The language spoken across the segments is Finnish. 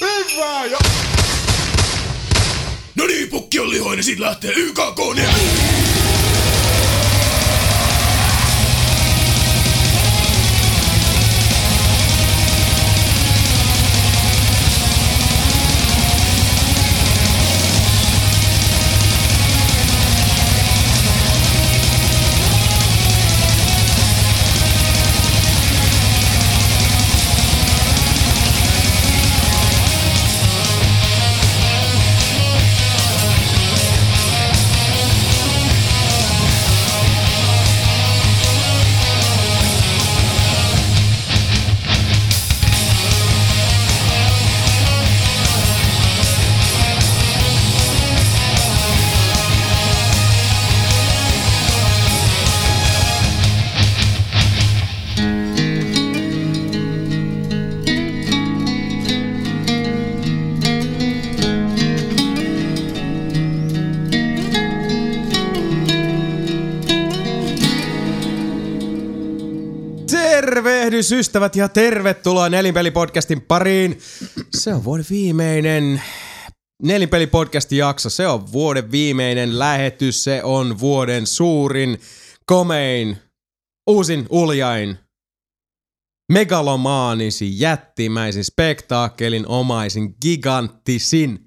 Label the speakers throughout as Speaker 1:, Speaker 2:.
Speaker 1: Hyvä ja...
Speaker 2: No niin, pukki on lihoinen, sit lähtee YKK
Speaker 3: Tervehdys ystävät ja tervetuloa Nelinpeli-podcastin pariin. Se on vuoden viimeinen Nelinpeli-podcastin jakso. Se on vuoden viimeinen lähetys. Se on vuoden suurin, komein, uusin, uljain, megalomaanisin, jättimäisin, spektaakkelin omaisin, giganttisin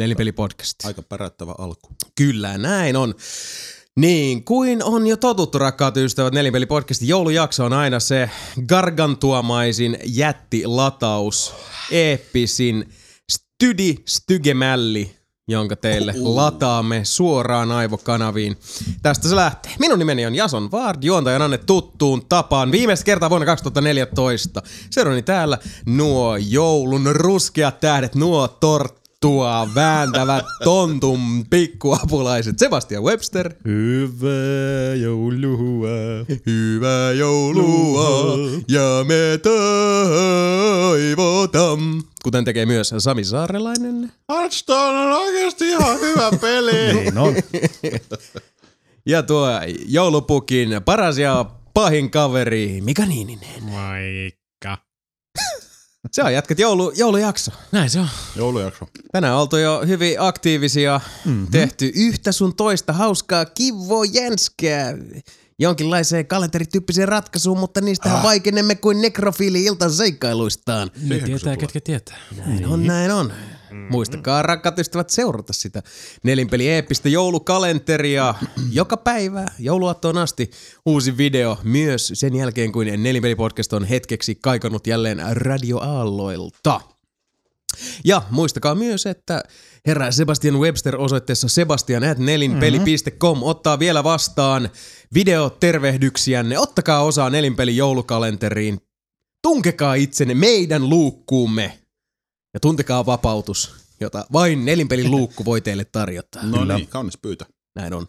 Speaker 3: Nelinpeli-podcast.
Speaker 1: Aika pärättävä alku.
Speaker 3: Kyllä näin on. Niin kuin on jo totuttu, rakkaat ystävät, Nelipeli-podcastin joulujakso on aina se gargantuamaisin jättilataus, eeppisin stydi stygemälli, jonka teille uh lataamme suoraan aivokanaviin. Tästä se lähtee. Minun nimeni on Jason Vaard, juontajananne tuttuun tapaan viimeistä kertaa vuonna 2014. Seurani täällä nuo joulun ruskeat tähdet, nuo tort vittua vääntävät tontun pikkuapulaiset. Sebastian Webster.
Speaker 1: Hyvää joulua.
Speaker 3: Hyvää joulua. Ja me toivotam. Kuten tekee myös Sami Saarelainen.
Speaker 1: Hearthstone on oikeasti ihan hyvä peli.
Speaker 4: no.
Speaker 1: niin on.
Speaker 3: ja tuo joulupukin paras ja pahin kaveri Mika Niininen.
Speaker 5: Moikka.
Speaker 3: Se on jatket joulu, joulujakso.
Speaker 5: Näin se on.
Speaker 1: Joulujakso.
Speaker 3: Tänään oltu jo hyvin aktiivisia, mm-hmm. tehty yhtä sun toista hauskaa kivojänskää jonkinlaiseen kalenterityyppiseen ratkaisuun, mutta niistä ah. vaikenemme kuin nekrofiili iltan seikkailuistaan.
Speaker 5: Ne tietää, ketkä tietää.
Speaker 3: Näin niin. on, näin on. Mm-hmm. Muistakaa rakkaat ystävät seurata sitä nelinpeli eeppistä joulukalenteria joka päivä jouluaattoon asti. Uusi video myös sen jälkeen, kun nelinpelipodcast on hetkeksi kaikonnut jälleen radioaalloilta. Ja muistakaa myös, että herra Sebastian Webster osoitteessa sebastian.nelinpeli.com ottaa vielä vastaan videotervehdyksiänne. Ottakaa osaa nelinpeli joulukalenteriin. Tunkekaa itsenne meidän luukkuumme ja tuntekaa vapautus, jota vain nelinpelin luukku voi teille tarjota.
Speaker 1: No niin, kaunis pyytä.
Speaker 3: Näin on.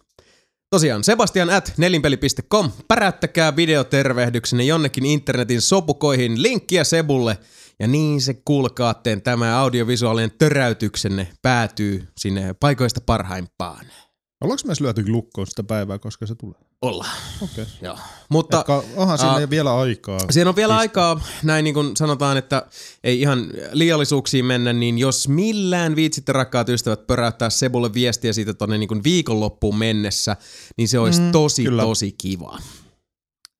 Speaker 3: Tosiaan sebastian at nelinpeli.com. Päräyttäkää videotervehdyksenne jonnekin internetin sopukoihin. Linkkiä Sebulle. Ja niin se kuulkaatten tämä audiovisuaalinen töräytyksenne päätyy sinne paikoista parhaimpaan.
Speaker 4: Ollaanko me lyöty lukkoon sitä päivää, koska se tulee?
Speaker 3: Ollaan.
Speaker 4: Okei. Okay.
Speaker 3: Joo. Mutta
Speaker 4: Ehkä onhan siinä uh, vielä aikaa.
Speaker 3: Siinä on vielä piste. aikaa, näin niin kuin sanotaan, että ei ihan liiallisuuksiin mennä, niin jos millään viitsitte rakkaat ystävät pöräyttää Sebulle viestiä siitä tuonne niin kuin viikonloppuun mennessä, niin se olisi mm, tosi, kyllä. tosi kiva.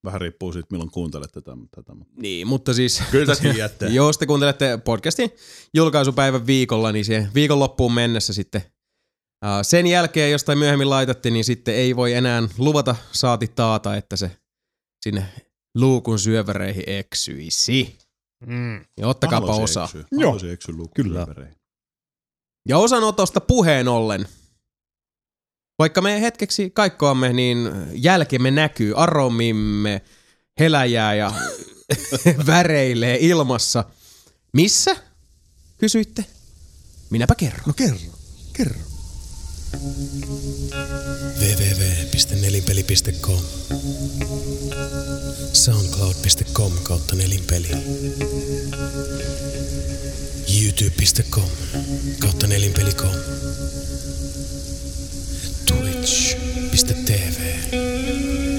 Speaker 1: Vähän riippuu siitä, milloin kuuntelette tämän, tätä. Mutta...
Speaker 3: Niin, mutta siis...
Speaker 1: Kyllä tiedätte.
Speaker 3: Jos te kuuntelette podcastin julkaisupäivän viikolla, niin se viikonloppuun mennessä sitten sen jälkeen, jos tai myöhemmin laitatte, niin sitten ei voi enää luvata saati taata, että se sinne luukun syövereihin eksyisi. Mm. Ja ottakaapa osa.
Speaker 1: Joo, se eksy luukun Kyllä. syövereihin.
Speaker 3: Ja osanotosta puheen ollen. Vaikka me hetkeksi kaikkoamme, niin jälkemme näkyy, aromimme heläjää ja väreilee ilmassa. Missä? Kysyitte. Minäpä kerron.
Speaker 4: No kerro, kerro
Speaker 6: www.nelinpeli.com soundcloud.com kautta nelinpeli youtube.com kautta nelinpeli.com twitch.tv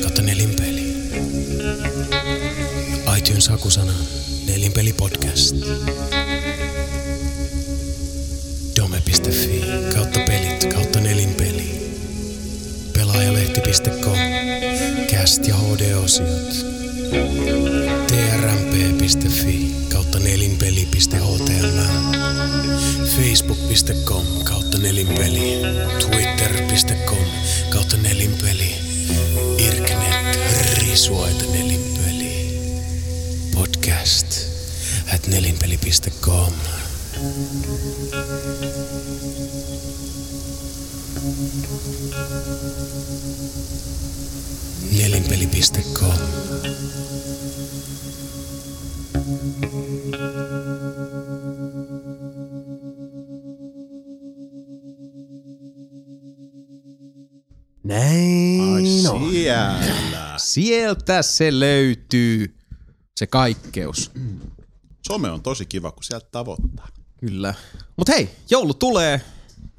Speaker 6: kautta nelinpeli iTunes hakusana Nelinpelipodcast. Dome.fi kautta pelit kautta nelinpeli. Pelaajalehti.com. Cast ja HD-osiot. trmp.fi kautta nelinpeli.html. Facebook.com kautta nelinpeli. Twitter.com kautta nelinpeli. Irknet risuaita nelinpeli. Podcast at nelinpeli.com. Nelinpeli.com.
Speaker 1: Ai
Speaker 3: Näin
Speaker 4: Niin
Speaker 3: on.
Speaker 1: siellä.
Speaker 3: Sieltä se löytyy, se kaikkeus.
Speaker 1: Some on tosi kiva, kun sieltä tavoittaa.
Speaker 3: Kyllä. Mut hei, joulu tulee.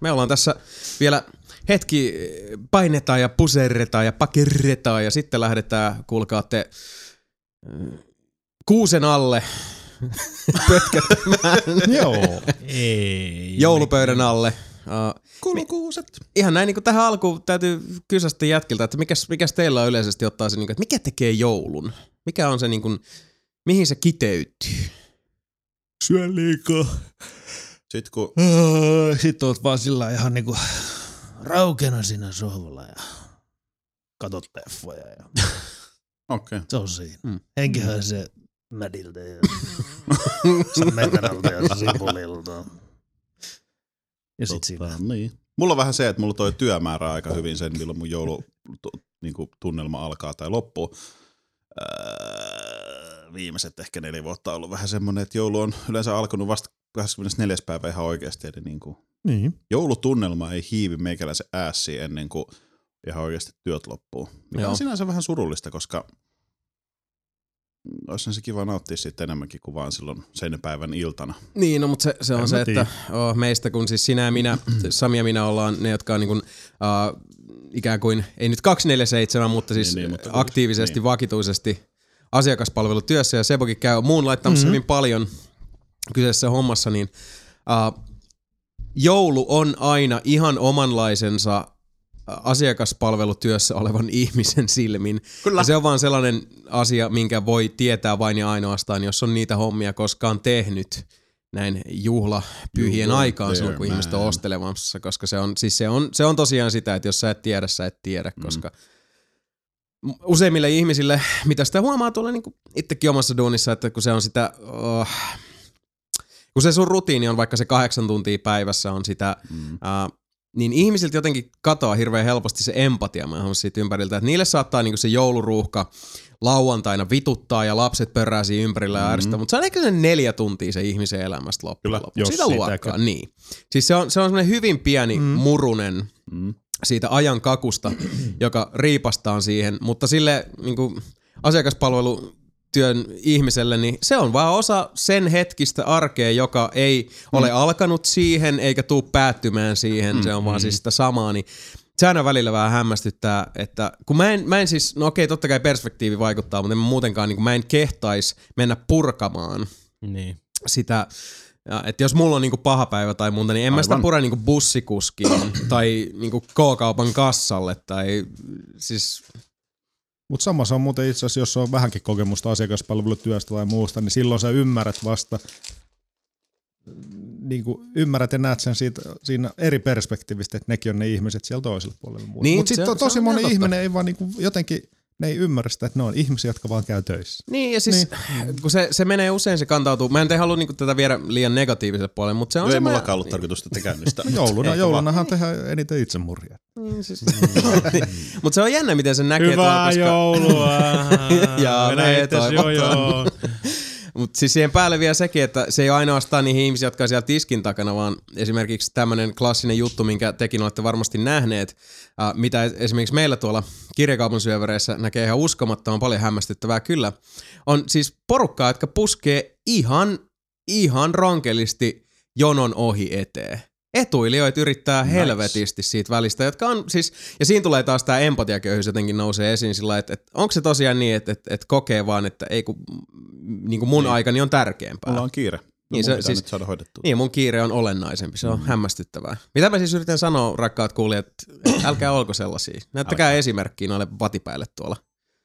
Speaker 3: Me ollaan tässä vielä hetki eh, painetaan ja puserretaan ja pakerretaan ja sitten lähdetään, kuulkaa te, mm, kuusen alle
Speaker 4: Joo.
Speaker 5: Ei.
Speaker 3: joulupöydän alle. Uh,
Speaker 4: Kulukuuset.
Speaker 3: ihan näin niin kuin tähän alkuun täytyy kysyä sitten jätkiltä, että mikäs, mikäs teillä on yleisesti ottaa se, niin kuin, että mikä tekee joulun? Mikä on se, niin kuin, mihin se kiteytyy?
Speaker 4: Syö liikaa.
Speaker 1: Sitten kun
Speaker 4: Sitten oot vaan sillä ihan niinku
Speaker 7: raukena siinä sohvalla ja katot leffoja. Ja
Speaker 1: Okei.
Speaker 7: se on siinä.
Speaker 3: Mm.
Speaker 7: Mm. Henkihän se mädiltä ja metralta ja sipulilta. Ja sit siinä.
Speaker 1: Niin. Mulla on vähän se, että mulla toi työmäärä aika hyvin sen, milloin mun joulu tu- niinku, tunnelma alkaa tai loppuu. Öö, viimeiset ehkä neljä vuotta on ollut vähän semmoinen, että joulu on yleensä alkanut vasta 24. päivä ihan oikeasti. Eli niinku,
Speaker 4: Niin.
Speaker 1: joulutunnelma ei hiivi meikäläisen ässiin ennen kuin ihan oikeasti työt loppuu. Mikä
Speaker 3: Joo.
Speaker 1: on sinänsä vähän surullista, koska olisi se kiva nauttia siitä enemmänkin kuin vaan silloin sen päivän iltana.
Speaker 3: Niin, no, mutta se, se
Speaker 4: En
Speaker 3: on
Speaker 4: mä
Speaker 3: se,
Speaker 4: tiedä.
Speaker 3: että oh, meistä, kun siis sinä ja minä, Sami ja minä ollaan ne, jotka on niin kuin, uh, ikään kuin, ei nyt 247, mutta siis
Speaker 1: Niin,
Speaker 3: niin,
Speaker 1: niin,
Speaker 3: niin,
Speaker 1: mutta kuitenkin,
Speaker 3: aktiivisesti,
Speaker 1: niin.
Speaker 3: niin. vakituisesti asiakaspalvelutyössä ja Sebokin käy muun laittamassa mm-hmm. hyvin paljon kyseessä hommassa, niin uh, joulu on aina ihan omanlaisensa asiakaspalvelutyössä olevan ihmisen silmin. Kyllä. Ja se on vaan sellainen asia, minkä voi tietää vain ja ainoastaan, jos on niitä hommia koskaan tehnyt näin juhlapyhien
Speaker 1: You were
Speaker 3: aikaan silloin,
Speaker 1: there,
Speaker 3: kun ihmiset on
Speaker 1: man.
Speaker 3: ostelemassa, koska se on, siis se, on, se on tosiaan sitä, että jos sä et tiedä, sä et tiedä, koska useimmille ihmisille, mitä sitä huomaa tuolla niin itsekin omassa duunissa, että kun se on sitä, oh, kun se sun rutiini on vaikka se kahdeksan tuntia päivässä on sitä
Speaker 1: Mm.
Speaker 3: Äh, niin ihmisiltä jotenkin katoaa hirveän helposti se empatia mä huomasin siitä ympäriltä. Että niille saattaa niinku se jouluruuhka lauantaina vituttaa ja lapset pörräisi ympärillä ja ärsyttää, mutta se on ehkä sen neljä tuntia se ihmisen elämästä loppujen
Speaker 4: Mm. Kyllä,
Speaker 3: lopuksi.
Speaker 4: jos
Speaker 3: Sitä
Speaker 4: sitäkään.
Speaker 3: luokkaa, niin. Siis se on, se on semmoinen hyvin pieni mm. murunen
Speaker 1: Mm.
Speaker 3: siitä ajan kakusta, joka riipastaan siihen, mutta sille niin kuin asiakaspalvelutyön ihmiselle, niin se on vaan osa sen hetkistä arkea, joka ei mm. ole alkanut siihen eikä tuu päättymään siihen, mm. se on vaan siis sitä samaa, niin se aina välillä vähän hämmästyttää, että kun mä en, mä en siis, no okei, totta kai perspektiivi vaikuttaa, mutta en mä muutenkaan, niin kuin, mä en kehtais mennä purkamaan
Speaker 5: Niin.
Speaker 3: sitä, ja, että jos mulla on niinku paha päivä tai muuta, niin en mä sitä
Speaker 1: Aivan.
Speaker 3: pure niinku bussikuskiin tai niinku K-kaupan kassalle tai siis
Speaker 4: Mutta sama se on muuten itse asiassa, jos on vähänkin kokemusta asiakaspalvelutyöstä tai muusta, niin silloin sä ymmärrät vasta, niin kuin ymmärrät ja näet sen siitä, siinä eri perspektiivistä, että nekin on ne ihmiset siellä toisella puolella.
Speaker 3: Niin,
Speaker 4: Niin, Mutta
Speaker 3: se-
Speaker 4: sitten
Speaker 3: se on
Speaker 4: tosi
Speaker 3: ihan
Speaker 4: moni
Speaker 3: totta.
Speaker 4: ihminen ei vaan niin kuin jotenkin, ne ei ymmärrä sitä, että ne on ihmisiä, jotka vaan käy töissä.
Speaker 3: Niin, ja siis niin. kun se, se menee usein, se kantautuu. Mä en te halua niinku tätä viedä liian negatiiviselle puolelle, mutta se on
Speaker 1: No ei
Speaker 3: semmoinen-
Speaker 1: mullakaan ollut tarkoitus tätä käynnistää.
Speaker 4: Jouluna,
Speaker 1: Ehkä
Speaker 4: joulunahan tehdään eniten itsemurhia.
Speaker 3: Niin, siis. mutta se on jännä, miten se näkee. tuolla,
Speaker 5: Hyvää joulua.
Speaker 3: Ja
Speaker 5: Vedä
Speaker 3: me
Speaker 5: itses,
Speaker 3: toivotaan.
Speaker 5: Joo, joo.
Speaker 3: Mutta siis siihen päälle vielä sekin, että se ei ole ainoastaan niihin ihmisiä, jotka on siellä tiskin takana, vaan esimerkiksi tämmöinen klassinen juttu, minkä tekin olette varmasti nähneet, äh, mitä es- esimerkiksi meillä tuolla kirjakaupan syövereissä näkee ihan uskomattoman paljon hämmästyttävää kyllä, on siis porukkaa, jotka puskee ihan, ihan rankelisti jonon ohi eteen. etuilijoita yrittää nice. helvetisti siitä välistä, jotka on siis, ja siinä tulee taas tämä empatiaköyhyys jotenkin nousee esiin sillä lailla, että, että onko se tosiaan niin, että, että, että kokee vaan, että ei kun, niin kuin mun niin. aikani on tärkeämpää.
Speaker 1: Mulla on kiire.
Speaker 3: Niin,
Speaker 1: Niin,
Speaker 3: se-
Speaker 1: se,
Speaker 3: siis-
Speaker 1: siis, nyt saada hoidettua.
Speaker 3: Niin, mun kiire on olennaisempi, se on mm. hämmästyttävää. Mitä mä siis yritän sanoa, rakkaat kuulijat, että älkää olko sellaisia. Näyttäkää älkää. esimerkkiä noille vatipäille tuolla.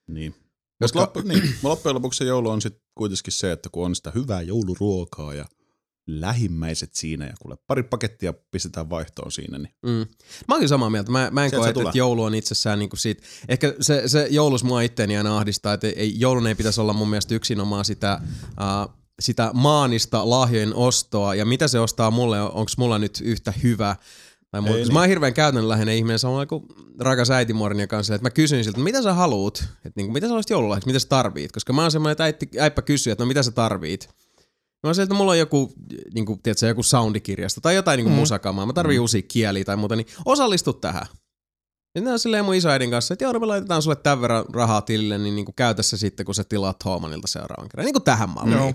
Speaker 1: Niin.
Speaker 3: Koska-
Speaker 1: Koska... Loppu, niin. Mut Loppujen lopuksi se joulu on sitten kuitenkin se, että kun on sitä hyvää jouluruokaa ja lähimmäiset siinä ja kuule pari pakettia pistetään vaihtoon siinä, niin
Speaker 3: Mm. Mä oon kyllä samaa mieltä. Mä, mä en
Speaker 1: Sieltä
Speaker 3: koe,
Speaker 1: se
Speaker 3: että,
Speaker 1: tulee.
Speaker 3: että joulu on itsessään niinku siitä. Ehkä se, se joulus mua itteeni aina ahdistaa, että ei, joulun ei pitäisi olla mun mielestä yksinomaan sitä, äh, sitä maanista lahjojen ostoa. Ja mitä se ostaa mulle, onko mulla nyt yhtä hyvä tai muuta.
Speaker 1: Ei
Speaker 3: Koska
Speaker 1: niin.
Speaker 3: Mä oon hirveän käytännönläheinen ihminen samalla kuin rakas äiti Mornia kanssa, että mä kysyin siltä, mitä sä haluut, että niinku, mitä sä olisit joululahjaksi, mitä sä tarvit, koska mä oon semmoinen, että äiti, äippä kysyy, että no mitä sä tarvit. Mä oon se, että mulla on joku, niin kuin, tiedätkö, joku soundikirjasto tai jotain niin kuin mm. musakamaa. Mä tarvii mm. uusia kieliä tai muuta, niin osallistu tähän. Ja ne on silleen mun isoäidin kanssa, että joo, no me laitetaan sulle tämän verran rahaa tilille, niin, niin kuin käytä se sitten, kun sä tilaat Homanilta seuraavan kerran. Niin kuin tähän malliin. No.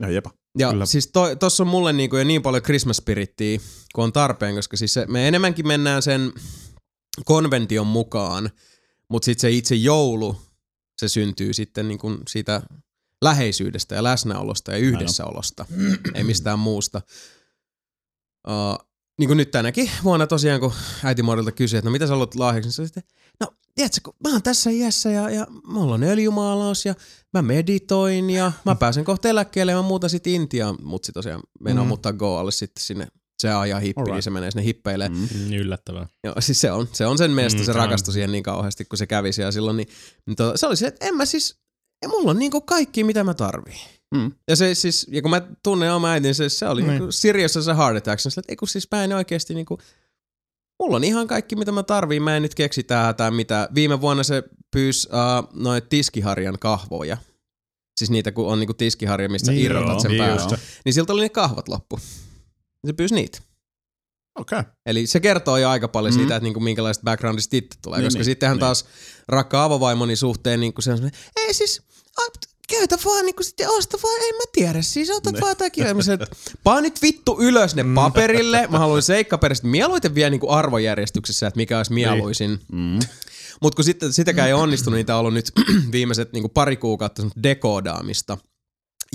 Speaker 1: ja jepa.
Speaker 3: Ja Kyllä.
Speaker 4: Kyllä.
Speaker 3: siis to, tossa on mulle niinku jo niin paljon Christmas spirittiä, kun on tarpeen, koska siis se, me enemmänkin mennään sen konvention mukaan, mutta sitten se itse joulu, se syntyy sitten niinku siitä läheisyydestä ja läsnäolosta ja yhdessäolosta, ei mistään muusta. Uh, niin kuin nyt tänäkin vuonna tosiaan, kun äiti Morilta kysyi, että no mitä sä haluat lahjaksi, niin se sitten, no tiedätkö, kun mä oon tässä iässä ja, ja mulla on öljymaalaus ja mä meditoin ja mä pääsen kohta eläkkeelle ja mä muutan sit Intiaan, mut sit tosiaan meinaa mm.
Speaker 4: Mm.
Speaker 3: muuttaa Goalle sitten sinne. Se ajaa hippi, right. niin se menee sinne hippeille. Mm.
Speaker 5: Mm, Yllättävää.
Speaker 3: Joo, siis se on, se on sen mielestä, mm,
Speaker 5: Mm,
Speaker 3: se
Speaker 5: se on.
Speaker 3: rakastui siihen niin kauheasti, kun se kävi siellä silloin, niin, niin tota, se oli se, että en mä siis, ei, mulla on niinku kaikki, mitä mä tarviin. Mm.
Speaker 1: Mm.
Speaker 3: Ja se siis, ja kun mä tunnen oma äitin, niin se, se oli
Speaker 4: Niin.
Speaker 3: niin. Siriossa se heart attack, sillä, että ei kun siis mä en oikeesti niinku, mulla on ihan kaikki, mitä mä tarviin, mä en nyt keksi tähän tai mitä. Viime vuonna se pyysi uh, noin tiskiharjan kahvoja. Siis niitä, kun on niinku tiskiharja, mistä niin,
Speaker 4: Niin,
Speaker 3: irrotat
Speaker 4: joo,
Speaker 3: sen
Speaker 4: niin
Speaker 3: päälle.
Speaker 4: just
Speaker 3: Niin siltä oli ne kahvat loppu. Se pyysi niitä.
Speaker 1: Okei. Okay.
Speaker 3: Eli se kertoo jo aika paljon mm.
Speaker 1: Mm.
Speaker 3: siitä, että niinku minkälaista backgroundista itse tulee, niin,
Speaker 1: Niin,
Speaker 3: koska niin,
Speaker 1: niin,
Speaker 3: sittenhän niin.
Speaker 1: niin.
Speaker 3: taas rakka avovaimoni suhteen niinku se on semmoinen, ei siis, a, käytä vaan niinku sitten osta vaan, en mä tiedä, siis ota vaan jotain kirjaa. Mä sanoin, että Paa nyt vittu ylös ne paperille, mä haluan seikkaperäisesti, mieluiten vielä niinku arvojärjestyksessä, että mikä olisi mieluisin. Niin.
Speaker 1: Mm.
Speaker 3: Mutta kun sitten, sitäkään ei onnistunut, niitä on ollut nyt viimeiset niin pari kuukautta semmoista dekoodaamista.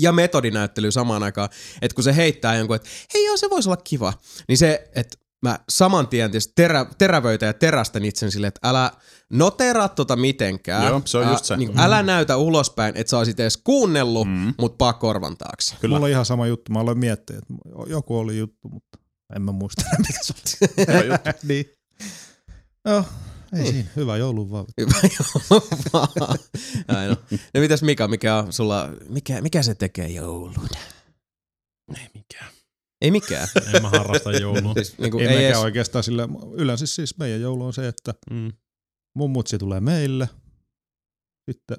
Speaker 3: Ja metodinäyttely samaan aikaan, että kun se heittää jonkun, että hei joo, se voisi olla kiva, niin se, että mä saman tien tietysti terä, terävöitä ja terästän itsen silleen, että älä noteraa tota mitenkään.
Speaker 1: Joo, se on just se.
Speaker 3: Niin kuin, älä näytä ulospäin, että sä olisit edes kuunnellut, mm.
Speaker 1: Mm.
Speaker 3: mut paa korvan taakse.
Speaker 4: Kyllä. Mulla on ihan sama juttu. Mä aloin miettiä, että joku oli juttu, mutta en mä muista. mikä se oli. niin. No, ei
Speaker 3: Hmm.
Speaker 4: siinä. Hyvä joulun vaan.
Speaker 3: Hyvä joulu vaan. Näin on. No mitäs Mika, mikä on sulla, mikä, mikä se tekee joulun?
Speaker 5: Ei mikään.
Speaker 3: Ei mikään.
Speaker 5: En mä harrasta joulua.
Speaker 3: Siis, niin
Speaker 4: Ei, ei mekään oikeastaan sillä. Yleensä siis meidän joulu on se, että
Speaker 5: Mm.
Speaker 4: mummutsi tulee meille, sitten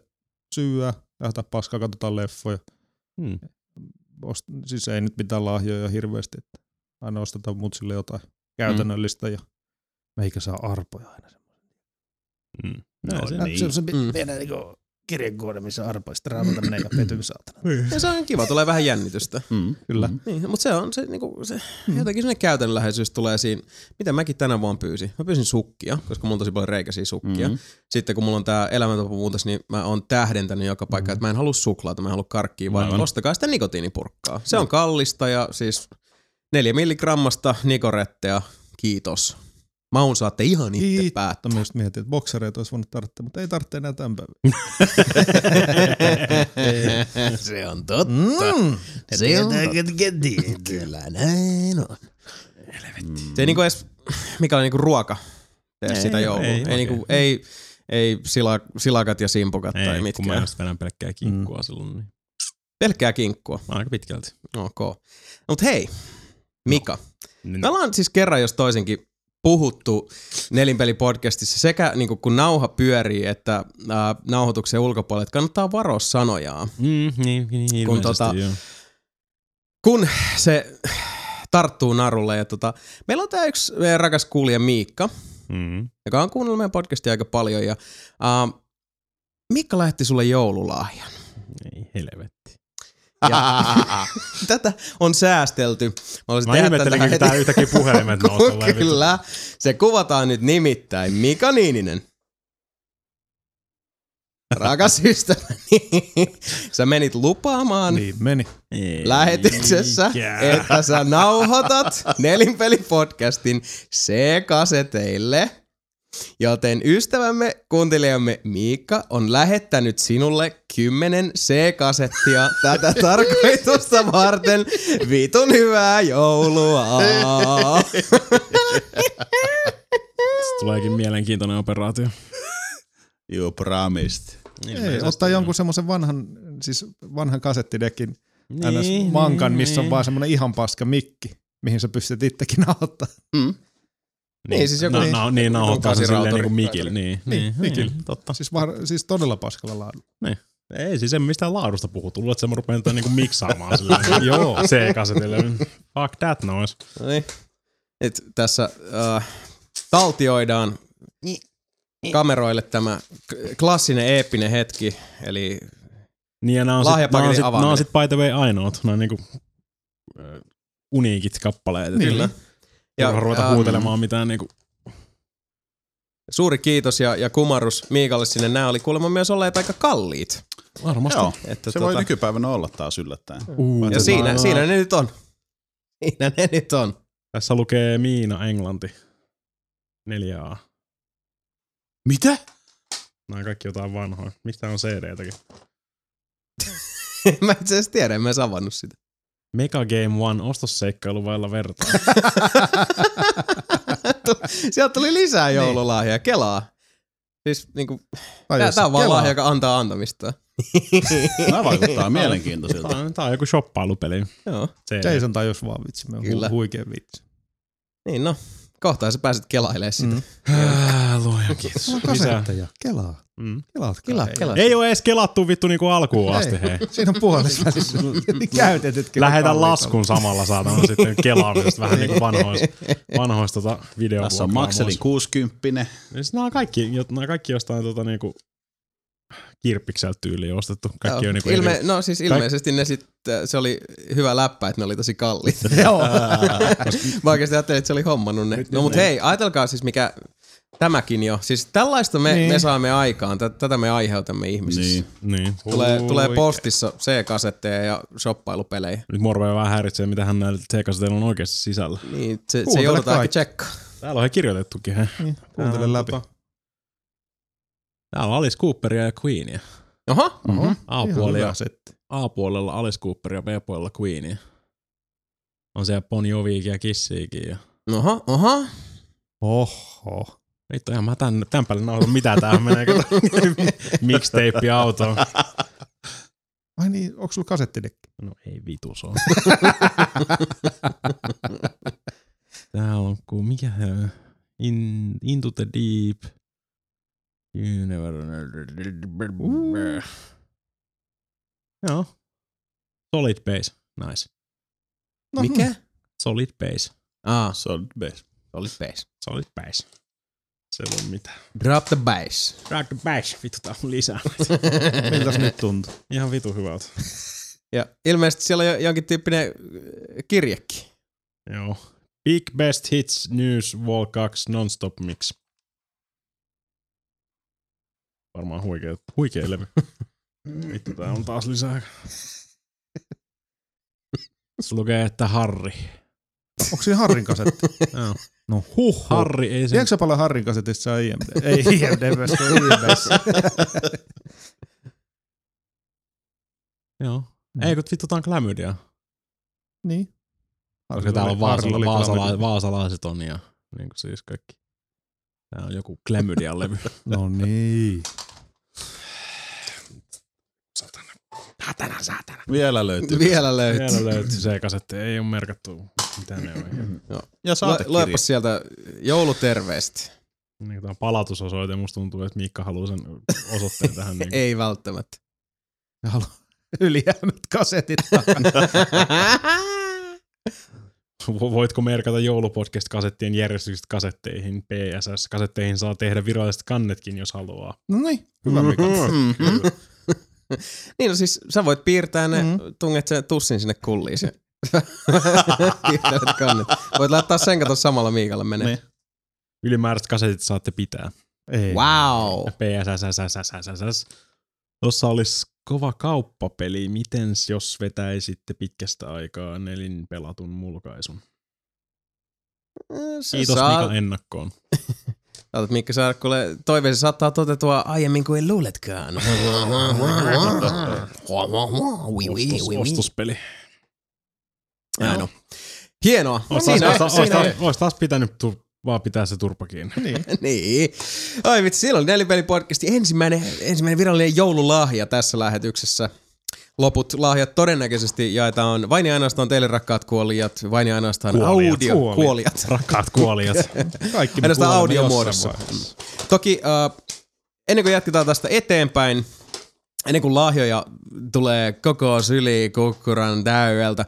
Speaker 4: syyä, lähdetään paskaa, katsotaan leffoja.
Speaker 5: Mm.
Speaker 4: Ost, siis ei nyt mitään lahjoja hirveästi, että aina ostetaan mutsille jotain käytännöllistä ja meikä saa arpoja aina.
Speaker 5: Mm.
Speaker 1: No,
Speaker 5: Joo, se-
Speaker 1: niin.
Speaker 7: Se on se pi-
Speaker 3: Mm.
Speaker 7: pienen niinku kirjekuori, missä arpoista raamata menee ja petyy
Speaker 5: Mm.
Speaker 7: saatana.
Speaker 5: Niin.
Speaker 3: Ja No se on kiva, tulee vähän jännitystä.
Speaker 1: Mm.
Speaker 4: Kyllä.
Speaker 1: Mm.
Speaker 3: Niin, mutta se on se, niinku, se jotenkin sellainen käytännönläheisyys tulee siinä, mitä mäkin tänä vuonna pyysin. Mä pyysin sukkia, koska mulla on tosi paljon reikäisiä sukkia. Mm-hmm.
Speaker 1: Mhm.
Speaker 3: Sitten kun mulla on tämä elämäntapamuutos, niin mä oon tähdentänyt joka paikka, mm-hmm. että mä en halua suklaata, mä en halua karkkia, vaan
Speaker 1: Aivan.
Speaker 3: ostakaa sitä nikotiinipurkkaa. Se on kallista ja siis neljä milligrammasta nikorettea, kiitos. Maun saatte ihan itse
Speaker 4: Kiitos.
Speaker 3: päättää.
Speaker 4: Mutta mä just mietin, että boksereita olisi voinut tarvita, mutta ei tarvitse enää tämän päivän.
Speaker 3: se on totta.
Speaker 7: Mm.
Speaker 3: Se on
Speaker 7: Tietää,
Speaker 3: totta.
Speaker 7: ketkä tietää.
Speaker 3: Kyllä näin on.
Speaker 1: Mm.
Speaker 3: Se ei niinku edes, mikä on niinku ruoka tee sitä joulua. Ei,
Speaker 5: ei,
Speaker 3: ei, ei,
Speaker 5: okei.
Speaker 3: niinku, ei, ei sila, silakat ja simpukat ei, tai
Speaker 5: Ei, kun mä
Speaker 3: mitkään.
Speaker 5: just vedän pelkkää kinkkua mm. silloin, niin
Speaker 3: Pelkkää kinkkua.
Speaker 5: aika pitkälti.
Speaker 3: Ok. Mut hei, Mika.
Speaker 5: Niin,
Speaker 3: Me ollaan siis kerran jos toisenkin puhuttu Nelinpeli-podcastissa sekä niin kun nauha pyörii että äh, nauhoituksen ulkopuolella, että kannattaa varoa sanojaan.
Speaker 5: mm, niin, niin ilmeisesti,
Speaker 3: tota-
Speaker 5: joo.
Speaker 3: kun se tarttuu narulle. Ja tota, meillä on tämä yksi meidän rakas kuulija Miikka,
Speaker 5: Mm.
Speaker 3: joka on kuunnellut meidän podcastia aika paljon. Ja, ähm, uh, Miikka lähetti sulle joululahjan.
Speaker 5: Ei helvetti.
Speaker 3: Ja tätä on säästelty. Mä olisin
Speaker 5: Mä
Speaker 3: tehdä
Speaker 5: ihmettelin,
Speaker 3: tätä
Speaker 5: kun tää
Speaker 3: heti.
Speaker 5: yhtäkkiä puhelimet nousi tolleen, vittu.
Speaker 3: Kyllä. Se kuvataan nyt nimittäin. Mika Niininen. Rakas ystäväni, sä menit lupaamaan niin.
Speaker 4: Niin meni.
Speaker 3: lähetyksessä, että sä nauhoitat Nelinpeli-podcastin C-kaseteille. Joten ystävämme, kuuntelijamme Miikka on lähettänyt sinulle kymmenen C-kasettia tätä tarkoitusta varten. Vitun hyvää joulua!
Speaker 5: Tuleekin mielenkiintoinen operaatio.
Speaker 1: You promised.
Speaker 4: Ei, ottaa jonkun semmoisen vanhan, siis vanhan kasettidekin niin, mankan, missä on vaan semmoinen ihan paska mikki, mihin sä pystyt itsekin auttaa.
Speaker 3: Niin, siis joku-
Speaker 5: no, no, niin, nauhoittaa sen silleen
Speaker 1: kasirautari.
Speaker 5: niin kuin mikil. Niin, niin,
Speaker 4: mikil.
Speaker 5: niin, totta.
Speaker 4: Siis, var, siis todella paskalla laadulla.
Speaker 5: Niin. Ei siis en mistään laadusta puhu. Tullut, että mä rupean tätä niinku miksaamaan silleen. Joo. C-kasetille. Fuck that noise.
Speaker 3: Niin. Nyt tässä äh, taltioidaan kameroille tämä k- klassinen eeppinen hetki, eli
Speaker 5: Niin ja nää on sit,
Speaker 3: Lahjapaketin niin.
Speaker 5: nää on sit, nää
Speaker 3: avaaminen.
Speaker 5: on sit by the way ainoat, noin niinku ö, uniikit kappaleet.
Speaker 3: Kyllä.
Speaker 5: Ja,
Speaker 3: Niin. Ja,
Speaker 5: Niin. ruveta
Speaker 3: ähm,
Speaker 5: huutelemaan mitään niinku,
Speaker 3: suuri kiitos ja, ja kumarrus Miikalle sinne. Nämä oli kuulemma myös olleet aika kalliit.
Speaker 5: varmasti.
Speaker 1: Joo,
Speaker 3: Että tuota,
Speaker 1: se voi nykypäivänä olla taas yllättäen.
Speaker 5: Uu,
Speaker 3: ja siinä, siinä ne nyt on. Siinä ne nyt on.
Speaker 5: Tässä lukee Miina Englanti. 4A.
Speaker 1: Mitä?
Speaker 5: Nämä on kaikki jotain vanhoja. Mistä on CD-täkin?
Speaker 3: Mä itse asiassa tiedän, en mä edes avannut sitä.
Speaker 5: Mega Game One ostosseikkailu vailla vertaa.
Speaker 3: Sieltä tuli lisää joululahjaa. Kelaa. Siis niinku,
Speaker 4: siis
Speaker 3: tää, tää on vaan lahja, joka antaa antamista.
Speaker 1: Nämä vaikuttaa mielenkiintoisilta.
Speaker 5: Tää on, tää on joku shoppailupeli.
Speaker 3: Joo.
Speaker 5: CD.
Speaker 4: Jason tajus vaan vitsi, me on
Speaker 3: Kyllä.
Speaker 4: hu- huikea vitsi.
Speaker 3: Niin no, kohtaan sä pääset kelailemaan sitä. Mm.
Speaker 5: Äh, luoja, kiitos. Lisää.
Speaker 4: Kelaa.
Speaker 5: Mm.
Speaker 4: Kelaat,
Speaker 3: Kela, kela.
Speaker 5: Ei ole edes kelattu vittu niinku alkuun asti, hei.
Speaker 4: Siinä on puolessa välissä.
Speaker 3: Mm.
Speaker 4: Käytetytkin. on
Speaker 5: Lähetä
Speaker 4: kalliita.
Speaker 5: laskun samalla saatana sitten kelaamisesta vähän niinku vanhoista, vanhoista tota
Speaker 1: Tässä on Makselin 60.
Speaker 5: Siis nämä on kaikki, jo- nää on kaikki jostain tota niinku kirppikseltä tyyliin ostettu. Kaikki on niinku
Speaker 3: Ilme,
Speaker 5: eri-
Speaker 3: no siis ilmeisesti ne sit, äh, se oli hyvä läppä, että ne oli tosi kalliita.
Speaker 4: Joo.
Speaker 3: Mä oikeasti ajattelin, että se oli hommannut ne. No mut hei, ajatelkaa siis mikä tämäkin jo. Siis tällaista me, niin. me saamme aikaan, Tä- tätä me aiheutamme ihmisissä. Niin.
Speaker 1: Niin.
Speaker 5: Niin.
Speaker 3: Tulee,
Speaker 5: Ui.
Speaker 3: tulee postissa C-kasetteja ja shoppailupelejä.
Speaker 5: Nyt Morve vähän häiritsee, mitä hän näillä teekaseteilla on oikeasti sisällä.
Speaker 3: Niin, se, se
Speaker 4: Kuuntele
Speaker 3: joudutaan ehkä
Speaker 4: kaikki.
Speaker 3: tsekkaan.
Speaker 5: Täällä on he kirjoitettukin. He.
Speaker 4: Niin, Kuuntele
Speaker 5: Tää
Speaker 4: läpi.
Speaker 5: on tota- Täällä on Alice Cooperia ja Queenia.
Speaker 3: Oho,
Speaker 1: Mhm.
Speaker 4: Ihan
Speaker 5: A-puolella,
Speaker 4: hyvä setti.
Speaker 5: A-puolella Alice Cooperia, B-puolella Queenia. On siellä Bon Joviikin ja Kissiikin. Ja...
Speaker 3: oho, oho.
Speaker 4: Oho.
Speaker 5: Vittu, ihan mä tän, tän päälle nauhoitan, mitä tää menee. kato. Mixtape autoon.
Speaker 4: Ai niin, onko sulla kasettidekki?
Speaker 5: No ei vitu se on. Täällä on ku, mikä hö? In, into the deep. You never... Joo. Solid base. Nice.
Speaker 4: No,
Speaker 3: Mikä?
Speaker 4: mm.
Speaker 5: Solid base.
Speaker 3: Ah,
Speaker 1: Se on best.
Speaker 3: oli bass.
Speaker 5: Solid base. Se on mitä.
Speaker 3: Drop the bass.
Speaker 5: Rock the base. Vittu tää on lisää.
Speaker 4: Miltäs nyt tuntuu?
Speaker 5: Ihan vitu hyvältä.
Speaker 3: Ja ilmeisesti siellä on jo- jonkin tyyppinen äh, kirjekin.
Speaker 5: Joo. Big Best Hits News Wall 2 Nonstop Mix. Varmaan huikea, huikea levy. Vittu, tää on taas lisää. Se lukee, että Harri.
Speaker 4: Onko siinä Harrin kasetti?
Speaker 5: Joo.
Speaker 4: No huh.
Speaker 5: Harri ei sen...
Speaker 4: Tiedätkö sä paljon Harrin kasetissa on IMD? Ei IMD, se on IMD.
Speaker 5: Joo.
Speaker 4: Mm.
Speaker 5: Ei, kun vittu, tää on klämydia.
Speaker 4: Niin.
Speaker 5: Koska täällä on
Speaker 4: Harrilla
Speaker 5: vaasala,
Speaker 4: oli
Speaker 5: vaasala,
Speaker 4: klamydia.
Speaker 5: vaasalaiset on ja niin kuin siis kaikki. Tää on joku klämydian levy.
Speaker 4: No niin.
Speaker 5: Satana. Satana, satana.
Speaker 1: Vielä löytyy.
Speaker 3: Vielä löytyy.
Speaker 5: Siellä löytyy se kasetti. Ei ole merkattu mitään ne on.
Speaker 1: Ja
Speaker 3: Lue,
Speaker 1: saatekirja.
Speaker 3: luepa sieltä jouluterveesti.
Speaker 5: Niin, tämä on palautusosoite. Musta tuntuu, että Miikka haluaa sen osoitteen tähän. Niin
Speaker 3: Ei välttämättä.
Speaker 4: Ylijäämät kasetit.
Speaker 5: Voitko merkata joulupodcast-kasettien järjestykset kasetteihin? PSS. Kasetteihin saa tehdä viralliset kannetkin, jos haluaa.
Speaker 4: No niin. Hyvä Mika.
Speaker 3: Mhm. Niin no siis sä voit piirtää ne, mm tunget sen tussin sinne kulliin se. Piirtelet kannet. Voit laittaa sen kato samalla Miikalle menee.
Speaker 1: Niin.
Speaker 5: Ylimääräiset kasetit saatte pitää.
Speaker 4: Ei.
Speaker 3: Wow.
Speaker 5: PSSSSSSS. Tuossa olisi kova kauppapeli. Mitens jos vetäisitte pitkästä aikaa nelin pelatun mulkaisun?
Speaker 3: Sä
Speaker 5: Kiitos
Speaker 3: saat-
Speaker 5: Mika ennakkoon.
Speaker 3: Saatat Mikko Sarkkulle, toiveesi saattaa toteutua aiemmin kuin luuletkaan. Oui, oui, oui, oui.
Speaker 5: ostospeli.
Speaker 3: Näin on. Hienoa.
Speaker 5: Ois taas, ois taas, ois taas, ois taas pitänyt tu- vaan pitää se turpa kiinni.
Speaker 4: Niin.
Speaker 3: niin. Ai vitsi, silloin Nelipeli-podcastin ensimmäinen, ensimmäinen virallinen joululahja tässä lähetyksessä. Loput lahjat todennäköisesti jaetaan vain ja ainoastaan teille rakkaat kuolijat, vain ja ainoastaan
Speaker 5: Kuolijat.
Speaker 3: audio
Speaker 4: Kuolijat.
Speaker 3: kuolijat.
Speaker 5: Rakkaat kuolijat.
Speaker 4: Kaikki me
Speaker 3: Ainoastaan
Speaker 4: kuulemme jossain
Speaker 3: audiomuodossa.
Speaker 4: vaiheessa.
Speaker 3: Toki äh, ennen kuin jatketaan tästä eteenpäin, ennen kuin lahjoja tulee koko syli kukkuran täydeltä,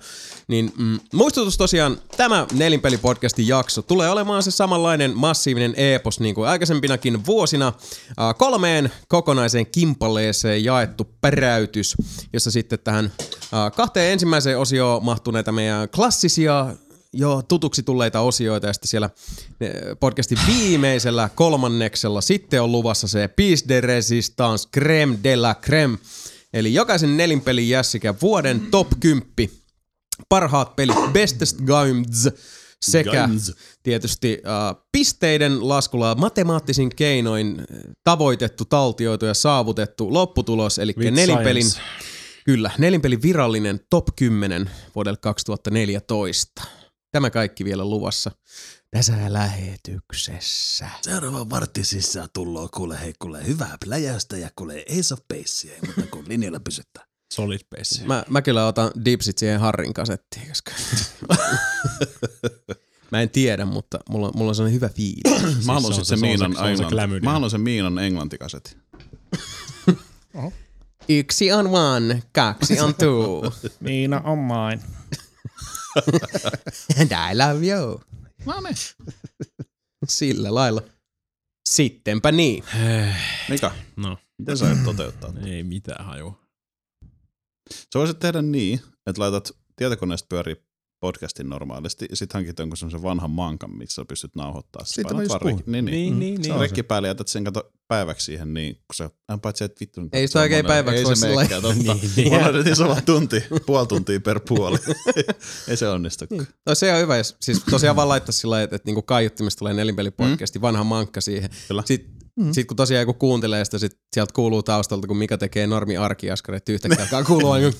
Speaker 3: niin mm, muistutus tosiaan, tämä Nelinpeli-podcastin jakso tulee olemaan se samanlainen massiivinen epos niin kuin aikaisempinakin vuosina. Äh, kolmeen kokonaiseen kimpaleeseen jaettu päräytys, jossa sitten tähän äh, kahteen ensimmäiseen osioon mahtuu näitä meidän klassisia jo tutuksi tulleita osioita ja sitten siellä eh, podcastin viimeisellä kolmanneksella sitten on luvassa se Piece de Resistance Creme de la Creme. Eli jokaisen nelinpelin jässikä vuoden top 10 parhaat pelit, bestest games sekä
Speaker 1: Games.
Speaker 3: tietysti äh, pisteiden laskulla matemaattisin keinoin äh, tavoitettu, taltioitu ja saavutettu lopputulos, eli
Speaker 5: With
Speaker 3: nelinpelin
Speaker 5: science.
Speaker 3: Kyllä, nelinpelin virallinen top 10 vuodelle 2014. Tämä kaikki vielä luvassa tässä lähetyksessä.
Speaker 6: Seuraava vartti sisään tullaan kuule hei kuule hyvää pläjäystä ja kuule ei saa peissiä, mutta kun linjalla pysytään.
Speaker 5: Solid base.
Speaker 3: Mä, mä kyllä otan dipsit siihen Harrin kasettiin, koska... mä en tiedä, mutta mulla, mulla on sellainen hyvä fiilis.
Speaker 1: Mä haluan
Speaker 5: Siis se on
Speaker 1: sitten sen
Speaker 5: se- se on se-
Speaker 1: Miinan
Speaker 5: se on se
Speaker 1: englanti.
Speaker 5: glamydia.
Speaker 1: Mä haluan sen Miinan englantikasetin.
Speaker 3: Yksi on one, kaksi on two.
Speaker 4: Miina on mine.
Speaker 3: And I love you.
Speaker 1: No niin.
Speaker 3: Sillä lailla. Sittenpä niin.
Speaker 1: Mika,
Speaker 5: No, Niin.
Speaker 1: mitä sä aiot toteuttaa?
Speaker 5: ei mitään haju.
Speaker 1: Sä voisit tehdä niin, että laitat tietokoneesta pyörii podcastin normaalisti, ja sit hankit jonkun semmosen vanhan mankan, missä pystyt nauhoittaa. Sä
Speaker 4: Siitä mä
Speaker 1: painat
Speaker 4: just
Speaker 1: vaan rek-
Speaker 4: puhuin.
Speaker 1: Niin, niin.
Speaker 5: Niin, niin,
Speaker 1: Se on rekki päälle, jätät sen kato päiväksi siihen, niin kun sä, äh, paitsi et vittu.
Speaker 3: Ei sitä oikein päiväksi voi
Speaker 1: Ei se
Speaker 3: sillä
Speaker 1: meikään, totta. Mä laitan niin sama tunti, puoli tuntia per puoli. ei se onnistu.
Speaker 3: No se on hyvä, jos siis tosiaan vaan laittaa sillä lailla, että, että niinku kaiuttimesta tulee nelinpelipodcasti, mm. vanha mankka siihen.
Speaker 1: Kyllä.
Speaker 3: Sitten mm. sit kun tosiaan joku kuuntelee sitä, sit sieltä kuuluu taustalta, kun Mika tekee normi arkiaskari, että yhtäkkiä alkaa kuulua niin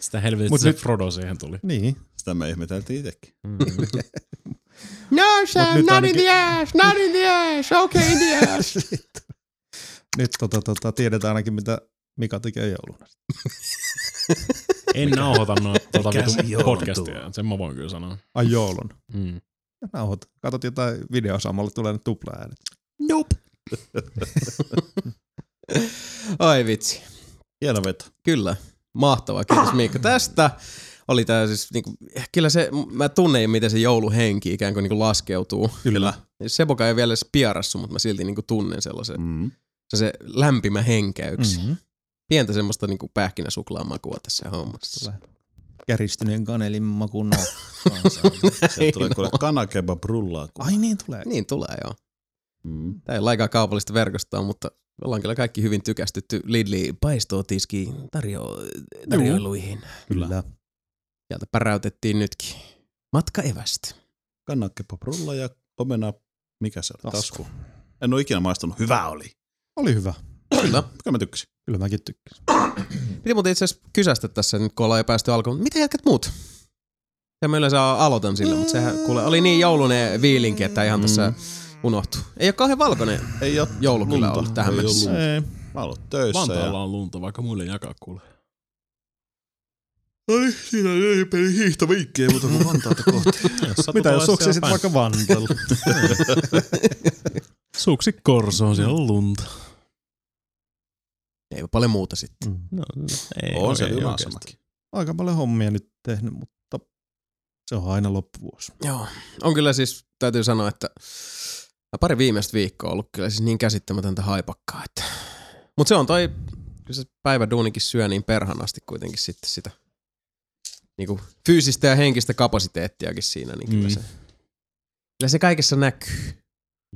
Speaker 5: Sitä helvetin
Speaker 4: Mut
Speaker 5: se
Speaker 4: nyt-
Speaker 5: Frodo siihen tuli.
Speaker 4: Niin.
Speaker 1: Sitä me ihmeteltiin itsekin.
Speaker 3: no
Speaker 4: Mut nyt ainakin-
Speaker 3: ass, not in the ass, okay in the ass.
Speaker 4: Nyt tota, tota, tiedetään ainakin, mitä Mika tekee jouluna.
Speaker 5: En nauhoita noita tuota
Speaker 6: Mikä se
Speaker 5: vitun
Speaker 6: joulun
Speaker 5: podcastia. Sen mä voin kyllä sanoa.
Speaker 4: Ai jouluna.
Speaker 5: Mm.
Speaker 4: Ja Nauhoit. Katot jotain videoa samalla, tulee ne tuplaäänet.
Speaker 3: Nope. Ai vitsi.
Speaker 1: Hieno veto.
Speaker 3: Kyllä, mahtavaa. Kiitos Miikka tästä. Oli tää siis, niinku, kyllä se, mä tunnen miten se jouluhenki ikään kuin niinku laskeutuu.
Speaker 1: Kyllä.
Speaker 3: Seboka ei ole vielä edes pierassu, mutta mä silti niinku tunnen sellaisen,
Speaker 1: Mm.
Speaker 3: se, se lämpimä henkäyksi.
Speaker 4: Mhm.
Speaker 3: Mm-hmm. Pientä semmoista niinku pähkinäsuklaan makua tässä hommassa.
Speaker 4: Tulee. Käristyneen kanelin maku no.
Speaker 1: Sieltä tulee kuule kanakeba brullaa. kun-
Speaker 4: Ai niin tulee.
Speaker 3: Niin tulee joo.
Speaker 1: Mm.
Speaker 3: Tää ei ole lainkaan kaupallista verkostoa, mutta ollaan kyllä kaikki hyvin tykästytty Lidli paistotiskiin tarjo- tarjoiluihin.
Speaker 4: Kyllä.
Speaker 3: Sieltä päräytettiin nytkin. Matka evästä.
Speaker 1: Kanakeba brullaa ja omena, mikä se oli?
Speaker 4: Tasku.
Speaker 1: Tasku. En ole ikinä maistanut. Hyvä oli.
Speaker 4: Oli hyvä.
Speaker 1: Kyllä. Kyllä mä tykkäsin.
Speaker 4: Kyllä mäkin tykkäsin.
Speaker 3: Piti muuten itse asiassa kysästä tässä, nyt kun ollaan jo päästy alkuun. Mitä jätkät muut? Ja mä yleensä aloitan sillä, mutta sehän kuule, oli niin joulunen viilinki, että ihan tässä unohtu. Ei ole kauhean valkoinen
Speaker 1: Ei oo
Speaker 3: joulu kyllä
Speaker 1: lunta.
Speaker 3: ollut tähän
Speaker 1: Ei oo
Speaker 3: mennessä.
Speaker 1: lunta.
Speaker 4: Ei.
Speaker 1: Mä oon ollut töissä. ja...
Speaker 5: Vantaalla on lunta, vaikka muille jakaa kuule.
Speaker 1: Oli siinä nelinpeli hiihtovinkkejä, mutta kun Vantaalta kohti.
Speaker 4: Mitä jos suksi sitten vaikka Vantalla?
Speaker 5: Suksi korsoon, siellä on lunta.
Speaker 3: Ei ole paljon muuta sitten.
Speaker 4: Mm.
Speaker 5: No, ei,
Speaker 1: On se
Speaker 5: oikein
Speaker 1: lunasemakin.
Speaker 4: Aika paljon hommia nyt tehnyt, mutta Se on aina loppuvuosi.
Speaker 3: Joo, on kyllä siis, täytyy sanoa, että pari viimeistä viikkoa on ollut kyllä siis niin käsittämätöntä haipakkaa. Että... Mutta se on toi, kyllä se päivä duunikin syö niin perhanasti kuitenkin sitten sitä niinku, fyysistä ja henkistä kapasiteettiakin siinä. Niin kyllä,
Speaker 5: Mm.
Speaker 3: se, kyllä se kaikessa näkyy.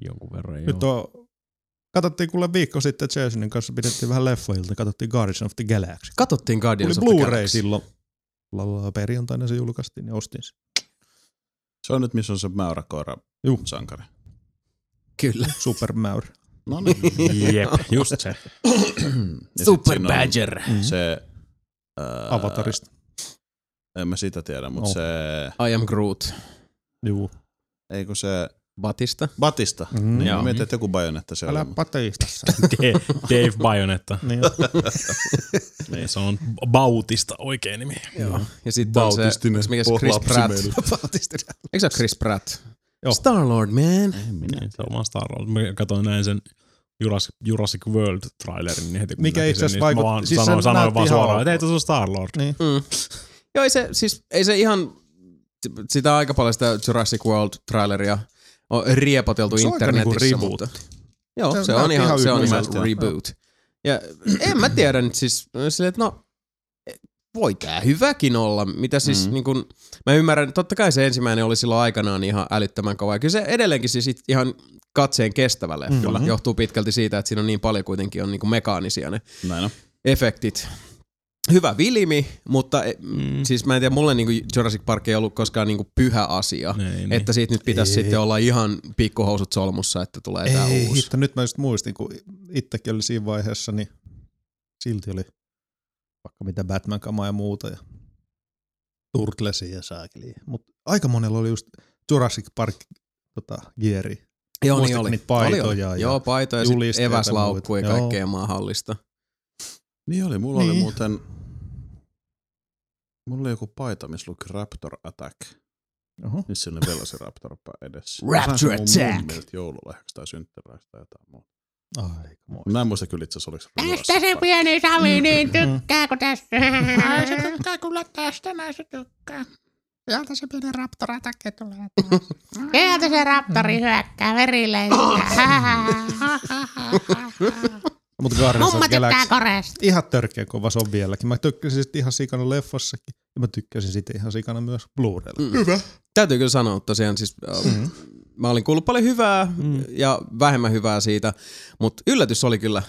Speaker 5: Jonkun verran
Speaker 4: Nyt
Speaker 5: joo.
Speaker 4: on, katsottiin kuule viikko sitten Jasonin kanssa, pidettiin vähän leffoilta, katsottiin Guardians of the Galaxy.
Speaker 3: Katottiin
Speaker 4: Tuli
Speaker 3: Guardians of the
Speaker 4: Blu-ray
Speaker 3: Galaxy.
Speaker 4: silloin. Lalla, perjantaina se julkaistiin ja ostin sen.
Speaker 1: Se on nyt, missä on se mäyräkoira
Speaker 4: Juu.
Speaker 1: sankari.
Speaker 3: Kyllä.
Speaker 4: Supermäyr.
Speaker 1: No niin.
Speaker 5: Jep, just se.
Speaker 1: Ja sit
Speaker 3: Super
Speaker 1: siinä on
Speaker 3: Badger.
Speaker 1: Se, ää,
Speaker 4: Mm. Avatarista.
Speaker 1: En mä sitä tiedä, mutta
Speaker 4: No.
Speaker 1: se,
Speaker 3: I am Groot.
Speaker 4: Juu.
Speaker 1: ei kun se
Speaker 3: Batista.
Speaker 1: Batista.
Speaker 4: Mm,
Speaker 1: niin,
Speaker 5: joo.
Speaker 1: mä mietin, että joku bajonetta se oli.
Speaker 4: Älä
Speaker 1: mutta-
Speaker 4: pateista.
Speaker 5: Dave, Dave Bajonetta.
Speaker 4: niin,
Speaker 5: Niin, se on Bautista oikein nimi.
Speaker 3: Joo. Ja sitten on se,
Speaker 1: Bautistinen
Speaker 3: mikä se Chris
Speaker 1: pohlapsi
Speaker 3: Pratt.
Speaker 1: meillä.
Speaker 3: Bautistinen. Eikö se ole Chris Pratt?
Speaker 4: Joo.
Speaker 3: Star-Lord, man.
Speaker 1: Ei minä.
Speaker 5: Niin, se on vaan Star Wars. Mä katsoin näin sen Jurassic, Jurassic World trailerin, niin heti kun
Speaker 4: Mikä
Speaker 5: näki
Speaker 4: itse asiassa
Speaker 5: sen, niin mä
Speaker 4: vaikutti-
Speaker 5: vaan
Speaker 4: siis
Speaker 5: siis
Speaker 4: se
Speaker 5: sanoin, sanoin
Speaker 4: näytti
Speaker 5: vaan
Speaker 4: ihan
Speaker 5: suoraan,
Speaker 4: ok.
Speaker 5: että
Speaker 4: Niin.
Speaker 5: ei tässä on Star Lord.
Speaker 3: Mm. Joo, ei se, siis, ei se ihan, sitä aika paljon sitä Jurassic World-traileria on riepoteltu
Speaker 4: Se on aika
Speaker 3: internetissä.
Speaker 4: niinku reboot.
Speaker 3: mutta, joo, se,
Speaker 4: Se
Speaker 3: se on
Speaker 4: näytti
Speaker 3: ihan,
Speaker 4: ihan
Speaker 3: se on ihan
Speaker 1: yhdenmaiselta.
Speaker 3: reboot. Ja en mä tiedä nyt siis, silleen, että no, voi tää hyväkin olla. Mitä siis, mm. niin kun, mä ymmärrän, totta kai se ensimmäinen oli silloin aikanaan ihan älyttömän kova. Ja kyllä se edelleenkin siis it- ihan katseen kestävä leffa. Mm-hmm. Johtuu pitkälti siitä, että siinä on niin paljon kuitenkin on niin kuin mekaanisia ne
Speaker 1: Näin on.
Speaker 3: efektit. Hyvä vilimi, mutta mm.
Speaker 5: Mm.
Speaker 3: siis mä en tiedä, mulle niin Jurassic Park ei ollut koskaan niin pyhä asia.
Speaker 5: Niin, niin.
Speaker 3: Että siitä nyt pitäisi
Speaker 4: No Ei.
Speaker 3: sitten olla ihan pikkuhousut solmussa, että tulee tää
Speaker 4: Ei,
Speaker 3: uusi.
Speaker 4: hitto, nyt mä just muistin, kun itsekin oli siinä vaiheessa, niin silti oli vaikka mitä Batman-kamaa ja muuta. Ja Turtlesia ja saakeliin. Mutta aika monella oli just Jurassic Park tota, gieri.
Speaker 3: Joo, niin
Speaker 4: Muistatko
Speaker 3: oli.
Speaker 4: niitä paitoja
Speaker 3: oli, oli.
Speaker 4: ja
Speaker 3: Joo, paitoja ja sit
Speaker 4: julisteita ja
Speaker 3: eväslaukkuja ja
Speaker 4: muita.
Speaker 3: kaikkea maahallista.
Speaker 1: Niin oli, mulla niin. oli
Speaker 4: Niin.
Speaker 1: muuten... Mulla oli joku paita, missä luki Raptor Attack.
Speaker 4: Oho.
Speaker 1: Nyt siinä oli Velociraptor edessä.
Speaker 3: Raptor
Speaker 1: Mä sain sen mun
Speaker 3: Attack!
Speaker 1: mummilta joululahjaksi tai synttäräksi tai jotain muuta.
Speaker 4: Aika moista.
Speaker 1: Mä en muista kyllä itse asiassa, oliko se
Speaker 8: Tästä
Speaker 1: Jurassic
Speaker 8: se
Speaker 1: Park.
Speaker 8: pieni Sami niin tykkääkö tästä?
Speaker 9: Mm. Ai se tykkää kyllä tästä, näin se tykkää. Täältä se pieni raptoratake tulee. Mm.
Speaker 8: Sieltä se raptori hyökkää verille.
Speaker 4: Mutta Guardians of
Speaker 8: Mumma
Speaker 4: the Galaxy,
Speaker 8: tykkää koreasta.
Speaker 4: ihan törkeä kova se on vieläkin. Mä tykkäsin sit ihan sikana leffassakin. Ja mä tykkäsin sit ihan sikana myös Blu-raylla.
Speaker 3: Mm. Täytyy kyllä sanoa tosiaan, siis mm. mä olin kuullut paljon hyvää mm. ja vähemmän hyvää siitä, mutta yllätys oli kyllä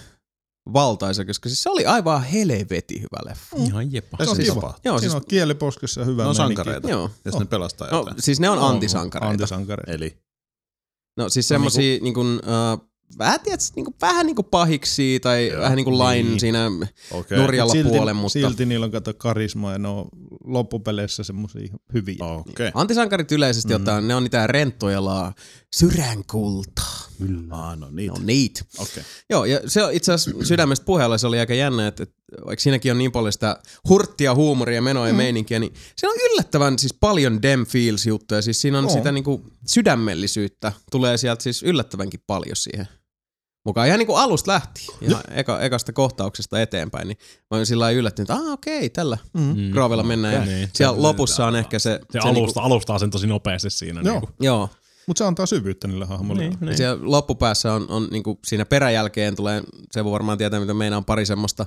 Speaker 3: valtaisa, koska siis se oli aivan helvetin hyvä leffa.
Speaker 4: Mm.
Speaker 5: Ihan jeppa.
Speaker 4: Se on
Speaker 1: Tässä
Speaker 4: kiva.
Speaker 1: tapahtuu.
Speaker 3: Joo,
Speaker 4: Siinä
Speaker 3: siis,
Speaker 4: on kieli poskessa ja hyvä
Speaker 1: Ne on
Speaker 4: meininki.
Speaker 1: sankareita,
Speaker 3: joo.
Speaker 1: ja sitten ne pelastaa
Speaker 3: No,
Speaker 1: jotain.
Speaker 3: siis ne on
Speaker 4: On
Speaker 3: antisankareita.
Speaker 4: Antisankareita.
Speaker 1: Eli
Speaker 3: No siis semmosia niinku, äh, vähän, tiedät, niinku, vähän niinku pahiksi tai Joo, vähän niinku lain niin. siinä
Speaker 1: okei. Okay.
Speaker 3: nurjalla
Speaker 4: silti,
Speaker 3: puolen, mutta silti.
Speaker 4: silti niillä on kato karismaa ja ne on loppupeleissä semmosia hyviä. Oh.
Speaker 1: Okei.
Speaker 3: antisankarit yleisesti mm. ottaen, ne on niitä renttojalaa sydänkulta.
Speaker 1: Okay. Ah, no
Speaker 3: Ne
Speaker 1: niitä.
Speaker 3: on niitä.
Speaker 1: Okei.
Speaker 3: Joo, ja niin. se on itse asiassa sydämestä puheella, se oli aika jännä, että, että vaikka siinäkin on niin paljon sitä hurttia, huumoria, menoa ja mm. meininkiä, niin siinä on yllättävän siis paljon dem feels juttuja, siis siinä on oh. sitä niinku sydämellisyyttä, tulee sieltä siis yllättävänkin paljon siihen mukaan. Ihan niin kuin alusta lähti, ihan eka, ekasta kohtauksesta eteenpäin, niin mä olin sillä lailla yllättynyt, että aah okei, tällä
Speaker 4: Mm-hmm.
Speaker 3: mm. graavilla mennään. Ja
Speaker 5: Niin.
Speaker 3: siellä lopussa on ehkä se,
Speaker 5: Se, alusta, alustaa sen tosi nopeasti siinä.
Speaker 4: Joo.
Speaker 5: Niinku.
Speaker 3: Niinku, joo,
Speaker 4: Mutta se antaa syvyyttä niille hahmoille.
Speaker 5: Niin, niin.
Speaker 3: Siellä loppupäässä on, on niin kuin siinä peräjälkeen tulee, se voi varmaan tietää, mitä meinaan pari semmoista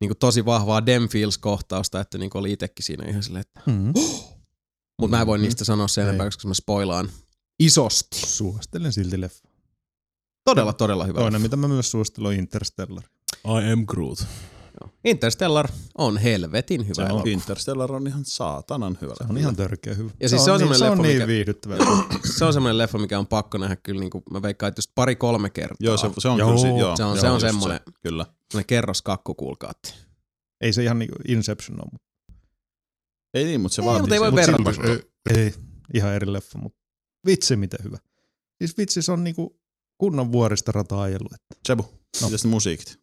Speaker 3: niin kuin tosi vahvaa Demfields-kohtausta, että niin kuin oli itsekin siinä ihan silleen, että...
Speaker 4: Mm-hmm.
Speaker 3: Mutta mä en voi
Speaker 1: Mm-hmm.
Speaker 3: niistä sanoa sen
Speaker 4: Ei.
Speaker 3: enempää, koska mä spoilaan isosti.
Speaker 4: Suosittelen silti leffa.
Speaker 3: Todella, todella hyvä.
Speaker 4: Toinen, mitä mä myös suosittelen, on Interstellar.
Speaker 5: niinku, I am Groot.
Speaker 3: Interstellar on helvetin hyvä.
Speaker 1: Okay.
Speaker 3: elokuva.
Speaker 1: Interstellar on ihan saatanan hyvä.
Speaker 4: Se on ihan törkeä hyvä.
Speaker 3: Ja siis se on semmoinen
Speaker 4: niin, se on
Speaker 3: leffa,
Speaker 4: niin
Speaker 3: mikä-
Speaker 4: viihdyttävä.
Speaker 3: Se on semmoinen leffa, mikä on pakko nähdä kyllä, niin kuin, mä veikkaan, että just pari-kolme kertaa.
Speaker 1: Joo, se, se on
Speaker 4: Joo.
Speaker 1: kyllä. si- Joo,
Speaker 3: Se on-
Speaker 1: joo,
Speaker 3: se on
Speaker 1: just
Speaker 3: semmoinen.
Speaker 1: Se. Kyllä.
Speaker 3: Semmoinen kerroskakku, kuulkaat.
Speaker 4: ei se ihan niinku Inception ole, mutta
Speaker 1: Ei niin, mutta se
Speaker 3: Ei,
Speaker 1: vaatii
Speaker 3: mutta ei voi
Speaker 1: sen.
Speaker 3: verrata.
Speaker 1: Mut silti-
Speaker 4: ei, ihan eri leffa, mutta vitsi mitä hyvä. Siis vitsi, se on niinku kunnon vuorista rata ajellut. että
Speaker 1: Sebu, no. mitäs ne musiikit?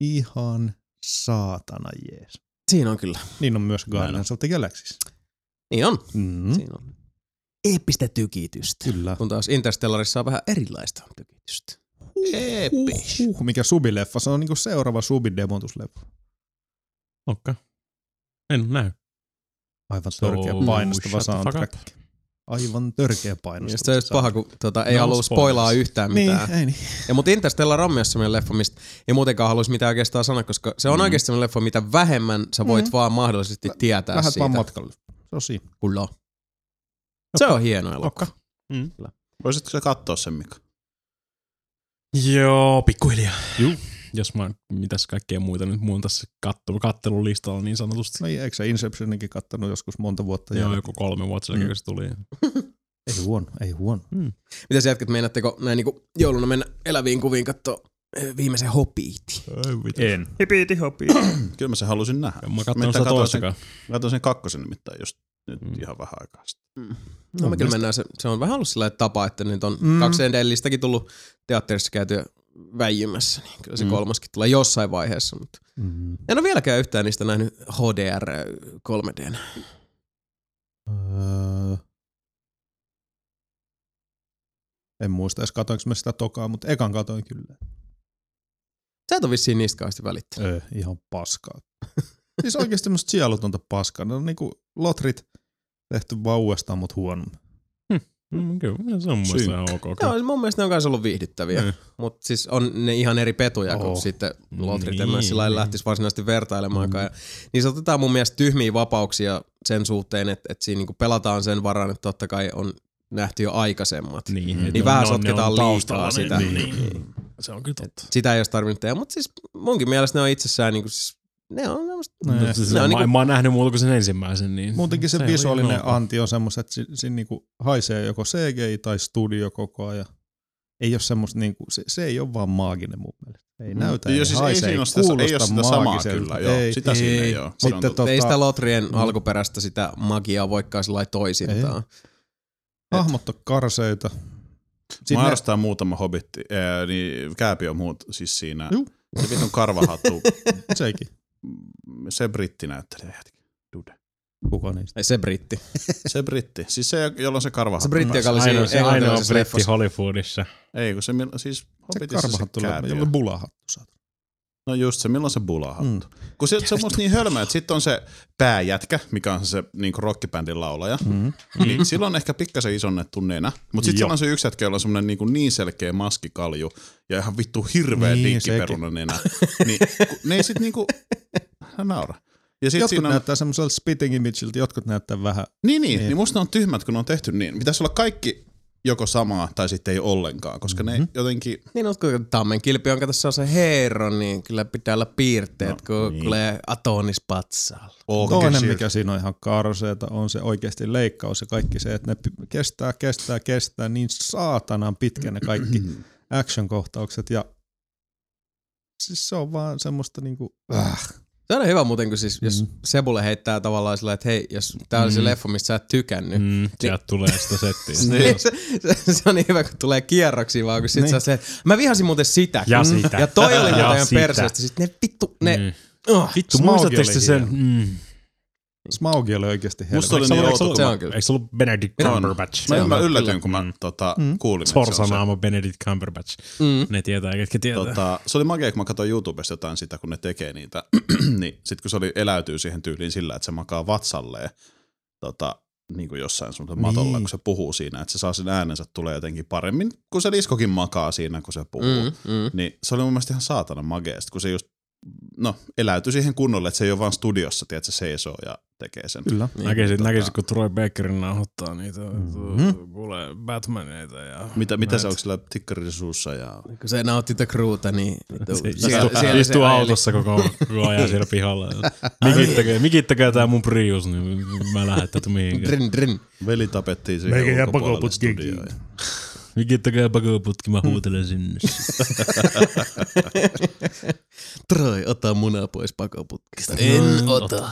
Speaker 4: Ihan saatana jees.
Speaker 3: Siinä on kyllä.
Speaker 4: Niin on myös Guardians of the Galaxy.
Speaker 3: Niin on.
Speaker 1: Hmm?
Speaker 4: Mm,
Speaker 3: Siinä on. Eeppistä tykitystä.
Speaker 4: kyllä.
Speaker 3: Kun taas Interstellarissa on vähän erilaista tykitystä.
Speaker 4: Epish. Huh, huh, mikä subileffa. Se on niinku seuraava subidemontusleffa.
Speaker 5: Okei. En näy.
Speaker 4: Aivan törkeä painostava soundtrack. Aivan törkeä
Speaker 3: Ja
Speaker 4: painostava.
Speaker 3: se on just paha, kun tota, ei
Speaker 5: No
Speaker 3: halua spoilaa
Speaker 5: spoilers.
Speaker 3: yhtään
Speaker 4: Niin,
Speaker 3: mitään.
Speaker 4: ei niin.
Speaker 3: Ja mut Interstellar on myös semmoinen leffa, mistä ei muutenkaan haluaisi mitään oikeastaan sanoa, koska se on mm. oikeasti semmoinen leffa, mitä vähemmän sä voit mm. vaan mahdollisesti tietää
Speaker 4: Lähet
Speaker 3: siitä.
Speaker 4: vaan matkalle. Tosi.
Speaker 3: Kyllä. Se on hieno elokuva.
Speaker 4: Okka. Mm.
Speaker 1: Voisitko sä katsoa sen, Mika?
Speaker 5: Joo, pikkuhiljaa. Juu. Jos mä, mitäs kaikkea muita nyt muun tässä kattelu, kattelulistalla niin sanotusti.
Speaker 4: No ei, eikö sä Inceptioninkin kattanut joskus monta vuotta?
Speaker 5: Joo,
Speaker 4: jälkeen?
Speaker 5: joku kolme vuotta sen
Speaker 4: Mm.
Speaker 5: mm. tuli.
Speaker 4: Ei huono, ei huono.
Speaker 3: Mitäs jätkät, meinaatteko näin niinku jouluna mennä eläviin kuviin katsoa ö, viimeisen hopiiti?
Speaker 5: Ei mitä.
Speaker 4: En.
Speaker 10: Hipiiti hopi.
Speaker 1: Kyllä mä sen halusin nähdä.
Speaker 5: En mä
Speaker 1: Mitä
Speaker 5: katsonut sitä
Speaker 1: katsoin sen-
Speaker 5: toistakaan.
Speaker 1: Mä katsoin sen kakkosen nimittäin just nyt
Speaker 5: Mm.
Speaker 1: ihan vähän aikaa sitten.
Speaker 3: No me
Speaker 4: Mun
Speaker 3: kyllä mennään, se, se on vähän ollut sellainen tapa, että nyt on mm.
Speaker 4: Mm.
Speaker 3: kaksi edellistäkin tullut teatterissa käytyä väijymässä, niin kyllä se
Speaker 1: Mm.
Speaker 3: mm. kolmaskin tulee jossain vaiheessa, mutta
Speaker 4: Mm.
Speaker 3: en ole vieläkään yhtään niistä nähnyt HDR 3D.
Speaker 4: Öö. En muista edes katoinko mä sitä tokaa, mutta ekan katoin kyllä.
Speaker 3: Sä et ole vissiin niistä kauheasti välittänyt.
Speaker 4: Öö, ihan paskaa. siis oikeasti semmoista sielutonta paskaa. Ne on niinku lotrit tehty vaan uudestaan, mutta huonommin.
Speaker 5: Mm, kyllä, se on mun mielestä ihan ok.
Speaker 3: Joo, siis mun mielestä ne on myös ollut viihdyttäviä,
Speaker 5: Mm.
Speaker 3: mutta siis on ne ihan eri petuja kuin
Speaker 4: Oh.
Speaker 3: sitten lotrit. Niin, en mä
Speaker 5: Niin,
Speaker 3: sillä niin.
Speaker 5: niin.
Speaker 3: lähtisi varsinaisesti vertailemaankaan. Mm. Niissä otetaan mun mielestä tyhmiä vapauksia sen suhteen, että, että siinä niinku pelataan sen varaan, että totta kai on nähty jo aikaisemmat. Niin,
Speaker 5: Niin,
Speaker 3: niin
Speaker 5: että
Speaker 3: vähän
Speaker 5: ne on- ne
Speaker 3: sotketaan
Speaker 5: on taustalla,
Speaker 3: liikaa
Speaker 5: niin-
Speaker 3: sitä.
Speaker 5: Niin, niin. Se on kyllä totta.
Speaker 3: Sitä ei olisi tarvinnut tehdä, mutta siis munkin mielestä ne on itsessään niinku siis, ne on semmoista
Speaker 4: No,
Speaker 5: No,
Speaker 4: no,
Speaker 5: siis
Speaker 3: ne on
Speaker 5: mä,
Speaker 3: niinku-
Speaker 5: mä oon nähnyt muuta kuin sen ensimmäisen. Niin
Speaker 4: Muutenkin se, se
Speaker 5: oli
Speaker 4: visuaalinen
Speaker 5: ihan ok.
Speaker 4: anti on semmoista, että si- siinä niinku haisee joko CGI tai studio koko ajan. Ei ole semmoista, niinku, se, se ei ole vaan maaginen mun mielestä. Ei näytä,
Speaker 1: Joo,
Speaker 4: ei
Speaker 1: siis ei
Speaker 4: haise,
Speaker 1: siinä
Speaker 4: ei,
Speaker 1: ole sitä- ei ole
Speaker 4: kuulosta
Speaker 1: sitä samaa
Speaker 4: maagiselta.
Speaker 1: kyllä, joo.
Speaker 4: Ei,
Speaker 1: Sitä siinä ei oo. Se on
Speaker 4: Sitten
Speaker 1: totta.
Speaker 4: tota,
Speaker 3: Ei sitä Lotrien
Speaker 4: Mm.
Speaker 3: alkuperäistä sitä magiaa voikaan sillä lailla toisintaan.
Speaker 4: hahmot on karseita.
Speaker 1: Mä
Speaker 4: Sitten
Speaker 1: harrastan muutama hobitti, ää, niin kääpi on muut siis siinä.
Speaker 4: Juu.
Speaker 1: Se vitun karvahattu,
Speaker 4: ne, sekin.
Speaker 1: se britti näyttelee hetki. Dude.
Speaker 4: Kuka niistä?
Speaker 3: Ei se britti.
Speaker 1: Se britti, siis se, jolla on se karvahattu.
Speaker 3: Se britti, joka oli siinä
Speaker 5: Ah, Ainoa, se ainoa
Speaker 3: englantilaisessa
Speaker 5: britti
Speaker 3: leffassa.
Speaker 5: Hollywoodissa.
Speaker 1: päässä. Ei, kun se, mil- siis
Speaker 4: Se
Speaker 1: hobbitissa se,
Speaker 4: karvahattu,
Speaker 1: kääpi
Speaker 4: jolle
Speaker 1: on.
Speaker 4: bulahattu saat.
Speaker 1: No just se, milloin se bulahattu.
Speaker 4: Mm.
Speaker 1: Kun se, se on musta niin hölmö, että sitten on se pääjätkä, mikä on se niin rockibändin laulaja,
Speaker 4: Mm.
Speaker 1: niin silloin ehkä pikkasen isonnettu nenä. Mutta sitten
Speaker 5: Joo.
Speaker 1: siellä on se yksi jätkä, jolla on semmoinen niin, niin selkeä maskikalju ja ihan vittu hirveä
Speaker 4: Niin,
Speaker 1: niin, dinkkiperuna nenä. Niin, kun ne ei sit niinku, hän naura. Ja sit
Speaker 4: Jotkut
Speaker 1: siinä on,
Speaker 4: näyttää semmoiselta spitting imageilta, jotkut näyttää vähän.
Speaker 1: niin, niin, niin musta ne on tyhmät, kun ne on tehty niin. Pitäisi olla kaikki joko samaa tai sitten ei ollenkaan, koska mm-hmm. ne jotenkin,
Speaker 3: Niin, no, kun tammen kilpi on, kato, se on se heero, niin kyllä pitää olla piirteet, no, kun niin. tulee Atonis patsaalla.
Speaker 1: okay,
Speaker 4: Toinen, mikä siinä on ihan karseeta, on se oikeasti leikkaus ja kaikki se, että ne p- kestää, kestää, kestää niin saatanan pitkän ne kaikki action-kohtaukset ja siis se on vaan semmoista niinku, äh,
Speaker 3: Se on hyvä muuten, kun siis, jos Sebulle heittää tavallaan sillä, että hei, jos tää oli se
Speaker 5: Mm.
Speaker 3: leffa, mistä sä et tykännyt,
Speaker 5: Mm, sieltä tulee sitä settiä.
Speaker 3: niin se, se, se, on niin hyvä, kun tulee kierroksiin vaan, kun sit
Speaker 4: Niin.
Speaker 3: sä oot se, että mä vihasin muuten sitä.
Speaker 5: Ja Mm. sitä.
Speaker 3: Ja toi oli
Speaker 5: Ja
Speaker 3: muuten ihan
Speaker 5: sitä.
Speaker 3: perseestä. Sitten ne vittu, ne,
Speaker 5: Mm.
Speaker 3: oh,
Speaker 5: Vittu,
Speaker 4: Smaugi
Speaker 5: muistatteko
Speaker 4: oli
Speaker 5: te sen?
Speaker 4: hieno.
Speaker 5: Mm.
Speaker 4: Smaugi oli oikeasti
Speaker 1: Niin. musta oli
Speaker 4: helvetti.
Speaker 1: niin outo,
Speaker 5: Eikö se
Speaker 1: kun
Speaker 3: se
Speaker 1: mä,
Speaker 3: on kyllä.
Speaker 5: Eikö se ollut Benedict
Speaker 1: On.
Speaker 5: Cumberbatch?
Speaker 1: mä, mä
Speaker 5: Joo.
Speaker 1: yllätyin, kun mä tota,
Speaker 4: Mm.
Speaker 1: kuulin, että se on se-
Speaker 5: Sorsanaama Benedict Cumberbatch.
Speaker 3: Mm.
Speaker 5: Ne tietää, ketkä tietää.
Speaker 1: Tota, se oli makea, kun mä katsoin YouTubesta jotain sitä, kun ne tekee niitä, niin sit kun se oli, eläytyy siihen tyyliin sillä, että se makaa vatsalleen tota, niin kuin jossain sun matolla,
Speaker 4: Niin.
Speaker 1: kun se puhuu siinä, että se saa sen äänensä tulee jotenkin paremmin, kun se diskokin makaa siinä, kun se puhuu. Mm.
Speaker 3: Mm, mm.
Speaker 1: Niin se oli mun mielestä ihan saatana makeesta, kun se just no, eläytyi siihen kunnolle, että se ei ole vaan studiossa, tiedätkö, se seisoo ja tekee sen.
Speaker 4: Kyllä.
Speaker 5: Näkisit,
Speaker 1: Tota-
Speaker 5: näkisit, kun Troy Bakerin nauhoittaa niitä
Speaker 4: Mhm.
Speaker 5: mm-hmm. kuule, Batmaneita. Ja
Speaker 1: Mitä, mitä
Speaker 5: näet.
Speaker 1: se on sillä tikkarin suussa ja...
Speaker 3: Kun se nautti tätä kruuta, niin... vittu,
Speaker 5: Se
Speaker 3: siellä-
Speaker 5: istuu,
Speaker 3: siellä se
Speaker 5: istuu
Speaker 3: ajeli.
Speaker 5: autossa koko, koko ajan siellä pihalla. Mikittäkää, mikittäkää tää mun Prius, niin mä lähden tätä mihinkään.
Speaker 3: Drin, drin.
Speaker 1: Veli tapettiin siihen
Speaker 10: Meikä jää
Speaker 1: ulkopuolelle
Speaker 10: pakoput
Speaker 1: studioon. ja-
Speaker 5: Mikittäkää pakoputki, mä huutelen sinne.
Speaker 3: Troi, ota munaa pois pakoputkista.
Speaker 5: En ota.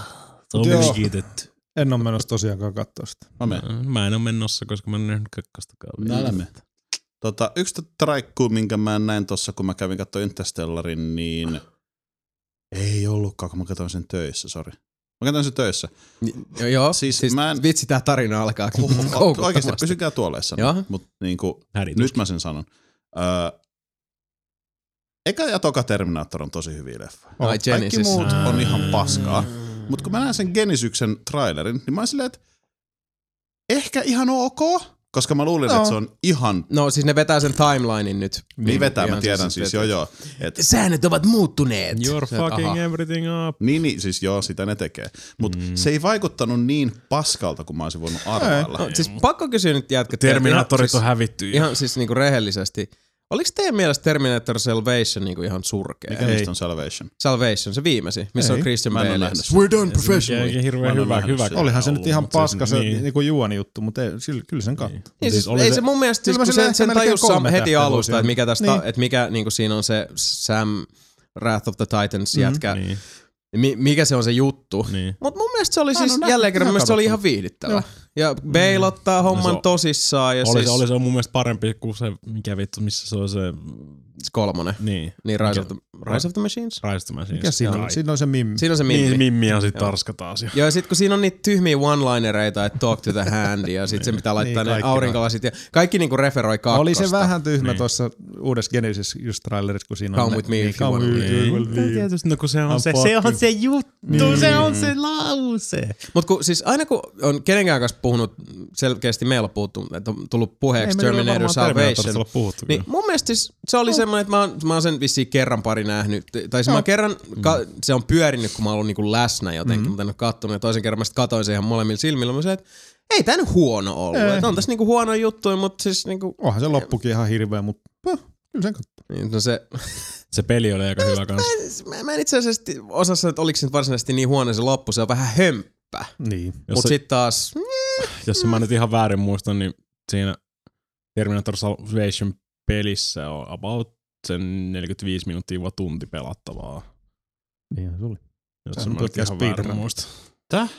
Speaker 5: Se on
Speaker 4: Joo.
Speaker 5: mikitetty.
Speaker 4: En ole menossa tosiaankaan katsoa sitä.
Speaker 1: Mä menen.
Speaker 5: Mä en oo menossa, koska mä en nähnyt kakkostakaan.
Speaker 3: No
Speaker 5: vielä.
Speaker 1: Älä me. Tota, yksi t- traikku, minkä mä näin tuossa, kun mä kävin katsoa Interstellarin, niin ei ollutkaan, kun mä katsoin sen töissä, sori. Mä katsoin sen töissä.
Speaker 3: Joo, joo.
Speaker 1: Siis
Speaker 3: Siis, siis
Speaker 1: mä en-
Speaker 3: vitsi, tää tarina alkaa
Speaker 1: Oho, oikeasti,
Speaker 3: koukuttavasti.
Speaker 1: pysykää tuoleissa.
Speaker 3: Joo.
Speaker 1: Mut niinku,
Speaker 5: Häritus.
Speaker 1: nyt mä sen sanon. Öö, eka ja toka Terminaattor on tosi hyviä leffa.
Speaker 3: Ai
Speaker 1: Kaikki
Speaker 3: Genesis.
Speaker 1: muut on ihan
Speaker 5: Mm.
Speaker 1: paskaa. Mutta kun mä näen sen Genisyksen trailerin, niin mä oon silleen, että ehkä ihan ok, koska mä luulin,
Speaker 3: No.
Speaker 1: no. että se on ihan
Speaker 3: No siis ne vetää sen timelinein nyt.
Speaker 1: niin vetää, mä
Speaker 3: ihan
Speaker 1: tiedän
Speaker 3: siis,
Speaker 1: siis,
Speaker 3: että-
Speaker 1: joo joo. Et,
Speaker 3: Säännöt ovat muuttuneet.
Speaker 5: You're
Speaker 3: Sä oot,
Speaker 5: fucking
Speaker 3: aha.
Speaker 5: everything up.
Speaker 1: niin, niin, siis joo, sitä ne tekee. Mutta mm. se ei vaikuttanut niin paskalta, kuin mä olisin voinut arvailla.
Speaker 3: No, siis pakko kysyä nyt jätkät.
Speaker 5: Terminaattorit on
Speaker 3: Ihan siis,
Speaker 5: hävitty.
Speaker 3: ihan siis niinku rehellisesti. Oliko teidän mielestä Terminator Salvation niinku ihan surkea?
Speaker 1: Mikä niistä on Salvation?
Speaker 3: Salvation, se viimeisin, missä
Speaker 4: Ei.
Speaker 3: on Christian
Speaker 1: Mä en ole
Speaker 3: Bale.
Speaker 1: nähnyt.
Speaker 6: We're done
Speaker 5: Eikä hirveän
Speaker 1: Mä en
Speaker 5: hyvä,
Speaker 1: ole
Speaker 5: hyvä.
Speaker 1: nähnyt sitä.
Speaker 4: Olihan se
Speaker 5: ollut,
Speaker 4: nyt ihan
Speaker 5: mut siis-
Speaker 4: paska se
Speaker 5: niin.
Speaker 4: niinku juoni juttu, mutta ei, sillä- kyllä sen katsoi.
Speaker 3: Niin, siis,
Speaker 5: Siis oli
Speaker 3: ei
Speaker 5: se-
Speaker 3: se mun mielestä, siis,
Speaker 4: Kyllä mä
Speaker 3: kun
Speaker 4: sille
Speaker 3: sen, sen
Speaker 4: ehkä melkein
Speaker 3: tajus Sam
Speaker 4: kolme
Speaker 3: heti
Speaker 4: tähteä voisi
Speaker 3: alusta, että
Speaker 4: antaa.
Speaker 3: mikä, tästä,
Speaker 4: Niin.
Speaker 3: että mikä niin kuin siinä on se Sam Wrath of the Titans
Speaker 4: Mhm.
Speaker 3: jätkä,
Speaker 5: Niin,
Speaker 3: mi, mikä se on se juttu.
Speaker 5: niin.
Speaker 3: Mutta mun mielestä se oli
Speaker 4: Mä en
Speaker 3: siis
Speaker 4: oo nähnyt,
Speaker 3: jälleen kerran,
Speaker 4: ihan
Speaker 3: mun mielestä se oli ihan
Speaker 4: katsottu.
Speaker 3: viihdittävä. Ja Bale ottaa homman
Speaker 5: No se on-
Speaker 3: tosissaan ja
Speaker 5: Oli,
Speaker 3: siis
Speaker 5: se, oli se mun mielestä parempi kuin se, mikä vittu, missä se on se,
Speaker 3: kolmonen,
Speaker 5: niin,
Speaker 3: niin Rise of, the, Rise of the Machines.
Speaker 5: raistuma siis.
Speaker 4: Mikä siinä oli? Siinä oli se mimmi.
Speaker 3: Siinä on se mimmi.
Speaker 5: Niin, Mimmi on sit
Speaker 3: Joo.
Speaker 5: Tarska taas. Ja.
Speaker 3: Joo, ja sit kun siinä on niitä tyhmiä one-linereita, että talk to the hand, ja sit sen pitää laittaa
Speaker 4: Niin,
Speaker 3: ne
Speaker 4: kaikki
Speaker 3: aurinkolasit, ja kaikki niinku referoi kakkosta.
Speaker 4: Oli se vähän tyhmä
Speaker 5: Niin.
Speaker 4: niin. tuossa uudessa Genesis just trailerissa, kun siinä on...
Speaker 3: Come
Speaker 4: ne-
Speaker 3: with me
Speaker 4: niin,
Speaker 3: if you
Speaker 4: come
Speaker 3: wanna
Speaker 4: with
Speaker 3: live.
Speaker 4: you.
Speaker 5: Tietysti, no kun se on
Speaker 4: Ah,
Speaker 5: se,
Speaker 4: fuck
Speaker 5: se on
Speaker 4: you.
Speaker 5: se juttu, se on se lause.
Speaker 3: Mut kun, siis aina kun on kenenkään kanssa puhunut, selkeästi meillä on puhuttu, että on tullut puheeksi Terminator Salvation,
Speaker 5: puhuttu
Speaker 3: niin mun mielestä siis se
Speaker 4: No.
Speaker 3: oli semmoinen, että mä oon, mä oon sen vissiin kerran pari nähnyt. Tai siis mä oon kerran,
Speaker 4: Mm.
Speaker 3: ka- se on pyörinyt, kun mä oon ollut niinku läsnä jotenkin, mm-hmm. mutta en ole kattonut. Ja toisen kerran mä sit katoin sen ihan molemmilla silmillä. Mä sanoin, että ei tää nyt huono ollut.
Speaker 4: Ei.
Speaker 3: Et on tässä niinku huono juttu, mutta siis niinku...
Speaker 4: Onhan se loppukin ihan hirveä, mutta pöh, kyllä sen katsoi.
Speaker 3: Niin, no se,
Speaker 5: Se peli oli aika hyvä kanssa.
Speaker 3: mä, mä en itse asiassa osaa sanoa, että oliko se nyt varsinaisesti niin huono se loppu. Se on vähän hömppä.
Speaker 4: Niin.
Speaker 5: Jos,
Speaker 3: Mut
Speaker 5: se,
Speaker 3: sit taas... mm,
Speaker 5: jos mä nyt ihan väärin muistan, niin siinä Terminator Salvation pelissä on about sen 45 minuuttia vai tunti pelattavaa.
Speaker 4: Niinhän se oli.
Speaker 5: Jos
Speaker 4: Sehän
Speaker 5: mä
Speaker 4: on
Speaker 5: nyt
Speaker 4: pelkkä
Speaker 5: ihan väärin
Speaker 4: speedrun.
Speaker 5: muista. Täh?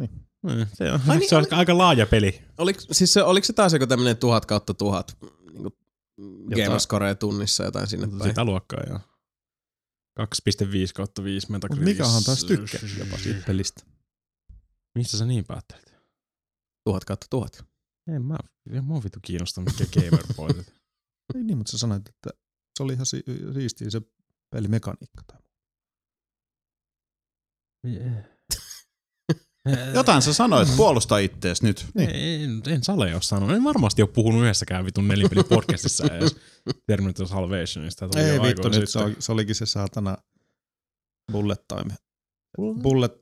Speaker 4: Niin.
Speaker 5: Niin, Se on,
Speaker 3: Ai
Speaker 5: Ai
Speaker 3: niin,
Speaker 5: se on aika laaja peli.
Speaker 3: Oliko, siis se, oliko se taas joku tämmönen tuhat kautta tuhat niin
Speaker 4: Jotain.
Speaker 3: Gamerscore tunnissa jotain sinne päin?
Speaker 5: Sitä luokkaa ja 2.5 kautta 5
Speaker 4: Mut
Speaker 5: Metacritics.
Speaker 4: Mikahan taas tykkää jopa siitä pelistä.
Speaker 5: Mistä sä niin päättelit?
Speaker 3: Tuhat kautta tuhat.
Speaker 5: En mä, en mua vitu kiinnosta mitkä gamer pointit.
Speaker 4: Ei niin, mutta sä sanoit, että se oli ihan si- siistiä se pelimekaniikka. tai-
Speaker 1: Jotain sä sanoit, puolusta ittees nyt.
Speaker 4: Niin.
Speaker 5: En, en sale ole sanonut. En varmasti ole puhunut yhdessäkään vitun nelipeli podcastissa edes Terminator Salvationista. Tuli
Speaker 4: Ei
Speaker 5: jo
Speaker 4: vittu,
Speaker 5: aikoja
Speaker 4: nyt se,
Speaker 5: sitten.
Speaker 4: on, se olikin se saatana bullet time. Bullet...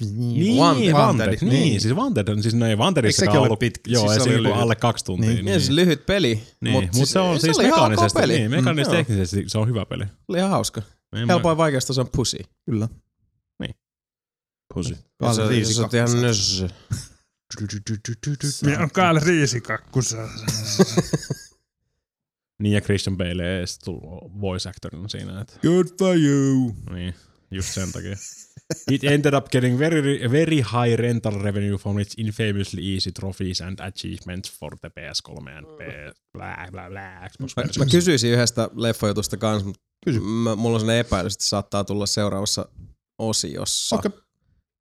Speaker 5: Niin, Wanted.
Speaker 4: Wanted.
Speaker 5: Wanted. Niin,
Speaker 4: Niin.
Speaker 5: siis Wanted. on- Siis no ei
Speaker 4: Eikö
Speaker 5: Wantedissa
Speaker 4: sekin ole
Speaker 5: ollut.
Speaker 4: pitkä?
Speaker 5: Joo,
Speaker 4: Siis
Speaker 5: ei
Speaker 4: se
Speaker 5: siinä
Speaker 4: oli
Speaker 5: kuin
Speaker 4: lyhyt.
Speaker 5: alle kaksi tuntia.
Speaker 4: Niin.
Speaker 5: Niin,
Speaker 3: Niin. Siis lyhyt peli,
Speaker 5: Niin,
Speaker 3: mutta
Speaker 5: mutta mut se on siis
Speaker 3: oli ihan ok
Speaker 5: mekaanisesti,
Speaker 3: peli.
Speaker 5: niin, mekaanisesti
Speaker 4: Mm, joo.
Speaker 5: teknisesti se on hyvä peli.
Speaker 3: Oli ihan hauska.
Speaker 5: Ei mä-
Speaker 3: Helpoin vaikeasta se on pussy.
Speaker 4: Kyllä.
Speaker 1: Pusi.
Speaker 4: Kalle
Speaker 3: Se-
Speaker 4: Riisikakku.
Speaker 3: se on ihan nössö.
Speaker 7: Minä on Kalle Riisikakku.
Speaker 5: Niin ja Christian Bale ei edes tullut voice actorina siinä. Että,
Speaker 4: Good for you.
Speaker 5: niin, just sen takia. It ended up getting very, very high rental revenue from its infamously easy trophies and achievements for the PS3 and PS... Blah, blah, blah, Xbox
Speaker 3: Mä,
Speaker 5: versions.
Speaker 3: mä kysyisin yhdestä leffajutusta kanssa, mutta mä, mulla on sellainen epäilys, että se saattaa tulla seuraavassa osiossa.
Speaker 4: Okei.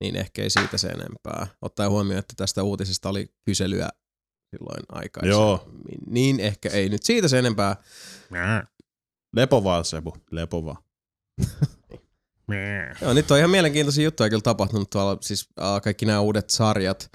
Speaker 3: Niin ehkä ei siitä sen enempää. Ottaen huomioon, että tästä uutisesta oli kyselyä silloin aikaisemmin.
Speaker 1: Joo.
Speaker 3: Niin ehkä ei nyt siitä sen enempää.
Speaker 5: Mä-
Speaker 1: Lepo vaan, Sebu. Lepo vaan.
Speaker 5: mä-
Speaker 3: Joo, nyt on ihan mielenkiintoisia juttuja kyllä tapahtunut tuolla, siis äh, kaikki nämä uudet sarjat.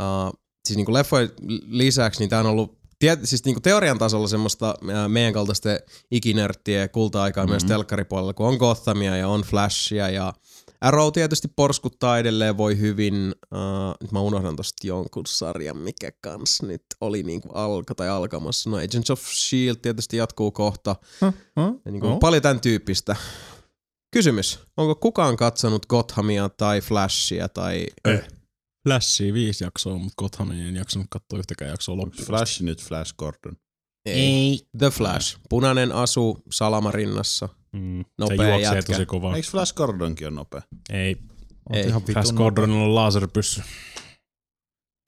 Speaker 3: Äh, siis niin leffojen lisäksi, niin tämä on ollut tie, siis niin teorian tasolla semmoista äh, meidän kaltaisten ikinörttiä kulta-aikaa mm-hmm. myös telkkaripuolella, kun on Gothamia ja on Flashia ja Arrow tietysti porskuttaa edelleen, voi hyvin. Äh, nyt mä unohdan tosta jonkun sarjan, mikä kans nyt oli niin kuin alka tai alkamassa. No Agents of S.H.I.E.L.D. tietysti jatkuu kohta.
Speaker 4: huh,
Speaker 3: Ja niin kuin Paljon tämän tyyppistä. Kysymys. Onko kukaan katsonut Gothamia tai Flashia tai...
Speaker 5: Flashia viisi jaksoa, mutta Gotham ei jaksanut katsoa yhtäkään jaksoa loppuun.
Speaker 1: Flash nyt, Flash Gordon.
Speaker 3: The Flash. Punainen asu salamarinnassa.
Speaker 5: Mm.
Speaker 3: Nopea
Speaker 5: Se juoksee
Speaker 3: jätkä.
Speaker 5: tosi kovaa.
Speaker 1: Eikö Flash Gordonkin ole nopea?
Speaker 5: Ei.
Speaker 4: Oot
Speaker 3: Ei.
Speaker 4: ihan vitun
Speaker 5: Flash
Speaker 4: nopea.
Speaker 5: Gordonilla on laserpyssy.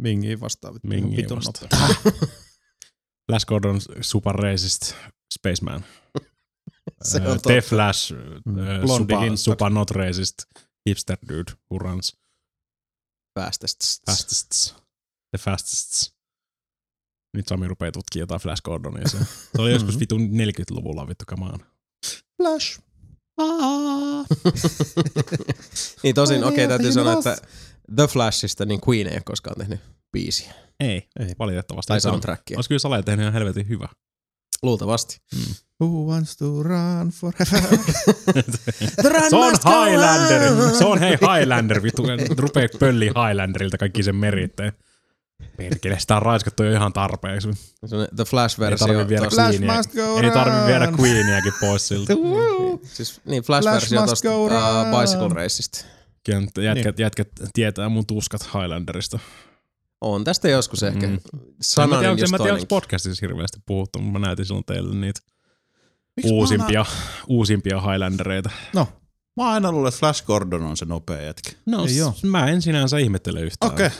Speaker 4: Mingiin vastaan. vittu. Ihan
Speaker 5: Mingiin
Speaker 4: vitun
Speaker 5: vastaan.
Speaker 4: nopea.
Speaker 5: Flash Gordon superreisist Spaceman.
Speaker 3: Se on
Speaker 5: Ö,
Speaker 3: totta.
Speaker 5: The Flash,
Speaker 4: Mm.
Speaker 5: ö,
Speaker 4: Blondi
Speaker 5: Supa,
Speaker 4: hipster.
Speaker 5: Supa Not Racist, Hipster Dude, who runs
Speaker 3: Fastest.
Speaker 5: fastest. The fastest. Nyt Sami rupeaa tutkimaan jotain Flash Gordonia. Se, se oli joskus vitun 40-luvulla vittu kamaan.
Speaker 4: Flash. Ah!
Speaker 9: Aa.
Speaker 3: Niin tosin,
Speaker 4: Oi,
Speaker 3: okei, okay,
Speaker 4: niin,
Speaker 3: täytyy
Speaker 4: niin,
Speaker 3: sanoa,
Speaker 4: niin,
Speaker 3: että The Flashista niin Queen ei ole koskaan tehnyt biisiä
Speaker 5: Ei, ei valitettavasti.
Speaker 3: tai
Speaker 5: Ei saanut.
Speaker 3: soundtrackia.
Speaker 5: Olisi kyllä Sale tehnyt ihan helvetin hyvä.
Speaker 3: Luultavasti.
Speaker 4: Who wants to run forever?
Speaker 5: Se on Highlander. Se on hei Highlander. Vittu, rupee pölli Highlanderilta kaikki sen meritteen. Perkele, sitä on raiskattu jo ihan tarpeeksi.
Speaker 3: Se on The
Speaker 5: Ei tarvi
Speaker 3: Flash-versio.
Speaker 5: viedä
Speaker 3: tosta-
Speaker 4: Flash
Speaker 5: Queenia.
Speaker 4: must go
Speaker 5: Ei tarvi viedä
Speaker 4: round.
Speaker 5: Queeniäkin pois siltä.
Speaker 3: Siis, niin,
Speaker 4: Flash
Speaker 3: Flash-versio
Speaker 4: must
Speaker 3: tosta
Speaker 4: go
Speaker 3: uh,
Speaker 4: round.
Speaker 3: Bicycle Raceista.
Speaker 5: Kyllä nyt Jätkät, jätkät tietää mun tuskat Highlanderista.
Speaker 3: On tästä joskus ehkä mm.
Speaker 5: Mm. En mä
Speaker 3: sananen,
Speaker 5: tiedä, onko,
Speaker 3: jos
Speaker 5: en mä tiedä, onko
Speaker 3: toinenkin.
Speaker 5: podcastissa hirveästi puhuttu, mutta mä näytin silloin teille niitä
Speaker 1: Miksi
Speaker 5: uusimpia, uusimpia Highlandereita.
Speaker 1: Mä oon aina luullut, että Flash Gordon on se nopea jätkä.
Speaker 5: No,
Speaker 4: Ei oo.
Speaker 5: s- mä en sinänsä ihmettele yhtään.
Speaker 1: Okei.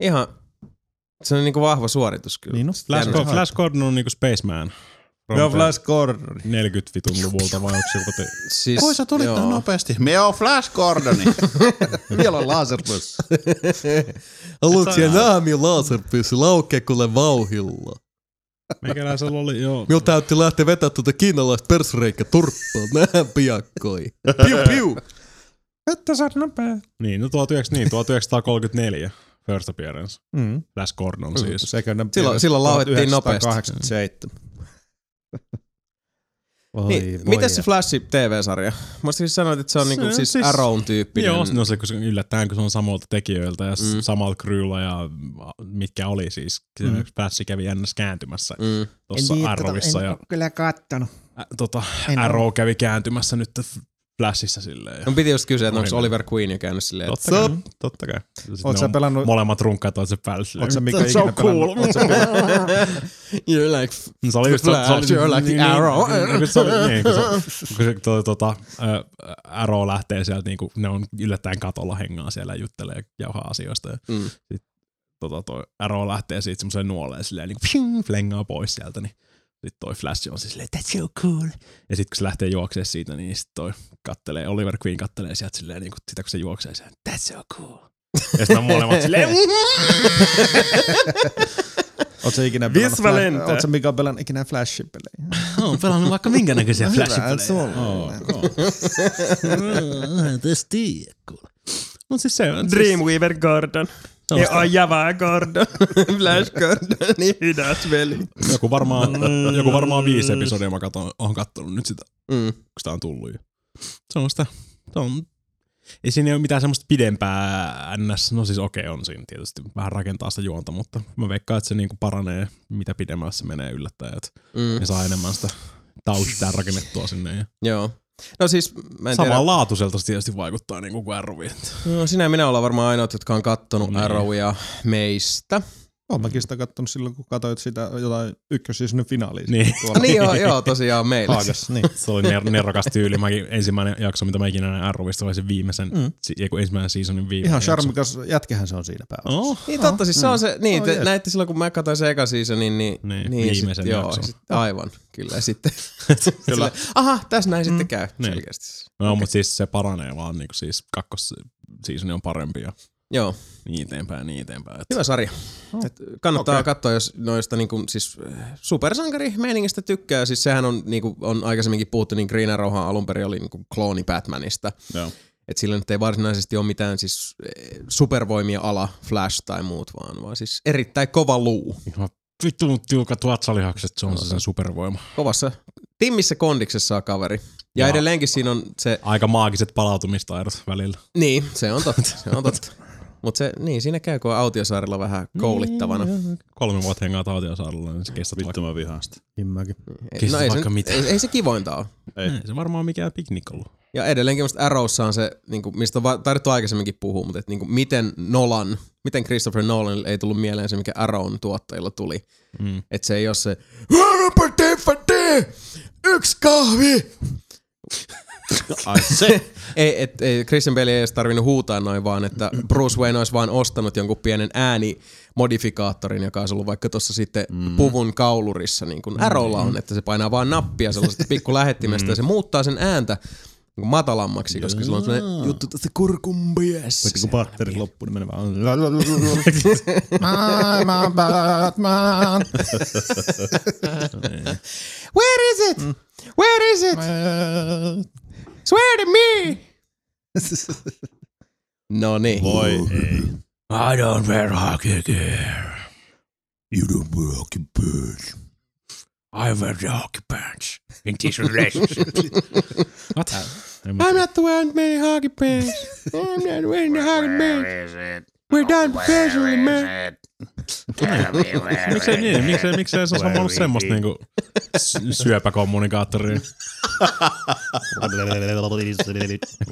Speaker 3: Ihan, se on niinku vahva suoritus kyllä.
Speaker 4: niin no,
Speaker 5: Flash,
Speaker 3: Jännä.
Speaker 5: Gordon- Flash Gordon on niinku Spaceman.
Speaker 4: Joo, Flash Gordon.
Speaker 5: 40 vitun luvulta vai onko se joku te...
Speaker 3: Siis,
Speaker 1: Voi sä tulit
Speaker 3: joo.
Speaker 1: tän nopeasti. Me on Flash Gordoni.
Speaker 4: Vielä on laserpuss.
Speaker 3: Aluksi naami laserpyssi laukee kuule vauhilla.
Speaker 5: Meikäläisellä oli, joo.
Speaker 3: Minun täytyy lähteä vetää tuota kiinalaista persreikä turppaa nähän piakkoi. Piu piu.
Speaker 4: Että sä oot nopea.
Speaker 5: Niin, no 19, niin, 1934 First Appearance.
Speaker 4: Mm.
Speaker 5: Flash Gordon siis.
Speaker 4: Sekä ne
Speaker 3: Silloin- silloin lauettiin nopeasti.
Speaker 4: 1987. Voi,
Speaker 3: Niin,
Speaker 4: voi.
Speaker 3: mitä se Flash TV-sarja? Mä siis sanoit, että se on
Speaker 5: Se
Speaker 3: niinku
Speaker 5: on
Speaker 3: siis,
Speaker 5: siis-
Speaker 3: Arrown tyyppinen.
Speaker 5: Joo, no se kun se yllättäen, kun se on samalta tekijöiltä ja
Speaker 3: Mm.
Speaker 5: mm. samalta crewlla ja mitkä oli siis. Mm. Flash kävi jännäs kääntymässä
Speaker 3: Mm.
Speaker 5: tuossa Arrowissa ja
Speaker 9: kyllä kattanut.
Speaker 5: ä, tota,
Speaker 9: en oo.
Speaker 5: Arrow kävi kääntymässä nyt Flashissa silleen. Ja.
Speaker 3: No piti just kysyä, että onko
Speaker 5: Oliver.
Speaker 3: Oliver Queen jo käynyt silleen, että
Speaker 5: Totta kai, totta kai. Sitten
Speaker 4: Oot
Speaker 5: ne
Speaker 4: sä
Speaker 5: on
Speaker 4: pelannut...
Speaker 5: Molemmat runkkaat on se päällä.
Speaker 4: Oot sä
Speaker 5: silleen.
Speaker 4: Mika
Speaker 5: Se on
Speaker 4: ikinä pelannut-
Speaker 5: cool.
Speaker 4: oot sä pelannut-
Speaker 3: You're like, f-
Speaker 5: Se oli just...
Speaker 3: Flash,
Speaker 5: se oli,
Speaker 3: you're like the
Speaker 5: niin,
Speaker 3: arrow.
Speaker 5: Niin, niin, se oli, niin, kun se, kun se tuo, tuota, ä, arrow lähtee sieltä, niin kuin ne on yllättäen katolla hengaa siellä ja juttelee ja jauhaa asioista. Ja
Speaker 3: Mm.
Speaker 5: sit, tota, toi arrow lähtee siitä semmoiseen nuoleen silleen niin kuin, ping, flengaa pois sieltä, niin sitten toi Flash on siis silleen, that's so cool. Ja sitten kun se lähtee juoksee siitä, niin sitten toi kattelee, Oliver Queen kattelee sieltä silleen, niin kuin, sitä kun se juoksee, se that's so cool. Ja sitten on molemmat silleen,
Speaker 4: Oot sä ikinä
Speaker 5: Visva
Speaker 4: pelannut...
Speaker 5: lentää.
Speaker 4: Oot sä Mika pelannut ikinä Flash-pelejä?
Speaker 5: on pelannut vaikka minkä näköisiä Flash-pelejä.
Speaker 4: Oh.
Speaker 6: Mä
Speaker 5: Äh,
Speaker 6: en tästä tiedä, kuule.
Speaker 5: Mut siis se on... siis-
Speaker 10: Dreamweaver Gordon.
Speaker 5: Se on
Speaker 10: Ja on Javaa Gordon. Flash Gordon. Niin hidas veli.
Speaker 5: Joku varmaan, joku varmaan viisi episodia mä katon, on kattonut nyt sitä,
Speaker 3: mm.
Speaker 5: kun sitä on tullut jo. Se on sitä, se on, ei siinä ole mitään semmoista pidempää ns. No siis okei, okay, on siinä tietysti vähän rakentaa sitä juonta, mutta mä veikkaan, että se niinku paranee, mitä pidemmälle se menee yllättäen, että
Speaker 3: Mm.
Speaker 5: ne saa enemmän sitä taustaa rakennettua sinne. Ja
Speaker 3: Joo. No siis, mä en tiedä.
Speaker 5: samanlaatuiselta se tietysti vaikuttaa niinku kuin Arrowi. että-
Speaker 3: No, sinä ja minä ollaan varmaan ainoat, jotka on kattonut
Speaker 5: Niin.
Speaker 3: Arrowia meistä.
Speaker 4: Oon mäkin sitä kattonut silloin, kun katsoit sitä jotain ykkösisyn finaaliin.
Speaker 5: Niin.
Speaker 4: Tuolla
Speaker 3: niin joo, joo, tosiaan meillä.
Speaker 4: Haagassa, niin.
Speaker 5: Se oli ner- nerokas tyyli. Mäkin ensimmäinen jakso, mitä mä ikinä näin Arrowista, oli se viimeisen,
Speaker 4: Mm.
Speaker 5: mm. si- ei, kun ensimmäinen seasonin viimeinen
Speaker 4: Ihan
Speaker 5: jakso.
Speaker 4: charmikas jätkähän se on siinä päällä.
Speaker 5: Oh,
Speaker 3: Niin totta, siis se on se, niin
Speaker 4: Oh,
Speaker 3: te
Speaker 4: jees.
Speaker 3: näitte silloin kun mä katsoin se eka seasonin, niin,
Speaker 5: Niin,
Speaker 3: ja
Speaker 5: viimeisen
Speaker 3: sit, joo,
Speaker 5: jakson.
Speaker 3: sit, aivan, kyllä ja sitten. kyllä. Aha, tässä näin sitten käy,
Speaker 5: Niin.
Speaker 3: selkeästi.
Speaker 5: No, okay. mutta siis se paranee vaan, niin siis kakkosseasoni on parempi ja
Speaker 3: Joo,
Speaker 5: niin eteenpäin, niin eteenpäin. Että
Speaker 3: hyvä sarja. Et kannattaa okay. katsoa, jos noista niinku, siis äh, supersankarimeiningistä tykkää. Siis sehän on, niinku, on aikaisemminkin puhuttu, niin Green Arrowhan alun perin oli niinku klooni Batmanista.
Speaker 1: Joo.
Speaker 3: Et sillä nyt ei varsinaisesti ole mitään siis eh, supervoimia ala, Flash tai muut, vaan, vaan siis erittäin kova luu.
Speaker 5: ihan vitun tiukat vatsalihakset, se on se sen supervoima.
Speaker 3: Kovassa, timmissä kondiksessa on kaveri. Ja, ja
Speaker 5: Joo.
Speaker 3: edelleenkin siinä on se
Speaker 5: Aika maagiset palautumistaidot välillä.
Speaker 3: Niin, se on totta, se on totta. Mutta se, niin, siinä käy, kun on Autiosaarella vähän koulittavana.
Speaker 5: Niin. Kolme vuotta hengaa tautinsaarella, niin se kestää
Speaker 1: Vittu mä vihaan sitä.
Speaker 4: Himmäkin.
Speaker 3: Ei- no
Speaker 5: Kestä
Speaker 3: ei, se,
Speaker 5: vaikka
Speaker 3: nyt-
Speaker 5: mitä.
Speaker 3: ei, ei, se kivointa ole.
Speaker 5: Ei. Ei se varmaan mikään piknik ollut.
Speaker 3: Ja edelleenkin musta Arrowssa on se, niin kuin, mistä on va- tarvittu aikaisemminkin puhua, mutta että, niin kuin, miten Nolan, miten Christopher Nolan ei tullut mieleen se, mikä Arrown tuottajilla tuli.
Speaker 5: Mm.
Speaker 3: Että se ei ole se, "Varpa tiffati! yksi kahvi!
Speaker 1: Ai se.
Speaker 3: Ei, et, ei, Christian Bale ei edes tarvinnut huutaa noin vaan, että Bruce Wayne olisi vaan ostanut jonkun pienen äänimodifikaattorin, joka olisi ollut vaikka tuossa sitten mm. Niin. puvun Mm. kaulurissa, niin kuin Arrowlla on, että se painaa vaan nappia sellaisesta pikku lähettimestä ja se muuttaa sen ääntä matalammaksi, koska silloin on sellainen juttu, että se kurkumbies.
Speaker 4: Sitten kun batteri loppuu, niin menee vaan...
Speaker 9: Maailma on Batman.
Speaker 3: Where is it? Where is it? Swear to me! No niin.
Speaker 1: Voi ei.
Speaker 5: I don't wear hockey gear.
Speaker 6: You don't wear hockey pants.
Speaker 5: I wear the hockey pants. In this relationship. What? En mä-
Speaker 3: I'm not the one many hockey pants. I'm not wearing the hockey pants.
Speaker 2: Is it? Oh,
Speaker 3: We're done professionally, man.
Speaker 5: Miksei niin? Miksei, miksei se on ollut
Speaker 2: Where
Speaker 5: semmoista
Speaker 2: is
Speaker 5: niinku sy- syöpäkommunikaattoria?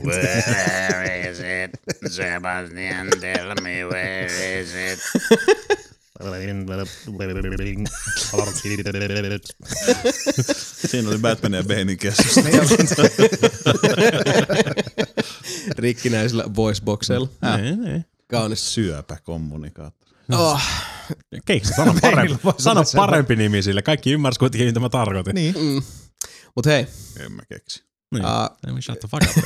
Speaker 2: Where is it? Sebastian, tell me where is it?
Speaker 1: Siinä oli Batman ja Banein keskus.
Speaker 3: Rikkinäisillä voiceboxeilla. Niin.
Speaker 5: Ei, ei.
Speaker 3: Kaunis.
Speaker 1: Syöpä kommunikaattori.
Speaker 3: Oh,
Speaker 5: Keksi sano parempi, sano parempi nimi sille. Kaikki ymmärsivät kuitenkin, mitä mä tarkoitin.
Speaker 4: Niin.
Speaker 3: mm. Mut hei,
Speaker 1: En mä keksi.
Speaker 5: Niin.
Speaker 3: uh,
Speaker 5: Ei me shut the fuck up.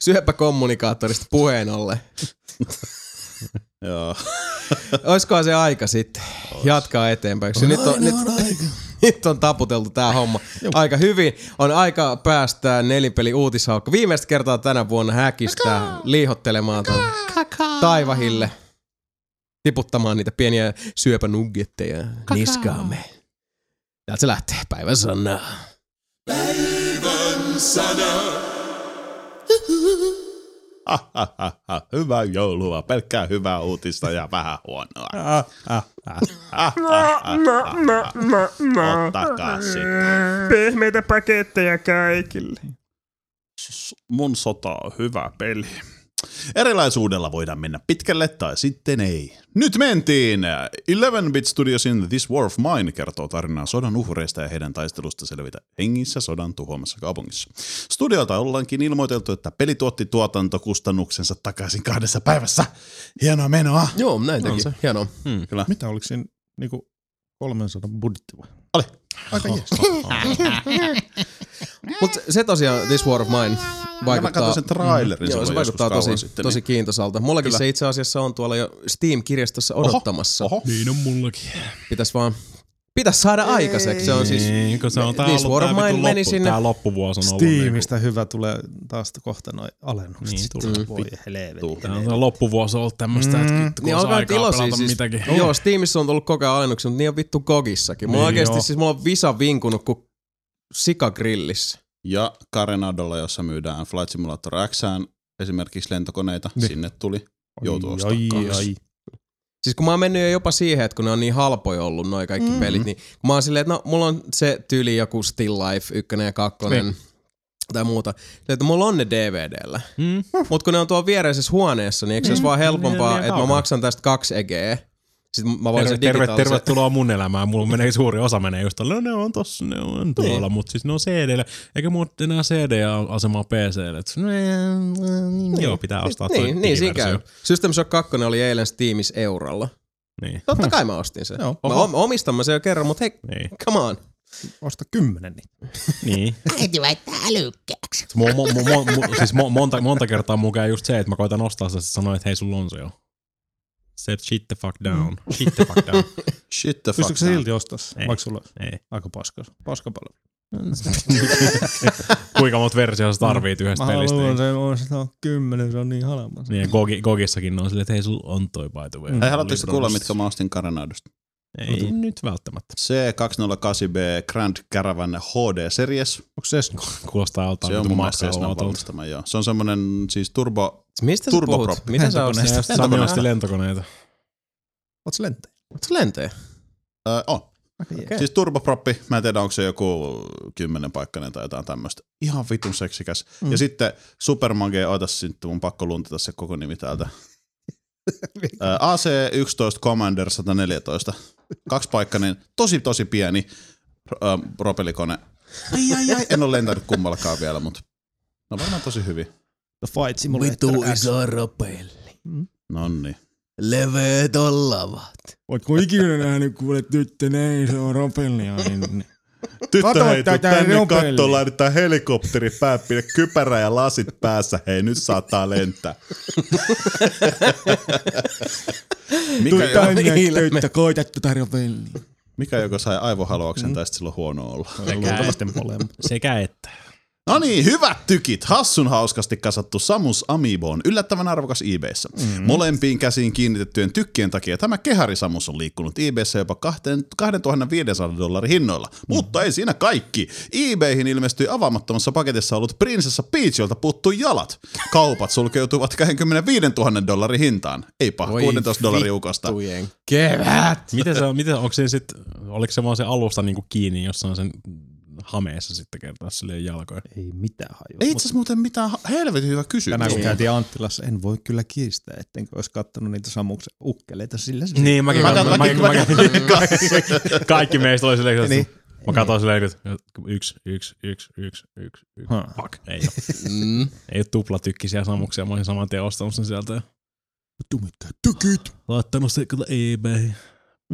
Speaker 3: syöpäkommunikaattorista puheen ollen.
Speaker 1: Joo.
Speaker 3: Olisikohan se aika sitten jatkaa eteenpäin, koska nyt on, nyt, nyt on taputeltu tää homma aika hyvin. On aika päästää nelipeli uutishaukka. Viimeistä kertaa tänä vuonna häkistää liihottelemaan tuonne taivahille. Tiputtamaan niitä pieniä syöpänuggetteja niskaamme. Täältä se lähtee. Päivän sanaa.
Speaker 1: Ha, ha, ha, ha. Hyvää joulua, pelkkää hyvää uutista ja vähän huonoa. Ah, ah, ah, ah, ah, ah, ah. Ottakaa sitten.
Speaker 10: Pehmeitä paketteja kaikille.
Speaker 1: Mun sota on hyvä peli. Erilaisuudella voidaan mennä pitkälle tai sitten ei. Nyt mentiin! 11-bit Studiosin This War of Mine kertoo tarinaa sodan uhreista ja heidän taistelusta selvitä hengissä sodan tuhoamassa kaupungissa. Studiolta ollaankin ilmoiteltu, että peli tuotti tuotantokustannuksensa takaisin kahdessa päivässä. Hienoa menoa!
Speaker 3: Joo, näin teki. Hienoa.
Speaker 4: Mitä oliko siinä niinku 300 budjetti vai? Ah,
Speaker 3: Mutta se tosiaan, This War of Mine,
Speaker 1: Ja mä katsoin
Speaker 3: vaikuttaa Mm-hmm.
Speaker 1: sen trailerin
Speaker 3: Joo, se
Speaker 1: silloin joskus
Speaker 3: vaikuttaa
Speaker 1: kauan
Speaker 3: tosi,
Speaker 1: sitten, niin
Speaker 3: tosi kiintosalta. Mullakin
Speaker 1: Kyllä.
Speaker 3: se itse asiassa on tuolla jo Steam-kirjastossa odottamassa. Oho,
Speaker 1: Oho.
Speaker 5: Niin on mullakin.
Speaker 3: Pitäis vaan, pitäis saada aikaiseksi. Se on siis,
Speaker 5: niin, kun se on tää
Speaker 3: This
Speaker 5: ollut
Speaker 3: War of
Speaker 5: tää
Speaker 3: Mine
Speaker 5: vitun
Speaker 3: meni
Speaker 5: loppu,
Speaker 3: sinne-
Speaker 5: Tää loppuvuosi on ollut.
Speaker 4: Steamista hyvä tulee taas kohta noin
Speaker 5: Niin,
Speaker 4: alennukset. sitten. Voi helvetti.
Speaker 5: niinku- Tää on tää loppuvuosi ollut tämmöistä, että vittu, kun
Speaker 3: niin
Speaker 5: niin
Speaker 3: olkaa
Speaker 5: aikaa
Speaker 3: nyt iloisia
Speaker 5: pelata
Speaker 3: siis.
Speaker 5: mitäkin.
Speaker 3: Joo, Steamissa on tullut koko ajan alennuksia, mutta niin on vittu Gogissakin. Mulla
Speaker 5: Niin,
Speaker 3: oikeesti
Speaker 5: joo.
Speaker 3: siis, mulla on visa vinkunut kuin sikagrillissä.
Speaker 1: Ja Karenadolla, jossa myydään Flight Simulator X esimerkiksi lentokoneita,
Speaker 4: Niin.
Speaker 1: sinne tuli.
Speaker 4: Ai,
Speaker 1: Joutuu ostaa
Speaker 4: ai,
Speaker 1: kaksi.
Speaker 4: ai.
Speaker 3: Siis kun mä oon mennyt jo jopa siihen, että kun ne on niin halpoja ollut noi kaikki mm-hmm. pelit, niin kun mä oon silleen, että no mulla on se tyyli joku Still Life 1 ja 2 niin. tai muuta. Silleen, että mulla on ne DVDllä.
Speaker 5: Mm.
Speaker 3: Mutta kun ne on tuolla viereisessä huoneessa, niin eikö se olisi vaan helpompaa,
Speaker 5: niin, niin,
Speaker 3: että mä
Speaker 5: kaukana.
Speaker 3: maksan tästä kaksi egeä. Sitten mä voin
Speaker 5: Terve,
Speaker 3: sen
Speaker 5: terve,
Speaker 3: digitaalisen...
Speaker 5: tervetuloa mun elämään. Mulla menee suuri osa menee just tuolla. No ne on tossa, ne on tuolla, niin. mutta siis ne on cd Eikä mulla ole enää CD-asemaa PC-lle. Et, no, niin, joo, pitää ostaa toi
Speaker 3: Niin, niin siinä käy.
Speaker 5: digiversio.
Speaker 3: System Shock 2 oli eilen Steamissa eurolla.
Speaker 5: Niin.
Speaker 3: Totta kai mä ostin sen.
Speaker 4: Joo.
Speaker 3: Mä om- omistan mä sen jo kerran, mutta hei,
Speaker 5: Niin.
Speaker 3: come on.
Speaker 4: Osta kymmenen niin.
Speaker 5: niin.
Speaker 8: Äiti väittää älykkääksi.
Speaker 5: Mu, mu, mu, mu, mu, siis mo- monta, monta kertaa mun käy just se, että mä koitan ostaa sitä ja sanoin, että hei sulla on se jo. Se shit the fuck down.
Speaker 1: Mm.
Speaker 5: Shit the fuck down.
Speaker 1: Shit the fuck.
Speaker 4: Pystytkö se
Speaker 1: down.
Speaker 4: silti ostaa se?
Speaker 5: Ei.
Speaker 4: Vaikka sulla
Speaker 1: Niin.
Speaker 5: Ei.
Speaker 4: aika paska, paska paljon.
Speaker 5: Kuinka monta versiota sä tarvit
Speaker 1: Mm.
Speaker 5: yhdestä
Speaker 4: Mä
Speaker 5: pelistä?
Speaker 4: haluan
Speaker 5: Niin,
Speaker 4: sen, on se on kymmenen, se on niin halpa.
Speaker 5: niin ja Gogi, Gogissakin on silleen, että hei sulla on toi by the way.
Speaker 1: Hei, haluatteko te kuulla,
Speaker 5: Libronossa.
Speaker 1: mitkä mä ostin Karenadosta?
Speaker 5: Ei nyt välttämättä.
Speaker 1: C208B Grand Caravan HD Series.
Speaker 4: Onko se Sesno?
Speaker 5: Kuulostaa altaan
Speaker 1: Se on
Speaker 5: vitun
Speaker 1: mun mielestä Cessnan
Speaker 5: matkailuautolta.
Speaker 1: valmistama, joo. Se on semmonen siis turbo...
Speaker 3: Mistä sä
Speaker 1: Turboprop.
Speaker 3: puhut? Mitä sä ostit?
Speaker 5: Se on just Sami osti lentokoneita.
Speaker 4: Oot se lentäjä?
Speaker 3: Oot sä lentäjä?
Speaker 1: Äh, on.
Speaker 3: Okei.
Speaker 1: Siis turboproppi, mä en tiedä onko se joku kymmenen paikkainen tai jotain tämmöistä. Ihan vitun seksikäs. Mm. Ja sitten Supermage, oota sitten mun pakko luntata se koko nimi täältä. Ö, AC11 Commander 114. Kaksipaikkainen, tosi tosi pieni ö, propelikone. Ai, ai, ai. En ole lentänyt kummallakaan vielä, mutta no varmaan tosi hyvin.
Speaker 4: The Fight Simulator S.
Speaker 3: ropeli.
Speaker 1: Nonni.
Speaker 3: Leveet on lavat.
Speaker 4: Ootko ikinä nähnyt kuule tyttö näin, se on ropellia. Niin, niin.
Speaker 1: Tyttö
Speaker 11: Kato
Speaker 1: heituu
Speaker 11: tätä
Speaker 1: tänne
Speaker 11: nopelle.
Speaker 1: kattoon, laitetaan helikopteri pääpille, kypärä ja lasit päässä. Hei, nyt saattaa lentää.
Speaker 11: Tuu
Speaker 1: joka-
Speaker 11: tänne, tyttö, koita tätä rovellia.
Speaker 1: Mikä joko sai aivohaluauksen mm. tai sitten sillä on huono olla.
Speaker 5: Luultavasti molemmat. Sekä että.
Speaker 1: No niin, hyvät tykit! Hassun hauskasti kasattu Samus Amiibo on yllättävän arvokas eBayssä. Mm.
Speaker 11: Mm.
Speaker 1: Molempiin käsiin kiinnitettyjen tykkien takia tämä kehari Samus on liikkunut eBayssä jopa kahteen- 2500 dollarin hinnoilla. Mm. Mutta ei siinä kaikki. eBayhin ilmestyi avaamattomassa paketissa ollut prinsessa Peach, jolta puuttui jalat. Kaupat sulkeutuivat 25 000 dollarin hintaan. Ei paha,
Speaker 5: Voi
Speaker 1: 16 dollarin ukosta.
Speaker 5: Kevät! Miten se on, miten, onko se sit, oliko se vaan se alusta niinku kiinni jossain sen hameessa sitten kertaa silleen jalkoja?
Speaker 4: Ei mitään hajua.
Speaker 1: Ei itse asiassa muuten mitään ha- helvetin hyvä kysymys.
Speaker 4: Tänään kun käytiin Anttilassa, en voi kyllä kiistää, ettenkö olisi kattonut niitä Samuksen ukkeleita sillä se-
Speaker 5: Niin, mäkin, mä, mä, mäkin, mäkin,
Speaker 4: Kaikki-
Speaker 5: kaikki, kaikki meistä oli silleen,
Speaker 4: Niin.
Speaker 5: niin. mä katsoin silleen, että yksi, yksi, yksi, yksi, yksi, yksi,
Speaker 4: Huh.
Speaker 5: fuck, ei
Speaker 3: Mm.
Speaker 5: oo. Ei oo tuplatykkisiä samuksia, mä olisin saman tien ostanut sen sieltä. Tumitkä tykit! Mm-hmm. Laittanut se kyllä eBay.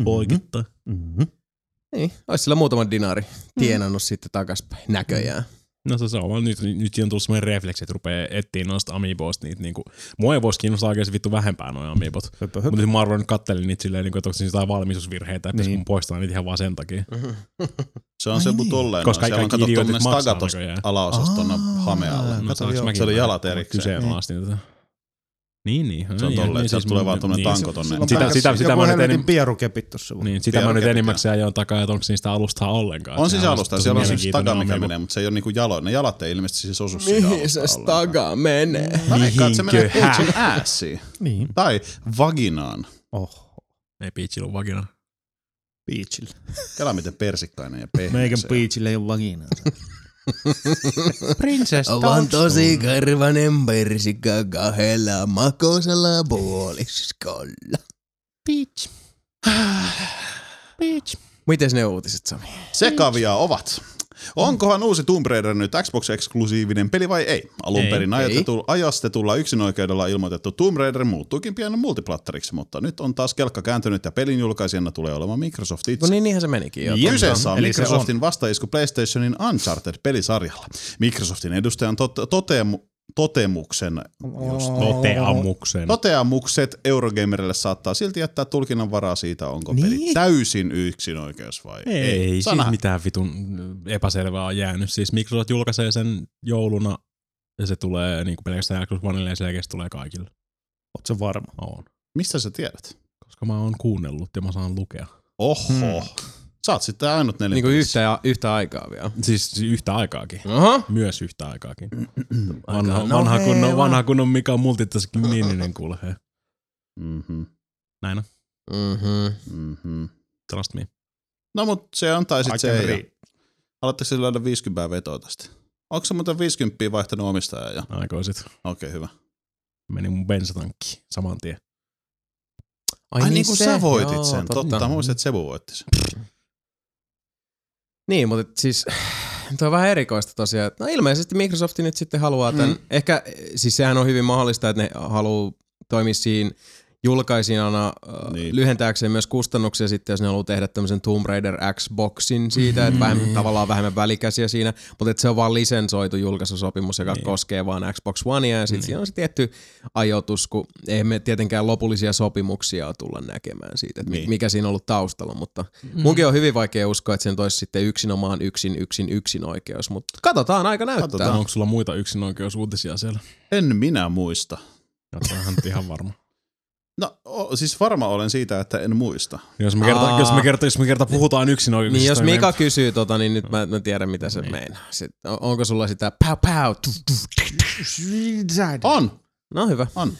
Speaker 5: Poikittaa.
Speaker 4: Mm-hmm.
Speaker 3: Niin, olisi sillä muutama dinari
Speaker 5: Mm.
Speaker 3: tienannut sitten takaspäin näköjään.
Speaker 5: No se, se on vaan nyt, nyt on tullut semmoinen refleksi, että rupeaa etsiä noista amiiboista niitä niinku, mua ei voisi kiinnostaa oikeasti vittu vähempää noja amiibot.
Speaker 4: Höpö, höpö.
Speaker 5: Mutta mä arvoin nyt kattelin niitä silleen, niinku, että onko siinä jotain valmisusvirheitä, että
Speaker 4: Niin.
Speaker 5: niin. mun poistaa niitä ihan vaan sen takia.
Speaker 1: Se on se, mutta tolleen. Koska
Speaker 5: Koska kaikki
Speaker 1: siellä on katsottu
Speaker 5: idiotit
Speaker 1: myös
Speaker 5: maksaa
Speaker 1: tagatosta
Speaker 5: näköjään.
Speaker 1: alaosastona hamealla.
Speaker 5: No, saanko mäkin
Speaker 1: se oli
Speaker 5: vähän
Speaker 1: jalat erikseen.
Speaker 5: Kyseenalaistin tätä. Niin, niin.
Speaker 1: Se on
Speaker 5: niin,
Speaker 1: tolleen, että sieltä tulee
Speaker 5: mun-
Speaker 1: vaan tommonen tanko tonne.
Speaker 5: Sitä, sitä, sitä, sitä
Speaker 4: Joku
Speaker 5: mä nyt
Speaker 4: helvetin
Speaker 5: enim...
Speaker 4: pierukepit tuossa.
Speaker 5: Niin, sitä mä nyt
Speaker 1: Pierukepit,
Speaker 5: enimmäkseen ajoin takaa, että onko niistä alustaa ollenkaan.
Speaker 1: On siis
Speaker 5: Sehän
Speaker 1: alusta,
Speaker 5: tosi
Speaker 1: siellä on siis
Speaker 5: mielenkiintoinen
Speaker 1: taga, mikä
Speaker 5: ongelma.
Speaker 1: menee, mutta se ei ole niinku jalo. Ne jalat ei ilmeisesti siis osu siinä
Speaker 3: Mihin
Speaker 1: alusta
Speaker 3: se staga menee?
Speaker 1: Mä veikkaan, että se menee
Speaker 5: Mihinköhän?
Speaker 1: Peachin ässiin.
Speaker 4: Niin.
Speaker 1: Tai vaginaan.
Speaker 4: Oho.
Speaker 5: Ei piitsilu vagina.
Speaker 4: Peachille.
Speaker 1: Kela miten persikkainen ja pehmeä
Speaker 4: Meikän
Speaker 1: se on.
Speaker 4: Peachille ei ole vaginaa.
Speaker 3: Princess Vaan tosi karvanen persikka kahdella makosella puoliskolla.
Speaker 5: Peach. Peach.
Speaker 3: Mites ne uutiset, Sami?
Speaker 1: Sekavia ovat. Onkohan uusi Tomb Raider nyt Xbox-eksklusiivinen peli vai ei? Alun
Speaker 3: Ei.
Speaker 1: perin
Speaker 3: Ei.
Speaker 1: ajatetu, ajastetulla yksinoikeudella ilmoitettu Tomb Raider muuttuukin pian multiplatteriksi, mutta nyt on taas kelkka kääntynyt ja pelin julkaisijana tulee olemaan Microsoft itse.
Speaker 3: No niin, niinhän se menikin jo.
Speaker 1: Jep. Kyseessä on
Speaker 3: Eli se
Speaker 1: Microsoftin vastaisku PlayStationin Uncharted-pelisarjalla. Microsoftin edustajan tot, toteamu, totemuksen, just,
Speaker 5: Toteamuksen.
Speaker 1: toteamukset Eurogamerille saattaa silti jättää tulkinnan varaa siitä, onko niin? peli
Speaker 5: Niin?
Speaker 1: täysin yksinoikeus vai ei.
Speaker 5: Ei, ei
Speaker 1: Sana.
Speaker 5: siis mitään vitun epäselvää on jäänyt. Siis Microsoft julkaisee sen jouluna ja se tulee niinku pelkästään Xbox Onelle ja sen jälkeen se tulee kaikille.
Speaker 4: Ootko varma?
Speaker 5: Oon.
Speaker 1: Mistä sä tiedät?
Speaker 5: Koska mä oon kuunnellut ja mä saan lukea.
Speaker 1: Oho. Hmm. Niinku Sä oot sitten ainut neljä.
Speaker 3: Niin kuin yhtä, yhtä aikaa vielä.
Speaker 5: Siis yhtä aikaakin.
Speaker 3: Aha.
Speaker 5: Myös yhtä aikaakin.
Speaker 3: Aika-
Speaker 5: Vanha,
Speaker 3: no
Speaker 5: vanha,
Speaker 3: hei
Speaker 5: kunnon,
Speaker 3: vaan.
Speaker 5: vanha kunnon Mika Multitaskin Niininen kuule. hei.
Speaker 1: Mm-hmm.
Speaker 5: Näin on.
Speaker 3: Mm-hmm.
Speaker 1: Mm-hmm.
Speaker 5: Trust me.
Speaker 1: No mut se on tai sit
Speaker 5: I
Speaker 1: se
Speaker 5: can
Speaker 1: ei.
Speaker 5: read.
Speaker 1: ole. Aloitteko sillä löydä 50 vetoa tästä? Onko se muuten 50 vaihtanut omistajaa jo?
Speaker 5: Aikoisit.
Speaker 1: Okei, okay, hyvä.
Speaker 5: Meni mun bensatankki saman tien.
Speaker 1: Ai, Ai niin kuin
Speaker 3: se.
Speaker 1: sä voitit
Speaker 3: Joo,
Speaker 1: sen. Totta, totta. muistat, että Sebu voitti sen.
Speaker 3: Niin, mutta et siis tuo on vähän erikoista tosiaan. että No ilmeisesti Microsoft nyt sitten haluaa tämän.
Speaker 1: Mm.
Speaker 3: Mm. Ehkä siis sehän on hyvin mahdollista, että ne haluaa toimia siinä julkaisijana niin. lyhentääkseen myös kustannuksia sitten, jos ne haluaa tehdä tämmöisen Tomb Raider Xboxin siitä, että vähemmän, tavallaan vähemmän välikäsiä siinä, mutta että se on vaan lisensoitu julkaisusopimus, joka niin. koskee vaan Xbox Onea ja sitten niin. siinä on se tietty ajoitus, kun ei me tietenkään lopullisia sopimuksia ole tulla näkemään siitä, että niin. mikä siinä on ollut taustalla, mutta
Speaker 5: Mm.
Speaker 3: mm. munkin on hyvin vaikea uskoa, että sen toisi sitten yksinomaan yksin yksin yksin oikeus, mutta katsotaan, aika näyttää.
Speaker 5: Tää. Onko sulla muita yksinoikeusuutisia siellä?
Speaker 1: En minä muista.
Speaker 5: No, tämähän on ihan varma.
Speaker 1: No o, siis varma olen siitä, että en muista.
Speaker 5: Jos me kerta,
Speaker 3: Aa.
Speaker 5: jos me kerta, jos me kerta puhutaan yksinoikeuksista.
Speaker 3: Niin jos
Speaker 5: me-
Speaker 3: Mika kysyy tota, niin nyt mä, mä tiedän mitä se meinaa. Sitten, on- onko sulla sitä pow pow? tu, tu,
Speaker 1: On!
Speaker 3: No hyvä.
Speaker 1: On.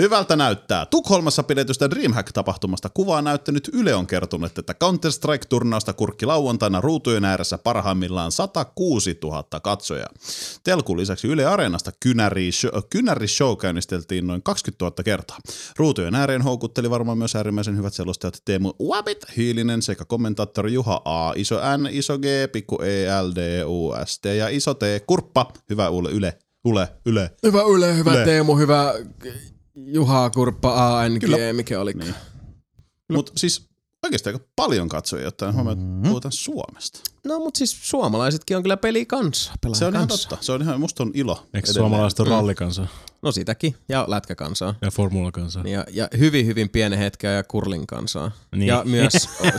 Speaker 1: Hyvältä näyttää. Tukholmassa pidetystä Dreamhack-tapahtumasta kuvaa näyttänyt Yle on kertonut, että Counter-Strike-turnausta kurkki lauantaina ruutujen ääressä parhaimmillaan 106 000 katsojaa. Telkun lisäksi Yle Areenasta kynäri show, kynäri show käynnisteltiin noin 20 000 kertaa. Ruutujen ääreen houkutteli varmaan myös äärimmäisen hyvät selostajat Teemu Wabit Hiilinen sekä kommentaattori Juha A. Iso N, iso G, pikku E, L, D, U, S, T ja iso T. Kurppa. Hyvä Ule, Yle, Ule, Yle.
Speaker 3: Hyvä Yle, hyvä
Speaker 1: Yle.
Speaker 3: Yle. Teemu, hyvä Juha Kurppa ANG,
Speaker 1: Kyllä.
Speaker 3: mikä oli. Niin.
Speaker 1: Mutta siis oikeasti aika paljon katsojia, että mm-hmm. puhutaan Suomesta.
Speaker 3: No, mutta siis suomalaisetkin on kyllä peli kanssa.
Speaker 1: Se on ihan totta. Se on ihan, musta on ilo.
Speaker 5: Eikö niin suomalaiset
Speaker 3: Mm.
Speaker 5: on rallikansa?
Speaker 3: No sitäkin. Ja lätkäkansaa.
Speaker 5: Ja formulakansa.
Speaker 3: Ja, ja hyvin, hyvin pienen hetkeä ja kurlin kansaa. Niin. Ja myös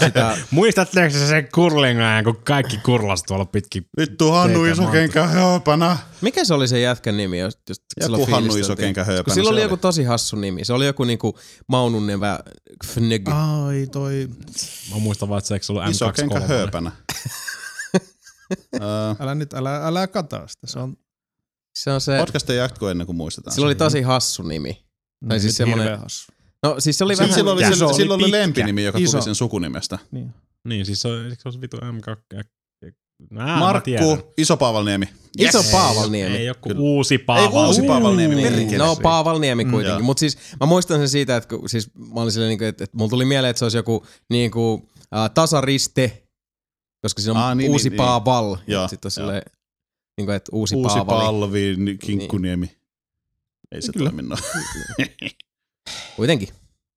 Speaker 3: sitä...
Speaker 5: Muistatteko se sen kurlin ajan, kun kaikki kurlas tuolla pitkin?
Speaker 1: Vittu Hannu Isokenkä hööpänä.
Speaker 3: Mikä se oli se jätkän nimi? Jos, jos
Speaker 1: joku Hannu Isokenkä hööpänä.
Speaker 3: Kun sillä oli, oli joku tosi hassu nimi. Se oli joku niinku Maununevä Fnög.
Speaker 4: Ah. Ai toi...
Speaker 5: Mä muistan vaan, että se eikö ollut M23.
Speaker 1: Isokenkä hööpänä.
Speaker 4: älä nyt, älä, älä kata sitä. Se on
Speaker 3: se on se...
Speaker 1: Podcastia jatkuu ennen kuin muistetaan.
Speaker 3: Sillä oli tosi hassu nimi.
Speaker 4: No, tai siis semmoinen... hassu.
Speaker 3: No siis se oli
Speaker 1: vähän... Silloin oli,
Speaker 3: se
Speaker 1: oli, silloin oli lempinimi, joka iso. tuli sen sukunimestä.
Speaker 5: Niin, niin siis se on, se on vitu M2...
Speaker 1: Nää, Markku Iso Paavalniemi.
Speaker 3: Yes. Iso Paavalniemi.
Speaker 5: Ei joku Kyllä. uusi Paavalniemi.
Speaker 1: Ei, uusi Paavalniemi.
Speaker 3: Niin. No Paavalniemi kuitenkin. Mm, Mutta siis mä muistan sen siitä, että kun, siis mä olin silleen, että, että, että mulla tuli mieleen, että se olisi joku niin kuin, äh, tasariste, koska siinä on Aa, niin, uusi niin, Paaval. Niin. Sitten on silleen, niin kuin, että uusi,
Speaker 1: uusi
Speaker 3: Paavali.
Speaker 1: Palvi, Kinkkuniemi. Niin. Ei se Kyllä. toimi noin.
Speaker 3: Kuitenkin.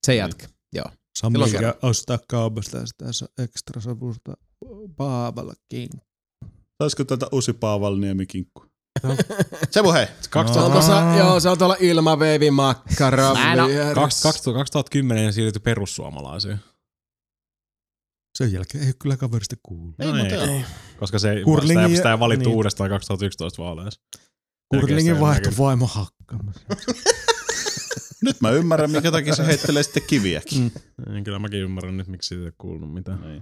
Speaker 3: Se jätkä. Niin. Joo.
Speaker 4: Sami ostaa kaupasta sitä ekstra savusta Paavalla kinkku.
Speaker 1: Saisiko tätä uusi Paavalniemi kinkku? No. Sebu hei.
Speaker 3: Se on tuossa, joo, se on tuolla ilmaveivin makkara.
Speaker 5: 2010 siirtyi perussuomalaisiin.
Speaker 4: Sen jälkeen ei kyllä kaverista kuullut.
Speaker 1: Ei, no ei, ei.
Speaker 5: Koska se Kurlingi... sitä ei valittu niin. uudestaan 2011 vaaleissa.
Speaker 4: Kurlingin vaihto vaimo hakkaamassa.
Speaker 1: nyt mä ymmärrän, mikä takia se heittelee sitten kiviäkin.
Speaker 5: Mm. En, kyllä mäkin ymmärrän nyt, miksi siitä ei kuulunut mitään. Ei.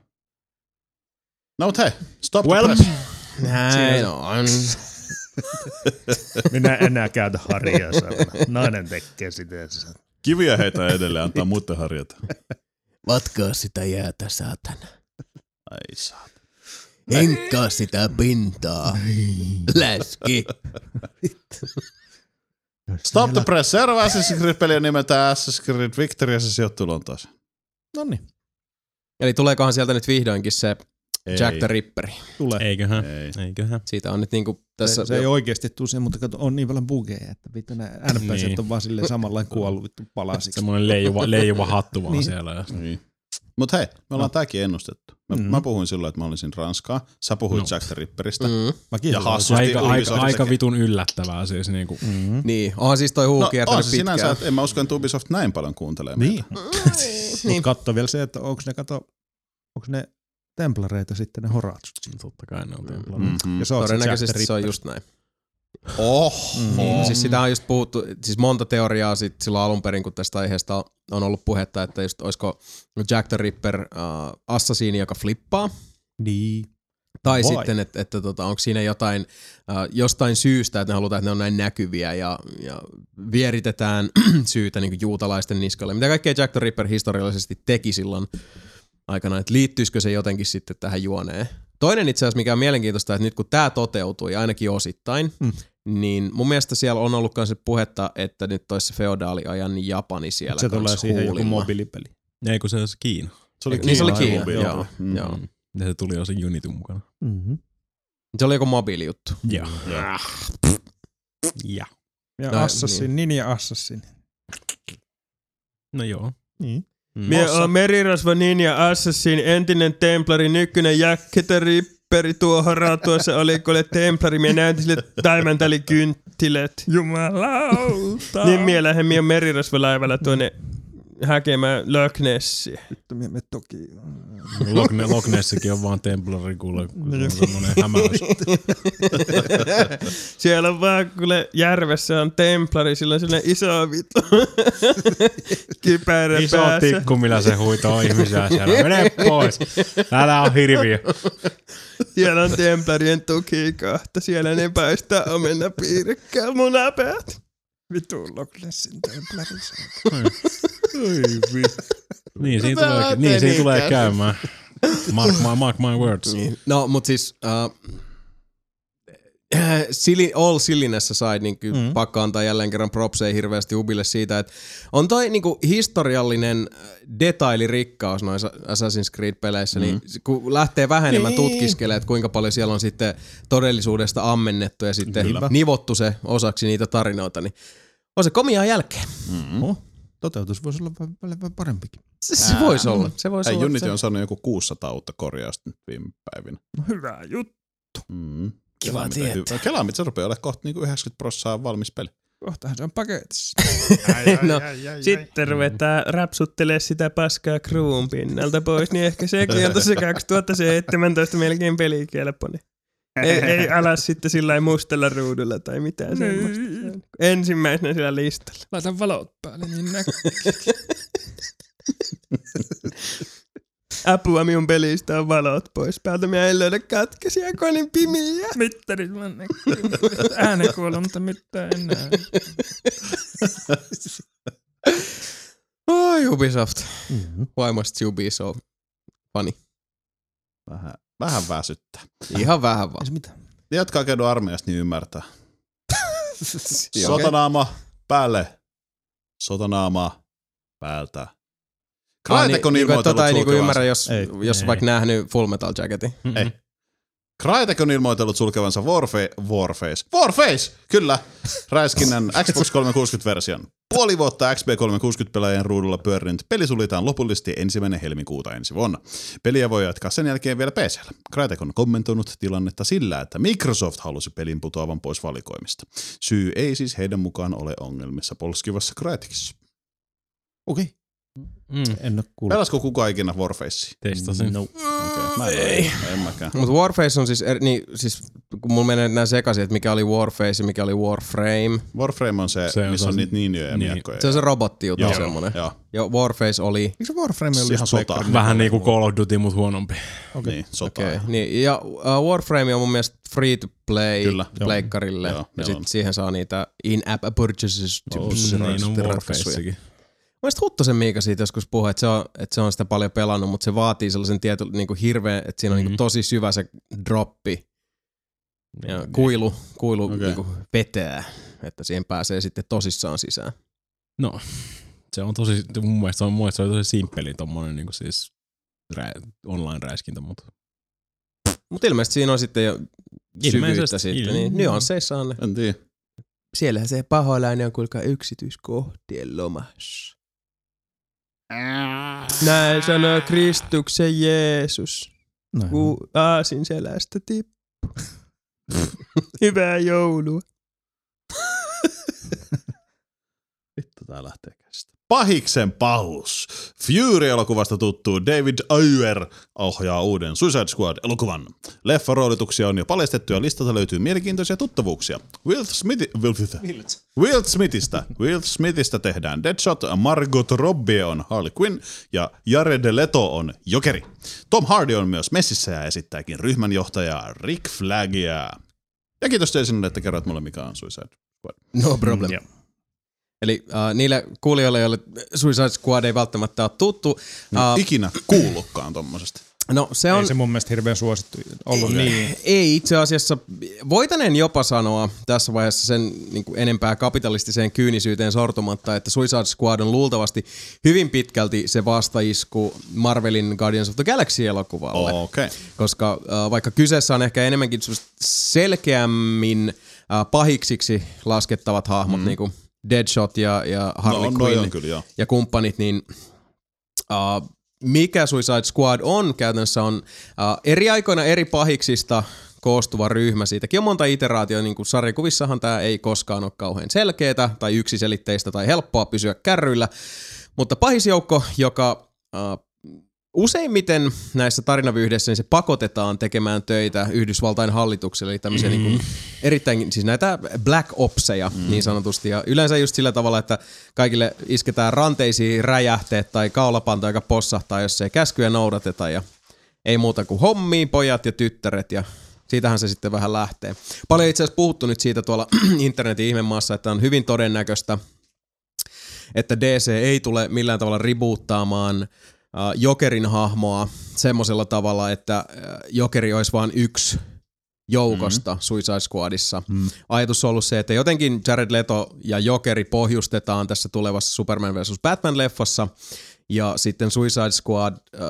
Speaker 1: No mut hei, stop
Speaker 5: well. the press.
Speaker 3: Näin on.
Speaker 7: Minä enää käytä harjaa sanaa. Nainen tekee sitä.
Speaker 1: Kiviä heitä edelleen, antaa muuten harjata.
Speaker 3: Vatkaa sitä jäätä, saatana.
Speaker 1: Ai saatana.
Speaker 3: Henkkaa sitä pintaa. Niin. Läski.
Speaker 1: Stop the press. Seuraava Assassin's Creed-peli nimetään Assassin's Creed Victory ja se sijoittuu Lontooseen.
Speaker 4: Noniin.
Speaker 3: Eli tuleekohan sieltä nyt vihdoinkin se ei. Jack the Ripper?
Speaker 4: Tulee.
Speaker 5: Eiköhän. Ei. Eiköhän.
Speaker 3: Siitä on nyt niinku tässä...
Speaker 4: Se, se ei oikeasti tuu siihen, mutta kato, on niin paljon bugeja, että vittu nämä NPCt niin. on vaan silleen samanlainen kuollut vittu palasiksi.
Speaker 5: Semmoinen leijuva, leijuva hattu vaan niin. siellä. Ja... Niin.
Speaker 1: Mut hei, me ollaan no. tääkin ennustettu. Mä, mm-hmm. mä puhuin silloin, että mä olisin Ranskaa. Sä puhuit no. Jack the
Speaker 3: Mm.
Speaker 1: Ripperistä. Mm-hmm.
Speaker 5: Mäkin ja hassusti aika, aika, aika vitun yllättävää siis. Niin, kuin.
Speaker 3: Mm-hmm. niin. onhan siis toi huuki no,
Speaker 1: on siis sinänsä, että en mä usko, että Ubisoft näin paljon kuuntelee
Speaker 4: niin. meitä. niin. Mut katso vielä se, että onko ne, kato, onko ne templareita sitten ne Mm. horatsut.
Speaker 5: Totta kai ne on templareita.
Speaker 3: Mm-hmm. Ja se on Todennäköisesti se, se on just näin.
Speaker 1: Oh.
Speaker 3: Mm-hmm. Siis sitä on just puhuttu, siis monta teoriaa sit silloin alun perin, kun tästä aiheesta on ollut puhetta, että just olisiko Jack the Ripper äh, assasiini, joka flippaa.
Speaker 4: Niin.
Speaker 3: Tai Vai. sitten, että, että tota, onko siinä jotain äh, jostain syystä, että ne halutaan, että ne on näin näkyviä ja, ja vieritetään syytä niin juutalaisten niskalle. Mitä kaikkea Jack the Ripper historiallisesti teki silloin aikana, että liittyisikö se jotenkin sitten tähän juoneen. Toinen itse asiassa, mikä on mielenkiintoista, että nyt kun tämä toteutui ainakin osittain, mm. niin mun mielestä siellä on ollut myös puhetta, että nyt olisi se feodaaliajan Japani siellä
Speaker 4: Se tulee siihen huulilla. joku mobiilipeli.
Speaker 5: Ei kun se on se Kiina.
Speaker 3: Se oli Kiina, niin se oli Kiina, joo, mm. joo.
Speaker 5: Ja se tuli jo sen Unityn mukana.
Speaker 3: Mm-hmm. Se oli joku mobiilijuttu.
Speaker 5: Joo.
Speaker 3: Ja.
Speaker 5: ja.
Speaker 4: Ja no, Assassin, niin. ja Assassin.
Speaker 5: No joo.
Speaker 4: Niin.
Speaker 10: Mm. Mie on merirosvo Ninja Assassin, entinen templari, nykyinen jäkkete ripperi, tuo hora tuossa oli, kun oli templari, mie näytin sille taimentali kynttilät.
Speaker 4: Jumalauta.
Speaker 10: niin mie lähden mie merirosvolaivalla tuonne häkemään Loch Nessi.
Speaker 4: Vittu, mie me toki. mm,
Speaker 5: Loch, Loch Nessikin on vaan templari kuule, kun se on semmonen hämäys.
Speaker 10: Siellä on vaan kuule järvessä on templari, sillä on sellainen iso vittu kypärä
Speaker 5: Iso
Speaker 10: päässä.
Speaker 5: tikku, millä se huitoo ihmisiä siellä. Mene pois, älä on hirviö.
Speaker 10: Siellä on templarien tuki kahta, siellä ne paistaa omena piirikkää munapäät.
Speaker 4: Vittu Loch Nessin templarissa.
Speaker 1: Oi vittu.
Speaker 5: Niin, siinä tulee, niin, siinä tulee käymään. Mark my, mark my words. Niin.
Speaker 3: No, mutta siis... Uh, Sili, all sillinessä sai niin kyllä mm. pakko antaa jälleen kerran propsei hirveästi Ubille siitä, että on toi niin kuin historiallinen äh, detailirikkaus noissa Assassin's Creed-peleissä, mm. niin kun lähtee vähän enemmän niin. tutkiskelemaan, että kuinka paljon siellä on sitten todellisuudesta ammennettu ja sitten Kyllä. nivottu se osaksi niitä tarinoita, niin on se komiaa jälkeen.
Speaker 1: Mm. Mm-hmm.
Speaker 4: Toteutus voisi olla vähän- vähän vähän parempikin.
Speaker 3: Se, se voisi olla. Se voisi
Speaker 1: Ei,
Speaker 3: olla.
Speaker 1: Junniti
Speaker 3: se-
Speaker 1: on saanut joku 600 uutta korjausta nyt viime päivinä.
Speaker 10: No Hyvä juttu.
Speaker 1: Mm.
Speaker 10: Kiva
Speaker 1: Kelaamit-
Speaker 10: tietää.
Speaker 1: hy- Kelaamit, se rupeaa olemaan kohta niinku 90 prosenttia valmis peli.
Speaker 4: Kohtahan se on paketissa.
Speaker 10: no, sitten ruvetaan rapsuttelee sitä paskaa kruun pinnalta pois, niin ehkä sekin on tuossa 2017 melkein pelikelpoinen. Ei, ei alas sitten sillä lailla mustalla ruudulla tai mitään semmoista. Ensimmäisenä sillä listalla.
Speaker 12: Niin. Laitan valot päälle, niin näkyy.
Speaker 10: Apua minun pelistä on valot pois päältä. Minä en löydä katkaisia koneen pimiä.
Speaker 12: Mittarit vaan näkyy. Ääni kuuluu, mutta mitään enää.
Speaker 3: Ai Ubisoft. Why must you be so funny?
Speaker 1: Vähän, vähän väsyttää.
Speaker 3: Ihan vähän vaan.
Speaker 1: Ne, jotka on käynyt armeijasta, niin ymmärtää. Sotanaama päälle. Sotanaama päältä. Crytekon
Speaker 3: niinku,
Speaker 1: ilmoitellut
Speaker 3: tota ei niinku
Speaker 1: sulkevansa-
Speaker 3: ymmärrä, jos, ei, jos ei. vaikka nähnyt Full Metal Jacketin.
Speaker 1: Ei. Crytek on ilmoitellut sulkevansa Warfa- Warface. Warface! Kyllä! Räiskinnän Xbox 360-version. Puoli vuotta XB360-pelaajien ruudulla pyörinyt peli suljetaan lopullisesti ensimmäinen helmikuuta ensi vuonna. Peliä voi jatkaa sen jälkeen vielä PCllä. Crytek on kommentoinut tilannetta sillä, että Microsoft halusi pelin putoavan pois valikoimista. Syy ei siis heidän mukaan ole ongelmissa polskivassa Crytekissa.
Speaker 4: Okei.
Speaker 1: Mm.
Speaker 4: En ole kuullut.
Speaker 1: Pelasko kukaan ikinä Warface?
Speaker 5: Testasin.
Speaker 1: No. Okay. Mä en, ei. en mäkään.
Speaker 3: Mutta Warface on siis, eri, niin, siis kun mulla menee nämä sekaisin, että mikä oli Warface ja mikä oli Warframe.
Speaker 1: Warframe on se,
Speaker 3: se
Speaker 1: missä on niitä ninjoja ja miekkoja.
Speaker 3: Se on se robottijuttu
Speaker 1: Joo,
Speaker 3: semmoinen.
Speaker 1: joo.
Speaker 3: Ja Warface oli...
Speaker 4: Miksi Warframe
Speaker 1: oli Ihan sota. Spectrumin
Speaker 5: Vähän niinku Call of Duty, mut huonompi.
Speaker 1: Okay. Niin, sota.
Speaker 3: Okei, niin, ja uh, Warframe on mun mielestä free to play Kyllä, pleikkarille,
Speaker 5: Joo,
Speaker 3: joo,
Speaker 5: ne
Speaker 3: ja
Speaker 5: on.
Speaker 3: sit siihen saa niitä in-app purchases.
Speaker 5: Oh,
Speaker 3: tyyppisiä
Speaker 5: niin on
Speaker 3: ratkaisuja.
Speaker 5: Warfacekin.
Speaker 3: Mä sit Huttosen Miika siitä joskus puhui, että se, on, että se on sitä paljon pelannut, mutta se vaatii sellaisen tietyn niin kuin hirveän, että siinä on mm-hmm. niin kuin tosi syvä se droppi
Speaker 5: Niin.
Speaker 3: ja kuilu, kuilu okay. niin kuin vetää, että siihen pääsee sitten tosissaan sisään.
Speaker 5: No, se on tosi, mun mielestä se on, mun mielestä se on tosi simppeli tommonen niinku siis rä, online-räiskintä, mutta
Speaker 3: Mutta ilmeisesti siinä on sitten jo syvyyttä
Speaker 5: Ilmeisesti,
Speaker 3: sitten,
Speaker 5: ilme-
Speaker 3: niin nyansseissa on ne.
Speaker 1: En tiedä.
Speaker 3: Siellähän se paholainen on kuulkaa yksityiskohtien lomassa.
Speaker 10: Näin sanoo Kristuksen Jeesus.
Speaker 4: Näin.
Speaker 10: Kun aasin selästä tippu. Hyvää joulua.
Speaker 1: Vittu, tää lähtee käsistä. Pahiksen pahuus. Fury-elokuvasta tuttu David Ayer ohjaa uuden Suicide Squad-elokuvan. Leffaroolituksia on jo paljastettu ja listalta löytyy mielenkiintoisia tuttavuuksia. Will, Smithi, Will, Smith, Will Smithistä. Will Smithistä tehdään Deadshot, Margot Robbie on Harley Quinn ja Jared Leto on Jokeri. Tom Hardy on myös messissä ja esittääkin ryhmänjohtajaa Rick Flaggia. Ja kiitos teille sinulle, että kerroit mulle, mikä on Suicide Squad.
Speaker 3: No problem. Mm, Eli äh, niille kuulijoille, joille Suicide Squad ei välttämättä ole tuttu. Äh,
Speaker 1: Niin ikinä kuullutkaan tommosesta.
Speaker 3: No se on...
Speaker 4: Ei se mun mielestä hirveän suosittu ollut.
Speaker 1: niin.
Speaker 3: Ei, ei itse asiassa, voitaneen jopa sanoa tässä vaiheessa sen niin kuin enempää kapitalistiseen kyynisyyteen sortumatta, että Suicide Squad on luultavasti hyvin pitkälti se vastaisku Marvelin Guardians of the Galaxy-elokuvalle.
Speaker 1: Okay.
Speaker 3: Koska äh, vaikka kyseessä on ehkä enemmänkin semmoset selkeämmin äh, pahiksiksi laskettavat hahmot, mm. niin kuin Deadshot ja, ja
Speaker 1: No,
Speaker 3: Harley
Speaker 1: noi
Speaker 3: Quinn
Speaker 1: on kyllä, joo.
Speaker 3: ja kumppanit, niin uh, mikä Suicide Squad on käytännössä on uh, eri aikoina eri pahiksista koostuva ryhmä. Siitäkin on monta iteraatiota, niin kuin sarjakuvissahan tämä ei koskaan ole kauhean selkeää tai yksiselitteistä tai helppoa pysyä kärryillä. Mutta pahisjoukko, joka uh, useimmiten näissä tarinavyhdessä niin se pakotetaan tekemään töitä Yhdysvaltain hallitukselle, eli tämmöisiä mm. niin erittäin, siis näitä black opseja mm. niin sanotusti, ja yleensä just sillä tavalla, että kaikille isketään ranteisiin räjähteet tai kaulapanta, joka possahtaa, jos ei käskyjä noudateta, ja ei muuta kuin hommiin, pojat ja tyttäret, ja siitähän se sitten vähän lähtee. Paljon itse asiassa puhuttu nyt siitä tuolla internetin ihmemaassa, että on hyvin todennäköistä, että DC ei tule millään tavalla ribuuttaamaan äh, Jokerin hahmoa semmoisella tavalla, että äh, Jokeri olisi vain yksi joukosta mm-hmm. Suicide Squadissa. Mm. Ajatus on ollut se, että jotenkin Jared Leto ja Jokeri pohjustetaan tässä tulevassa Superman vs. Batman-leffassa, ja sitten Suicide Squad äh,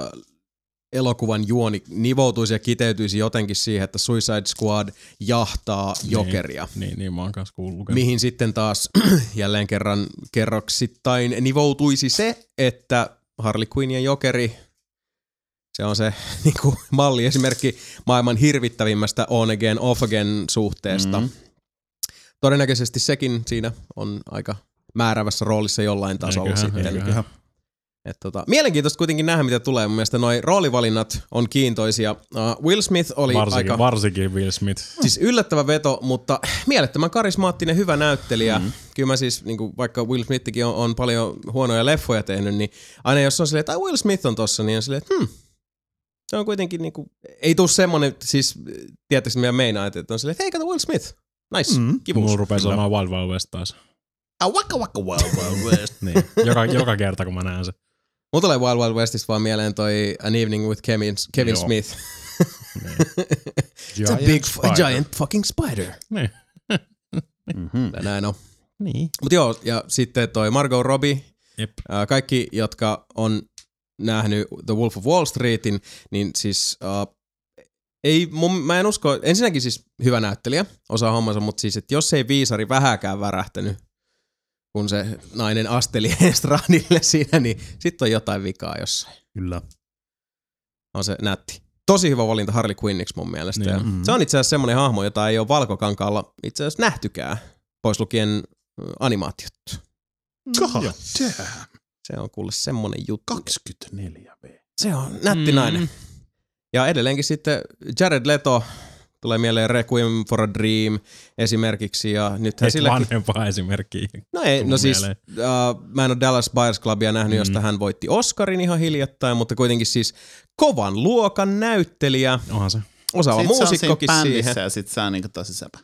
Speaker 3: elokuvan juoni nivoutuisi ja kiteytyisi jotenkin siihen, että Suicide Squad jahtaa jokeria.
Speaker 5: Niin, niin, niin mä oon kanssa kuullut.
Speaker 3: Mihin sitten taas jälleen kerran kerroksittain nivoutuisi se, että Harley Quinn ja jokeri se on se niin kuin, malliesimerkki maailman hirvittävimmästä on again, off again suhteesta. Mm-hmm. Todennäköisesti sekin siinä on aika määrävässä roolissa jollain tasolla
Speaker 5: Eiköhän,
Speaker 3: sitten.
Speaker 5: eiköhän.
Speaker 3: Et tota, mielenkiintoista kuitenkin nähdä, mitä tulee. Mun mielestä noi roolivalinnat on kiintoisia. Uh, Will Smith oli
Speaker 5: varsinkin,
Speaker 3: aika...
Speaker 5: varsinkin Will Smith.
Speaker 3: Siis yllättävä veto, mutta mielettömän karismaattinen, hyvä näyttelijä. Mm. Kyllä mä siis, niin kuin, vaikka Will Smithkin on, on paljon huonoja leffoja tehnyt, niin aina jos on silleen, että "Ai, Will Smith on tossa, niin on silleen, että hmm. Se on kuitenkin, niin kuin, ei tuu semmonen, siis tietysti meidän meinaa, että on silleen, että hei kato Will Smith, nice, mm. kivuus.
Speaker 5: Mulla rupeaa sanomaan Wild Wild West taas.
Speaker 3: Waka waka wild wild west.
Speaker 5: niin, joka, joka kerta kun mä näen sen.
Speaker 3: Mulla tulee Wild Wild Westistä vaan mieleen toi An Evening with Kevin, Kevin
Speaker 5: Joo.
Speaker 3: Smith. It's a
Speaker 5: Niin. Giant
Speaker 3: big
Speaker 5: spider.
Speaker 3: spider. giant fucking spider.
Speaker 5: Niin.
Speaker 3: mm-hmm. Näin on.
Speaker 5: Niin.
Speaker 3: Mut joo, ja sitten toi Margot Robbie.
Speaker 5: Jep.
Speaker 3: Äh, kaikki, jotka on nähnyt The Wolf of Wall Streetin, niin siis äh, ei, mun, mä en usko, ensinnäkin siis hyvä näyttelijä, osaa hommansa, mutta siis, että jos ei viisari vähäkään värähtänyt, kun se nainen asteli estradille siinä, niin sit on jotain vikaa jossain.
Speaker 4: Kyllä.
Speaker 3: On se nätti. Tosi hyvä valinta Harley Quinniksi mun mielestä.
Speaker 4: Niin
Speaker 3: Niin.
Speaker 4: on. Mm.
Speaker 3: Se on itse asiassa semmoinen hahmo, jota ei ole valkokankaalla itse asiassa nähtykään, pois lukien ö, animaatiot.
Speaker 1: God
Speaker 3: Se on kuule semmonen juttu.
Speaker 1: 24.
Speaker 3: Se on nätti mm. nainen. Ja edelleenkin sitten Jared Leto tulee mieleen Requiem for a Dream esimerkiksi. Ja nythän
Speaker 5: Ei
Speaker 3: silläkin...
Speaker 5: vanhempaa esimerkkiä.
Speaker 3: No ei,
Speaker 5: tullut
Speaker 3: no siis
Speaker 5: mieleen. Mm.
Speaker 3: uh, mä en ole Dallas Buyers Clubia nähnyt, josta hän voitti Oscarin ihan hiljattain, mutta kuitenkin siis kovan luokan näyttelijä.
Speaker 5: Onhan se.
Speaker 3: Osaava muusikkokin siihen.
Speaker 13: ja sit se on niinku tosi sepä.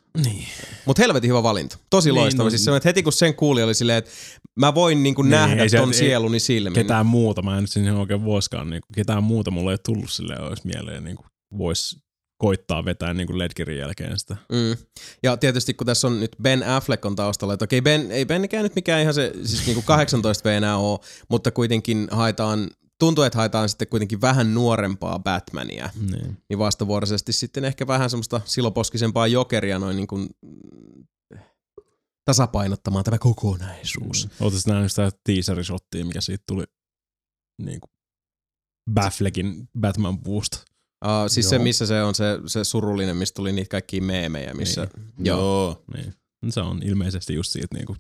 Speaker 3: Mutta helvetin hyvä valinta. Tosi
Speaker 13: Niin,
Speaker 3: loistava.
Speaker 13: no-
Speaker 3: siis semmoinen, että heti kun sen kuuli, oli silleen, että mä voin niinku
Speaker 5: Niin,
Speaker 3: nähdä
Speaker 5: ei se-
Speaker 3: ton
Speaker 5: ei-
Speaker 3: sieluni silmin.
Speaker 5: Ketään muuta, mä en nyt sinne oikein voiskaan, niin kuin, ketään muuta mulla ei tullut silleen, olisi mieleen, niin kuin, vois koittaa vetää niin kuin ledgerin jälkeen sitä.
Speaker 3: Mm. Ja tietysti kun tässä on nyt Ben Affleck on taustalla, että okei Ben, ei Benikään nyt mikään ihan se siis niinku 18 V enää ole, mutta kuitenkin haetaan, tuntuu että haetaan sitten kuitenkin vähän nuorempaa Batmania.
Speaker 5: Niin.
Speaker 3: Niin vastavuoroisesti sitten ehkä vähän semmoista siloposkisempaa jokeria noin niin kuin tasapainottamaan tämä kokonaisuus.
Speaker 5: Oletko nähnyt sitä teaserishottia, mikä siitä tuli niin kuin Bafflekin Batman puusta?
Speaker 3: Uh, siis se, missä se on se, se surullinen, mistä tuli niitä kaikkia meemejä, missä...
Speaker 5: Niin. Joo. Niin. No Se on ilmeisesti just siitä niinku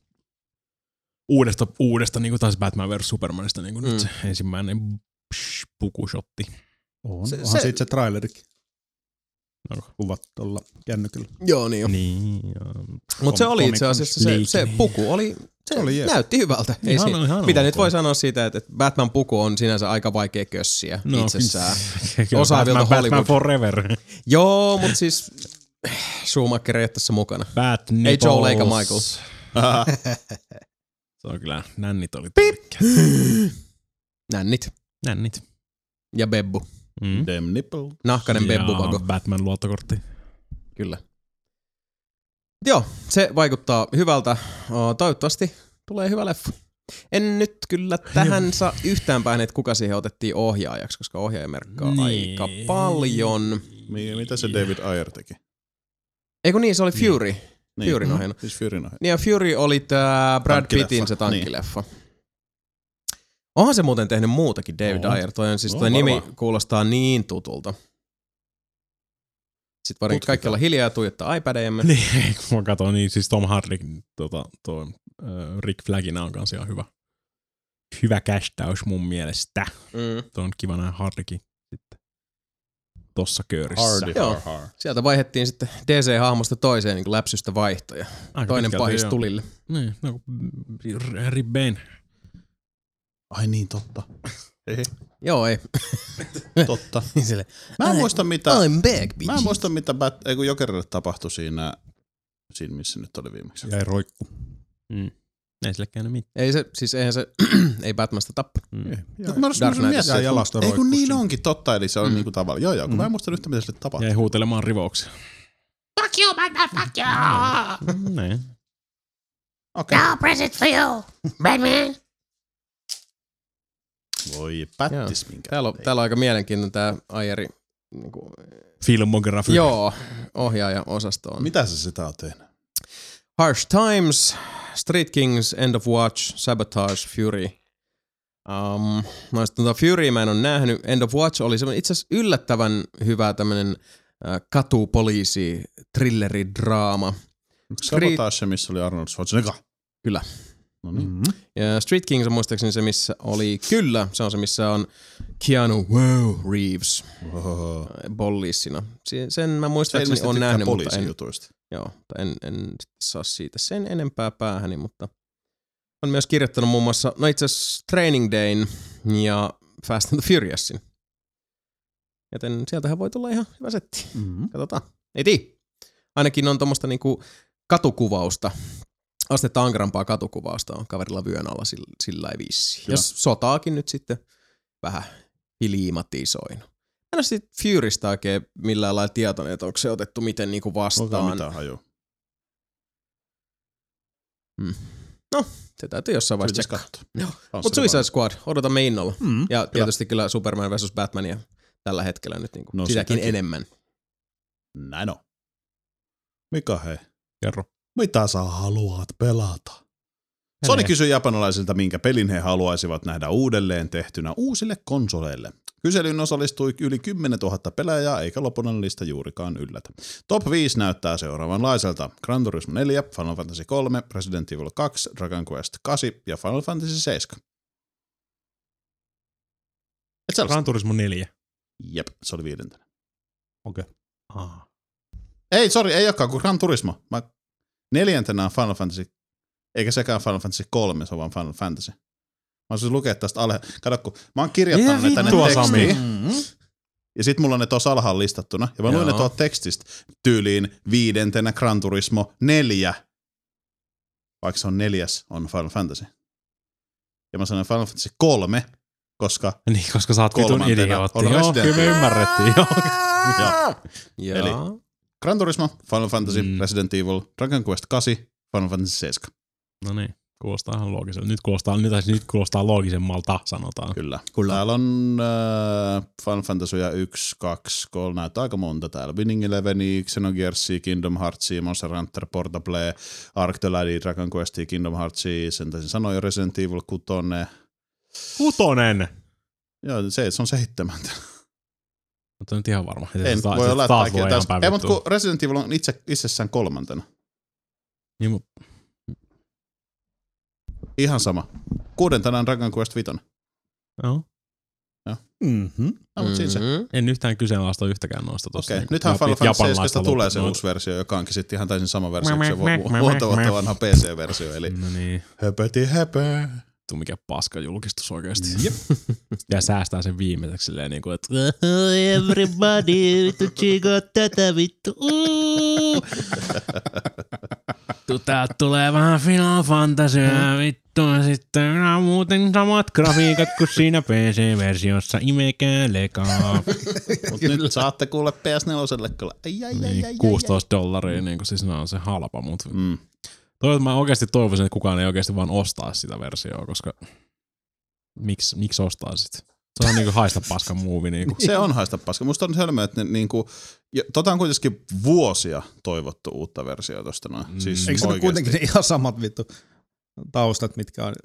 Speaker 5: uudesta, uudesta niinku taas Batman vs Supermanista niinku mm. nyt se ensimmäinen psh, pukushotti.
Speaker 4: On,
Speaker 5: Se-
Speaker 4: se, onhan
Speaker 5: se-
Speaker 4: se... siitä se trailerikin.
Speaker 5: No.
Speaker 4: Kuvat tuolla kännykällä.
Speaker 3: Joo, niin jo.
Speaker 5: Niin,
Speaker 3: Mutta se oli itse asiassa, se, se puku oli, se,
Speaker 4: Se oli
Speaker 3: oli
Speaker 4: jees.
Speaker 3: näytti hyvältä. Ei
Speaker 4: Ihan-
Speaker 3: siinä.
Speaker 4: ihan
Speaker 3: Mitä
Speaker 4: ok.
Speaker 3: nyt voi sanoa siitä, että että Batman-puku on sinänsä aika vaikea kössiä
Speaker 5: No,
Speaker 3: itsessään.
Speaker 5: kyllä
Speaker 3: Osaavilta
Speaker 5: Batman-
Speaker 3: Hollywood.
Speaker 5: Batman forever.
Speaker 3: Joo, mutta siis Schumacher ei ole tässä mukana.
Speaker 5: Bat
Speaker 3: ei Joel eikä Michael.
Speaker 5: nipples. se on kyllä, nännit oli
Speaker 3: Nännit.
Speaker 5: Nännit.
Speaker 3: Ja Bebbu.
Speaker 5: Mm.
Speaker 1: Dem nipple.
Speaker 3: Nahkainen Bebbu Vago.
Speaker 5: Batman luottokortti.
Speaker 3: Kyllä. Joo, se vaikuttaa hyvältä. Oh, Toivottavasti tulee hyvä leffa. En nyt kyllä tähän saa yhtään päähän, että kuka siihen otettiin ohjaajaksi, koska ohjaaja merkkaa niin. aika paljon.
Speaker 1: Mi- Niin, Mitä se David Ayer teki?
Speaker 3: Eikö niin, se oli Fury.
Speaker 1: Niin.
Speaker 3: Furyn ohjannut.
Speaker 1: Siis Furyn ohjannut.
Speaker 3: Niin ja Fury oli tää Brad
Speaker 1: Tankkileffa.
Speaker 3: Pittin se tankkileffa. Niin. Onhan se muuten tehnyt muutakin David
Speaker 1: On.
Speaker 3: Ayer. Toi, on, siis
Speaker 1: On
Speaker 3: toi nimi
Speaker 1: varmaan.
Speaker 3: kuulostaa niin tutulta. Sitten varmaan kaikki olla hiljaa ja tuijottaa iPadejamme.
Speaker 5: Niin, kun mä katsoin, niin siis Tom Hardy, tota, toi, äh, Rick Flagina on kanssa ihan hyvä, hyvä kästäys mun mielestä.
Speaker 3: Mm.
Speaker 5: Tuo on kiva nähdä Hardikin sitten tossa köörissä.
Speaker 3: Joo. Sieltä vaihettiin sitten DC-hahmosta toiseen niin läpsystä vaihtoja.
Speaker 5: Aika
Speaker 3: Toinen
Speaker 5: pitkälti,
Speaker 3: pahis
Speaker 5: joo.
Speaker 3: tulille.
Speaker 5: Niin, no, kun R- Rick Bane.
Speaker 1: Ai niin, totta.
Speaker 3: Joo, ei.
Speaker 1: Totta.
Speaker 3: Sille,
Speaker 1: Mä en muista mitä...
Speaker 3: I'm back, Eh. bitch.
Speaker 1: Mä en muista mitä Bat, ei kun Jokerille tapahtui siinä, siinä missä nyt oli viimeksi.
Speaker 4: Jäi roikku.
Speaker 5: Mm. Ei sille käynyt mitään. Mm.
Speaker 3: Ei se, siis eihän se, ei Batmasta tappanut.
Speaker 1: Joo, kun mä olisin miettinyt, että- Ei kun niin onkin, totta, eli se on niinku tavalla. Joo, joo, kun mä en muista yhtä, mitä sille tapahtui.
Speaker 5: Jäi huutelemaan rivouksia.
Speaker 8: Fuck you, Batman, fuck you!
Speaker 5: Näin.
Speaker 3: Niin.
Speaker 8: Now present for you, Batman!
Speaker 1: Voi pättis minkä.
Speaker 3: Täällä on, täällä on aika mielenkiintoinen tämä Aieri niin kuin,
Speaker 5: Filmografia.
Speaker 3: Joo, ohjaajan osastoon.
Speaker 1: Mitä se sitä on tehnyt?
Speaker 3: Harsh Times, Street Kings, End of Watch, Sabotage, Fury. Um, mä sit, tota Fury mä en ole nähnyt. End of Watch oli semmoinen itse asiassa yllättävän hyvä tämmöinen äh, katupoliisi, thrilleri, draama.
Speaker 1: Sabotage, missä oli Arnold Schwarzenegger.
Speaker 3: Kyllä.
Speaker 1: No niin.
Speaker 3: Ja Street Kings on muistaakseni se, missä oli, kyllä, se on se, missä on Keanu wow, Reeves
Speaker 1: Ohoho.
Speaker 3: bollissina. Si- Sen mä
Speaker 1: Sä
Speaker 3: muistaakseni
Speaker 1: ilmeisesti
Speaker 3: on
Speaker 1: tykkää
Speaker 3: nähnyt, mutta en,
Speaker 1: poliisijutuista.
Speaker 3: joo, mutta en, en sit saa siitä sen enempää päähäni, mutta on myös kirjoittanut muun muassa, no itse asiassa Training Dayn ja Fast and the Furiousin. Joten sieltähän voi tulla ihan hyvä setti.
Speaker 4: Mm-hmm.
Speaker 3: Katsotaan. Ei tii. Ainakin on tuommoista niinku katukuvausta. Astetta ankarampaa katukuvausta on kaverilla vyön alla sillä, sillä ei vissi.
Speaker 4: Kyllä.
Speaker 3: Ja sotaakin nyt sitten vähän hiliimatisoin. Mä en ole siitä Furysta oikein millään lailla tietoinen, että onko se otettu miten niinku
Speaker 1: Onkaan
Speaker 3: vastaan.
Speaker 1: mitään hajua.
Speaker 3: Mm. No, se täytyy jossain vaiheessa
Speaker 1: Täytyis
Speaker 3: tsekkaa. Joo.
Speaker 1: On
Speaker 3: Mutta
Speaker 1: se
Speaker 3: Suicide
Speaker 1: vaan.
Speaker 3: Squad, odotamme innolla.
Speaker 1: Mm,
Speaker 3: ja tietysti kyllä Superman vs. Batmania tällä hetkellä nyt niinku
Speaker 1: No,
Speaker 3: no, sitäkin,
Speaker 1: sitäkin.
Speaker 3: enemmän.
Speaker 1: Näin on. Mika hei.
Speaker 5: Kerro.
Speaker 1: Mitä sä haluat pelata? Sony kysyi japanilaisilta, minkä pelin he haluaisivat nähdä uudelleen tehtynä uusille konsoleille. Kyselyyn osallistui yli 10 000 pelaajaa, eikä lopullinen lista juurikaan yllätä. Top 5 näyttää seuraavanlaiselta. Gran Turismo 4, Final Fantasy 3, Resident Evil 2, Dragon Quest 8 ja Final Fantasy 7. Et sellaista.
Speaker 5: Gran Turismo 4.
Speaker 1: Jep, se oli viidentenä.
Speaker 4: Okei.
Speaker 1: Ei, sori, ei olekaan kuin Gran Turismo. Mä neljäntenä on Final Fantasy, eikä sekään Final Fantasy 3, se on vaan Final Fantasy. Mä olisin lukea tästä alle. Kato, kun mä oon kirjoittanut ne
Speaker 5: Mitä
Speaker 1: tänne
Speaker 5: vittua,
Speaker 1: tekstiin.
Speaker 3: Mm.
Speaker 5: Sami?
Speaker 1: Ja sit mulla on ne tuossa alhaalla listattuna. Ja mä luin
Speaker 5: Joo.
Speaker 1: ne tuolta tekstistä tyyliin viidentenä Gran Turismo 4. Vaikka se on neljäs, on Final Fantasy. Ja mä sanoin Final Fantasy 3, koska
Speaker 5: Niin, koska sä oot vitun
Speaker 1: Kolmantena
Speaker 5: idiootti.
Speaker 1: on
Speaker 5: Joo,
Speaker 1: Resident
Speaker 5: kyllä me
Speaker 1: Evil.
Speaker 5: ymmärrettiin. Joo.
Speaker 1: Joo.
Speaker 3: Joo.
Speaker 1: Eli Gran Turismo, Final Fantasy, mm. Resident Evil, Dragon Quest 8, Final Fantasy 7.
Speaker 5: No niin, kuulostaa ihan loogiselta. Nyt kuulostaa, nyt, tai siis nyt kuulostaa loogisemmalta, sanotaan.
Speaker 1: Kyllä. Kyllä. Täällä on äh, Final Fantasyja 1, 2, 3, näyttää aika monta täällä. Winning Eleveni, Xenogearsia, Kingdom Heartsia, Monster Hunter, Portable, Ark the Lady, Dragon Questia, Kingdom Heartsia, sen taisin sanoa jo Resident Evil 6.
Speaker 5: Kutonen!
Speaker 1: Joo, se, se on seitsemäntä.
Speaker 5: Mutta nyt ihan varma.
Speaker 1: En
Speaker 5: Taas-
Speaker 1: voi olla, että
Speaker 5: taas
Speaker 1: kaikki
Speaker 5: voi
Speaker 1: on
Speaker 5: ihan
Speaker 1: täysin. Ei, mutta
Speaker 5: päivittyä.
Speaker 1: kun Resident Evil on itse, itsessään kolmantena.
Speaker 5: Niin, mut-
Speaker 1: Ihan sama. Kuudentena on Dragon Quest 5.
Speaker 5: Joo.
Speaker 1: Joo.
Speaker 4: Mm-hmm.
Speaker 1: No,
Speaker 5: Mm.
Speaker 1: mut siinä se.
Speaker 5: En yhtään kyseenalaista yhtäkään noista niinku tuossa.
Speaker 1: Okei, okay. nythän Final Fantasy 7 tulee se uusi versio, joka onkin sitten ihan täysin sama versio kuin se
Speaker 5: Mä, mä, mä, mä,
Speaker 1: vu- vuotta vuotta
Speaker 5: mä.
Speaker 1: vanha PC-versio, eli
Speaker 5: No niin.
Speaker 1: höpöti höpö.
Speaker 5: Tuu mikä paska julkistus oikeasti. Jep. ja säästää sen viimeiseksi silleen, niin kuin, että
Speaker 2: Everybody, vittu chico tätä vittu. Uu.
Speaker 5: vittu, täältä tulee vähän Final Fantasyä, vittu, ja sitten no, muuten samat grafiikat kuin siinä PC-versiossa, imekää lekaa.
Speaker 1: Mutta nyt saatte kuulla PS4 kyllä. Ai, ai, ai, ai,
Speaker 5: Niin, 16 dollaria, niin kuin, siis nää on se halpa, mutta mm. toivon, mä oikeasti toivoisin, että kukaan ei oikeasti vaan ostaa sitä versiota, koska miksi, miksi ostaa sit? Se on niinku haista paskan muuvi. Niinku.
Speaker 1: Se on haista paska. Musta on hölmö, että ne, niinku, ja, tota on kuitenkin vuosia toivottu uutta versiota tosta noin. Mm. Siis
Speaker 4: Eikö se ole
Speaker 1: oikeesti.
Speaker 4: kuitenkin ne ihan samat vittu taustat, mitkä on... niinku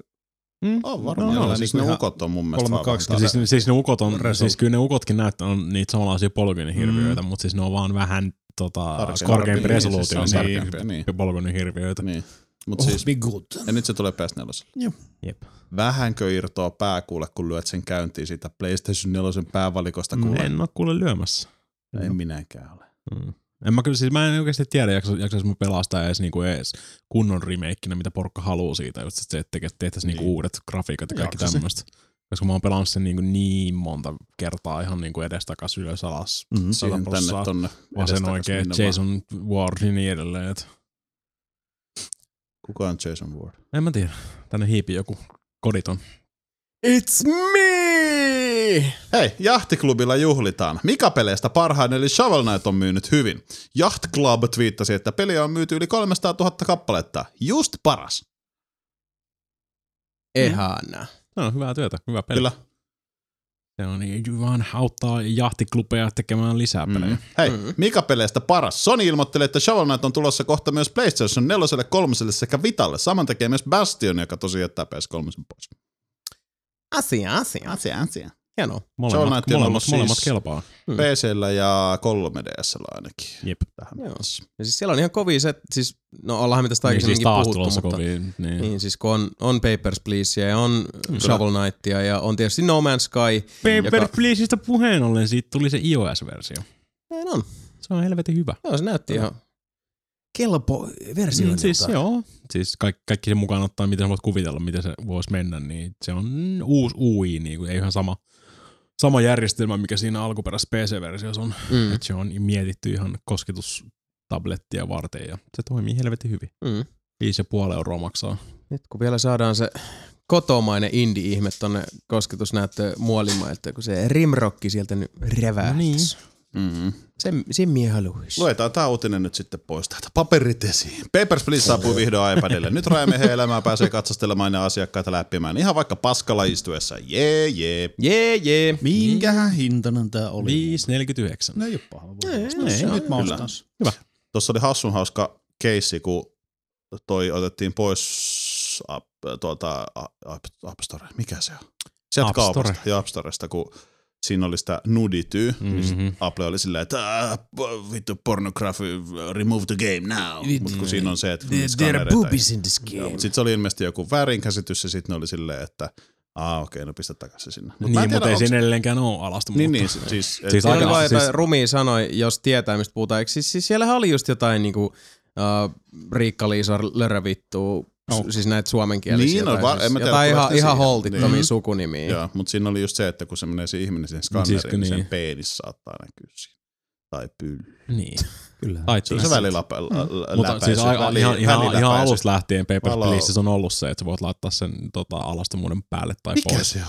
Speaker 5: Mm.
Speaker 1: On varmaan. No, siis ne ukot on mun mielestä vaan
Speaker 5: Ja
Speaker 1: vähän-
Speaker 5: siis, siis, ne ukot on,
Speaker 1: Resu.
Speaker 5: siis kyllä ne ukotkin näyttää on niitä samanlaisia polkynihirviöitä, mm. mutta siis ne on vaan vähän tota,
Speaker 1: Tarkempia.
Speaker 5: korkeampi
Speaker 1: Niin,
Speaker 5: resoluutio.
Speaker 1: siis se on tarkempia,
Speaker 5: niin, niin. Oh, polkynihirviöitä.
Speaker 1: Niin. Mut siis, ja nyt se tulee PS4.
Speaker 4: Joo.
Speaker 5: Jep.
Speaker 1: Vähänkö irtoa pää kuule, kun lyöt sen käyntiin siitä PlayStation 4 päävalikosta
Speaker 5: Mm,
Speaker 1: kuule?
Speaker 5: en ole kuule lyömässä.
Speaker 1: En minäkään ole.
Speaker 5: Mm. En mä kyllä, siis mä en oikeasti tiedä, jaksais, jaksais mä pelastaa edes, niinku edes kunnon remakeinä, mitä porukka haluaa siitä, just että se että teke- tehtäisiin
Speaker 1: Niin.
Speaker 5: niinku uudet grafiikat ja kaikki
Speaker 1: Jaksa se.
Speaker 5: tämmöistä. Koska mä oon pelannut sen niinku niin monta kertaa ihan niinku edestakas ylös alas.
Speaker 1: Mhm.
Speaker 5: sata
Speaker 1: Siihen, tänne,
Speaker 5: prossaa,
Speaker 1: tonne,
Speaker 5: Mm-hmm. Vasen
Speaker 1: edestakas,
Speaker 5: oikein,
Speaker 1: minne vaan.
Speaker 5: Jason Ward ja niin edelleen. Et.
Speaker 1: Kuka on Jason Ward?
Speaker 5: En mä tiedä. Tänne hiipi joku koditon.
Speaker 1: It's me! Hei, jahtiklubilla juhlitaan. Mika peleistä parhain eli Shovel Knight on myynyt hyvin. Yacht Club twiittasi, että peliä on myyty yli 300 000 kappaletta. Just paras.
Speaker 3: Ehana.
Speaker 5: No, hyvää työtä, hyvä peli.
Speaker 1: Kyllä.
Speaker 5: Se on niin, vaan hauttaa jahtiklubeja tekemään lisää pelejä. Mm.
Speaker 1: Hei, mikä peleistä paras? Sony ilmoitteli, että Shovel Knight on tulossa kohta myös PlayStation 4, 3 sekä Vitalle. Saman tekee myös Bastion, joka tosi jättää PS3 pois.
Speaker 3: Asia, Mm. asia.
Speaker 1: Asia, asia.
Speaker 3: Hienoa.
Speaker 1: Molemmat, Shovel Knight on
Speaker 5: molemmat-
Speaker 1: ollut siis
Speaker 5: molemmat kelpaa. Mm.
Speaker 1: PCllä ja 3DSllä ainakin.
Speaker 5: Jep.
Speaker 1: Tähän
Speaker 3: Joo. Ja siis siellä on ihan kovia se, siis, no ollaanhan me tästä
Speaker 5: Niin,
Speaker 3: aikaisemminkin
Speaker 5: siis taas
Speaker 3: puhuttu,
Speaker 5: tulossa
Speaker 3: mutta
Speaker 5: kovia, niin.
Speaker 3: niin. siis kun on, on Papers, Please ja on Shovel Knightia ja on tietysti No Man's Sky.
Speaker 5: Paper joka... Pleaseista puheen ollen, siitä tuli se iOS-versio.
Speaker 3: Näin on.
Speaker 5: Se on helvetin hyvä.
Speaker 3: Joo, se näytti ihan kelpo versio.
Speaker 5: Mm, siis joo, siis kaikki, kaikki sen mukaan ottaa, miten sä voit kuvitella, miten se voisi mennä, niin se on uusi UI, niin kuin, ei ihan sama, sama järjestelmä, mikä siinä alkuperäisessä PC-versiossa on.
Speaker 3: Mm.
Speaker 5: Mm. Et se on mietitty ihan kosketustablettia varten ja se toimii helvetin hyvin.
Speaker 3: Mm.
Speaker 5: 5,5 euroa maksaa.
Speaker 3: Nyt kun vielä saadaan se kotomainen indie-ihme tonne kosketusnäyttöön muolimailta, kun se rimrokki sieltä nyt revää. No niin.
Speaker 1: Mm-hmm.
Speaker 3: Sen, sen mie haluais.
Speaker 1: Luetaan tämä uutinen nyt sitten pois täältä. Paperit esiin. Papers, Please saapui vihdoin iPadille. Nyt rajamiehen elämää pääsee katsastelemaan ja asiakkaita läppimään. Ihan vaikka paskalla istuessa. Jee, jee.
Speaker 3: Jee, jee.
Speaker 1: Minkähän
Speaker 4: hintainen tämä oli?
Speaker 5: 5,49.
Speaker 4: No ei ole paha. voi
Speaker 1: Ei,
Speaker 4: ostaa.
Speaker 1: ei,
Speaker 4: nyt mä
Speaker 1: kyllä.
Speaker 4: ostan sen.
Speaker 5: Hyvä.
Speaker 1: Tuossa oli hassun hauska keissi, kun toi otettiin pois app, tuota, app, app Store. Mikä se on? Sieltä
Speaker 5: App Store.
Speaker 1: kaupasta ja App Storesta, kun siinä oli sitä nudityy.
Speaker 5: Mhm.
Speaker 1: Mm-hmm. Niin sit Apple oli silleen, että "Ah, po- vittu pornography, remove the game now. Mutta
Speaker 3: Mm.
Speaker 1: kun siinä on se, että kun niitä skanereita ei-
Speaker 3: this
Speaker 1: Joo, mutta sitten se oli ilmeisesti joku väärinkäsitys ja sitten ne oli silleen, että aa okei, no pistä takaisin sinne. Mut
Speaker 5: Mut
Speaker 1: mä en
Speaker 5: niin,
Speaker 1: tiedä,
Speaker 5: mutta ei
Speaker 1: onks-
Speaker 5: siinä edelleenkään ole alasta.
Speaker 1: Niin, niin,
Speaker 5: muuttaa.
Speaker 1: si- siis-
Speaker 3: Siis
Speaker 5: aika-
Speaker 3: oli vaan jotain
Speaker 5: siis-
Speaker 3: siis... rumia sanoi, jos tietää mistä puhutaan. Eikö siis, siis siellähän oli just jotain niinku, uh, Riikka-Liisa Lörövittuu, no. siis näitä suomenkielisiä.
Speaker 1: Niin, no,
Speaker 3: tai
Speaker 1: va-
Speaker 3: siis
Speaker 1: en mä tiedä,
Speaker 3: jotain ihan,
Speaker 1: tuleeko ne
Speaker 3: ihan
Speaker 1: siihen.
Speaker 3: holtittomia
Speaker 1: Niin.
Speaker 3: niin. sukunimiä.
Speaker 1: Joo, mutta siinä oli just se, että kun se menee se ihminen siihen skanneriin,
Speaker 5: Siis kun
Speaker 1: niin, niin sen
Speaker 5: niin.
Speaker 1: peenis saattaa näkyä siinä. Tai pylly.
Speaker 5: Niin. Kyllä.
Speaker 1: Se on se välilapä. Mm.
Speaker 5: Mutta siis a, a, ihan, ihan, ihan alusta lähtien Paper Please on ollut se, että sä voit laittaa sen tota, alastomuuden päälle tai
Speaker 1: Mikä
Speaker 5: pois.
Speaker 1: se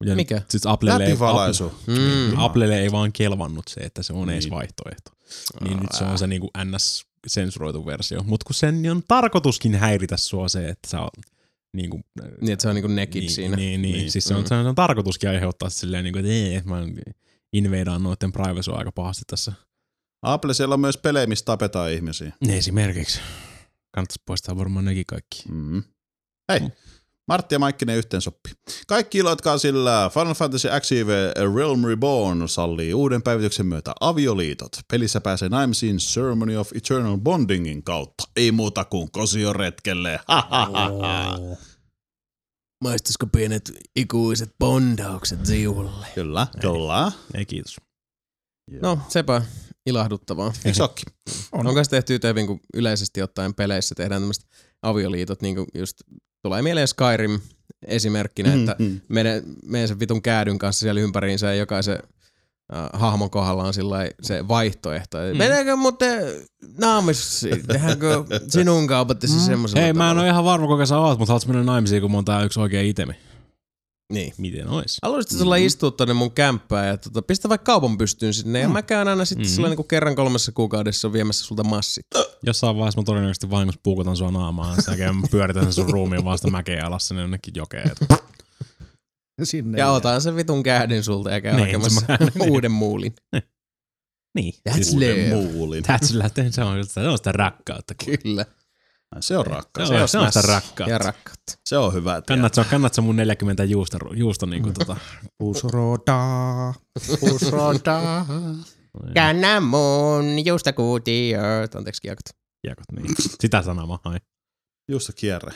Speaker 5: on? Ja
Speaker 3: Mikä?
Speaker 5: Siis Applelle, ei,
Speaker 1: Läpivalaisu.
Speaker 5: mm.
Speaker 1: Mm.
Speaker 5: Applelle ei vaan kelvannut se, että se on niin. edes
Speaker 1: Niin.
Speaker 5: vaihtoehto. Niin nyt se on se niinku ns sensuroitu versio. Mutta kun sen on tarkoituskin häiritä sua se, että sä oot niinku,
Speaker 3: Niin, että se on niinku naked
Speaker 5: niin,
Speaker 3: siinä.
Speaker 5: Niin, niin. niin. Siis se on, mm. se on tarkoituskin aiheuttaa silleen, niinku, että ei, mä inveidaan noiden privacya aika pahasti tässä.
Speaker 1: Apple siellä on myös pelejä, missä tapetaan ihmisiä.
Speaker 5: Esimerkiksi. Kannattaisi poistaa varmaan nekin kaikki.
Speaker 1: Mm. Hei, Martti ja Maikkinen yhteen soppi. Kaikki iloitkaa sillä Final Fantasy XIV Realm Reborn sallii uuden päivityksen myötä avioliitot. Pelissä pääsee naimisiin Ceremony of Eternal Bondingin kautta. Ei muuta kuin kosioretkelle. Ha, ha, ha, ha.
Speaker 3: Maistusko pienet ikuiset bondaukset siulle?
Speaker 1: Kyllä, kyllä.
Speaker 5: Ei kiitos.
Speaker 3: No, sepä ilahduttavaa.
Speaker 1: Eikö olekin?
Speaker 3: On. Onko se tehty yhtä hyvin, kun yleisesti ottaen peleissä tehdään tämmöiset avioliitot, niin kuin just tulee mieleen Skyrim esimerkkinä,
Speaker 1: Mm,
Speaker 3: mm, että
Speaker 1: mm.
Speaker 3: mm. Mene, mene sen vitun käädyn kanssa siellä ympäriinsä ja jokaisen äh, hahmon kohdalla on sillai se vaihtoehto. Mm.
Speaker 5: Mm.
Speaker 3: Meneekö muuten naamis, tehdäänkö sinun kaupatisi mm. semmoisella
Speaker 5: Hei, mä en
Speaker 3: tavalla?
Speaker 5: ole ihan varma, kuka sä oot, mutta haluat mennä naimisiin, kun mulla on tää yksi oikea itemi.
Speaker 3: Niin.
Speaker 5: Miten ois?
Speaker 3: Haluaisitko tulla mm-hmm. istua tonne mun kämppään ja tota, pistä vaikka kaupan pystyyn sinne mm. ja mä käyn aina sitten mm-hmm. niin kuin kerran kolmessa kuukaudessa viemässä sulta massit.
Speaker 5: Jossain vaiheessa mä todennäköisesti vahingossa puukotan sua naamaan, sen jälkeen mä pyöritän sen sun ruumiin vasta mäkeä alas sinne jonnekin jokeen.
Speaker 4: Sinne
Speaker 3: Ja
Speaker 4: jää.
Speaker 3: otan sen vitun käden sulta ja käyn
Speaker 5: Niin,
Speaker 3: hakemassa
Speaker 5: se mä-
Speaker 3: uuden muulin.
Speaker 5: Niin.
Speaker 3: That's Uuden love.
Speaker 1: muulin.
Speaker 5: That's love. Se on, se on sitä rakkautta.
Speaker 3: Kyllä.
Speaker 1: Se on rakkaus.
Speaker 5: Se on, se on sitä
Speaker 1: mässä.
Speaker 5: rakkautta.
Speaker 3: Ja rakkautta.
Speaker 1: Se on hyvä.
Speaker 5: Kannat sä, kannat sä mun 40 juusta, juusta niinku tota.
Speaker 4: Pusroda.
Speaker 3: Pusroda. Käännä mun juusta kuutiot. Anteeksi kiekot.
Speaker 5: Kiekot, niin. Sitä sanaa mä hain.
Speaker 1: Juusto kierre.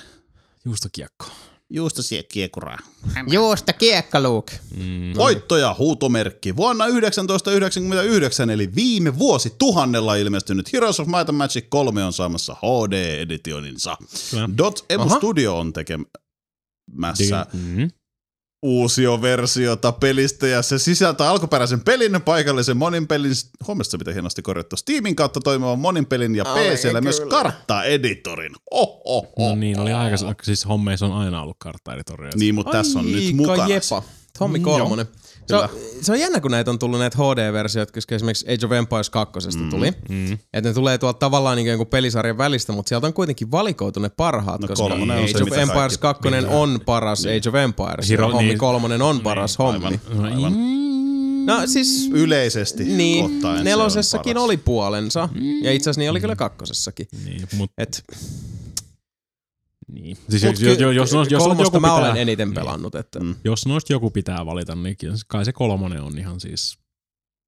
Speaker 5: Juusto kiekko.
Speaker 1: Juusto sie kiekuraa.
Speaker 5: No
Speaker 3: Juusta kiekkaluuk.
Speaker 5: Mm.
Speaker 1: Voitto ja huutomerkki. Vuonna 1999, eli viime vuosi tuhannella ilmestynyt Heroes of Might and Magic 3 on saamassa HD-editioninsa.
Speaker 5: Kyllä.
Speaker 1: Dot Emu
Speaker 5: Aha.
Speaker 1: Studio on tekemässä
Speaker 5: Mm.
Speaker 1: uusioversiota pelistä ja se sisältää alkuperäisen pelin, paikallisen monin pelin, huomesta mitä hienosti korjattu, Steamin kautta toimivan monin pelin ja
Speaker 5: Ai,
Speaker 1: PCllä myös
Speaker 5: kyllä.
Speaker 1: kartta-editorin. Oh, oh,
Speaker 3: Mm.
Speaker 5: No niin, oli aika, siis hommeissa on aina ollut karttaeditori.
Speaker 1: Niin, mutta tässä on nyt mukana.
Speaker 3: jepa. Tommi
Speaker 10: Mm,
Speaker 3: kolmonen.
Speaker 10: joo.
Speaker 3: Se on,
Speaker 10: Kyllä.
Speaker 3: se on jännä, kun näitä on tullut näitä HD-versioita, koska esimerkiksi Age of Empires 2
Speaker 10: Mm,
Speaker 3: tuli.
Speaker 10: mm.
Speaker 3: Että ne tulee tuolta tavallaan niin kuin pelisarjan välistä, mutta sieltä on kuitenkin valikoitu ne parhaat, no, koska
Speaker 10: kolmonen on
Speaker 3: Age
Speaker 10: se,
Speaker 3: of
Speaker 10: mitä
Speaker 3: Empires
Speaker 10: kaikki
Speaker 3: 2
Speaker 10: pitää.
Speaker 3: on paras
Speaker 10: Niin.
Speaker 3: Age of Empires.
Speaker 10: Hiro-
Speaker 3: ja hommi
Speaker 10: niin.
Speaker 3: kolmonen on paras hommi.
Speaker 5: niin.
Speaker 1: Aivan. Mm.
Speaker 3: No siis...
Speaker 1: Yleisesti
Speaker 3: niin,
Speaker 1: ottaen
Speaker 3: nelosessakin
Speaker 1: se on
Speaker 3: oli puolensa, ja itse asiassa niin oli kyllä kakkosessakin. Niin,
Speaker 5: mut...
Speaker 3: Et,
Speaker 5: niin. Siis
Speaker 3: Mut
Speaker 5: jos, jos,
Speaker 3: ky-
Speaker 5: jos, jos, jos
Speaker 3: kolmosta
Speaker 5: joku
Speaker 3: mä
Speaker 5: pitää,
Speaker 3: olen eniten pelannut, että-
Speaker 5: Mm. Jos noista joku pitää valita, niin kyllä se- kai se kolmonen on ihan siis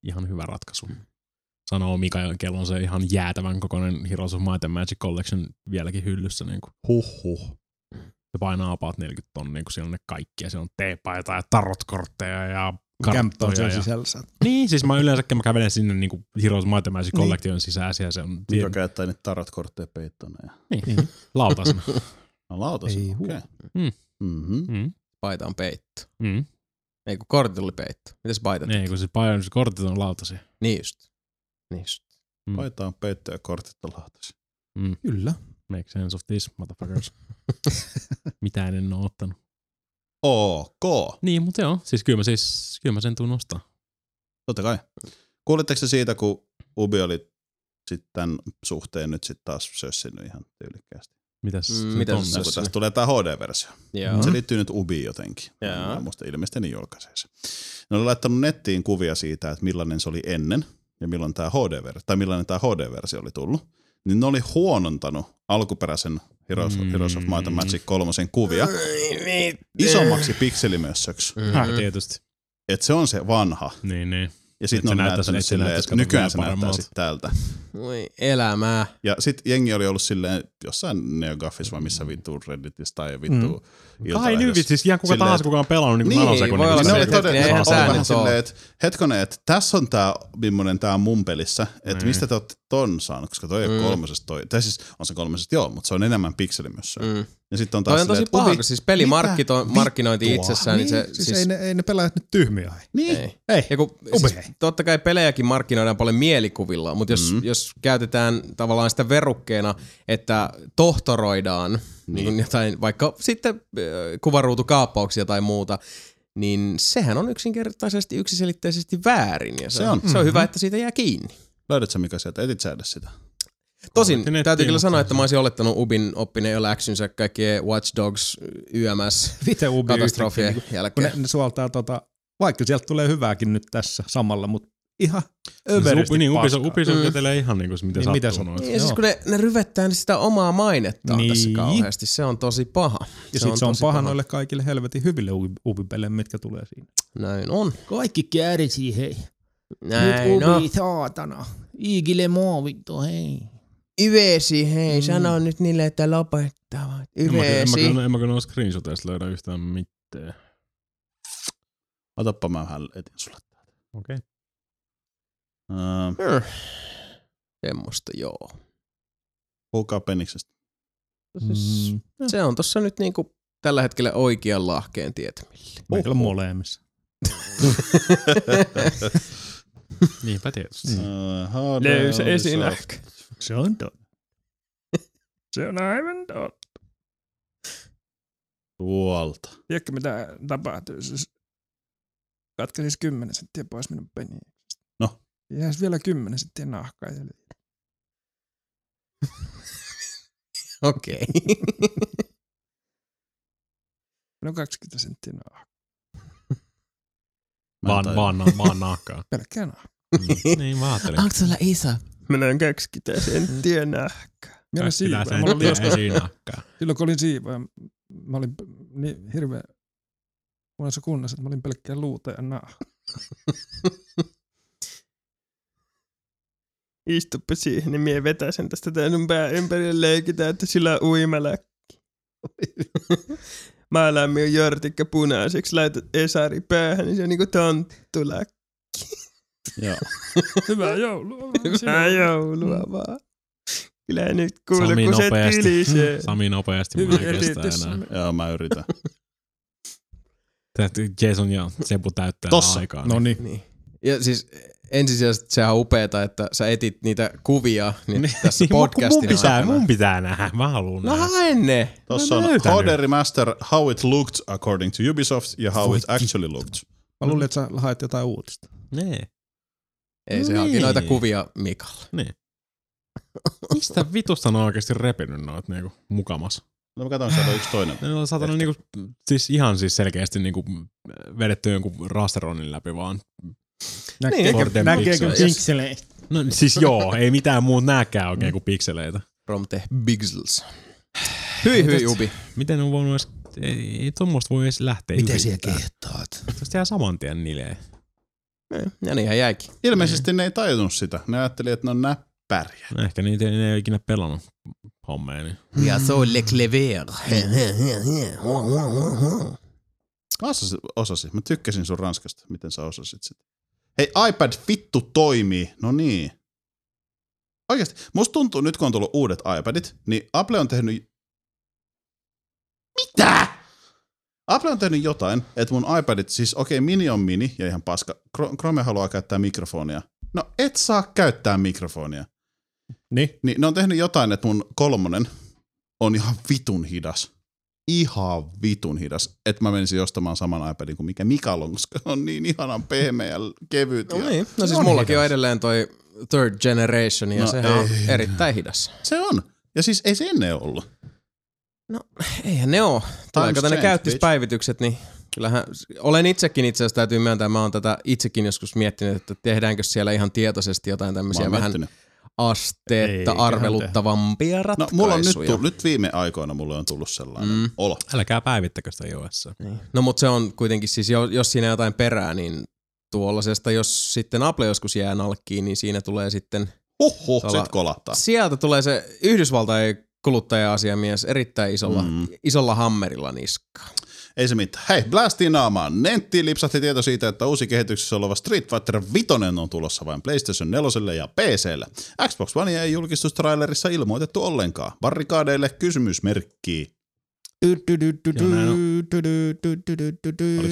Speaker 5: ihan hyvä ratkaisu. Sanoo Mika, kello on se ihan jäätävän kokoinen Heroes of Might and Magic Collection vieläkin hyllyssä. Niin kuin. Huhhuh. Se painaa apaat 40 tonnia, kun siellä on ne kaikki. Ja siellä on teepaita ja tarotkortteja ja
Speaker 4: Kämppä on
Speaker 5: karttoja.
Speaker 4: siellä
Speaker 5: ja-
Speaker 4: sisällä.
Speaker 5: Niin, siis mä yleensäkin mä kävelen sinne niin kuin Heroes of Might and
Speaker 3: Niin.
Speaker 5: Magic Collection sisään. ja se on
Speaker 1: Mika Niin. käyttää niitä tarotkortteja peittona. Ja...
Speaker 5: Niin. Lautasena.
Speaker 1: No lautasena,
Speaker 3: Ei Hmm.
Speaker 1: okei.
Speaker 3: huono.
Speaker 1: Okay.
Speaker 5: Mm.
Speaker 1: Mm-hmm.
Speaker 5: Mm.
Speaker 3: Paita on peitto.
Speaker 5: Mm.
Speaker 3: Ei kun kortit oli peitto. Mitäs paitat?
Speaker 5: Ei, kun siis painaa, kortit on lautasia.
Speaker 3: Niin just. Niin just.
Speaker 5: Mm.
Speaker 1: Paita on peitto ja kortit on lautasi.
Speaker 5: Mm.
Speaker 4: Kyllä.
Speaker 5: Make sense of this, motherfuckers. Mitään en oo ottanut.
Speaker 1: OK.
Speaker 5: Niin, mutta joo. Siis kyllä mä, siis, kyllä mä sen tuun ostaa.
Speaker 1: Totta kai. Kuulitteko se siitä, kun Ubi oli sitten tämän suhteen nyt sitten taas sössinyt ihan tyylikkäästi?
Speaker 5: Mitäs
Speaker 3: Mm, se mitä on? se
Speaker 1: Kun
Speaker 3: sössinyt?
Speaker 1: Tästä tulee tämä HD-versio.
Speaker 3: Joo.
Speaker 1: Se liittyy nyt Ubi jotenkin.
Speaker 3: Joo.
Speaker 1: Mä en muista ilmeisesti ne julkaisee se. Ne oli laittanut nettiin kuvia siitä, että millainen se oli ennen ja milloin tämä HD-versio, tai millainen tämä HD-versio oli tullut. Niin ne oli huonontanut alkuperäisen Heroes, mm. Heroes of Might and Magic kolmosen kuvia isommaksi pikselimössöksi.
Speaker 3: Mm.
Speaker 5: Häh,
Speaker 3: niin.
Speaker 5: tietysti.
Speaker 1: Et se on se vanha.
Speaker 5: Niin, niin.
Speaker 1: Ja
Speaker 5: Et
Speaker 1: sitten
Speaker 5: se
Speaker 1: ne on
Speaker 5: näyttää sen-
Speaker 1: näyttänyt
Speaker 5: et se
Speaker 1: silleen,
Speaker 5: näyttäisi
Speaker 1: että
Speaker 5: kato
Speaker 1: nykyään
Speaker 5: vähän
Speaker 1: se näyttää
Speaker 5: paremmalta.
Speaker 1: sitten tältä.
Speaker 3: Voi elämää.
Speaker 1: Ja sit jengi oli ollut silleen jossain Neogaffis vai missä vittu Redditissä tai vittu mm.
Speaker 5: Kai nyt siis ihan kuka tahansa, kuka on pelannut niin kuin niin,
Speaker 1: niin, ne oli
Speaker 5: niin,
Speaker 1: todella, ne oli vähän
Speaker 5: niin,
Speaker 1: silleen, että hetkonen, että tässä on tää, millainen tää on mun pelissä, että
Speaker 5: Niin.
Speaker 1: mistä te olette ton saanut, koska toi mm.
Speaker 3: Mm.
Speaker 1: on kolmosesta toi, tai siis on se kolmosesta joo, mutta se on enemmän pikselimössä.
Speaker 3: Mm.
Speaker 1: Ja sitten on taas
Speaker 3: Toi on tosi
Speaker 1: silleen,
Speaker 3: paha,
Speaker 1: ubi,
Speaker 3: kun siis
Speaker 1: mitä
Speaker 3: pelimarkkinointi
Speaker 1: vittua?
Speaker 3: itsessään, niin, se...
Speaker 4: siis, siis ei, ne, ei ne pelaa nyt tyhmiä.
Speaker 1: Niin.
Speaker 3: Ei. ei. Ja kun, siis, totta kai pelejäkin markkinoidaan paljon mielikuvilla, mutta jos, mm. jos käytetään tavallaan sitä verukkeena, että tohtoroidaan niin. Niin kuin jotain, vaikka sitten äh, kuvaruutukaappauksia tai muuta, niin sehän on yksinkertaisesti yksiselitteisesti väärin. Ja se,
Speaker 1: Se
Speaker 3: se,
Speaker 1: on.
Speaker 3: on. se on hyvä,
Speaker 1: Mhm.
Speaker 3: että siitä jää kiinni.
Speaker 1: Löydätkö sä, Mika sieltä, etit sä edes sitä?
Speaker 3: Tosin
Speaker 1: Nettiin,
Speaker 3: täytyy kyllä
Speaker 1: mutta-
Speaker 3: sanoa, että mä olisin olettanut Ubin oppineen jo läksynsä kaikkien Watch Dogs, YMS,
Speaker 4: Miten Ubi
Speaker 3: katastrofien
Speaker 4: yhtäkkiä, niin Kun ne,
Speaker 3: jälkeen.
Speaker 4: ne suoltaa tota, vaikka sieltä tulee hyvääkin nyt tässä samalla, mutta ihan överisti
Speaker 5: niin, Ubisoft-
Speaker 4: paskaa.
Speaker 5: Ubisoft kätelee ihan niinku se, mitä
Speaker 4: niin, mitä
Speaker 5: sattuu
Speaker 4: sattuu.
Speaker 3: Ja siis kun ne, ne ryvettää sitä omaa mainettaan niin. tässä
Speaker 4: Niin.
Speaker 3: kauheasti, se on tosi paha.
Speaker 4: Ja sitten se on
Speaker 3: tosi
Speaker 4: paha, noille kaikille helvetin hyville ubi- ubipeleille, mitkä tulee siinä.
Speaker 3: Näin on.
Speaker 13: Kaikki kärsii, hei.
Speaker 3: Näin
Speaker 13: Nyt ubi,
Speaker 3: on.
Speaker 13: saatana. Iigille moo, vittu, hei.
Speaker 3: Yvesi, hei,
Speaker 13: Mm.
Speaker 3: sano nyt niille, että lopettavat.
Speaker 5: En mä, en, mä,
Speaker 3: Yvesi.
Speaker 5: kyllä- en mä kyllä noista screenshoteista löydä yhtään mitään.
Speaker 1: Otappa mä vähän etin sulle Äh, täältä.
Speaker 5: Okei.
Speaker 1: Okay.
Speaker 3: Mm. Semmosta joo.
Speaker 1: Puhukaa peniksestä.
Speaker 4: Mm.
Speaker 3: Siis, Se on tossa nyt niinku tällä hetkellä oikean lahkeen tietämillä.
Speaker 4: Meillä on molemmissa.
Speaker 1: Äh,
Speaker 5: Niinpä tietysti.
Speaker 1: Mm.
Speaker 12: Löysä esinä.
Speaker 4: Se on totta.
Speaker 12: Se on aivan totta.
Speaker 1: Tuolta.
Speaker 12: Tiedätkö mitä tapahtuu? Siis katkasis 10 senttiä pois minun peniin.
Speaker 1: No.
Speaker 12: Jääs vielä 10 senttiä nahkaa. jäljellä.
Speaker 3: Okei.
Speaker 12: No 20 senttiä nahkaa.
Speaker 5: Vaan, vaan, na- vaan nahkaa.
Speaker 12: Pelkkää nahkaa.
Speaker 5: niin mä ajattelin.
Speaker 3: Onko sulla isä?
Speaker 12: Meillä on 20 senttiä nahkaa. Meillä on
Speaker 5: Kaksi
Speaker 12: siivoja.
Speaker 5: senttiä
Speaker 12: Mulla oli joskus-
Speaker 5: esinahkaa.
Speaker 12: Silloin kun olin siivoja, mä olin niin hirveän huonossa kunnossa, että mä olin pelkkää luuta ja nahkaa. Istuppa siihen, niin mie vetää sen tästä tämän pää ympärille leikitä, että sillä on uimäläkki. Mä lämmin jortikka punaiseksi, laitat Esari päähän, niin se on niinku tonttuläkki.
Speaker 1: Joo.
Speaker 12: Hyvää joulua vaan. Hyvää joulua
Speaker 3: Mm.
Speaker 12: vaan. Kyllä nyt kuule,
Speaker 5: Sami
Speaker 12: kun se
Speaker 5: nopeasti. Mm.
Speaker 12: tilisee.
Speaker 5: Sami nopeasti. Mä
Speaker 12: Hyvin
Speaker 5: en kestä
Speaker 12: etit-
Speaker 5: enää.
Speaker 1: Joo, mä yritän.
Speaker 5: Tää- Jason ja Sebu täyttää
Speaker 3: Tossa.
Speaker 5: No, aikaa. Niin,
Speaker 3: Niin. Ja siis ensisijaisesti sehän on upeeta, että sä etit niitä kuvia niin tässä
Speaker 5: mun-
Speaker 3: podcastin
Speaker 5: mun pitää,
Speaker 3: aikana.
Speaker 5: mun pitää nähdä, mä haluun
Speaker 3: No hae ne.
Speaker 1: Tuossa on
Speaker 3: Mä löytän
Speaker 1: HD
Speaker 3: ne.
Speaker 1: Remaster, How it looked according to Ubisoft ja How it actually looked.
Speaker 4: Mä luulin, että sä haet jotain uutista.
Speaker 5: Nee.
Speaker 3: Ei se haki
Speaker 5: Niin.
Speaker 3: noita kuvia Mikalle.
Speaker 5: Niin. Mistä vitusta ne on oikeasti repinyt noit niinku mukamas?
Speaker 1: No mä katson, sieltä on yksi toinen.
Speaker 3: Niin.
Speaker 5: Ne on saatana niinku, siis ihan siis selkeästi niinku vedetty jonkun rasteronin läpi vaan. Niin,
Speaker 7: Näkeekö-
Speaker 5: Forden
Speaker 7: näkeekö
Speaker 5: pikseleitä.
Speaker 7: pikseleitä?
Speaker 5: No siis joo, ei mitään muuta nääkään oikein kuin pikseleitä.
Speaker 3: From the Bigzels. Hyi hyi Ubi.
Speaker 5: Miten on voinut edes, ei, ei tuommoista voi edes lähteä
Speaker 3: Miten
Speaker 5: yrittää.
Speaker 3: siellä
Speaker 5: kehtaat? Tästä jää saman tien nileen.
Speaker 3: Ja niinhän jäikin.
Speaker 1: Ilmeisesti ne ei tajunnut sitä. Ne ajatteli, että ne on näppäriä.
Speaker 5: No ehkä niitä ei, ne ei ikinä pelannut hommeja. Niin.
Speaker 3: Ja se on Le Clever. niin.
Speaker 1: Mä osasin, osasin. Mä tykkäsin sun ranskasta, miten sä osasit sitä. Hei, iPad vittu toimii. No niin. Oikeasti. Musta tuntuu, nyt kun on tullut uudet iPadit, niin Apple on tehnyt... Mitä? Apple on tehnyt jotain, että mun iPadit, siis okei, okay, mini on mini ja ihan paska. Kro- Chrome haluaa käyttää mikrofonia. No et saa käyttää mikrofonia.
Speaker 4: Niin?
Speaker 1: Niin ne on tehnyt jotain, että mun kolmonen on ihan vitun hidas. Ihan vitun hidas. Että mä menisin ostamaan saman iPadin kuin mikä Mikal on, koska on niin ihanan pehmeä ja kevyt.
Speaker 3: No
Speaker 1: ja-
Speaker 3: niin.
Speaker 1: Se
Speaker 3: No siis
Speaker 1: on
Speaker 3: mullakin on
Speaker 1: hidas.
Speaker 3: edelleen toi Third Generation ja
Speaker 1: No
Speaker 3: sehän on
Speaker 1: ei.
Speaker 3: erittäin hidas.
Speaker 1: Se on. Ja siis ei se ennen ollut.
Speaker 3: Eihän ne oo. Tuleeko tänne
Speaker 1: change,
Speaker 3: käyttispäivitykset, niin kyllähän olen itsekin itse asiassa täytyy myöntää, mä oon tätä itsekin joskus miettinyt, että tehdäänkö siellä ihan tietoisesti jotain tämmöisiä
Speaker 1: oon
Speaker 3: vähän
Speaker 1: miettinyt.
Speaker 3: asteetta
Speaker 1: Eiköhän
Speaker 3: arveluttavampia
Speaker 1: No
Speaker 3: ratkaisuja.
Speaker 1: mulla on nyt, tullut, nyt viime aikoina mulle on tullut sellainen mm. olo.
Speaker 5: Älkää päivittäkö sitä joessa.
Speaker 3: Niin. No mutta se on kuitenkin siis, jo- jos siinä jotain perää, niin tuollaisesta, jos sitten Apple joskus jää nalkkiin, niin siinä tulee sitten...
Speaker 1: Huhhuh,
Speaker 3: tuolla-
Speaker 1: sit kolahtaa.
Speaker 3: Sieltä tulee se Yhdysvaltain kuluttaja-asiamies erittäin isolla, mm. isolla hammerilla niska.
Speaker 1: Ei se mitään. Hei, blastiin naamaan. Nenttiin lipsahti tieto siitä, että uusi kehityksessä oleva Street Fighter 5 on tulossa vain PlayStation 4 ja PClle. Xbox One ei julkistustrailerissa ilmoitettu ollenkaan. Barrikaadeille kysymysmerkki. Oliko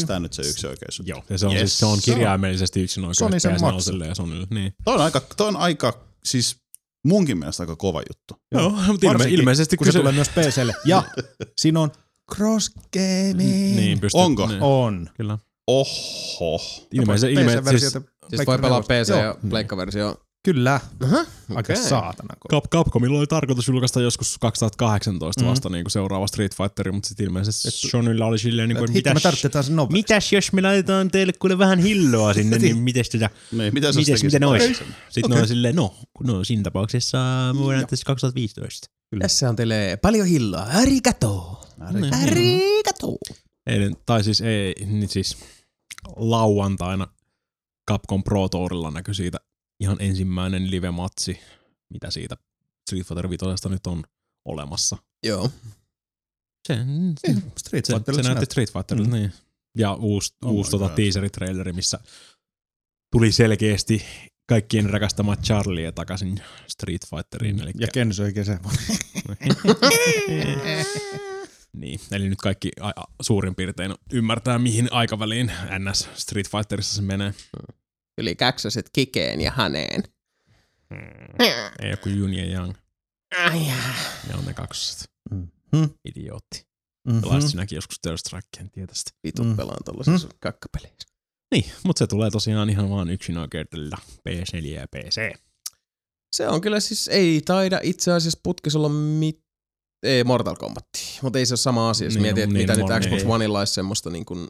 Speaker 1: tämä nyt se yksi oikeus?
Speaker 5: Joo, ja se on, yes. siis, se on kirjaimellisesti yksin oikeus
Speaker 1: Sony sen maksaa.
Speaker 5: PS4 ja Sonylle. Niin.
Speaker 1: Toi on aika, toi on aika siis munkin mielestä aika kova juttu.
Speaker 5: Joo, mutta ilme,
Speaker 1: Varsinkin,
Speaker 5: ilmeisesti
Speaker 4: kun se tulee myös PClle. Ja siinä on cross gaming.
Speaker 5: Niin, pystyy-
Speaker 1: Onko?
Speaker 5: niin.
Speaker 4: On.
Speaker 5: Kyllä.
Speaker 1: Oho.
Speaker 5: Ilmeisesti, ilmeisesti siis,
Speaker 3: Siis voi pelaa PC- ja pleikkaversio.
Speaker 4: Kyllä.
Speaker 3: Aha,
Speaker 4: Aika
Speaker 3: okei.
Speaker 4: saatana.
Speaker 5: Cap, Capcomilla oli tarkoitus julkaista joskus 2018 mm-hmm. vasta niin kuin seuraava Street Fighter, mutta sitten ilmeisesti Sonylla oli silleen, niin
Speaker 4: Et
Speaker 5: kuin,
Speaker 4: hitto, me
Speaker 5: mitäs,
Speaker 4: tarvitsetaan se nopeasti.
Speaker 5: mitäs jos me laitetaan teille kuule vähän hilloa sinne, niin mitäs tätä,
Speaker 1: Niin, mitä sä
Speaker 5: mitäs,
Speaker 1: tekisit
Speaker 5: miten
Speaker 1: paremmin?
Speaker 5: olisi? Sitten okay. ne
Speaker 1: Okei.
Speaker 5: on silleen, no, no siinä tapauksessa me voidaan tässä 2015.
Speaker 3: Tässä on teille paljon hilloa. Arigato! Arigato!
Speaker 5: Eilen, tai siis ei, niin siis lauantaina Capcom Pro Tourilla näkyi siitä ihan ensimmäinen live-matsi, mitä siitä Street Fighter 5 nyt on olemassa. Niin,
Speaker 3: Joo.
Speaker 5: Se,
Speaker 4: se, Street
Speaker 5: se,
Speaker 4: Fighterilta
Speaker 5: se näytti
Speaker 4: näytti.
Speaker 5: Street Fighterilta,
Speaker 4: Mm.
Speaker 5: mm. niin. Ja uusi,
Speaker 4: Oh
Speaker 5: oh
Speaker 4: my
Speaker 5: uusi tota,
Speaker 4: God.
Speaker 5: teaser-traileri, missä tuli selkeästi kaikkien rakastama Charlie takaisin Street Fighteriin. niin, Eli,
Speaker 4: Ja Ken söi kesän.
Speaker 5: niin, eli nyt kaikki a- a- suurin piirtein ymmärtää, mihin aikaväliin NS Street Fighterissa se menee.
Speaker 3: Yli kaksoset kikeen ja haneen.
Speaker 5: Ei joku Jun ja Yang.
Speaker 3: Ai jaa.
Speaker 5: Ne on ne kaksoset.
Speaker 4: Mm.
Speaker 5: Idiootti.
Speaker 4: Mhm.
Speaker 5: Mm-hmm. Pelasit sinäkin joskus Third Strikeen tietysti.
Speaker 3: Vitut Mm. pelaan tollasessa mm. kakkapeleissä.
Speaker 5: Niin, mutta se tulee tosiaan ihan vaan yksin oikeudella PS4 ja PC.
Speaker 3: Se on kyllä siis, ei taida itse asiassa putkis olla mit... Ei, Mortal Kombat. Mutta ei se ole sama asia, jos
Speaker 5: Niin,
Speaker 3: niin, mietit,
Speaker 5: niin,
Speaker 3: että mitä
Speaker 5: moni-
Speaker 3: nyt Xbox
Speaker 5: ei.
Speaker 3: Oneilla olisi semmoista niin kuin...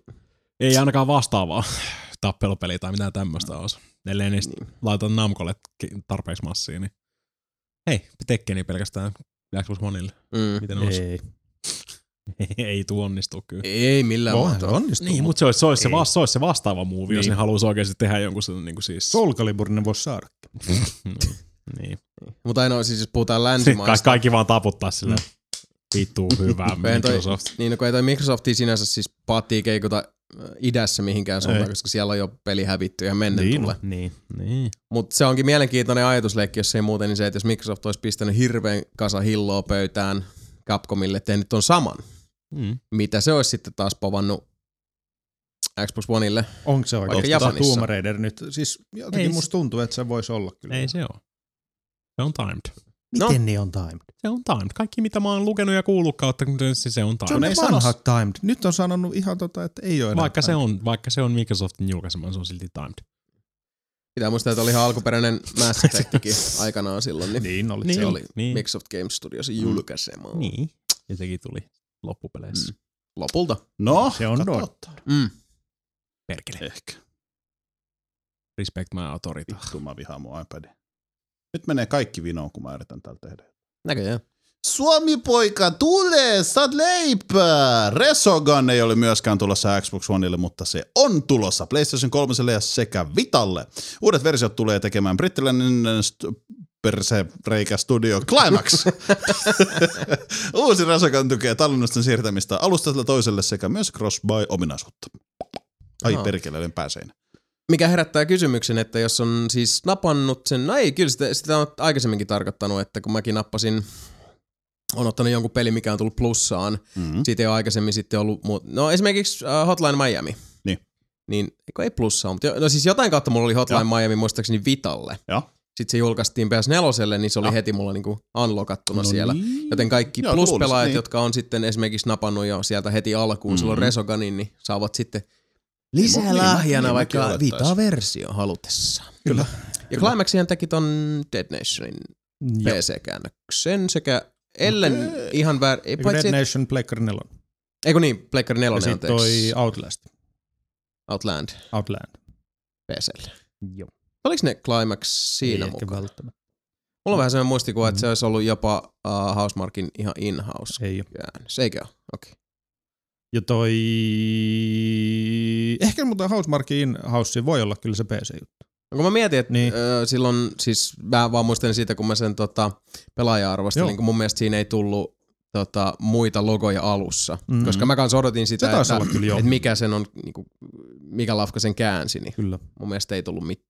Speaker 5: Ei ainakaan vastaavaa tappelupeliä tai mitään tämmöistä olisi. Ellei niistä niin. laita Namcolle ke- tarpeeksi massia, niin hei, Tekkeni pelkästään Xbox Oneille.
Speaker 3: Mm.
Speaker 5: Miten olisi?
Speaker 4: Ei.
Speaker 5: ei tuu onnistu kyllä.
Speaker 3: Ei millään
Speaker 5: Voihan
Speaker 3: muotoa.
Speaker 5: se onnistua, Niin, mutta se olisi, se, olisi se,
Speaker 3: Ei.
Speaker 5: vasta, se, olisi se vastaava muuvi, niin. jos
Speaker 4: Niin.
Speaker 5: ne haluaisi oikeasti tehdä jonkun sen niin kuin siis...
Speaker 4: Soul Calibur ne voisi saada.
Speaker 5: niin.
Speaker 3: Mutta ainoa siis, jos puhutaan
Speaker 5: Ka-
Speaker 3: länsimaista.
Speaker 5: kaikki vaan taputtaa sille. Vittu hyvää
Speaker 3: Kun ei toi-
Speaker 5: Microsoft.
Speaker 3: Niin, no, kun ei toi Microsoftia sinänsä siis paattii keikuta äh, idässä mihinkään suuntaan,
Speaker 5: Ei.
Speaker 3: koska siellä on jo peli hävitty ja mennyt
Speaker 5: Niin,
Speaker 3: tulle.
Speaker 5: Niin, niin.
Speaker 3: Mutta se onkin mielenkiintoinen ajatusleikki, jos ei muuten, niin se, että jos Microsoft olisi pistänyt hirveän kasa hilloa pöytään Capcomille, tehnyt ton saman,
Speaker 5: Mm.
Speaker 3: mitä se olisi sitten taas povannut Xbox Oneille.
Speaker 4: Onko se
Speaker 3: Vaikka
Speaker 4: oikeastaan
Speaker 3: Japanissa.
Speaker 4: Tomb Raider nyt? Siis jotenkin
Speaker 3: Ei
Speaker 4: ei,
Speaker 3: se-
Speaker 4: musta tuntuu, että se voisi olla kyllä.
Speaker 5: Ei se ole. Se on timed.
Speaker 4: Miten no. ne on timed?
Speaker 5: Se on timed. Kaikki mitä mä oon lukenut ja kuullut kautta, se, se on timed.
Speaker 4: Se on ne vanhat timed. Nyt on sanonut ihan tota, että ei ole enää
Speaker 5: Vaikka se,
Speaker 4: timed.
Speaker 5: on, vaikka se on Microsoftin julkaisema, se on silti timed.
Speaker 3: Pitää muistaa, että oli ihan alkuperäinen Mass Effectkin aikanaan silloin. Niin,
Speaker 4: niin oli.
Speaker 3: Se
Speaker 5: Niin,
Speaker 3: oli
Speaker 5: niin.
Speaker 3: Microsoft Game Studiosin julkaisema.
Speaker 5: Niin. Ja sekin tuli loppupeleissä. Mm.
Speaker 3: Lopulta.
Speaker 1: No,
Speaker 4: se on
Speaker 1: totta.
Speaker 3: Mm.
Speaker 5: Perkele.
Speaker 1: Ehkä.
Speaker 5: Respect my authority.
Speaker 1: Vittu, mä vihaan mun iPadin. Nyt menee kaikki vinoon, kun mä yritän täällä tehdä.
Speaker 3: Näköjään.
Speaker 1: Suomi poika, tule, saat leipää! Resogun ei ole myöskään tulossa Xbox Oneille, mutta se on tulossa PlayStation 3 ja sekä Vitalle. Uudet versiot tulee tekemään brittiläinen st- perse reikä studio Climax. Uusi Resogun tukee tallennusten siirtämistä alustalta toiselle sekä myös cross-by-ominaisuutta. Ai
Speaker 3: Aa.
Speaker 1: perkele, olen pääseinä.
Speaker 3: Mikä herättää kysymyksen, että jos on siis napannut sen, no ei, kyllä sitä, sitä on aikaisemminkin tarkoittanut, että kun mäkin nappasin, on ottanut jonkun peli, mikä on tullut plussaan,
Speaker 1: mm-hmm.
Speaker 3: siitä ei ole aikaisemmin sitten ollut, muu- no esimerkiksi äh, Hotline Miami.
Speaker 1: Niin.
Speaker 3: Niin, eikö ei plussaa, mutta jo, no siis jotain kautta mulla oli Hotline ja. Miami muistaakseni Vitalle.
Speaker 1: Ja.
Speaker 3: Sitten se julkaistiin PS4, niin se oli ja. heti mulla niinku unlockattuna
Speaker 1: No
Speaker 3: siellä.
Speaker 1: niin.
Speaker 3: Joten kaikki
Speaker 1: Joo,
Speaker 3: pluspelaajat,
Speaker 1: luulisi, niin.
Speaker 3: jotka on sitten esimerkiksi napannut jo sieltä heti alkuun mm-hmm. silloin
Speaker 1: Mhm.
Speaker 3: Resoganin, niin saavat sitten
Speaker 1: Niin,
Speaker 3: lisää
Speaker 1: niin,
Speaker 3: lahjana
Speaker 1: niin, mäkin
Speaker 3: vaikka
Speaker 1: olettaisin.
Speaker 3: Vita-versio halutessa.
Speaker 4: Kyllä.
Speaker 3: Ja Climaxihan teki ton Dead Nationin PC-käännöksen sekä ellen okay. ihan väär... Ei,
Speaker 4: Eikö
Speaker 3: paitsi,
Speaker 4: Dead
Speaker 3: et-
Speaker 4: Nation Pleikkari 4?
Speaker 3: eikö niin, Pleikkari 4
Speaker 4: Ja
Speaker 3: on
Speaker 4: sitten
Speaker 3: teeks
Speaker 4: toi Outlast.
Speaker 3: Outland
Speaker 4: Outland.
Speaker 3: PClle.
Speaker 4: Joo.
Speaker 3: Oliko ne Climax siinä
Speaker 4: Ei ehkä
Speaker 3: mukaan?
Speaker 4: välttämättä.
Speaker 3: Mulla on vähän sellainen muistikuva, että se olisi ollut jopa uh, Housemarkin ihan in-house.
Speaker 4: Ei oo.
Speaker 3: käännös. Eikö ole? Okei.
Speaker 4: Ja toi... Ehkä mutta Housemarque in-house voi olla kyllä se PC-juttu.
Speaker 3: No kun mä mietin, että niin. ö, silloin siis mä vaan muistan siitä, kun mä sen tota, pelaaja arvostelin,
Speaker 4: Joo.
Speaker 3: kun mun mielestä siinä ei tullut tota, muita logoja alussa.
Speaker 4: Mm.
Speaker 3: Mm. Koska mä kanssa odotin sitä,
Speaker 4: Se taisi
Speaker 3: että,
Speaker 4: olla kyllä joo.
Speaker 3: että mikä sen on, niinku, mikä lafka sen käänsi, niin
Speaker 4: Kyllä.
Speaker 3: mun mielestä ei tullut mitään.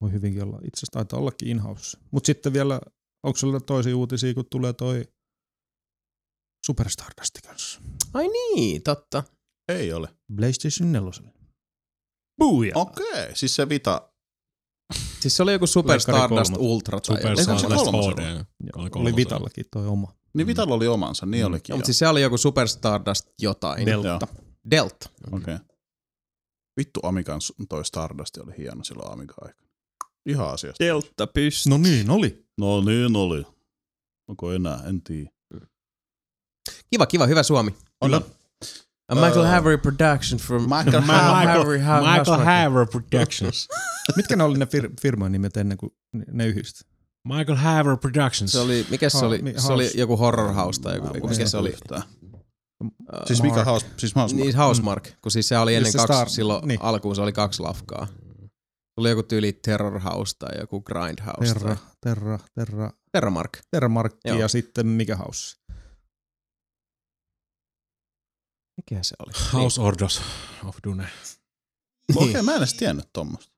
Speaker 4: Voi hyvinkin olla. Itse asiassa taitaa ollakin in-house. Mutta sitten vielä, onko sulla toisia uutisia, kun tulee toi Super Stardust kanssa?
Speaker 3: Ai niin, totta.
Speaker 1: Ei ole.
Speaker 4: PlayStation 4.
Speaker 1: Buja. Okei, siis se Vita.
Speaker 3: Siis se oli joku Super
Speaker 4: Pleikkari
Speaker 3: Stardust
Speaker 4: kolmonen.
Speaker 3: Ultra. Tai
Speaker 5: Super
Speaker 3: jotain.
Speaker 5: Stardust
Speaker 1: kolmosella?
Speaker 5: HD. Oli kolmosella.
Speaker 4: Oli Vitallakin toi oma.
Speaker 1: Niin Vitalla oli omansa, niin olikin. joo.
Speaker 3: Joo,
Speaker 1: Niin,
Speaker 3: mutta siis se Mm. oli joku Super Stardust jotain.
Speaker 4: Delta.
Speaker 3: Delta.
Speaker 1: Okei. Okay. Vittu Amikan s- toi Stardust oli hieno silloin Amiga-aikana. Ihan asiasta.
Speaker 10: Delta pystyy.
Speaker 4: No niin, oli.
Speaker 1: No niin oli. Onko enää, en tiedä.
Speaker 3: Kiva, kiva, hyvä Suomi.
Speaker 1: Kyllä.
Speaker 3: A Michael
Speaker 1: Öö.
Speaker 3: Havery production from
Speaker 1: Michael
Speaker 3: Havery. Michael
Speaker 5: Haver Productions.
Speaker 4: Mitkä ne oli ne fir- firmojen nimet ennen kuin ne- ne yhdistyi?
Speaker 5: Michael Haver Productions.
Speaker 3: Se oli, mikä se
Speaker 4: Ha-
Speaker 3: oli?
Speaker 4: mi-
Speaker 3: Se oli
Speaker 4: House-
Speaker 3: joku Horror House tai joku,
Speaker 1: Mä en
Speaker 3: mikä
Speaker 1: muista
Speaker 3: se oli?
Speaker 1: yhtään.
Speaker 3: Ö,
Speaker 1: Siis mikä
Speaker 4: Mark.
Speaker 1: haus, siis haus,
Speaker 3: Niin, Housemark, kun siis se oli
Speaker 4: Just
Speaker 3: ennen
Speaker 4: se
Speaker 3: kaksi,
Speaker 4: Star-
Speaker 3: silloin
Speaker 4: niin.
Speaker 3: alkuun se oli kaksi lafkaa.
Speaker 1: Mm.
Speaker 3: Tuli joku tyyli Terror House tai joku Grind House.
Speaker 4: Terra,
Speaker 3: Tai.
Speaker 4: Terra, Terra,
Speaker 3: Terramark.
Speaker 4: Terramarkki
Speaker 3: Joo.
Speaker 4: ja sitten mikä house?
Speaker 3: Mikä se oli?
Speaker 5: House Orders of Dune.
Speaker 1: Okei,
Speaker 3: niin.
Speaker 1: okay, mä en edes tiennyt tommosta.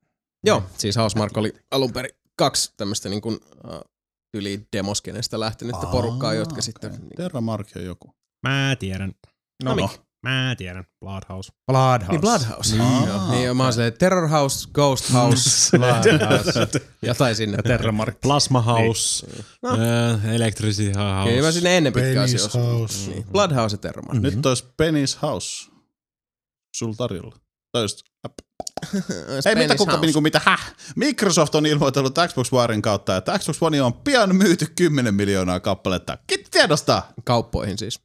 Speaker 3: Joo, siis Housemark oli alun perin kaksi tämmöistä niin kuin, äh, yli demoskenestä lähtenyttä
Speaker 1: Aa,
Speaker 3: porukkaa, jotka
Speaker 1: okei.
Speaker 3: sitten... Niin,
Speaker 1: Terra Mark ja joku.
Speaker 5: Mä tiedän.
Speaker 3: no, no,
Speaker 5: Mä tiedän. Bloodhouse.
Speaker 4: Bloodhouse.
Speaker 3: niin Bloodhouse.
Speaker 1: Aa,
Speaker 3: Niin, joo. niin ja mä oon silleen, Terror House, Ghost House, Bloodhouse, jotain sinne.
Speaker 4: Ja Terramarkki.
Speaker 5: Plasma House.
Speaker 3: No.
Speaker 5: Äh, Electricity House.
Speaker 3: Kyllä mä sinne ennen pitkään
Speaker 1: Penis
Speaker 3: asioissa.
Speaker 1: House.
Speaker 3: Niin. Bloodhouse ja Terramark.
Speaker 1: Mm-hmm. Nyt olisi Penis House. Sul tarjolla. Tai just app. Ei mitä kuka, niinku, mitä, häh? Microsoft on ilmoitellut Xbox Wiren kautta, että Xbox One on pian myyty 10 miljoonaa kappaletta. Kiitti tiedosta!
Speaker 3: Kauppoihin siis.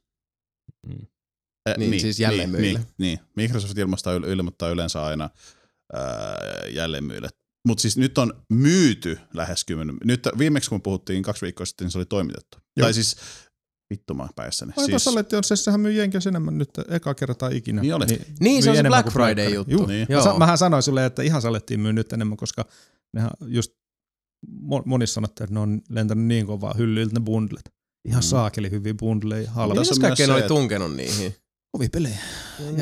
Speaker 1: Eh,
Speaker 3: Niin, siis jälleenmyyjille.
Speaker 1: Niin, niin, Microsoft ilmoittaa, yl- ilmoittaa yleensä aina ää, jälleenmyyjille. Mutta siis nyt on myyty lähes 10. Nyt viimeksi kun puhuttiin kaksi viikkoa sitten, niin se oli toimitettu. Joo.
Speaker 4: Joo.
Speaker 1: Tai siis vittu mä oon päissäni.
Speaker 4: Ai
Speaker 1: siis,
Speaker 4: tuossa olette, jos sehän myy Jenkeissä enemmän nyt eka kertaa ikinä.
Speaker 1: Niin oli.
Speaker 3: Niin, se
Speaker 4: myy
Speaker 3: on se
Speaker 4: enemmän
Speaker 3: Black
Speaker 4: kuin
Speaker 3: Friday
Speaker 4: Pleikkari.
Speaker 3: juttu.
Speaker 4: Juu.
Speaker 1: niin.
Speaker 3: Joo.
Speaker 4: Sa- mähän sanoin sulle, että ihan salettiin myy nyt enemmän, koska nehän just mo- monissa sanottiin, että ne on lentänyt niin kovaa hyllyiltä ne bundlet. Ihan
Speaker 1: Mm.
Speaker 4: mm. saakeli hyviä bundleja,
Speaker 1: Tässä
Speaker 4: halpa.
Speaker 1: on
Speaker 3: Mitäs
Speaker 1: myös
Speaker 3: kaikkea ne
Speaker 1: se,
Speaker 3: oli
Speaker 1: että-
Speaker 3: tunkenut niihin?
Speaker 4: Kovia pelejä.
Speaker 3: Niin,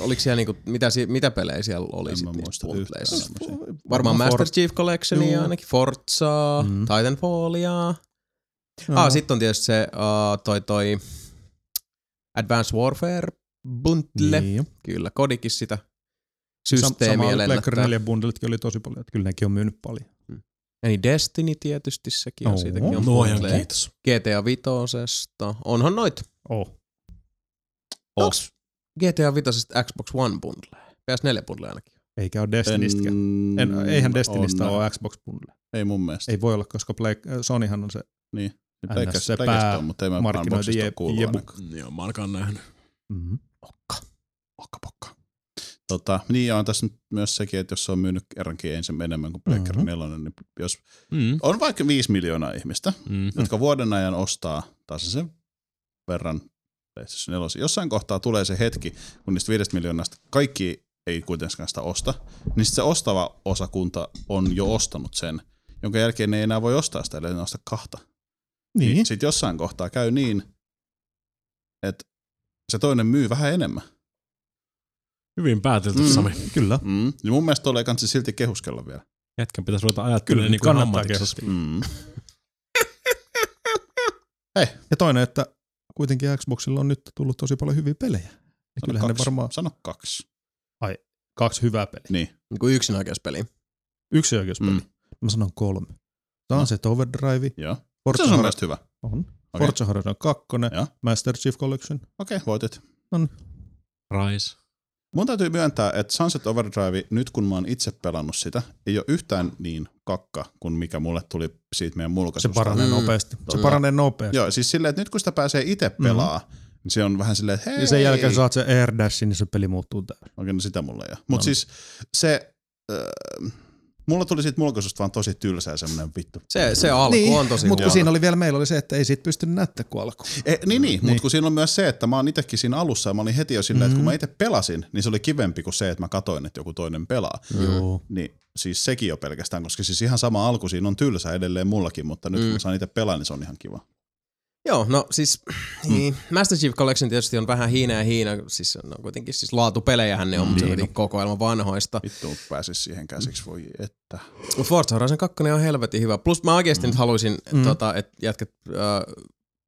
Speaker 3: oliko siellä niinku, mitä, si- mitä pelejä siellä oli
Speaker 1: En
Speaker 3: sit
Speaker 1: mä
Speaker 3: niissä
Speaker 1: muista
Speaker 3: bundleissa?
Speaker 1: yhtään semmosia.
Speaker 3: Varmaan
Speaker 4: Varmaan
Speaker 3: Master
Speaker 4: Fort-
Speaker 3: Chief Collectionia
Speaker 4: Juu.
Speaker 3: ainakin, Forzaa,
Speaker 4: Mm.
Speaker 3: Titanfallia.
Speaker 4: Joo.
Speaker 3: Ah, sitten on tietysti se uh, toi, toi Advanced Warfare bundle.
Speaker 4: Niin.
Speaker 3: Kyllä, kodikin sitä. systeemiä
Speaker 4: Sama oli
Speaker 3: lennättää.
Speaker 4: Black 4 bundelitkin oli tosi paljon, että kyllä nekin on myynyt paljon.
Speaker 3: Eli Destiny tietysti sekin on,
Speaker 4: Oo.
Speaker 3: siitäkin on
Speaker 4: Luojan
Speaker 3: puutteita.
Speaker 4: kiitos.
Speaker 3: GTA Vitosesta. Onhan noit.
Speaker 4: Oh.
Speaker 3: Onks GTA Vitosesta Xbox One bundle? PS4 bundle ainakin.
Speaker 4: Eikä ole Destinistäkään. En, eihän Destinistä
Speaker 3: on
Speaker 4: ole Xbox Bundle.
Speaker 1: Ei mun mielestä.
Speaker 4: Ei voi olla, koska Play, Sonyhan on se,
Speaker 1: niin.
Speaker 4: ns.
Speaker 1: Pleikasta-
Speaker 4: se
Speaker 1: pleikasta
Speaker 4: pää
Speaker 1: on, mutta ei mä
Speaker 4: markkinointi
Speaker 1: Xboxista
Speaker 4: je,
Speaker 1: ole kuullut
Speaker 4: jebu. Mhm.
Speaker 5: Mm, Joo, mä alkaan nähnyt.
Speaker 1: Tota, niin ja on tässä nyt myös sekin, että jos se on myynyt kerrankin ensin enemmän kuin Black
Speaker 4: Mhm.
Speaker 1: mm-hmm. 4, niin jos
Speaker 5: mm.
Speaker 1: on vaikka 5 miljoonaa ihmistä,
Speaker 5: mm.
Speaker 1: jotka vuoden ajan ostaa tasaisen verran PlayStation 4. Jossain kohtaa tulee se hetki, kun niistä 5 miljoonasta kaikki ei kuitenkaan sitä osta, niin sit se ostava osakunta on jo ostanut sen, jonka jälkeen ne ei enää voi ostaa sitä, ellei ne osta kahta.
Speaker 4: Niin.
Speaker 1: niin Sitten jossain kohtaa käy niin, että se toinen myy vähän enemmän.
Speaker 5: Hyvin päätelty, mm. Sami.
Speaker 4: Kyllä.
Speaker 1: Mm. Ja mun mielestä tulee kansi silti kehuskella vielä.
Speaker 5: Jätkän pitäisi ruveta ajattelemaan niin kuin ammatiksi.
Speaker 1: Mm.
Speaker 4: Ja toinen, että kuitenkin Xboxilla on nyt tullut tosi paljon hyviä pelejä. Ja kyllähän ne
Speaker 1: kaksi.
Speaker 4: varmaan...
Speaker 1: Sano kaksi.
Speaker 4: Ai, kaksi hyvää peliä.
Speaker 1: Niin.
Speaker 3: Niin kuin yksinoikeuspeli.
Speaker 4: Yksinoikeuspeli. Mm. Mä sanon kolme. Sunset Overdrive.
Speaker 1: Joo.
Speaker 4: Forza
Speaker 1: No. Se on
Speaker 4: Hor-
Speaker 1: mun mielestä hyvä.
Speaker 4: On.
Speaker 1: Okei.
Speaker 4: Okay. Forza Horizon 2.
Speaker 1: Joo.
Speaker 4: Master Chief Collection.
Speaker 1: Okei, okay, voitit.
Speaker 4: On.
Speaker 5: Rise.
Speaker 1: Mun täytyy myöntää, että Sunset Overdrive, nyt kun mä oon itse pelannut sitä, ei ole yhtään niin kakka kuin mikä mulle tuli siitä meidän
Speaker 4: Se
Speaker 1: mulkaisusta.
Speaker 4: paranee nopeasti. Se paranee nopeasti.
Speaker 1: Joo, siis silleen, että nyt kun sitä pääsee itse pelaa, mm-hmm. niin se on vähän silleen, että hei.
Speaker 4: Ja sen jälkeen saat sen Air Dashin, niin se peli muuttuu täysin.
Speaker 1: Okei, no sitä mulla ei ole. Mutta
Speaker 4: No.
Speaker 1: siis se, äh, mulla tuli siitä mulkaisusta vaan tosi tylsää semmoinen vittu.
Speaker 3: Se, se alku niin, on tosi
Speaker 4: Mutta
Speaker 1: huono.
Speaker 4: kun siinä oli vielä, meillä oli se, että ei siitä pystynyt näyttää kuin alku.
Speaker 1: E, niin, niin, mutta kun siinä on myös se, että mä oon itekin siinä alussa ja mä olin heti jo sillä, mm-hmm. että kun mä itse pelasin, niin se oli kivempi kuin se, että mä katoin, että joku toinen pelaa.
Speaker 4: Joo.
Speaker 1: Niin siis sekin jo pelkästään, koska siis ihan sama alku siinä on tylsä edelleen mullakin, mutta nyt mm. kun mä saan itse pelaa, niin se on ihan kiva.
Speaker 3: Joo, no siis niin, Master Chief Collection tietysti on vähän hiinä ja hiinä, siis no kuitenkin siis laatupelejähän ne on, mutta se on kokoelma vanhoista.
Speaker 1: Vittu, mut pääsis siihen käsiksi, voi että.
Speaker 3: Mut Forza Horizon 2 on helvetin hyvä. Plus mä oikeesti mm. nyt haluaisin, mm. tota, että jätkät äh,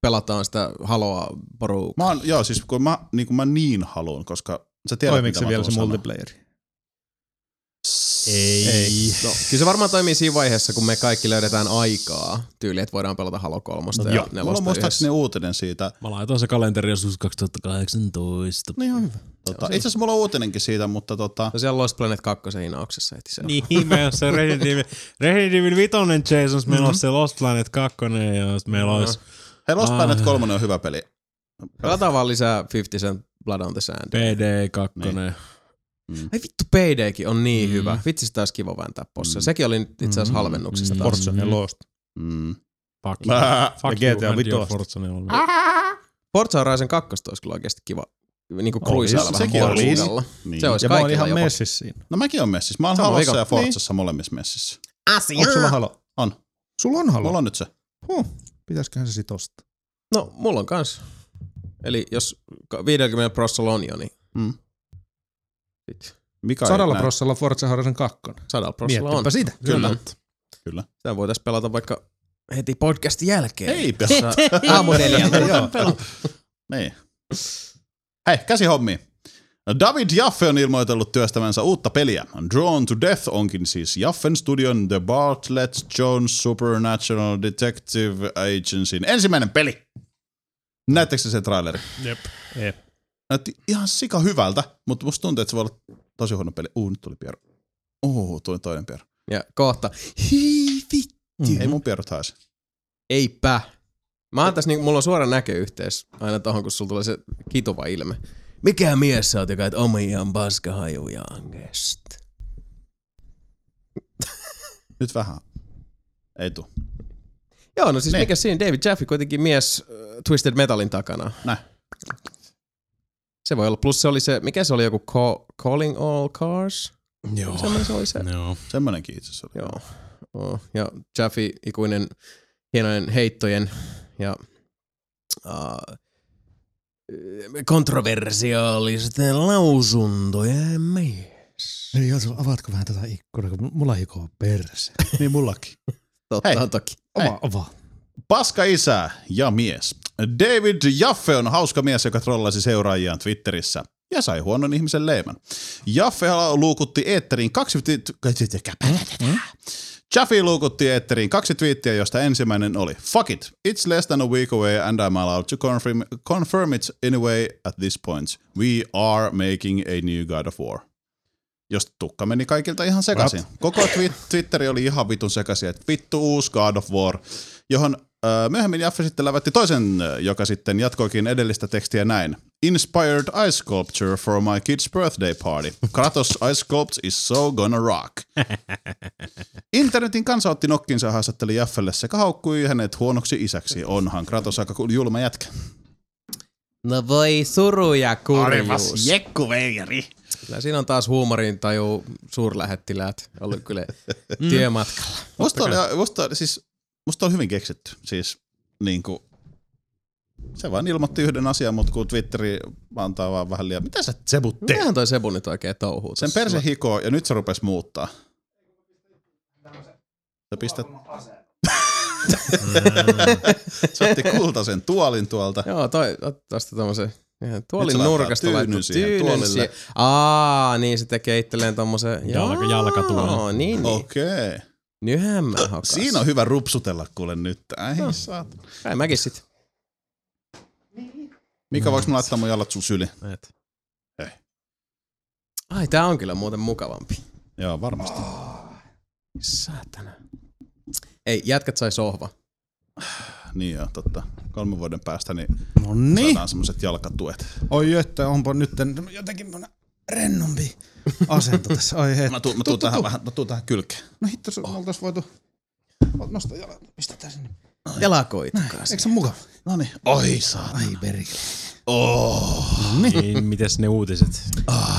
Speaker 3: pelataan sitä haloa porukkaa.
Speaker 1: Mä oon, joo, siis kun mä niin, kun mä niin haluan, koska sä tiedät,
Speaker 4: Toimiiko
Speaker 1: mitä
Speaker 4: se
Speaker 1: mä
Speaker 4: vielä
Speaker 1: tuun
Speaker 4: se
Speaker 1: sanoa.
Speaker 4: multiplayeri?
Speaker 3: Ei. Ei. No, kyllä se varmaan toimii siinä vaiheessa, kun me kaikki löydetään aikaa tyyli, että voidaan pelata Halo 3
Speaker 1: No,
Speaker 3: ja
Speaker 1: joo.
Speaker 3: 4
Speaker 1: Mulla on muistaakseni uutinen siitä.
Speaker 5: Mä laitoin se kalenteri joskus 2018.
Speaker 4: No ihan hyvä.
Speaker 1: Tota, itse asiassa mulla on uutinenkin siitä, mutta tota...
Speaker 3: No siellä Lost Planet 2 hinauksessa heti se.
Speaker 5: Niin, mä jos se on Resident Evil, Resident Evil 5 Jason, mm-hmm. meillä olisi se Lost Planet 2 ja jos meillä olisi...
Speaker 1: Hei, Lost Planet 3 on hyvä peli.
Speaker 3: Pelataan vaan lisää 50 Cent Blood on the Sand.
Speaker 5: PD 2. Niin.
Speaker 3: Ai vittu, Paydaykin on niin mm. hyvä. Vitsi, sitä olisi kiva vääntää possa. Mm. Sekin oli nyt itse asiassa mm. halvennuksessa mm. taas.
Speaker 4: Forza 4.
Speaker 1: Mm.
Speaker 5: Fuck,
Speaker 3: you.
Speaker 5: Fuck
Speaker 4: ja
Speaker 5: you
Speaker 4: GTA
Speaker 5: and your
Speaker 4: 5.
Speaker 5: Forza 4.
Speaker 3: Forza Horizon 2 olisi kyllä oikeasti kiva niinku cruiseilla vähän
Speaker 1: sekin olisi.
Speaker 3: porukalla.
Speaker 1: Niin.
Speaker 3: Se olisi
Speaker 1: Ja mä oon
Speaker 3: kaikilla
Speaker 1: ihan
Speaker 3: jopa.
Speaker 1: mess-
Speaker 4: Siis siinä.
Speaker 1: No mäkin on messissä. Mä oon
Speaker 3: Sama
Speaker 1: Halossa
Speaker 3: vika. Niin.
Speaker 1: ja Forzassa molemmissa messissä.
Speaker 3: Asia.
Speaker 4: Onko sulla halo?
Speaker 1: On.
Speaker 4: Sulla on halo?
Speaker 1: Mulla on nyt se.
Speaker 4: Pitäisiköhän se sit ostaa?
Speaker 3: No, mulla on kans. Eli jos ka- 50 prossalla on jo, niin
Speaker 1: Mm.
Speaker 3: sit.
Speaker 1: Mika
Speaker 4: Sadalla prossalla Forza Horizon 2.
Speaker 3: Sadalla prossalla
Speaker 4: Mietipä
Speaker 3: on.
Speaker 4: sitä.
Speaker 1: Kyllä.
Speaker 3: Kyllä.
Speaker 1: Kyllä.
Speaker 3: Sitä voitais pelata vaikka heti podcastin jälkeen.
Speaker 1: Ei pelaa.
Speaker 3: Aamuneljältä, joo.
Speaker 1: Niin. Hei, käsihommi. David Jaffe on ilmoitellut työstävänsä uutta peliä. Drawn to Death onkin siis Jaffen studion The Bartlett Jones Supernatural Detective Agencyn ensimmäinen peli. Näettekö te se traileri?
Speaker 5: Jep.
Speaker 4: Jep.
Speaker 1: Näytti ihan sika hyvältä, mutta musta tuntuu, että se voi olla tosi huono peli. Uu, nyt tuli pieru. Uu, tuli toinen pieru.
Speaker 3: Ja kohta. Hii vittu.
Speaker 1: Ei mun pierut haise.
Speaker 3: Eipä. Mä oon tässä, niinku, mulla on suora näköyhteys aina tohon, kun sulla tulee se kituva ilme. Mikä mies sä oot, joka et omiaan paskahajuja angeesta?
Speaker 1: Nyt vähän. Ei tuu.
Speaker 3: Joo, no siis
Speaker 1: Niin.
Speaker 3: mikä siinä? David Jaffe kuitenkin mies äh, Twisted Metalin takana.
Speaker 1: Näin.
Speaker 3: Se voi olla. Plus se oli se, mikä se oli joku call, Calling All Cars?
Speaker 5: Joo.
Speaker 3: Semmoinen se oli se.
Speaker 5: Joo.
Speaker 1: Semmoinenkin itse asiassa oli.
Speaker 3: Joo. Oh, ja Jaffi ikuinen hienojen heittojen ja uh, kontroversiaalisten lausuntojen mies.
Speaker 7: Niin, jos avaatko vähän tätä ikkunaa, kun mulla hikoo perse.
Speaker 1: niin mullakin.
Speaker 3: Totta Hei. toki.
Speaker 7: Ova, ova.
Speaker 1: Paska isä ja mies. David Jaffe on hauska mies, joka trollasi seuraajiaan Twitterissä. ja sai huonon ihmisen leiman. Jaffe luukutti eetteriin kaksi... twi- Jaffe luukutti eetteriin kaksi twiittiä, josta ensimmäinen oli Fuck it, it's less than a week away and I'm allowed to confirm, confirm it anyway at this point. We are making a new God of War. Josta tukka meni kaikilta ihan sekaisin. Koko twi- Twitteri oli ihan vitun sekaisin, että vittu uusi God of War, johon Öö, Myöhemmin Jaffe sitten lävätti toisen, öö, joka sitten jatkoikin edellistä tekstiä näin. Inspired ice sculpture for my kid's birthday party. Kratos ice sculpt is so gonna rock. Internetin kansa otti nokkinsa ja haastatteli Jaffelle sekä haukkui hänet huonoksi isäksi. Onhan Kratos aika kul- julma jätkä.
Speaker 3: No voi suru ja kurjuus.
Speaker 1: Olipas
Speaker 3: jekku veijari. Kyllä siinä on taas huumorin taju suurlähettiläät ollut kyllä työmatkalla.
Speaker 1: Musta oli, musta, siis, musta oli hyvin keksitty. Siis, niin kuin, se vaan ilmoitti yhden asian, mutta kun Twitteri antaa vaan vähän liian. Mitä sä Sebu teet?
Speaker 3: Mitähän toi Sebu nyt oikein touhuu?
Speaker 1: Sen perse hikoo ja nyt se rupes muuttaa. Sä
Speaker 4: Mm.
Speaker 1: pistät... Sä otti kultaisen tuolin tuolta.
Speaker 3: Joo, toi, tästä tommosen ihan
Speaker 1: se
Speaker 3: tuolin
Speaker 1: laittaa
Speaker 3: nurkasta
Speaker 1: tyynyn
Speaker 3: laittu
Speaker 1: siihen tuolille.
Speaker 3: siihen. Aa, niin se tekee itselleen tommosen.
Speaker 1: Jalka-
Speaker 3: Joo,
Speaker 1: jalkatuolin.
Speaker 3: niin, niin.
Speaker 1: Okei.
Speaker 3: Nyhän mä hokas.
Speaker 1: Oh. Siinä on hyvä rupsutella kuule nyt. Ai,
Speaker 3: No.
Speaker 1: saat.
Speaker 3: Kai mäkin sit.
Speaker 1: Mika, voiko mä laittaa mun jalat sun syli?
Speaker 3: Et. Ai, tää on kyllä muuten mukavampi.
Speaker 1: Joo, varmasti.
Speaker 4: Ah.
Speaker 3: Saatana. Ei, jätkät sai sohva.
Speaker 1: Niin joo, totta. Kolmen vuoden päästä niin
Speaker 4: Nonni.
Speaker 1: saadaan semmoset jalkatuet.
Speaker 4: Oi että, onpa nyt jotenkin mun rennompi asento tässä aiheessa.
Speaker 1: Mä tuun, mä tuun tähän vähän, mä tuun tähän kylkeen. Oh.
Speaker 4: No hitto, se me oltais voitu... Ot- Nosta jalat, pistetään sinne.
Speaker 3: Jalakoitkaa.
Speaker 4: Eikö se mukava?
Speaker 1: No niin. Oi saatana.
Speaker 4: Ai perkele.
Speaker 1: Oh.
Speaker 5: Niin, mites ne uutiset?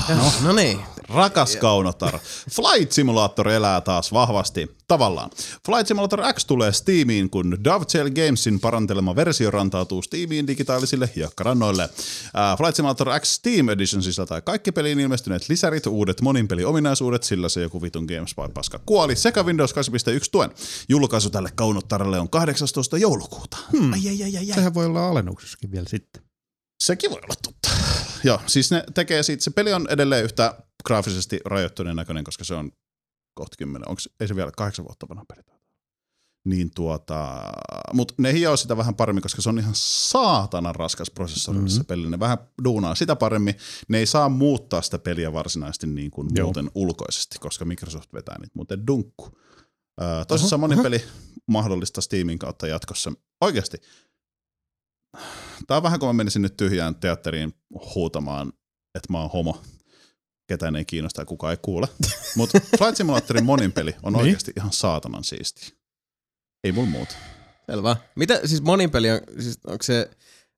Speaker 3: No, no niin.
Speaker 1: Rakas Kaunotar, Flight Simulator elää taas vahvasti, tavallaan. Flight Simulator X tulee Steamiin, kun Dovetail Gamesin parantelema versio rantautuu Steamiin digitaalisille hiekkarannoille. Äh, Flight Simulator X Steam Edition sisältää kaikki peliin ilmestyneet lisärit, uudet moninpeliominaisuudet, sillä se joku vitun GameSpy paska kuoli, sekä Windows 8.1 tuen. Julkaisu tälle Kaunotarelle on 18. joulukuuta. Hmm. Ai, ai, ai, ai, ai.
Speaker 4: Sehän voi olla alennuksessakin vielä sitten.
Speaker 1: Sekin voi olla totta. Joo, siis ne tekee siitä, se peli on edelleen yhtä graafisesti rajoittuneen näköinen, koska se on kohta kymmenen, onko ei se vielä kahdeksan vuotta vanha peli. Niin tuota, mutta ne hioo sitä vähän paremmin, koska se on ihan saatanan raskas prosessori mm-hmm. se peli. Ne vähän duunaa sitä paremmin. Ne ei saa muuttaa sitä peliä varsinaisesti niin kuin
Speaker 4: Joo.
Speaker 1: muuten ulkoisesti, koska Microsoft vetää niitä muuten dunkku. Öö, tosissaan moni peli mahdollista Steamin kautta jatkossa. Oikeasti. Tää on vähän kuin mä menisin nyt tyhjään teatteriin huutamaan, että mä oon homo. Ketään ei kiinnosta ja kukaan ei kuule. Mutta Flight Simulatorin monin peli on
Speaker 3: Niin.
Speaker 1: oikeasti ihan saatanan siisti. Ei mulla muuta.
Speaker 3: Selvä. Mitä siis monin peli on, siis onko se,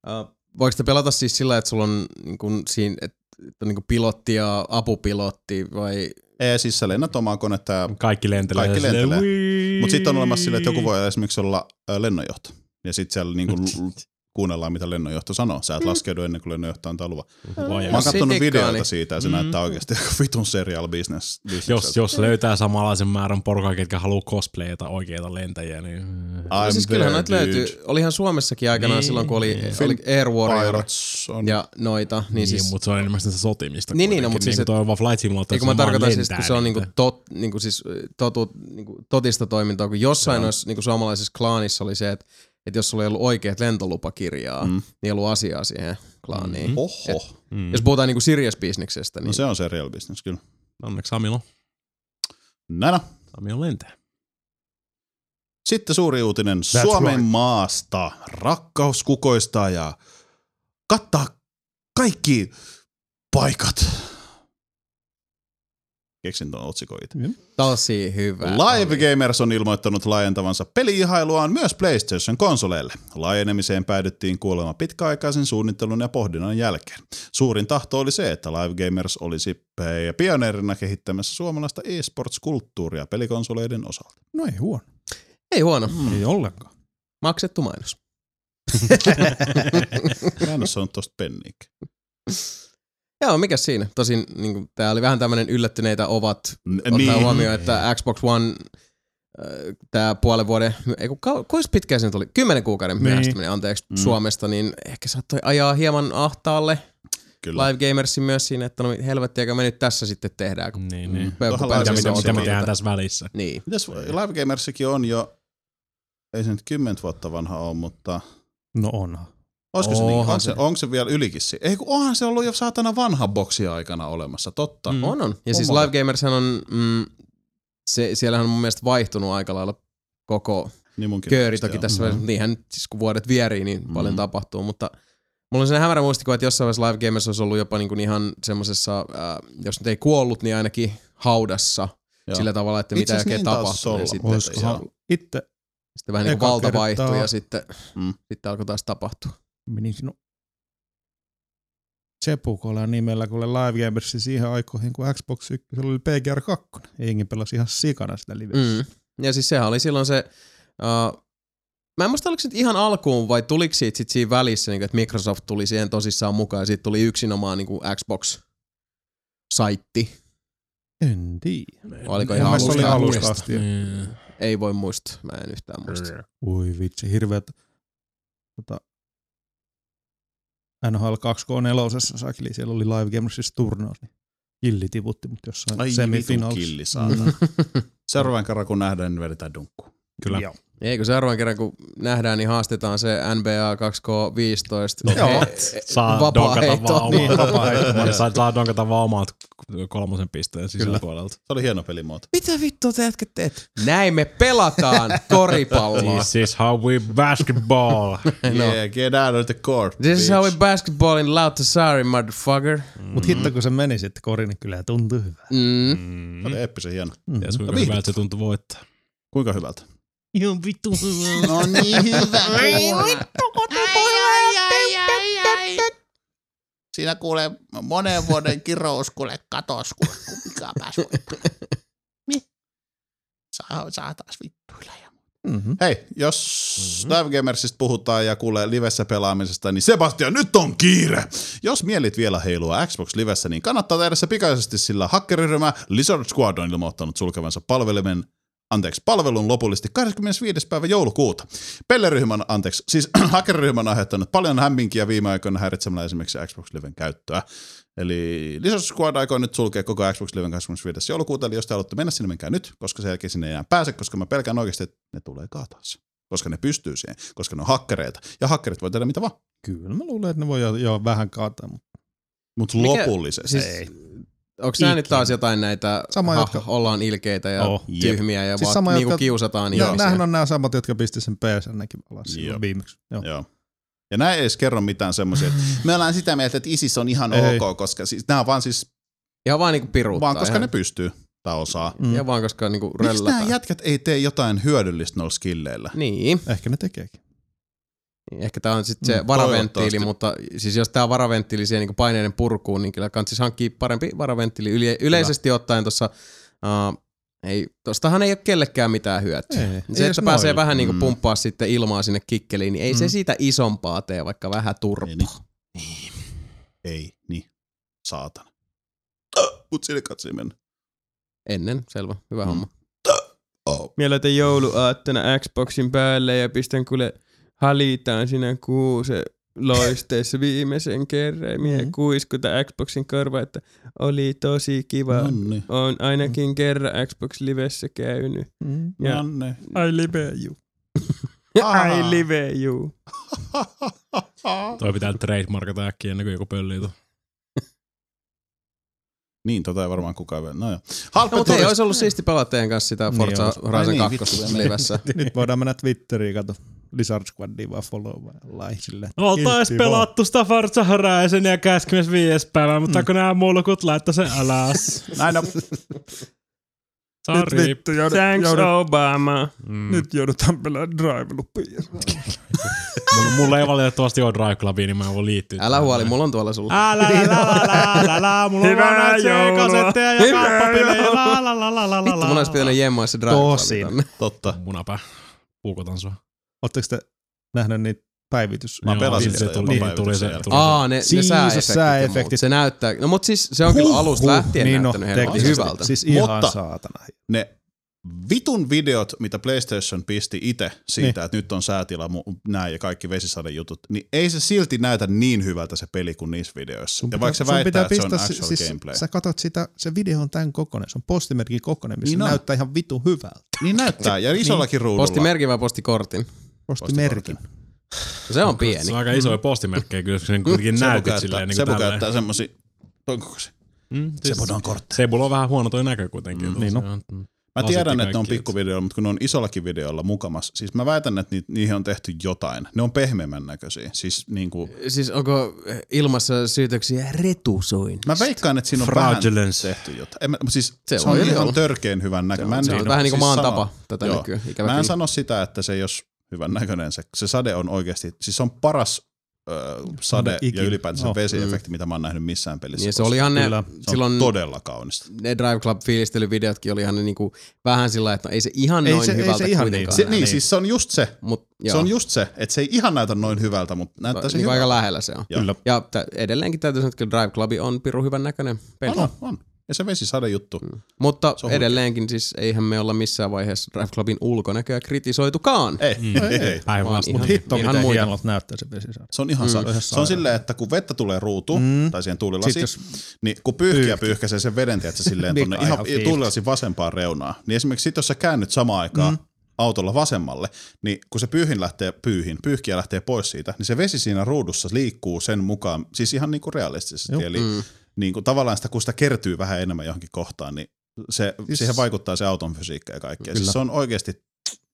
Speaker 3: äh, voiko sitä pelata siis sillä, että sulla on niin kun, siinä, että että on niin kun pilotti ja apupilotti vai...
Speaker 1: Ei, siis sä lennät omaa konetta ja
Speaker 5: Kaikki lentelee.
Speaker 1: Kaikki
Speaker 5: ja silleen,
Speaker 1: lentelee.
Speaker 5: "Wii".
Speaker 1: Mutta sitten on olemassa sille, että joku voi esimerkiksi olla ö, lennonjohto. Ja sitten siellä niinku l-
Speaker 5: Niin.
Speaker 1: l- kuunnellaan, mitä lennonjohto sanoo. Sä et
Speaker 5: Mm.
Speaker 1: laskeudu ennen kuin lennonjohto antaa luvan.
Speaker 3: Mm-hmm.
Speaker 5: Vai-
Speaker 1: Mä oon katsonut
Speaker 3: Sitikaani.
Speaker 1: videoita siitä ja se
Speaker 5: Mm.
Speaker 1: näyttää oikeasti aika vitun serial business.
Speaker 5: Jos, jos löytää samanlaisen määrän porukkaa, ketkä haluaa cosplayata oikeita lentäjiä, niin...
Speaker 1: I'm
Speaker 3: No siis kyllähän
Speaker 1: there,
Speaker 3: näitä löytyy.
Speaker 1: dude.
Speaker 3: Olihan Suomessakin aikanaan
Speaker 5: Niin.
Speaker 3: niin. silloin, kun oli,
Speaker 5: Niin.
Speaker 3: oli Air Warrior
Speaker 1: Pirates on...
Speaker 3: ja noita. Niin,
Speaker 5: Niin,
Speaker 3: niin siis,
Speaker 5: mutta se on enemmän sitä sotimista.
Speaker 3: Niin, niin,
Speaker 5: kuitenkin.
Speaker 3: no, mut siis
Speaker 5: Niin,
Speaker 3: et-
Speaker 5: kun toi on vaan flight simulator,
Speaker 3: Ei kun mä
Speaker 5: se vaan
Speaker 3: tarkoitan siis,
Speaker 5: lentää
Speaker 3: kun se on
Speaker 5: niitä.
Speaker 3: niinku tot, niinku siis ö, totu, niinku totista toimintaa, kun jossain noissa niinku suomalaisessa klaanissa oli se, että et jos sulla ei ollut oikeat lentolupakirjaa,
Speaker 1: Mm.
Speaker 3: mm. niin ei ollut asiaa siihen
Speaker 5: Mm-hmm.
Speaker 3: klaaniin.
Speaker 1: Oho.
Speaker 3: Et,
Speaker 5: Mm.
Speaker 3: Jos puhutaan niinku serious bisneksestä, niin
Speaker 1: No se on serial business, kyllä.
Speaker 5: Onneksi Samilla.
Speaker 1: Näin
Speaker 5: Samilla lentää.
Speaker 1: Sitten suuri uutinen
Speaker 4: That's
Speaker 1: Suomen
Speaker 4: right.
Speaker 1: maasta. Rakkaus kukoistaa ja kattaa kaikki paikat. Keksin tuon otsikon itse.
Speaker 3: tosi hyvä.
Speaker 1: Live Gamers on ilmoittanut laajentavansa peliihailuaan myös PlayStation-konsoleille. Laajenemiseen päädyttiin kuulemma pitkäaikaisen suunnittelun ja pohdinnan jälkeen. Suurin tahto oli se, että Live Gamers olisi pe- pioneerina kehittämässä suomalaista e-sports-kulttuuria pelikonsoleiden osalta.
Speaker 4: No ei huono.
Speaker 3: Ei huono.
Speaker 1: Mm.
Speaker 4: Ei ollenkaan.
Speaker 3: Maksettu mainos.
Speaker 1: Mä en ole saanut tosta penniäkään.
Speaker 3: Joo, mikä siinä? Tosin niin tämä oli vähän tämmöinen yllättyneitä ovat. Ottaa
Speaker 1: niin.
Speaker 3: huomioon, että Xbox One tämä puolen vuoden, ei kun, kau- kuinka pitkä se nyt oli? Kymmenen kuukauden
Speaker 4: Niin.
Speaker 3: myöhästyminen, anteeksi,
Speaker 1: Mm.
Speaker 3: Suomesta, niin ehkä saattoi ajaa hieman ahtaalle.
Speaker 1: Kyllä.
Speaker 3: Live Gamersin myös siinä, että no helvettiäkö me nyt tässä sitten tehdään. Kun
Speaker 5: Mm.
Speaker 3: niin, niin.
Speaker 1: Vähän
Speaker 3: Mitä,
Speaker 1: Live Gamersin
Speaker 3: mitä me
Speaker 1: tehdään
Speaker 3: tehdään
Speaker 1: tässä
Speaker 3: tässä välissä.
Speaker 1: Mm.
Speaker 3: Niin.
Speaker 1: Mitäs Live Gamersikin on jo, ei se nyt kymmentä vuotta vanha ole, mutta
Speaker 4: No onhan.
Speaker 1: olisiko se, niin,
Speaker 4: Onhan
Speaker 1: onko,
Speaker 4: se.
Speaker 1: se, onko se vielä ylikin? si- Ei kun onhan se ollut jo saatana vanha boksi aikana olemassa, totta.
Speaker 3: Mm. On, on. Ja siis Live Gamershan on, mm, se, siellähän on mun mielestä vaihtunut aika lailla koko
Speaker 1: niin munkin
Speaker 3: kööri
Speaker 1: mielestä,
Speaker 3: toki
Speaker 1: joo.
Speaker 3: tässä
Speaker 1: Mhm.
Speaker 3: mm-hmm. niinhän siis kun vuodet vierii, niin mm-hmm. paljon tapahtuu, mutta mulla on sen hämärä muistikuva, että jossain vaiheessa Live Gamers olisi ollut jopa niin kuin ihan semmoisessa, äh, jos nyt ei kuollut, niin ainakin haudassa
Speaker 1: Joo.
Speaker 3: Joo. sillä tavalla, että
Speaker 1: Itse
Speaker 3: mitä
Speaker 1: asiassa
Speaker 3: oikein
Speaker 1: niin taisi
Speaker 3: tapahtuu.
Speaker 1: olla.
Speaker 3: Ja sitten,
Speaker 4: Olisikohan itse
Speaker 3: sitten vähän niin kuin
Speaker 4: eka
Speaker 3: valta vaihtui
Speaker 4: kertaa-
Speaker 3: ja sitten,
Speaker 1: mm.
Speaker 3: sitten alkoi taas tapahtua.
Speaker 4: Menin sinun Sepukola nimellä, kun oli Live Gamersi siihen aikoihin, kun Xbox 1 oli PGR 2. Jengi pelasi ihan sikana sitä livessä.
Speaker 3: Mm. Ja siis sehän oli silloin se, uh, mä en muista oliko se nyt ihan alkuun vai tuliko siitä sit siinä välissä, niin kuin, että Microsoft tuli siihen tosissaan mukaan ja siitä tuli yksinomaan niin kuin Xbox-saitti.
Speaker 4: En tiedä.
Speaker 3: Oliko
Speaker 4: Mun
Speaker 3: ihan
Speaker 4: mielestä
Speaker 3: alusta,
Speaker 4: oli alusta asti.
Speaker 3: Mm.
Speaker 5: Niin.
Speaker 3: Ei voi muistaa, mä en yhtään muista.
Speaker 4: Voi vitsi, hirveät. Tota, NHL 2K4 sakili, siellä oli Live Gamersissa turnaus, niin killi tiputti, mutta jossain
Speaker 1: Ai vitun
Speaker 4: semifinaalissa. Mm-hmm.
Speaker 1: killi saatana. Seuraavan kerran kun nähdään, niin vedetään dunkku. Kyllä. Joo.
Speaker 3: Eikö seuraavan kerran, kun nähdään, niin haastetaan se NBA 2K15.
Speaker 4: No
Speaker 5: Joo. Saa donkata vaan
Speaker 3: vapaaheittoon.
Speaker 5: omaa.
Speaker 3: Vapaaheittoon.
Speaker 5: Vapaaheittoon. Saa saa donkata vaan omat kolmosen pisteen sisäpuolelta.
Speaker 1: Se oli hieno pelimuoto.
Speaker 3: Mitä vittua te jätkät teet? Näin me pelataan koripalloa.
Speaker 5: This is how we basketball.
Speaker 1: Yeah, get out of the court.
Speaker 3: No. This is how we basketball in Lautasari, motherfucker.
Speaker 4: Mut hitto kun sä meni sitten korin, niin kyllä tuntui hyvä.
Speaker 3: Mm.
Speaker 1: Mm. Oli eeppisen hieno.
Speaker 4: Mm.
Speaker 5: Ties kuinka
Speaker 1: No
Speaker 5: hyvältä se tuntui voittaa.
Speaker 1: Kuinka hyvältä?
Speaker 13: Ihan vittu hyvä.
Speaker 1: No niin, hyvä.
Speaker 9: ai, ai, ai, ai.
Speaker 1: Siinä kuulee moneen vuoden kirous, kuule katos, kuule, kun mikä pääsi saa, saa taas vittuilla. Ja...
Speaker 4: Mm-hmm.
Speaker 1: Hei, jos mm-hmm. Live Gamersista puhutaan ja kuulee livessä pelaamisesta, niin Sebastian, nyt on kiire! Jos mielit vielä heilua Xbox Livessä, niin kannattaa tehdä se pikaisesti, sillä hakkeriryhmä Lizard Squad on ilmoittanut sulkevansa palvelimen anteeksi, palvelun lopullisesti 25. päivä joulukuuta. Pelleryhmän, anteeksi, siis hakkeriryhmän on aiheuttanut paljon hämminkiä viime aikoina häiritsemällä esimerkiksi Xbox Liven käyttöä. Eli Lizard Squad aikoo nyt sulkea koko Xbox Liven 25. joulukuuta, eli jos te haluatte mennä sinne, menkää nyt, koska sen jälkeen sinne ei enää pääse, koska mä pelkään oikeasti, että ne tulee kaataa se. Koska ne pystyy siihen, koska ne on hakkereita. Ja hakkerit voi tehdä mitä vaan.
Speaker 4: Kyllä mä luulen, että ne voi jo, jo vähän kaataa, mutta
Speaker 1: Mutta
Speaker 3: Mikä-
Speaker 1: lopullisesti.
Speaker 3: siis-
Speaker 1: ei.
Speaker 3: Onko nämä nyt taas jotain näitä,
Speaker 4: Sama,
Speaker 3: sama, ha,
Speaker 4: jotka-
Speaker 3: jotka... ollaan ilkeitä ja
Speaker 4: Oh,
Speaker 3: oh,
Speaker 4: jep.
Speaker 3: tyhmiä ja siis
Speaker 4: sama,
Speaker 3: vaan niinku
Speaker 4: jotka-
Speaker 3: kiusataan
Speaker 4: Joo,
Speaker 3: ihmisiä?
Speaker 4: Nämähän on nämä samat, jotka pisti sen PSN-näkin alas
Speaker 1: Joo.
Speaker 4: silloin viimeksi. Joo.
Speaker 1: Joo. Ja nämä ei edes kerro mitään semmoisia, että me ollaan sitä mieltä, että ISIS on ihan
Speaker 4: Ei.
Speaker 1: ok, koska siis, nämä on vaan siis,
Speaker 3: Ihan vaan niinku piruuttaa.
Speaker 1: vaan koska
Speaker 3: ihan,
Speaker 1: ne pystyy tai osaa.
Speaker 3: mm. Ja vaan koska niinku
Speaker 1: Miksi nämä
Speaker 3: röllätään.
Speaker 1: jätkät ei tee jotain hyödyllistä noilla skilleillä?
Speaker 3: Niin.
Speaker 4: Ehkä ne tekeekin.
Speaker 3: Ehkä tämä on sitten se
Speaker 1: Mm,
Speaker 3: varaventtiili,
Speaker 1: toivottavasti.
Speaker 3: mutta siis jos tämä varaventtiili siihen niinku paineiden purkuun, niin kyllä kannattaisi hankkia parempi varaventtiili. Yle, yleisesti ottaen tuossa, uh, ei, tostahan ei ole kellekään mitään hyötyä.
Speaker 4: Ei, ei
Speaker 3: se,
Speaker 4: edes
Speaker 3: että pääsee
Speaker 4: noilla.
Speaker 3: vähän niinku
Speaker 1: Mm.
Speaker 3: pumppaa sitten ilmaa sinne kikkeliin, niin ei
Speaker 4: Mm.
Speaker 3: se siitä isompaa tee, vaikka vähän
Speaker 10: Niin.
Speaker 3: turpaa.
Speaker 1: niin. Ei, niin. Saatana. Mut sinne katsoi mennä.
Speaker 3: Ennen, selvä, hyvä
Speaker 1: Mm.
Speaker 3: homma. Oh.
Speaker 10: Minä laitan jouluaattona Xboxin päälle ja pistän kuule halitaan sinä kuuse loisteessa viimeisen kerran. Minä
Speaker 4: Mm.
Speaker 10: kuiskuta Xboxin korva, että oli tosi kiva.
Speaker 3: No
Speaker 1: Nonni.
Speaker 10: On ainakin kerran Xbox Livessä käynyt.
Speaker 4: Mm.
Speaker 10: Ja
Speaker 1: Nonne.
Speaker 10: I live you. I live
Speaker 3: No,
Speaker 10: you.
Speaker 5: Toi pitää trademarkata äkkiä ennen kuin joku pöllii tuon.
Speaker 1: Niin, tota ei varmaan kukaan vielä. No joo.
Speaker 3: No, mutta ei olisi ollut siisti pelata teidän kanssa sitä Forza
Speaker 4: olisi.
Speaker 3: niin, Horizon
Speaker 1: Ai niin,
Speaker 3: 2
Speaker 1: vittu,
Speaker 3: niin, livessä.
Speaker 4: Nyt voidaan mennä Twitteriin, kato. Lizard Squadia vaan follow vaan like sillä.
Speaker 5: Oltais
Speaker 4: kiltti vaan.
Speaker 5: pelattu sitä Forza Horizon ja 25. päivää, mutta kun nämä mulkut laittoi sen alas.
Speaker 1: Näin on.
Speaker 5: Sorry.
Speaker 12: vittu joudut,
Speaker 10: Thanks
Speaker 12: joudut,
Speaker 10: Obama.
Speaker 5: Mm.
Speaker 12: nyt joudutaan pelaamaan drive loopia.
Speaker 5: Mulla, mulla ei valitettavasti ole Drive Clubia, niin mä en voi liittyä.
Speaker 3: Älä huoli, mulla on tuolla sulla.
Speaker 5: Älä, älä, älä, älä, älä, mulla on
Speaker 10: Hyvää
Speaker 5: vaan näitä
Speaker 10: joulua.
Speaker 5: kasetteja ja
Speaker 10: Hyvää
Speaker 5: kauppapelejä,
Speaker 10: joulua.
Speaker 5: la la la la la la
Speaker 3: Vittu, mun olisi pitänyt jemmaa se drive
Speaker 4: Tosin.
Speaker 3: tänne.
Speaker 1: Totta.
Speaker 5: Munapää. Puukotan sua.
Speaker 4: Ootteko te nähnyt niitä päivitys? siis
Speaker 1: Mä
Speaker 5: Joo, niin
Speaker 1: pelasin
Speaker 5: se
Speaker 1: sitä
Speaker 5: tuli-
Speaker 4: niin,
Speaker 1: jollain
Speaker 5: tuli
Speaker 1: päivityksellä.
Speaker 5: se- tuli
Speaker 3: Aa, ne, ne
Speaker 1: Siis
Speaker 4: Siisus,
Speaker 3: sääefektit, ja muut.
Speaker 4: sääefektit.
Speaker 3: Se näyttää, no mut siis se on kyllä alusta lähtien
Speaker 4: niin no,
Speaker 3: näyttänyt helvetin
Speaker 4: teknisesti.
Speaker 3: hyvältä.
Speaker 4: Siis ihan
Speaker 1: Mutta-
Speaker 4: saatana.
Speaker 1: Ne vitun videot, mitä PlayStation pisti itse
Speaker 4: Niin.
Speaker 1: siitä, että nyt on säätila, mu- näin ja kaikki vesisade-jutut, niin ei se silti näytä niin hyvältä se peli kuin niissä videoissa. ja vaikka se
Speaker 4: Sun
Speaker 1: väittää, että se on
Speaker 4: pistää
Speaker 1: actual
Speaker 4: se- siis,
Speaker 1: gameplay.
Speaker 4: Sä katot sitä, se video on tämän kokoinen, se on postimerkin kokoinen, missä
Speaker 1: Niin
Speaker 4: niin
Speaker 1: on.
Speaker 4: näyttää ihan vitu hyvältä.
Speaker 1: Niin näyttää, ja
Speaker 4: Niin.
Speaker 1: isollakin ruudulla.
Speaker 3: Postimerkin vai postikortin?
Speaker 4: Postimerkin.
Speaker 3: Se on pieni.
Speaker 5: Se on aika isoja postimerkkejä, kyllä sen kuitenkin
Speaker 1: Sebu
Speaker 5: näytit
Speaker 1: käyttää-
Speaker 5: silleen. niin
Speaker 1: Sebu
Speaker 5: tälleen.
Speaker 1: käyttää semmosia, ton kokoisia.
Speaker 5: Mm,
Speaker 1: Sebulla on kortteja.
Speaker 5: Sebulla on vähän huono toi näkö kuitenkin.
Speaker 1: Mm, niin
Speaker 5: Se
Speaker 1: no.
Speaker 5: on-
Speaker 1: Mä
Speaker 5: asetti
Speaker 1: tiedän, että ne on
Speaker 5: kaikki,
Speaker 1: pikkuvideoilla, mutta kun ne on isollakin videolla mukamas, siis mä väitän, että niit- niihin on tehty jotain. Ne on pehmeämmän näköisiä. Siis, niin kuin,
Speaker 3: Siis onko ilmassa syytöksiä retusoin?
Speaker 1: mä veikkaan, että siinä on vähän tehty jotain. En mä, mut siis, se, se on ihan olla. törkeen hyvän näköinen.
Speaker 3: Se on,
Speaker 1: Mä en
Speaker 3: se on
Speaker 1: sano-
Speaker 3: vähän niin kuin maan
Speaker 1: sano-
Speaker 3: tapa tätä
Speaker 1: Joo.
Speaker 3: nykyään. Ikävä
Speaker 1: Mä en
Speaker 3: kyllä.
Speaker 1: sano sitä, että se ei olisi hyvän näköinen. Se, se sade on oikeasti, siis se on paras ö, sade ja
Speaker 3: Ikinä.
Speaker 1: ylipäänsä
Speaker 3: Oh.
Speaker 1: oh. vesiefekti, mitä mä oon nähnyt missään pelissä.
Speaker 3: Niin, se oli ihan ne-
Speaker 1: Kyllä. se silloin...
Speaker 3: silloin-
Speaker 1: on todella kaunista.
Speaker 3: Ne Drive Club fiilistelyvideotkin oli ihan ne niinku vähän sillä lailla, että no ei se ihan
Speaker 1: Ei
Speaker 3: noin
Speaker 1: se- ei
Speaker 3: hyvältä
Speaker 1: se ihan
Speaker 3: kuitenkaan.
Speaker 1: niin. Se- niin, siis se on just se.
Speaker 3: Mut,
Speaker 1: Se on just se, että se ei ihan näytä noin hyvältä, mutta näyttää se
Speaker 3: niin
Speaker 1: hyvältä.
Speaker 3: aika lähellä se on.
Speaker 1: Joo. Kyllä.
Speaker 3: Ja tä, edelleenkin täytyy sanoa, että kyllä Drive Club on pirun hyvän näköinen peli.
Speaker 1: On, on, on. Ja se vesisade juttu. Mm.
Speaker 3: Mutta
Speaker 1: Se on
Speaker 3: edelleenkin siis eihän me olla missään vaiheessa Drive Clubin ulkonäköä kritisoitukaan.
Speaker 1: Ei, mm. ei, ei.
Speaker 3: Mutta hitto, ihan muita.
Speaker 4: näyttää se vesisade.
Speaker 1: Se on ihan mm. sa- Se on silleen, että kun vettä tulee ruutuun mm. tai siihen tuulilasiin,
Speaker 4: Sit
Speaker 1: niin kun pyyhkiä pyyhkäisee sen veden, tiedätkö, silleen
Speaker 4: Big
Speaker 1: tonne
Speaker 4: eye
Speaker 1: ihan
Speaker 4: of field.
Speaker 1: tuulilasin vasempaan reunaan, niin esimerkiksi sit, jos sä käännyt samaan aikaan mm. autolla vasemmalle, niin kun se pyyhin lähtee pyyhin, pyyhkiä lähtee pois siitä, niin se vesi siinä ruudussa liikkuu sen mukaan, siis ihan niin kuin realistisesti,
Speaker 4: Joo.
Speaker 1: eli
Speaker 4: Mm.
Speaker 1: niin kuin tavallaan sitä, kun sitä kertyy vähän enemmän johonkin kohtaan, niin se,
Speaker 4: Siis-
Speaker 1: siihen vaikuttaa se auton fysiikka ja kaikkea.
Speaker 3: Kyllä.
Speaker 1: Siis se on oikeasti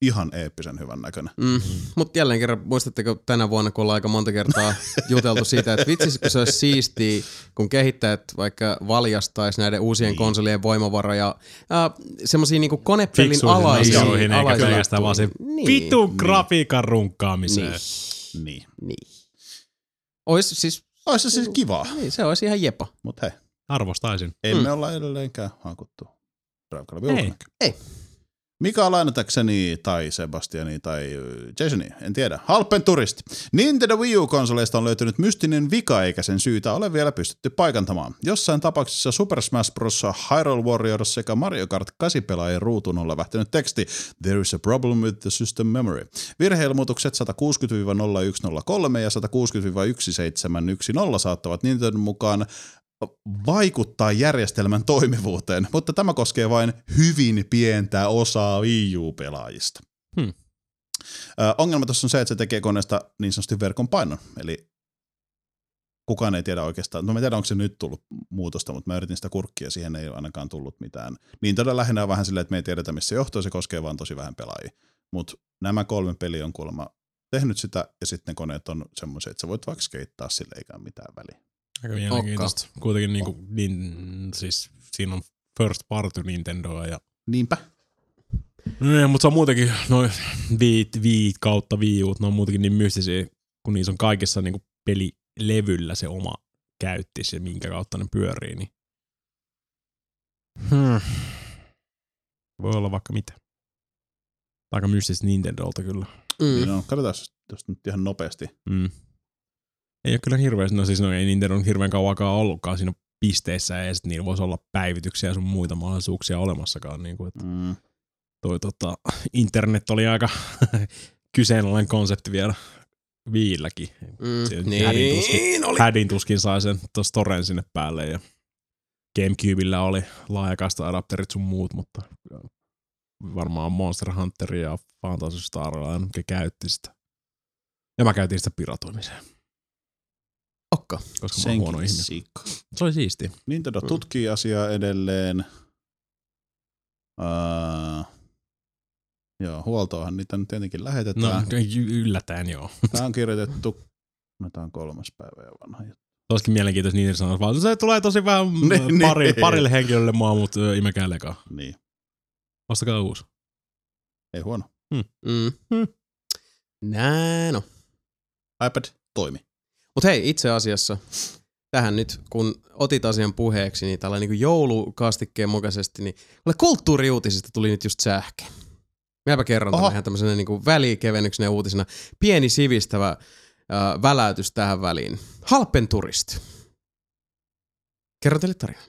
Speaker 1: ihan eeppisen hyvän näköinen.
Speaker 3: Mm. Mutta jälleen kerran, muistatteko tänä vuonna, kun ollaan aika monta kertaa juteltu siitä, että vitsi, kun se olisi siistiä, kun kehittäjät vaikka valjastaisi näiden uusien niin. konsolien voimavaroja ja äh, semmoisia niinku konepelin
Speaker 5: Fiksuihin
Speaker 3: alaisia.
Speaker 5: asioihin, eikä
Speaker 3: alaisia
Speaker 5: pelkästään
Speaker 3: juttuja.
Speaker 5: vaan se
Speaker 3: Niin.
Speaker 5: vitun grafiikan runkkaamiseen.
Speaker 1: Niin. niin.
Speaker 3: niin. Ois siis...
Speaker 1: Ois se siis kivaa.
Speaker 3: Niin, se olisi ihan jepa.
Speaker 1: Mut hei.
Speaker 5: Arvostaisin.
Speaker 1: Ei me olla edelleenkään hankuttu Raukalavi
Speaker 3: Mm. Ei.
Speaker 1: ulkonäkö.
Speaker 3: Ei.
Speaker 1: Mika lainatakseni tai Sebastiani tai ö, Jasoni, en tiedä. Halpen turisti. Nintendo Wii U-konsoleista on löytynyt mystinen vika, eikä sen syytä ole vielä pystytty paikantamaan. Jossain tapauksessa Super Smash Bros. Hyrule Warriors sekä Mario Kart 8 pelaajien ruutuun on lähtenyt teksti There is a problem with the system memory. Virheilmoitukset 160-0103 ja 160-1710 saattavat Nintendo mukaan vaikuttaa järjestelmän toimivuuteen, mutta tämä koskee vain hyvin pientä osaa Wii U-pelaajista.
Speaker 5: Hmm.
Speaker 1: Ö, ongelma tuossa on se, että se tekee koneesta niin sanotusti verkon painon, eli kukaan ei tiedä oikeastaan, no mä tiedän onko se nyt tullut muutosta, mutta mä yritin sitä kurkkia, siihen ei ainakaan tullut mitään. Niin todella lähinnä on vähän silleen, että me ei tiedetä missä se johtuu, se koskee vaan tosi vähän pelaajia. Mutta nämä kolme peliä on kuulemma tehnyt sitä, ja sitten ne koneet on semmoisia, että sä voit vaikka skeittaa sille eikä mitään väliä.
Speaker 5: Aika mielenkiintoista. Kuitenkin niinku, niin, siis siinä on first party Nintendoa ja
Speaker 1: Niinpä.
Speaker 5: No, mutta se on muutenkin, noin viit, viit kautta viiut, ne on muutenkin niin mystisiä, kun niissä on kaikessa niinku pelilevyllä se oma käyttis ja minkä kautta ne pyörii. Niin. Hmm. Voi olla vaikka mitä. Aika mystistä Nintendolta kyllä.
Speaker 3: Mm.
Speaker 1: Niin on, katsotaan tuosta nyt ihan nopeasti.
Speaker 5: Mm. Ei ole kyllä hirveän, no siis no ei Nintendo nyt hirveän kauankaan ollutkaan siinä pisteessä ja sitten niillä voisi olla päivityksiä ja sun muita mahdollisuuksia olemassakaan. Niin kuin, että
Speaker 1: mm.
Speaker 5: toi, tota, internet oli aika kyseenalainen konsepti vielä viilläkin.
Speaker 3: Mm,
Speaker 5: Se-
Speaker 3: niin
Speaker 5: hädin tuskin,
Speaker 3: oli.
Speaker 5: hädin tuskin sai sen tuossa Toren sinne päälle ja Gamecubella oli laajakaista adapterit sun muut, mutta varmaan Monster Hunter ja Fantasy Star oli ainakin käytti sitä. Ja mä käytin sitä piratoimiseen.
Speaker 3: Okka.
Speaker 5: Koska mä oon huono ihminen. Se oli siisti.
Speaker 1: Nintendo tutkii asiaa edelleen. Uh, joo, huoltoahan niitä nyt tietenkin
Speaker 5: No,
Speaker 1: lähetetään.
Speaker 5: y- yllätään joo.
Speaker 1: Tämä on kirjoitettu, no tämä on kolmas päivä jo vanha. juttu.
Speaker 5: Olisikin mielenkiintoista niitä sanoa, vaan se tulee tosi vähän
Speaker 1: Niin,
Speaker 5: pari,
Speaker 1: niin.
Speaker 5: parille henkilölle mua, mutta ö, imekää lekaa.
Speaker 1: Niin,
Speaker 5: Ostakaa uusi.
Speaker 1: ei huono.
Speaker 3: Mm.
Speaker 5: Hmm.
Speaker 3: Mm. Näin on.
Speaker 1: iPad toimi.
Speaker 3: Mutta hei, itse asiassa tähän nyt, kun otit asian puheeksi, niin tällä niin joulukastikkeen mukaisesti, niin kuule, kulttuuriuutisista tuli nyt just sähke. Minäpä kerron tämän ihan tämmöisenä niin välikevennyksenä ja uutisena. Pieni sivistävä äh, väläytys tähän väliin. Halpen turisti. Kerron teille tarinan.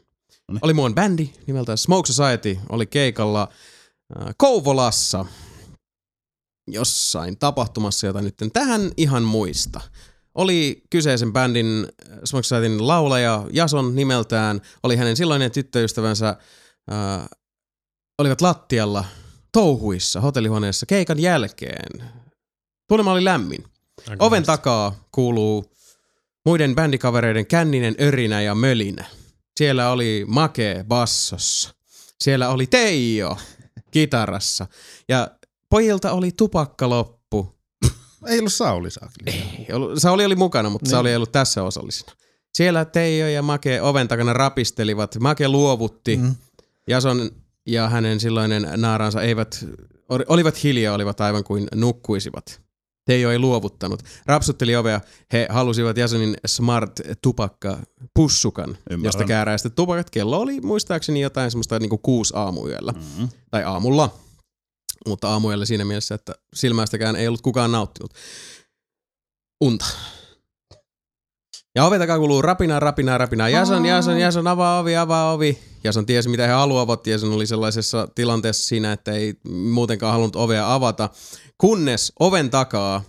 Speaker 3: Oli muun bändi nimeltä Smoke Society, oli keikalla äh, Kouvolassa jossain tapahtumassa, jota nyt en tähän ihan muista. Oli kyseisen bändin äh, Smoke Sightin laulaja Jason nimeltään, oli hänen silloinen tyttöystävänsä, äh, olivat lattialla touhuissa hotellihuoneessa keikan jälkeen. Tunnelma oli lämmin.
Speaker 5: Aika
Speaker 3: Oven takaa kuuluu muiden bändikavereiden känninen örinä ja mölinä. Siellä oli Make bassossa. Siellä oli Teijo kitarassa. Ja pojilta oli tupakka loppu.
Speaker 4: Ei ollut Sauli saakeli.
Speaker 3: Ei ollut- Sauli oli mukana, mutta
Speaker 4: Niin.
Speaker 3: Sauli ei ollut tässä osallisena. Siellä Teijo ja Make oven takana rapistelivat. Make luovutti. Mm. Jason ja hänen silloinen naaransa eivät, or- olivat hiljaa, olivat aivan kuin nukkuisivat. Teijo ei luovuttanut. Rapsutteli ovea. He halusivat Jasonin smart tupakka pussukan,
Speaker 1: Ymmärrän.
Speaker 3: josta käärää sitten tupakat. Kello oli muistaakseni jotain semmoista niinku kuusi aamuyöllä.
Speaker 1: Mm.
Speaker 3: Mm-hmm. Tai aamulla. Mutta aamuyöllä siinä mielessä, että silmästäkään ei ollut kukaan nauttinut. Unta. Ja oven takaa kuuluu rapinaa, rapinaa, rapinaa. Jason, Jason, Jason, avaa ovi, avaa ovi. Jason tiesi, mitä he haluavat. Jason oli sellaisessa tilanteessa siinä, että ei muutenkaan halunnut ovea avata. Kunnes oven takaa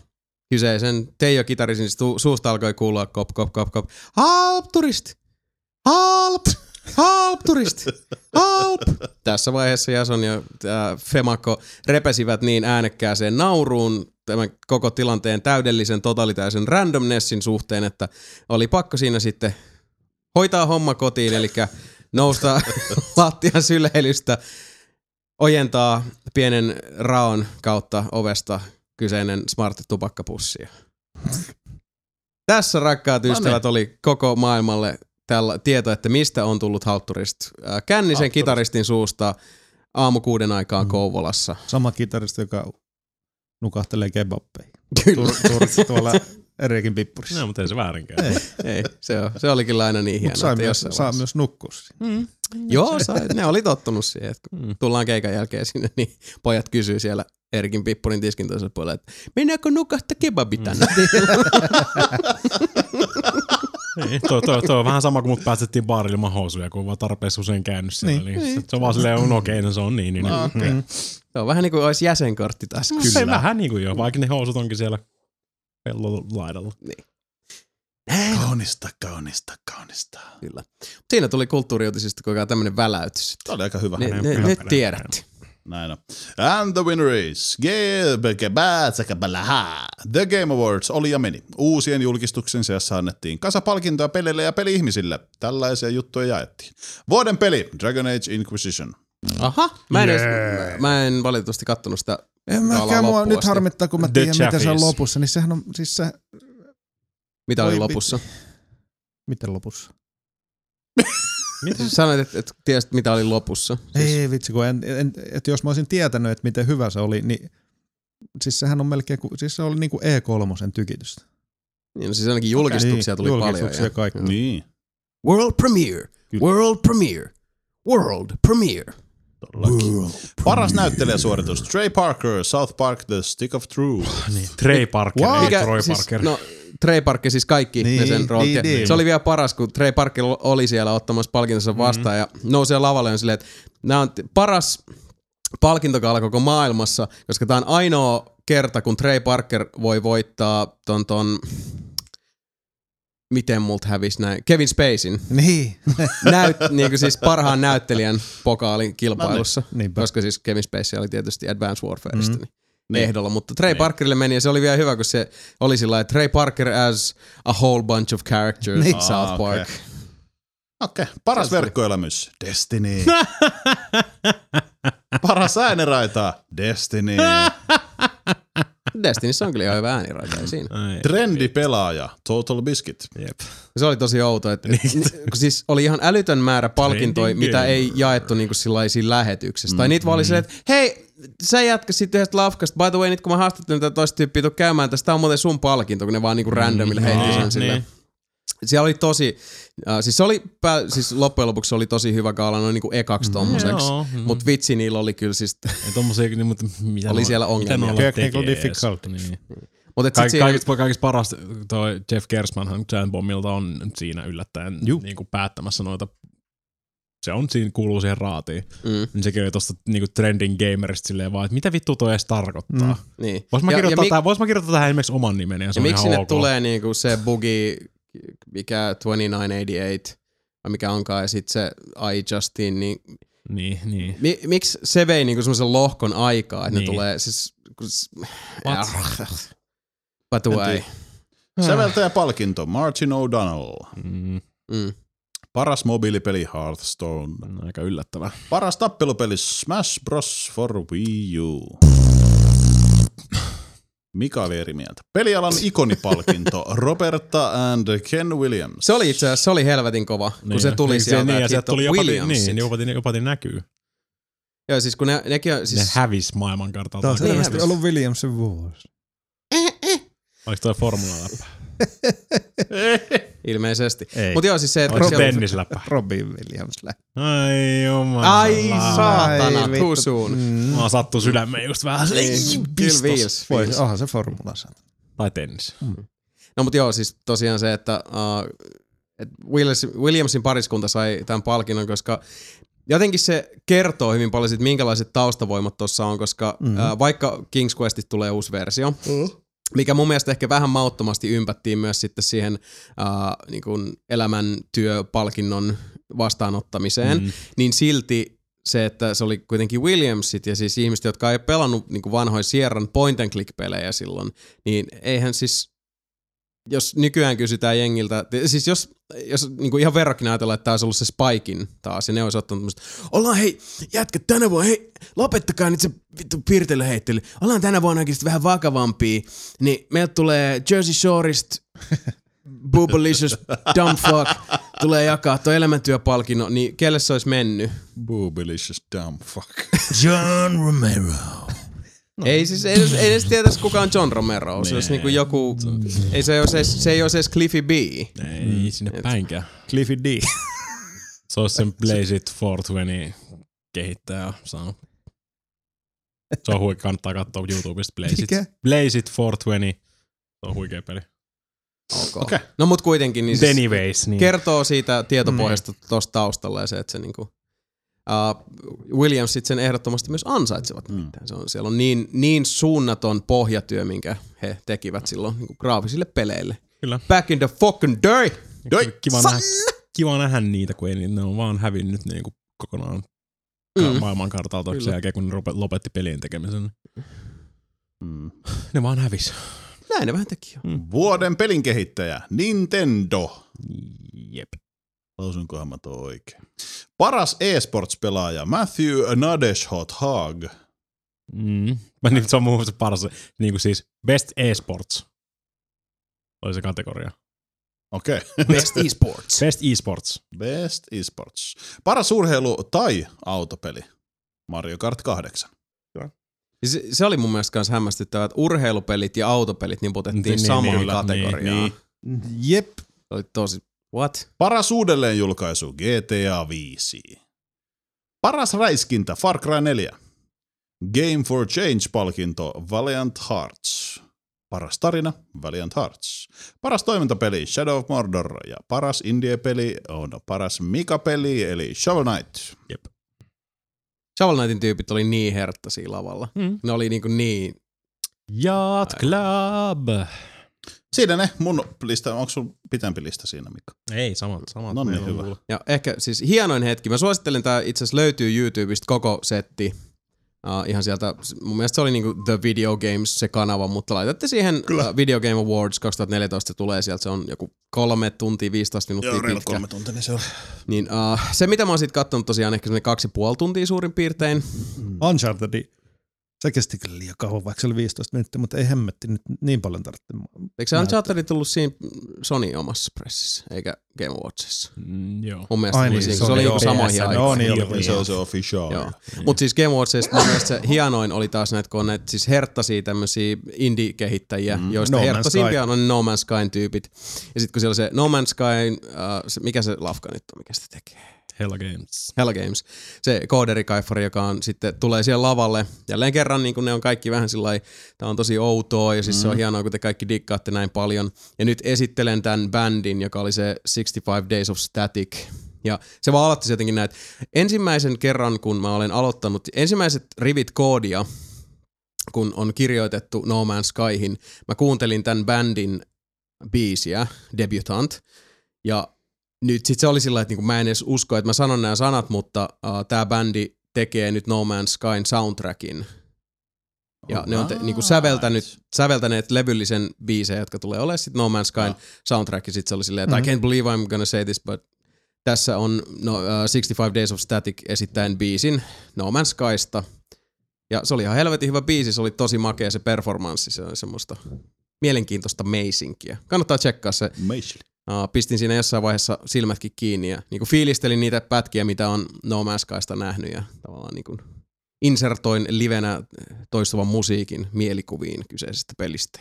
Speaker 3: kyseisen Teijo kitarisin su- suusta alkoi kuulua kop, kop, kop, kop. Halp, turist! Halp! Halp, turist! Halp! Tässä vaiheessa Jason ja tää Femako repesivät niin äänekkääseen nauruun tämän koko tilanteen täydellisen totalitäisen randomnessin suhteen, että oli pakko siinä sitten hoitaa homma kotiin, eli nousta lattian syleilystä, ojentaa pienen raon kautta ovesta kyseinen smart tupakkapussi. Tässä rakkaat
Speaker 5: No
Speaker 3: ystävät
Speaker 5: niin.
Speaker 3: oli koko maailmalle tällä tieto, että mistä on tullut haltturist. Äh, Kännisen
Speaker 4: Haltturist.
Speaker 3: kitaristin suusta aamu kuuden aikaan
Speaker 5: Mm.
Speaker 3: Kouvolassa.
Speaker 4: Sama kitaristi, joka nukahtelee kebabbeja.
Speaker 3: Kyllä.
Speaker 4: Tur- tur- tuolla Erikin pippurissa.
Speaker 5: No, mutta ei se väärinkään.
Speaker 4: Ei.
Speaker 3: Ei, se, on, se oli kyllä aina niin hienoa.
Speaker 4: Mutta sai,
Speaker 3: että
Speaker 4: myös,
Speaker 3: jossain
Speaker 4: saa
Speaker 3: vaiheessa-
Speaker 4: myös nukkua siinä.
Speaker 3: Mm. Joo, sai, ne oli tottunut siihen, että kun
Speaker 4: Mm.
Speaker 3: tullaan keikan jälkeen sinne, niin pojat kysyy siellä Erkin Pippurin tiskin toisella puolella, että mennäänkö nukahta kebabi tänne?
Speaker 4: Mm.
Speaker 5: Niin, toi, toi, toi, on vähän sama kuin mut päästettiin baarille ilman housuja, kun on vaan tarpeeksi usein käynyt siellä.
Speaker 3: Niin.
Speaker 5: Niin. niin.
Speaker 3: Niin.
Speaker 5: Se on vaan silleen, no okei, no se on niin. niin,
Speaker 3: No,
Speaker 5: niin.
Speaker 3: okei. Se on vähän niin kuin olisi jäsenkortti
Speaker 4: No,
Speaker 3: taskussa.
Speaker 5: Se vähän niin kuin jo, vaikka ne housut onkin siellä pellon laidalla.
Speaker 3: Niin.
Speaker 1: Kaunista, kaunista, kaunista.
Speaker 3: Kyllä. Siinä tuli kulttuuriutisista koko ajan tämmöinen väläytys.
Speaker 1: Tämä oli aika hyvä.
Speaker 3: Ne, ne, nyt tiedätte.
Speaker 1: Näin on. And the winner is Gebekebätsäkäbälähä. The Game Awards oli ja meni. Uusien julkistuksen seassa annettiin kasapalkintoa peleille ja peli-ihmisille. Tällaisia juttuja jaettiin. Vuoden peli Dragon Age Inquisition.
Speaker 3: Aha, mä en, edes,
Speaker 1: Jee.
Speaker 3: mä en valitettasti kattonut sitä
Speaker 4: En
Speaker 3: gaalaa
Speaker 4: mäkään mua
Speaker 3: loppuun
Speaker 4: nyt
Speaker 3: asti.
Speaker 4: harmittaa, kun mä
Speaker 3: The
Speaker 4: tiedän, mitä se on
Speaker 3: Jaffies.
Speaker 4: lopussa. Niin sehän on, siis se...
Speaker 3: Mitä
Speaker 4: Voi
Speaker 3: oli
Speaker 4: vit-
Speaker 3: lopussa?
Speaker 4: Miten lopussa?
Speaker 3: Mitä? Sanoit, että, että tiesit, mitä oli lopussa. Siis-
Speaker 4: Ei vitsi, kun en, en, et jos mä olisin tietänyt, että miten hyvä se oli, niin siis sehän on melkein, kuin- siis se oli niin kuin E3 tykitystä.
Speaker 3: Niin, no siis ainakin julkistuksia
Speaker 4: Niin,
Speaker 3: tuli
Speaker 4: julkistuksia
Speaker 3: paljon.
Speaker 4: kaikki.
Speaker 1: Niin.
Speaker 3: World premiere, world premiere, world premiere.
Speaker 1: Paras näyttelijäsuoritus Trey Parker, South Park, The Stick of Truth.
Speaker 5: niin, Trey Parker, ei Troy
Speaker 3: siis,
Speaker 5: Parker.
Speaker 3: No, Trey Parker, siis kaikki niin, ne sen
Speaker 5: niin,
Speaker 3: roolit.
Speaker 5: niin. Mhm.
Speaker 3: Niin, se oli vielä paras, kun Trey Parker oli siellä ottamassa palkintonsa vastaan ja nousi siellä lavalle ja on silleen, että nämä on t- paras palkintokaala koko maailmassa, koska tämä on ainoa kerta, kun Trey Parker voi voittaa ton, ton miten multa hävisi näin, Kevin Spacein.
Speaker 4: Niin.
Speaker 3: Näyt, niin kuin siis parhaan näyttelijän pokaalin kilpailussa,
Speaker 4: No niin, niinpä.
Speaker 3: koska siis Kevin Spacey oli tietysti Advanced Warfareista.
Speaker 4: Mm.
Speaker 1: Mm-hmm.
Speaker 3: Niin niin. ehdolla, mutta Trey niin. Parkerille meni ja se oli vielä hyvä, kun se oli sillä lailla, että Trey Parker as a whole bunch of characters
Speaker 1: Niin.
Speaker 3: niin. South
Speaker 1: Ah,
Speaker 3: Park.
Speaker 1: okei. Okei, paras verkkoelämys Destiny. paras ääniraita Destiny.
Speaker 3: Destinissä on kyllä ihan hyvä ääniraita, ei siinä.
Speaker 1: Trendipelaaja Total Biscuit.
Speaker 5: Jep.
Speaker 3: Se oli tosi outo, että
Speaker 5: Niin.
Speaker 3: kun siis oli ihan älytön määrä palkintoja,
Speaker 5: Trending
Speaker 3: mitä
Speaker 5: gamer.
Speaker 3: ei jaettu niin kuin sillä lailla siinä lähetyksessä. Mm. Tai niitä vaan oli silleen, että hei, sä jatka siitä yhdestä lafkasta. By the way, nyt kun mä haastattelin tätä toista tyyppiä, tuu käymään tästä, tää on muuten sun palkinto, kun ne vaan niinku randomille
Speaker 5: Mm,
Speaker 3: heitti
Speaker 5: niin,
Speaker 3: sen silleen.
Speaker 5: niin.
Speaker 3: Siellä oli tosi, äh, siis se oli, pää, siis loppujen lopuksi se oli tosi hyvä kaala, noin niinku ekaksi tommoseksi,
Speaker 5: joo,
Speaker 3: mm, mutta vitsi niillä oli kyllä siis,
Speaker 5: Ei tommosia, niin, mutta mitä
Speaker 3: oli
Speaker 5: ne-
Speaker 3: siellä
Speaker 5: mitä ne
Speaker 3: ongelmia.
Speaker 5: olla tekee edes? Niin.
Speaker 3: Mut
Speaker 5: Mutta
Speaker 3: et sit
Speaker 5: Kaik,
Speaker 3: siinä-
Speaker 5: kaikista, kaikista parasta toi Jeff Gersmanhan Giant Bombilta on siinä yllättäen niin kuin päättämässä noita se on siinä, kuuluu siihen raatiin. Mm. Niin sekin oli tosta niinku trending gamerista silleen vaan, että mitä vittu toi edes tarkoittaa.
Speaker 3: Mm. Niin.
Speaker 5: Vois mä,
Speaker 3: Ja- ja
Speaker 5: kirjoittaa
Speaker 3: mik-
Speaker 5: tähän, vois mä kirjoittaa tähän esimerkiksi oman nimeni ja se
Speaker 3: Ja
Speaker 5: on
Speaker 3: miksi
Speaker 5: ihan
Speaker 3: sinne
Speaker 5: ok.
Speaker 3: tulee niinku se bugi, mikä 2988, vai mikä onkaan, ja sitten se I Justin, niin,
Speaker 5: niin, niin.
Speaker 3: Mi, miksi se vei niinku semmoisen lohkon aikaa, että niin.
Speaker 5: Niin.
Speaker 3: ne tulee siis... Kun, s-
Speaker 5: What?
Speaker 3: Äh, But why?
Speaker 1: Säveltäjäpalkinto Martin O'Donnell.
Speaker 5: Mm.
Speaker 3: Mm.
Speaker 1: Paras mobiilipeli Hearthstone.
Speaker 5: no, Aika yllättävää.
Speaker 1: Paras tappelupeli Smash Bros. for Wii U. Mika oli eri mieltä. Pelialan ikonipalkinto Roberta and Ken Williams.
Speaker 3: Se oli itse asiassa, se oli helvetin kova, niin. kun se tuli
Speaker 5: Niin,
Speaker 3: sieltä.
Speaker 5: Niin, ja
Speaker 3: että
Speaker 5: sieltä
Speaker 3: hitto,
Speaker 5: tuli jopa,
Speaker 3: Williamsit.
Speaker 5: niin, jopa, jopa näkyy.
Speaker 3: Joo, siis kun ne, nekin on... Siis,
Speaker 5: Siis... Ne hävis maailmankartalta.
Speaker 12: Tämä on
Speaker 5: Niin
Speaker 12: selvästi
Speaker 5: hävis.
Speaker 12: ollut Williamsin vuosi.
Speaker 5: Oliko toi formula läppä?
Speaker 3: Ilmeisesti.
Speaker 5: Ei.
Speaker 3: Mut joo, siis se, että...
Speaker 5: Oliko
Speaker 3: siellä-
Speaker 5: tennisläppä?
Speaker 4: Robin Williams lähti.
Speaker 5: Ai jumala.
Speaker 3: Ai saatana,
Speaker 4: Ai
Speaker 3: too
Speaker 4: vittu. Mm.
Speaker 3: soon.
Speaker 5: Mua sattuu sydämeen just vähän.
Speaker 3: Niin,
Speaker 5: Pistos.
Speaker 3: Kyllä viis.
Speaker 4: Voi, onhan se formula saatu.
Speaker 5: Tai tennis.
Speaker 3: No mutta joo, siis tosiaan se, että uh, et Willis, Williamsin pariskunta sai tämän palkinnon, koska jotenkin se kertoo hyvin paljon siitä, minkälaiset taustavoimat tuossa on, koska mm-hmm.
Speaker 4: Mhm.
Speaker 3: uh, vaikka King's Questista tulee uusi versio, mm-hmm. mikä mun mielestä ehkä vähän mauttomasti ympättiin myös sitten siihen uh, niin kuin elämäntyöpalkinnon vastaanottamiseen,
Speaker 5: Mm.
Speaker 3: mm-hmm. niin silti se, että se oli kuitenkin Williamsit ja siis ihmiset, jotka ei pelannut niin kuin vanhoja Sierran point and click pelejä silloin, niin eihän siis jos nykyään kysytään jengiltä, t- siis jos, jos niin kuin ihan verrokkina ajatellaan, että tämä olisi ollut se Spikein taas, ja ne olisi ottanut tämmöistä, ollaan hei, jätkä tänä vuonna, hei, lopettakaa nyt se vittu pirtelöheittely, ollaan tänä vuonna oikeasti vähän vakavampia, niin meiltä tulee Jersey Shorest, Boobalicious, dumb fuck, tulee jakaa tuo elämäntyöpalkinno, niin kelle se olisi mennyt?
Speaker 1: Boobalicious, dumb fuck.
Speaker 3: John Romero. No. Ei siis ei edes, ei edes tietäisi kuka on John Romero. Se olisi niinku joku, ei se, olisi, edes- se ei olisi edes Cliffy B.
Speaker 5: Ei sinne päinkään.
Speaker 4: Cliffy D.
Speaker 5: Se olisi sen Blaze It 420 kehittäjä saanut. Se on huikea, kannattaa katsoa YouTubesta Blaze It.
Speaker 3: Mikä?
Speaker 5: Blaze It 420. Se on huikea peli.
Speaker 3: Okay. Okay. No mut kuitenkin niin
Speaker 5: But anyways, niin.
Speaker 3: kertoo siitä tietopohjasta mm. tuossa taustalla ja se, että se niinku, uh, Williams sit sen ehdottomasti myös ansaitsevat. Mm. Se on, siellä on niin, niin suunnaton pohjatyö, minkä he tekivät silloin niinku graafisille peleille.
Speaker 5: Kyllä.
Speaker 3: Back in the fucking day!
Speaker 5: Doi, kiva, nähdä, kiva nähdä niitä, kun ei, niin ne on vaan hävinnyt niin kuin kokonaan
Speaker 3: Mm.
Speaker 5: mm. maailmankartalta sen
Speaker 3: Kyllä.
Speaker 5: jälkeen, kun ne rope- lopetti pelien tekemisen.
Speaker 1: Mm.
Speaker 5: Ne vaan hävisi.
Speaker 3: Näin ne vähän teki.
Speaker 1: Vuoden pelin kehittäjä Nintendo.
Speaker 5: Jep.
Speaker 1: Lausunkohan mä toi oikein. Paras esports-pelaaja Matthew Nadeshot Haag.
Speaker 5: Mm. Mä niin, se on mun mielestä paras, niin kuin siis best esports. Oli se kategoria.
Speaker 1: Okei.
Speaker 3: Best esports.
Speaker 5: best esports.
Speaker 1: Best esports. Paras urheilu tai autopeli. Mario Kart 8.
Speaker 3: Se, se oli mun mielestä myös hämmästyttävää, että urheilupelit ja autopelit niputettiin
Speaker 1: Niin,
Speaker 3: niin,
Speaker 1: niin,
Speaker 3: samaan
Speaker 1: kyllä,
Speaker 3: kategoriaan.
Speaker 1: niin,
Speaker 4: Jep.
Speaker 3: Se oli tosi, what?
Speaker 1: Paras uudelleenjulkaisu GTA 5. Paras räiskintä Far Cry 4. Game for Change-palkinto Valiant Hearts. Paras tarina Valiant Hearts. Paras toimintapeli Shadow of Mordor ja paras indie-peli on paras Mika-peli eli Shovel Knight.
Speaker 5: Jep.
Speaker 3: Shovel Knightin tyypit oli niin herttäisiä lavalla.
Speaker 5: Mm.
Speaker 3: Ne oli niin, kuin niin
Speaker 5: Yacht Club.
Speaker 1: Siinä ne mun lista. Onko sun pitempi lista siinä, Mika?
Speaker 5: Ei, samat. samat
Speaker 1: No niin,
Speaker 5: Meillä on
Speaker 1: hyvä.
Speaker 5: mulla.
Speaker 3: Ja ehkä siis hienoin hetki. Mä suosittelen, tää itse asiassa löytyy YouTubesta koko setti. Uh, ihan sieltä, mun mielestä se oli niinku The Video Games se kanava, mutta laitatte siihen Kyllä. Uh, Video Game Awards 2014 se tulee sieltä, se on joku kolme tuntia, 15 minuuttia
Speaker 1: Joo, reilu
Speaker 3: pitkä.
Speaker 1: kolme tuntia, niin se oli.
Speaker 3: Niin, uh, se mitä mä oon sit kattonut tosiaan ehkä semmonen kaksi ja puoli tuntia suurin piirtein.
Speaker 4: Uncharted. Se kesti kyllä liian kauan, vaikka se oli 15 minuuttia, mutta ei hemmetti nyt niin paljon tarvitse.
Speaker 3: Eikö se Uncharted tullut siinä Sony omassa pressissä, eikä Game Watchissa?
Speaker 5: Mm, joo.
Speaker 3: Mun mielestä tuli siinä, kun niin, se oli joku samoihin aikoihin.
Speaker 5: niin
Speaker 1: Se on se official.
Speaker 3: Joo. Mutta siis Game Watchista mun mielestä se hienoin oli taas näitä, kun on näitä siis herttaisia tämmöisiä indie-kehittäjiä, mm. joista
Speaker 4: No
Speaker 3: no
Speaker 4: Man's
Speaker 3: herttasimpia
Speaker 4: Sky.
Speaker 3: on ne No Man's Skyn tyypit. Ja sitten kun siellä on se No Man's Sky, äh, se, mikä se lafka nyt on, mikä sitä tekee?
Speaker 5: Hella Games.
Speaker 3: Hella Games. Se kooderikaifari, joka on sitten, tulee siellä lavalle. Jälleen kerran niin kun ne on kaikki vähän sillä tämä on tosi outoa ja siis mm. se on hienoa, kun te kaikki dikkaatte näin paljon. Ja nyt esittelen tämän bändin, joka oli se 65 Days of Static Ja se vaan aloitti se jotenkin näin, että ensimmäisen kerran, kun mä olen aloittanut, ensimmäiset rivit koodia, kun on kirjoitettu No Man's Skyhin, mä kuuntelin tämän bändin biisiä, Debutant, ja nyt sit se oli sillä, että niinku mä en edes usko, että mä sanon nämä sanat, mutta uh, tämä bändi tekee nyt No Man's Skyn soundtrackin. Ja ne on te, niinku säveltänyt, säveltäneet levyllisen biisejä, jotka tulee olemaan sitten No Man's Skyn soundtrack. Sitten se oli silleen, että
Speaker 10: Mhm.
Speaker 3: I can't believe I'm gonna say this, but tässä on no, uh, 65 Days of Static esittäen biisin No Man's Skysta. Ja se oli ihan helvetin hyvä biisi, se oli tosi makea se performanssi, se oli semmoista mielenkiintoista meisinkiä. Kannattaa tsekkaa se. Uh, pistin siinä jossain vaiheessa silmätkin kiinni ja niin fiilistelin niitä pätkiä, mitä on No Man's Skysta nähnyt ja tavallaan niin kuin insertoin livenä toistuvan musiikin mielikuviin kyseisestä pelistä.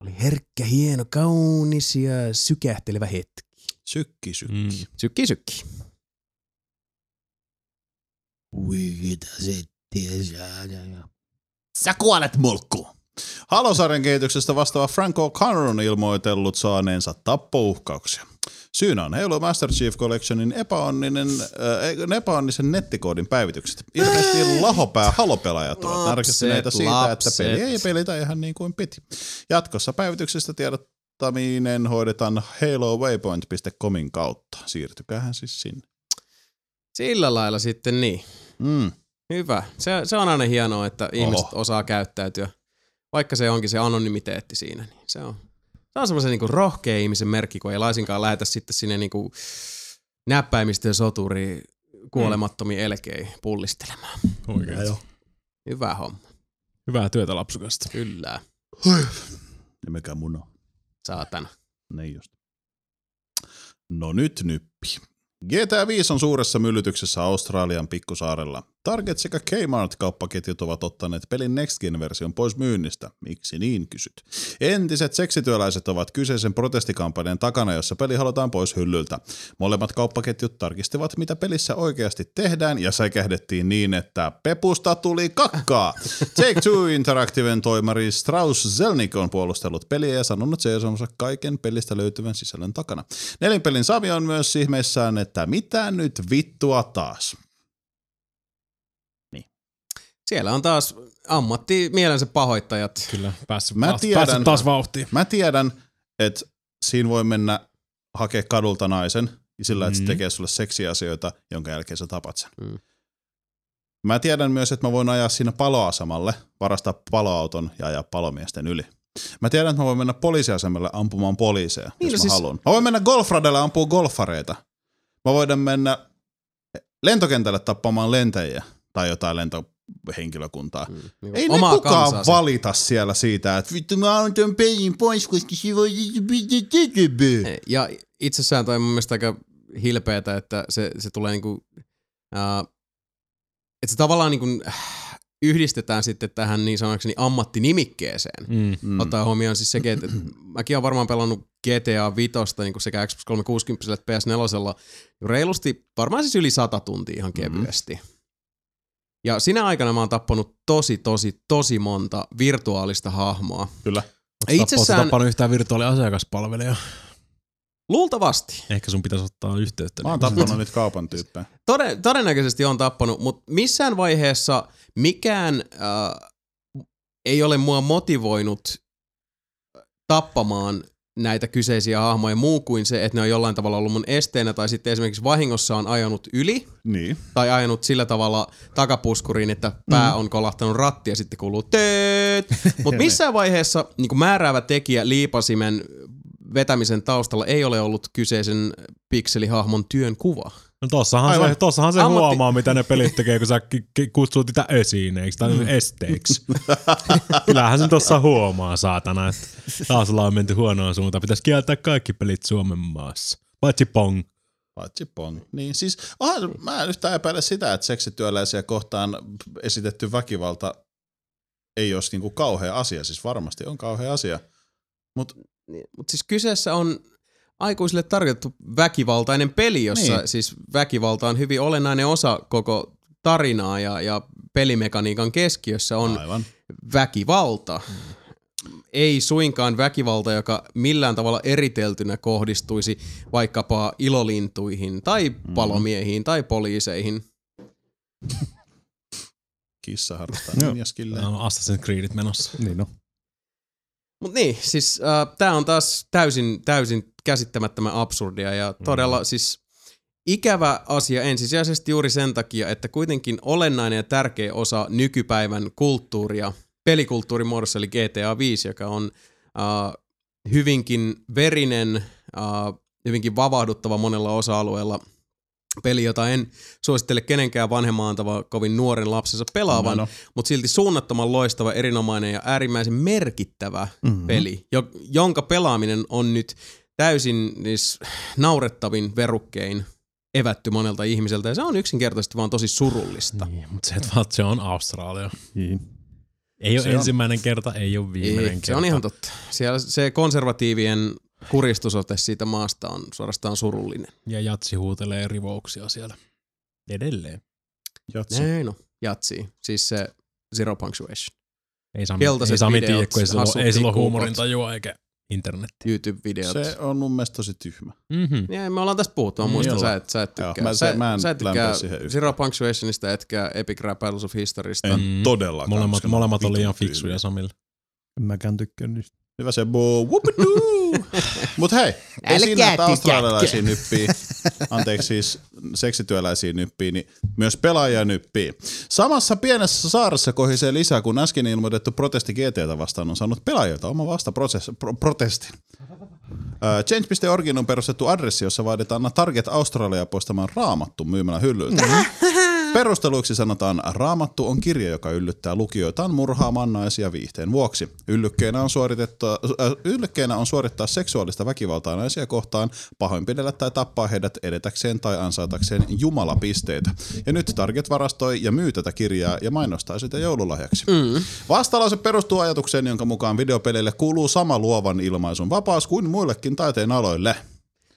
Speaker 3: Oli herkkä, hieno, kaunis ja sykähtelevä hetki.
Speaker 1: Sykki, sykki.
Speaker 5: Mm.
Speaker 3: Sykki, sykki.
Speaker 1: Sä kuolet, mulkku! Halosarjan kehityksestä vastaava Frank O'Connor on ilmoitellut saaneensa tappouhkauksia. Syynä on heilu Master Chief Collectionin epäonninen, äh, epäonnisen nettikoodin päivitykset. Ilmeisesti lahopää halopelaajat ovat
Speaker 6: Lapset,
Speaker 1: tarkistuneita siitä, että
Speaker 6: lapset.
Speaker 1: peli ei pelitä ihan niin kuin piti. Jatkossa päivityksestä tiedottaminen hoidetaan halowaypoint.comin kautta. Siirtykäähän siis sinne.
Speaker 3: Sillä lailla sitten niin.
Speaker 1: Mm.
Speaker 3: Hyvä. Se, se on aina hienoa, että ihmiset osaa käyttäytyä. Vaikka se onkin se anonymiteetti siinä, niin se on, se on semmoisen niinku rohkean ihmisen merkki, kun ei laisinkaan lähetä sitten sinne niinku näppäimistön soturi
Speaker 1: Mm.
Speaker 3: kuolemattomiin elkeihin pullistelemaan.
Speaker 5: Oikein. Mm, Joo.
Speaker 3: Hyvä homma.
Speaker 5: Hyvää työtä lapsukasta.
Speaker 3: Kyllä.
Speaker 1: Ja mikä muno.
Speaker 3: Saatana.
Speaker 1: Niin just. No nyt nyppi. GTA 5 on suuressa myllytyksessä Australian pikkusaarella. Target sekä Kmart-kauppaketjut ovat ottaneet pelin Next Gen-version pois myynnistä. Miksi niin kysyt? Entiset seksityöläiset ovat kyseisen protestikampanjan takana, jossa peli halutaan pois hyllyltä. Molemmat kauppaketjut tarkistivat, mitä pelissä oikeasti tehdään, ja säkähdettiin niin, että pepusta tuli kakkaa. Take Two Interactiven toimari Strauss Zelnick on puolustellut peliä ja sanonut seisonsa kaiken pelistä löytyvän sisällön takana. Nelinpelin Savi on myös ihmeissään, että mitä nyt vittua taas?
Speaker 3: Siellä on taas ammatti mielensä pahoittajat.
Speaker 5: Kyllä, päässyt,
Speaker 1: Mä
Speaker 5: taas,
Speaker 1: tiedän,
Speaker 5: päässyt taas vauhtiin.
Speaker 1: Mä tiedän, että siinä voi mennä hakea kadulta naisen ja sillä, että se
Speaker 5: Mm.
Speaker 1: tekee sulle seksiasioita, jonka jälkeen sä tapat sen. Mä tiedän myös, että mä voin ajaa siinä paloasemalle, varastaa paloauton ja ajaa palomiesten yli. Mä tiedän, että mä voin mennä poliisiasemalle ampumaan poliiseja, niin,
Speaker 3: Niin,
Speaker 1: jos mä
Speaker 3: no
Speaker 1: siis...
Speaker 3: siis-
Speaker 1: haluan. Mä voin mennä golfradelle ampua golfareita. Mä voidaan mennä lentokentälle tappamaan lentäjiä tai jotain lentohenkilökuntaa. Mm, Ei ne
Speaker 3: niinku omaa
Speaker 1: kukaan
Speaker 3: kansaa se.
Speaker 1: valita siellä siitä, että vittu mä oon tämän pelin pois, koska se voi... Niin.
Speaker 3: Niin. Ja itsessään toi on mun mielestä aika hilpeetä, että se, se tulee niinku, äh, että se tavallaan niinku, äh, yhdistetään sitten tähän niin sanokseni ammattinimikkeeseen.
Speaker 5: Mm.
Speaker 3: Ottaa huomioon siis sekin, että mäkin olen varmaan pelannut GTA 5 niin sekä Xbox 360 että PS4 reilusti, varmaan siis yli 100 tuntia ihan kevyesti. Mm. Ja sinä aikana mä oon tappanut tosi, tosi, tosi monta virtuaalista hahmoa.
Speaker 1: Kyllä.
Speaker 3: Ei itsessään
Speaker 5: tappanut yhtään virtuaaliasiakaspalvelijaa.
Speaker 3: luultavasti.
Speaker 5: Ehkä sun pitäisi ottaa yhteyttä.
Speaker 1: Mä oon tappanut nyt kaupan tyyppejä.
Speaker 3: Toden, todennäköisesti on tappanut, mutta missään vaiheessa mikään äh, ei ole mua motivoinut tappamaan näitä kyseisiä hahmoja muu kuin se, että ne on jollain tavalla ollut mun esteenä tai sitten esimerkiksi vahingossa on ajanut yli
Speaker 1: Niin.
Speaker 3: tai ajanut sillä tavalla takapuskuriin, että pää on kolahtanut ratti ja sitten kuuluu tööt. Mutta missään vaiheessa niin määräävä tekijä liipasimen vetämisen taustalla ei ole ollut kyseisen pikselihahmon työn kuva.
Speaker 5: No tossahan
Speaker 3: Aivan.
Speaker 5: se, tossahan se
Speaker 3: Ammatti-
Speaker 5: huomaa, mitä ne pelit tekee, kun sä ki- ki- kutsut niitä esineiksi tai
Speaker 3: Mm.
Speaker 5: esteiksi. Kyllähän sen tossa huomaa, saatana, että taas ollaan menty huonoon suuntaan. Pitäisi kieltää kaikki pelit Suomen maassa. Paitsi Pong.
Speaker 1: Paitsi pong. Niin siis, onhan, mä en yhtään epäile sitä, että seksityöläisiä kohtaan esitetty väkivalta ei olisi niinku kauhea asia. Siis varmasti on kauhea asia. Mut,
Speaker 3: Mutta siis kyseessä on aikuisille tarkoitettu väkivaltainen peli, jossa
Speaker 1: Niin.
Speaker 3: niin. siis väkivalta on hyvin olennainen osa koko tarinaa ja, ja pelimekaniikan keskiössä on
Speaker 1: Aivan.
Speaker 3: väkivalta. ei suinkaan väkivalta, joka millään tavalla eriteltynä kohdistuisi vaikkapa ilolintuihin tai palomiehiin tai poliiseihin.
Speaker 1: Kissa harrastaa
Speaker 3: Joo.
Speaker 1: ninjaskillejä.
Speaker 5: No, Assassin's Creedit menossa.
Speaker 4: Niin no.
Speaker 3: Mut niin, siis äh, tämä on taas täysin, täysin käsittämättömän absurdia ja todella mm. siis ikävä asia ensisijaisesti juuri sen takia, että kuitenkin olennainen ja tärkeä osa nykypäivän kulttuuria, pelikulttuurin muodossa eli GTA 5, joka on äh, hyvinkin verinen, äh, hyvinkin vavahduttava monella osa-alueella peli, jota en suosittele kenenkään vanhemman antava kovin nuoren lapsensa pelaavan,
Speaker 1: No, no.
Speaker 3: mutta silti suunnattoman loistava, erinomainen ja äärimmäisen merkittävä
Speaker 1: Mhm.
Speaker 3: mm-hmm. peli, jo- jonka pelaaminen on nyt täysin siis, naurettavin verukkein evätty monelta ihmiseltä, ja se on yksinkertaisesti vaan tosi surullista.
Speaker 5: Niin, mutta se, että vaan, että se on Australia.
Speaker 4: Niin.
Speaker 5: Ei
Speaker 3: Se
Speaker 5: ole
Speaker 3: on-
Speaker 5: ensimmäinen kerta, ei ole
Speaker 1: Mm-hmm.
Speaker 5: viimeinen
Speaker 3: Ei,
Speaker 5: kerta.
Speaker 3: Se on ihan totta. Siellä se konservatiivien kuristusote siitä maasta on suorastaan surullinen.
Speaker 5: Ja Jatsi huutelee rivouksia siellä. Edelleen.
Speaker 1: Jatsi.
Speaker 3: Näin no, jatsi. Siis se zero punctuation.
Speaker 5: Ei Sami,
Speaker 3: Keltaiset
Speaker 5: ei Sami
Speaker 3: videot,
Speaker 5: tiedä, kun ei sillä
Speaker 3: hassut
Speaker 5: ole, ei sillä ole
Speaker 3: pikkuukot.
Speaker 5: huumorintajua eikä internet.
Speaker 3: YouTube-videot.
Speaker 1: Se on mun mielestä tosi tyhmä.
Speaker 5: Mm-hmm.
Speaker 3: Ja me ollaan tästä puhuttu, mä
Speaker 1: Mm,
Speaker 3: muistan,
Speaker 1: jollain.
Speaker 3: sä et, sä et tykkää.
Speaker 1: Joo, mä-
Speaker 3: sä,
Speaker 1: mä en
Speaker 3: sä et tykkää
Speaker 1: lämpää siihen yhtään.
Speaker 3: Zero Punctuationista, etkä Epic Rap Battles of Historysta.
Speaker 1: En Mm. todellakaan,
Speaker 5: Molemmat,
Speaker 1: koska ne on
Speaker 5: molemmat oli
Speaker 1: vitun
Speaker 5: ihan
Speaker 1: tyyliä.
Speaker 5: fiksuja Samilla.
Speaker 4: En mäkään tykkää niistä.
Speaker 1: Hyvä se boo, whoopidoo. Mut hei, ei
Speaker 4: Älkää
Speaker 1: siinä, että
Speaker 4: tykätkö.
Speaker 1: australialaisia nyppii, anteeksi siis seksityöläisiä nyppii, niin myös pelaajia nyppii. Samassa pienessä saaressa kohisee lisää, kun äsken ilmoitettu protesti GTtä vastaan on saanut pelaajilta oma vasta proses- pro- protestin. Ö, Change.orgin on perustettu adressi, jossa vaaditaan Anna Target Australia poistamaan raamattu myymälän hyllyltä. Perusteluiksi sanotaan, raamattu on kirja, joka yllyttää lukijoitaan murhaamaan naisia viihteen vuoksi. Yllykkeenä on, suoritettua- äh, yllykkeenä on suorittaa seksuaalista väkivaltaa naisia kohtaan, pahoinpidellä tai tappaa heidät edetäkseen tai ansaitakseen jumalapisteitä. Ja nyt Target varastoi ja myy tätä kirjaa ja mainostaa sitä joululahjaksi.
Speaker 3: Mm.
Speaker 1: Vastalause perustuu ajatukseen, jonka mukaan videopeleille kuuluu sama luovan ilmaisun vapaus kuin muillekin taiteen aloille.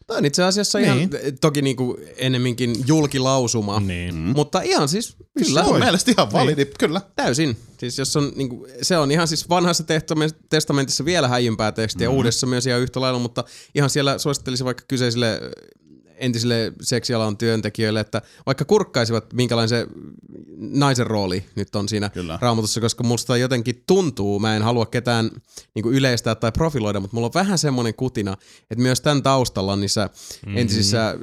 Speaker 3: Tämä on itse asiassa niin. ihan, toki niinku ennemminkin julkilausuma,
Speaker 5: niin.
Speaker 3: mutta ihan siis, kyllä.
Speaker 1: Se on mielestäni ihan validi, kyllä.
Speaker 3: Täysin. Siis jos on, niinku, se on ihan siis vanhassa tehtomen- testamentissa vielä häijympää tekstiä, mm.
Speaker 1: Mhm.
Speaker 3: uudessa myös ihan yhtä lailla, mutta ihan siellä suosittelisin vaikka kyseisille ö, entisille seksialan työntekijöille, että vaikka kurkkaisivat, minkälainen se naisen rooli nyt on siinä Kyllä. raamatussa, koska musta jotenkin tuntuu, mä en halua ketään niin yleistää tai profiloida, mutta mulla on vähän semmoinen kutina, että myös tämän taustalla on niissä
Speaker 5: Mhm.
Speaker 3: mm-hmm. entisissä äh,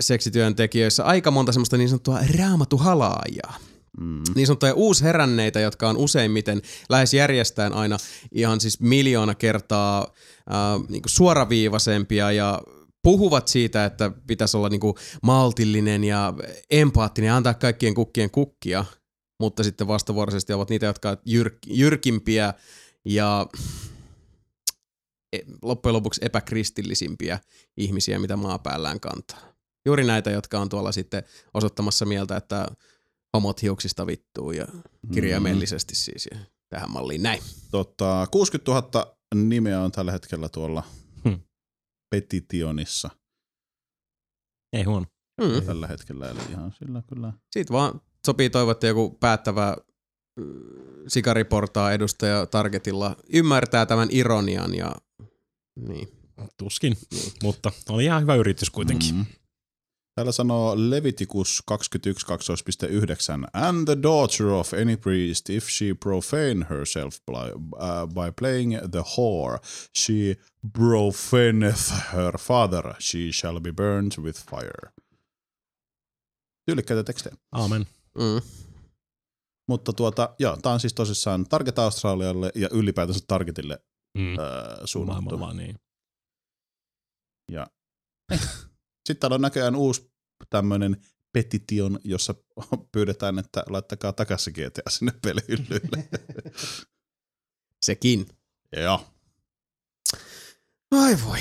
Speaker 3: seksityöntekijöissä aika monta semmoista niin sanottua raamatuhalaajaa. Mm. Niin sanottuja uusheränneitä, jotka on useimmiten lähes järjestään aina ihan siis miljoona kertaa äh, niin suoraviivaisempia ja puhuvat siitä, että pitäisi olla niin maltillinen ja empaattinen ja antaa kaikkien kukkien kukkia, mutta sitten vastavuoroisesti ovat niitä, jotka ovat jyrk, jyrkimpiä ja e- loppujen lopuksi epäkristillisimpiä ihmisiä, mitä maapäällään kantaa. Juuri näitä, jotka on tuolla sitten osoittamassa mieltä, että homot hiuksista vittuu ja
Speaker 1: Mm.
Speaker 3: kirjaimellisesti siis ja tähän malliin näin.
Speaker 1: Tota, 60 000 nimeä on tällä hetkellä tuolla
Speaker 5: Hmm.
Speaker 1: petitionissa
Speaker 5: Ei huono. Hmm.
Speaker 3: Mm.
Speaker 1: tällä hetkellä, eli ihan sillä kyllä.
Speaker 3: Siitä vaan sopii toivoa, että joku päättävä mm, sikariportaa edustaja Targetilla ymmärtää tämän ironian ja niin.
Speaker 5: Tuskin, mutta oli ihan hyvä yritys kuitenkin.
Speaker 1: Niin. Mm. Täällä sanoo Levitikus 21.2.9 And the daughter of any priest, if she profane herself by, uh, by playing the whore, she profaneth her father, she shall be burned with fire. Tyylikkäitä tekstejä.
Speaker 5: Aamen.
Speaker 3: Mm.
Speaker 1: Mutta tuota, joo, tää on siis tosissaan Target Australialle ja ylipäätänsä Targetille
Speaker 5: mm.
Speaker 1: öö, suunnattu.
Speaker 5: Maailmalla niin.
Speaker 1: Ja. Sitten täällä on näköjään uusi tämmöinen petition, jossa pyydetään, että laittakaa takaisin GTA sinne pelihyllylle.
Speaker 3: Sekin.
Speaker 1: Joo.
Speaker 3: Ai voi.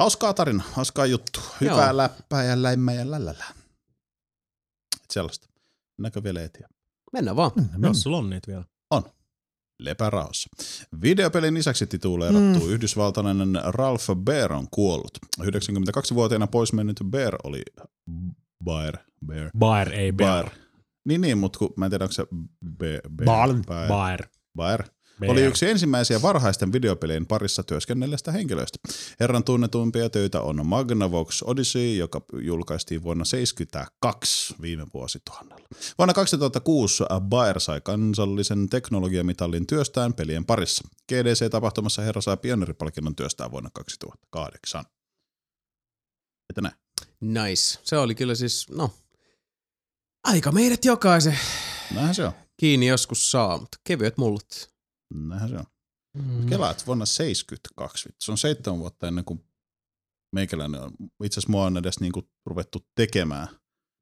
Speaker 1: Hauskaa tarina, hauskaa juttu. Hyvää Joo. läppää ja läimmää ja lällällä. Sellaista. Mennäänkö vielä eteenpäin?
Speaker 3: Mennään vaan.
Speaker 5: Jos sulla on niitä vielä.
Speaker 1: Lepärauhassa. Videopelin lisäksi tituleerattu mm. yhdysvaltalainen Ralph Bear on kuollut. 92-vuotiaana pois mennyt Bear oli... Baer. Bear.
Speaker 5: Baer, ei Bear.
Speaker 1: Baer. Niin, niin, mutta kun mä en tiedä, onko se... Be, be,
Speaker 5: Baal.
Speaker 1: Baer.
Speaker 5: Baer.
Speaker 1: Baer. oli yksi ensimmäisiä varhaisten videopelien parissa työskennelleistä henkilöistä. Herran tunnetuimpia töitä on Magnavox Odyssey, joka julkaistiin vuonna 1972 viime vuosituhannella. Vuonna 2006 Bayer sai kansallisen teknologiamitalin työstään pelien parissa. GDC-tapahtumassa herra sai pioneeripalkinnon työstään vuonna 2008. Että näin.
Speaker 3: Nice. Se oli kyllä siis, no, aika meidät jokaisen
Speaker 1: Näinhän se on.
Speaker 3: kiinni joskus saa, mutta kevyet mullat.
Speaker 1: Näinhän se on. Mm. Kelaat vuonna 72. vittu. Se on seitsemän vuotta ennen kuin meikäläinen on. Itse asiassa mua on edes niinku ruvettu tekemään.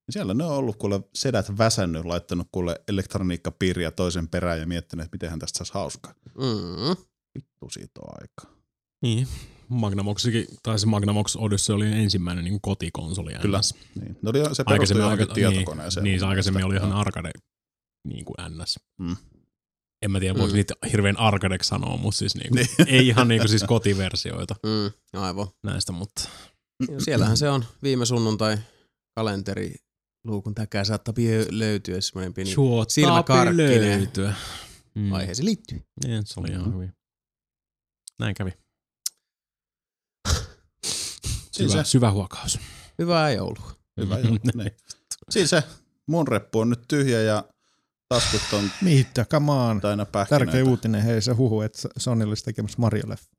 Speaker 1: Ja siellä ne on ollut kuule sedät väsännyt, laittanut kuule elektroniikkapiiriä toisen perään ja miettinyt, että mitenhän tästä saisi hauskaa.
Speaker 3: Mm.
Speaker 1: Vittu siitä on aikaa.
Speaker 5: Niin. Magnamoxikin, tai se Magnavox Odyssey oli ensimmäinen niin kotikonsoli.
Speaker 1: Kyllä.
Speaker 5: NS.
Speaker 1: Niin. No oli- se perustui
Speaker 5: Aikaisemmin
Speaker 1: johonkin
Speaker 5: aika-
Speaker 1: tietokoneeseen.
Speaker 5: Niin, niin se aikaisemmin oli ihan
Speaker 1: Joo.
Speaker 5: arcade niin kuin NS.
Speaker 1: Mm.
Speaker 5: En mä tiedä, voiko
Speaker 3: Mm.
Speaker 5: mm. niitä hirveän arcadeksi sanoa, mutta siis niin kuin,
Speaker 3: Niin.
Speaker 5: ei ihan niin kuin siis kotiversioita
Speaker 3: Mm, aivan.
Speaker 5: näistä, mutta
Speaker 3: Ja Siellähän se on viime sunnuntai kalenteri luukun takaa saattaa löytyä semmoinen
Speaker 1: Niin.
Speaker 3: pieni
Speaker 5: Suottaapi
Speaker 3: silmäkarkkinen
Speaker 5: löytyä. Mm.
Speaker 3: aiheeseen liittyy.
Speaker 5: Niin, se oli ihan hyvin. Näin kävi.
Speaker 1: Siis
Speaker 5: syvä,
Speaker 1: se.
Speaker 5: syvä huokaus.
Speaker 3: Hyvää joulua.
Speaker 1: Hyvä joo. niin. Siis se, mun reppu on nyt tyhjä ja taskut on
Speaker 4: Mitä, come on.
Speaker 1: täynnä pähkinöitä.
Speaker 4: Tärkeä uutinen, hei se huhu, että Sony olisi tekemässä Mario-leffa.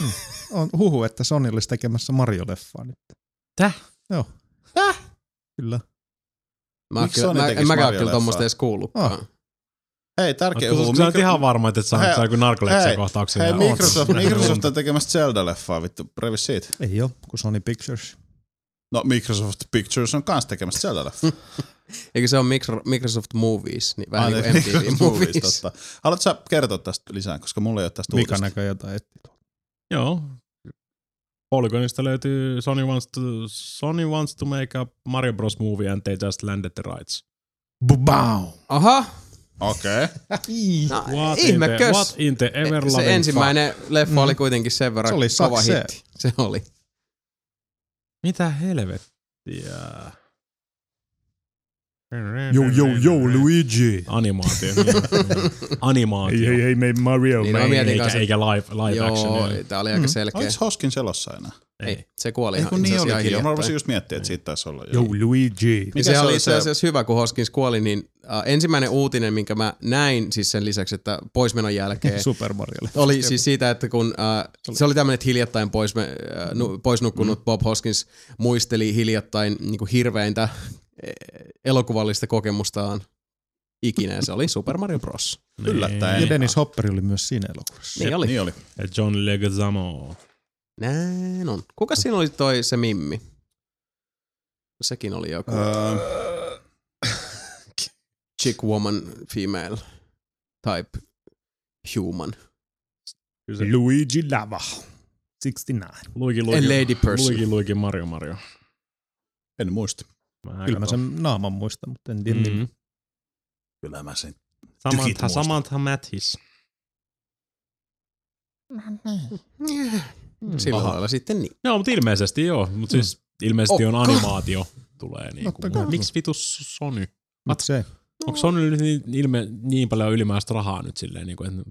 Speaker 4: Hmm. On huhu, että Sony olisi tekemässä Mario-leffaa nyt.
Speaker 5: Täh?
Speaker 4: Joo. Täh? Kyllä.
Speaker 3: Mä, oon
Speaker 1: Miksi
Speaker 3: kyllä,
Speaker 1: Sony
Speaker 3: mä,
Speaker 1: tekis
Speaker 3: en mäkään
Speaker 1: Mario-leffaa?
Speaker 3: kyllä tuommoista edes kuullutkaan.
Speaker 4: Ah.
Speaker 1: Hei, tärkeä
Speaker 5: Ootko
Speaker 1: huhu.
Speaker 5: sä nyt ihan varma, että et saa-
Speaker 1: Hei,
Speaker 5: saa joku narkolepsia
Speaker 1: hei,
Speaker 5: kohtauksia
Speaker 1: Hei,
Speaker 5: ja oot
Speaker 1: Microsoft,
Speaker 5: nähnyt
Speaker 1: Microsoft
Speaker 5: unta.
Speaker 1: on tekemässä Zelda-leffaa, vittu, previs siitä.
Speaker 4: Ei ole, kun Sony Pictures.
Speaker 1: No Microsoft Pictures on kans tekemässä Zelda-leffaa.
Speaker 3: Eikö se ole Micro- Microsoft Movies, niin vähän niin kuin
Speaker 1: Anteeksi,
Speaker 3: MTV
Speaker 1: Microsoft
Speaker 3: Movies.
Speaker 1: Movies, totta. Haluatko sä kertoa tästä lisää, koska mulla ei ole tästä
Speaker 4: Mika
Speaker 1: uutista.
Speaker 4: näkö jotain etti.
Speaker 5: Joo. Polygonista löytyy Sony wants to, Sony wants to make a Mario Bros. movie and they just landed the rights.
Speaker 4: Bubau!
Speaker 3: Aha,
Speaker 1: Okei. Okay.
Speaker 3: no,
Speaker 5: What in
Speaker 3: ihme
Speaker 5: the, what
Speaker 3: kös.
Speaker 5: in the ever loving
Speaker 3: Se ensimmäinen
Speaker 5: fuck?
Speaker 3: leffa
Speaker 1: Mm.
Speaker 3: oli kuitenkin sen verran
Speaker 5: Se oli
Speaker 3: kova
Speaker 5: success.
Speaker 3: hitti. Se oli. Niin,
Speaker 5: Mitä helvettiä?
Speaker 11: Yo, yo, yo, Luigi.
Speaker 5: Animaatio. niin, niin. Animaatio.
Speaker 11: Ei, ei, ei, me Mario.
Speaker 3: Niin,
Speaker 11: man.
Speaker 3: mä mietin
Speaker 5: eikä,
Speaker 3: kanssa,
Speaker 5: eikä live, live
Speaker 3: Joo,
Speaker 5: action. niin.
Speaker 3: tää oli aika selkeä.
Speaker 1: Oliko Hoskin selossa enää?
Speaker 3: Ei, se
Speaker 1: Mm.
Speaker 3: kuoli
Speaker 1: Ei
Speaker 3: ihan
Speaker 1: kun
Speaker 3: itse
Speaker 1: niin
Speaker 3: asiassa ihan
Speaker 1: olikin. jo. Mä
Speaker 3: hiljattain.
Speaker 1: rupesin just miettiä, että siitä taisi olla.
Speaker 11: Yo,
Speaker 1: joku.
Speaker 11: Luigi.
Speaker 3: Ja se oli itse asiassa hyvä, kun Hoskins kuoli, niin äh, ensimmäinen uutinen, minkä mä näin siis sen lisäksi, että poismenon jälkeen
Speaker 4: Super Mario.
Speaker 3: oli siis siitä, että kun äh, se oli tämmöinen, että hiljattain pois, me, äh, nu, pois nukkunut Bob Hoskins muisteli hiljattain niin kuin hirveintä eh, elokuvallista kokemustaan ikinä, ja se oli Super Mario Bros.
Speaker 1: Yllättäen.
Speaker 4: Ja Dennis Hopper oli myös siinä elokuvassa.
Speaker 3: Niin oli.
Speaker 1: Niin oli.
Speaker 5: Ja John Leguizamo.
Speaker 3: Näin on. Kuka siinä oli toi se mimmi? Sekin oli joku.
Speaker 1: Öö,
Speaker 3: chick woman female type human.
Speaker 11: Luigi Lava. 69.
Speaker 5: Luigi,
Speaker 3: A
Speaker 5: Luigi,
Speaker 3: lady person.
Speaker 5: Luigi, Luigi, Mario, Mario.
Speaker 1: en muista.
Speaker 5: Mä
Speaker 4: Kyllä mä
Speaker 5: katon.
Speaker 4: sen naaman muistan, mutta en tiedä. Mm.
Speaker 5: Mm.
Speaker 1: Kyllä mä sen. Tykit
Speaker 5: Samantha,
Speaker 1: muista.
Speaker 5: Samantha Mathis.
Speaker 3: Mm, Sillä
Speaker 5: Aha.
Speaker 3: lailla sitten niin.
Speaker 5: Joo, mutta ilmeisesti joo. Mutta siis ilmeisesti on
Speaker 3: Okka.
Speaker 5: animaatio tulee. Niin
Speaker 4: Mm. Totta
Speaker 5: kuin,
Speaker 4: kai. No.
Speaker 5: miksi vitus Sony?
Speaker 4: Miksei?
Speaker 5: Onko Sony nyt niin, ilme, niin paljon ylimääräistä rahaa nyt silleen, niin kuin, että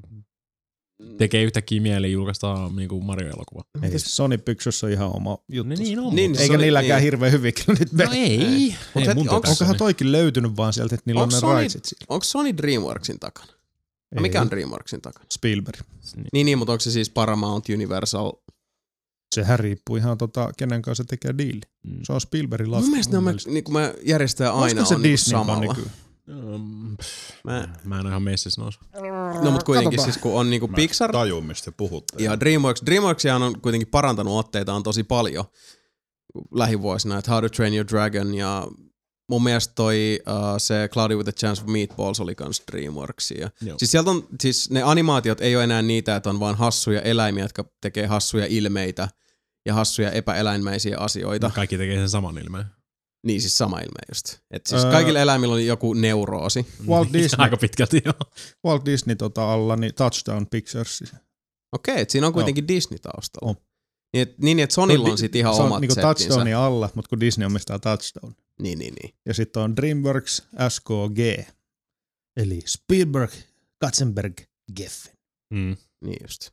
Speaker 5: tekee yhtäkkiä mieli julkaista niin kuin Mario-elokuva?
Speaker 4: Ei, Sony Pictures on ihan oma juttu.
Speaker 5: niin on.
Speaker 3: Niin,
Speaker 5: mutta-
Speaker 4: Eikä
Speaker 3: Sony-
Speaker 4: niilläkään
Speaker 3: niin.
Speaker 4: hirveän hyvin kyllä nyt
Speaker 5: No ei.
Speaker 3: Mut
Speaker 5: ei
Speaker 3: et-
Speaker 5: mun
Speaker 3: onks-
Speaker 5: onkohan
Speaker 4: Onkohan toikin löytynyt vaan sieltä, että niillä on
Speaker 3: Onko
Speaker 4: ne
Speaker 3: Sony,
Speaker 4: rightsit siellä.
Speaker 3: onko Sony DreamWorksin takana? No mikä
Speaker 4: Ei.
Speaker 3: on DreamWorksin takana?
Speaker 4: Spielberg.
Speaker 3: Niin, niin mutta onko se siis Paramount Universal?
Speaker 4: Sehän riippuu ihan tota, kenen kanssa se tekee diili.
Speaker 5: Mm.
Speaker 4: Se on Spielbergin
Speaker 3: Mun
Speaker 4: lasku.
Speaker 3: mielestä ne on, niin kuin mä järjestää aina
Speaker 4: Olisiko
Speaker 3: on
Speaker 4: se
Speaker 3: niinku
Speaker 4: Disney vaan
Speaker 3: samalla.
Speaker 4: nykyään?
Speaker 3: Mä,
Speaker 5: Mä en ole ihan messissä noissa.
Speaker 3: no mutta kuitenkin
Speaker 4: Katsotaan.
Speaker 3: siis kun on niinku
Speaker 1: Mä
Speaker 3: Pixar
Speaker 1: tajun, mistä puhutte.
Speaker 3: ja DreamWorks. DreamWorksihan on kuitenkin parantanut otteitaan tosi paljon lähivuosina. Että How to Train Your Dragon ja mun mielestä toi uh, se Cloudy with a Chance of Meatballs oli kans DreamWorksia.
Speaker 5: Joo.
Speaker 3: Siis sieltä on, siis ne animaatiot ei ole enää niitä, että on vaan hassuja eläimiä, jotka tekee hassuja ilmeitä ja hassuja epäeläinmäisiä
Speaker 4: No.
Speaker 3: asioita.
Speaker 5: Kaikki tekee sen saman ilmeen.
Speaker 3: Niin siis sama ilme just. Et siis
Speaker 4: Öö.
Speaker 3: kaikilla eläimillä on joku neuroosi.
Speaker 4: Walt Disney.
Speaker 5: Aika pitkälti joo.
Speaker 4: Walt Disney tota alla, niin Touchdown Pictures.
Speaker 3: No Okei, et siinä on kuitenkin Disney taustalla.
Speaker 4: On.
Speaker 3: Niin, et, niin, että Sonilla
Speaker 4: Di-
Speaker 3: on sit ihan
Speaker 4: se on
Speaker 3: omat
Speaker 4: niinku
Speaker 3: settinsä.
Speaker 4: Touchdownin alla, mutta kun Disney omistaa Touchdown.
Speaker 3: Niin, niin, niin.
Speaker 4: Ja sitten on DreamWorks SKG. Eli Spielberg, Katzenberg Geffen.
Speaker 5: Mm.
Speaker 3: Niin just.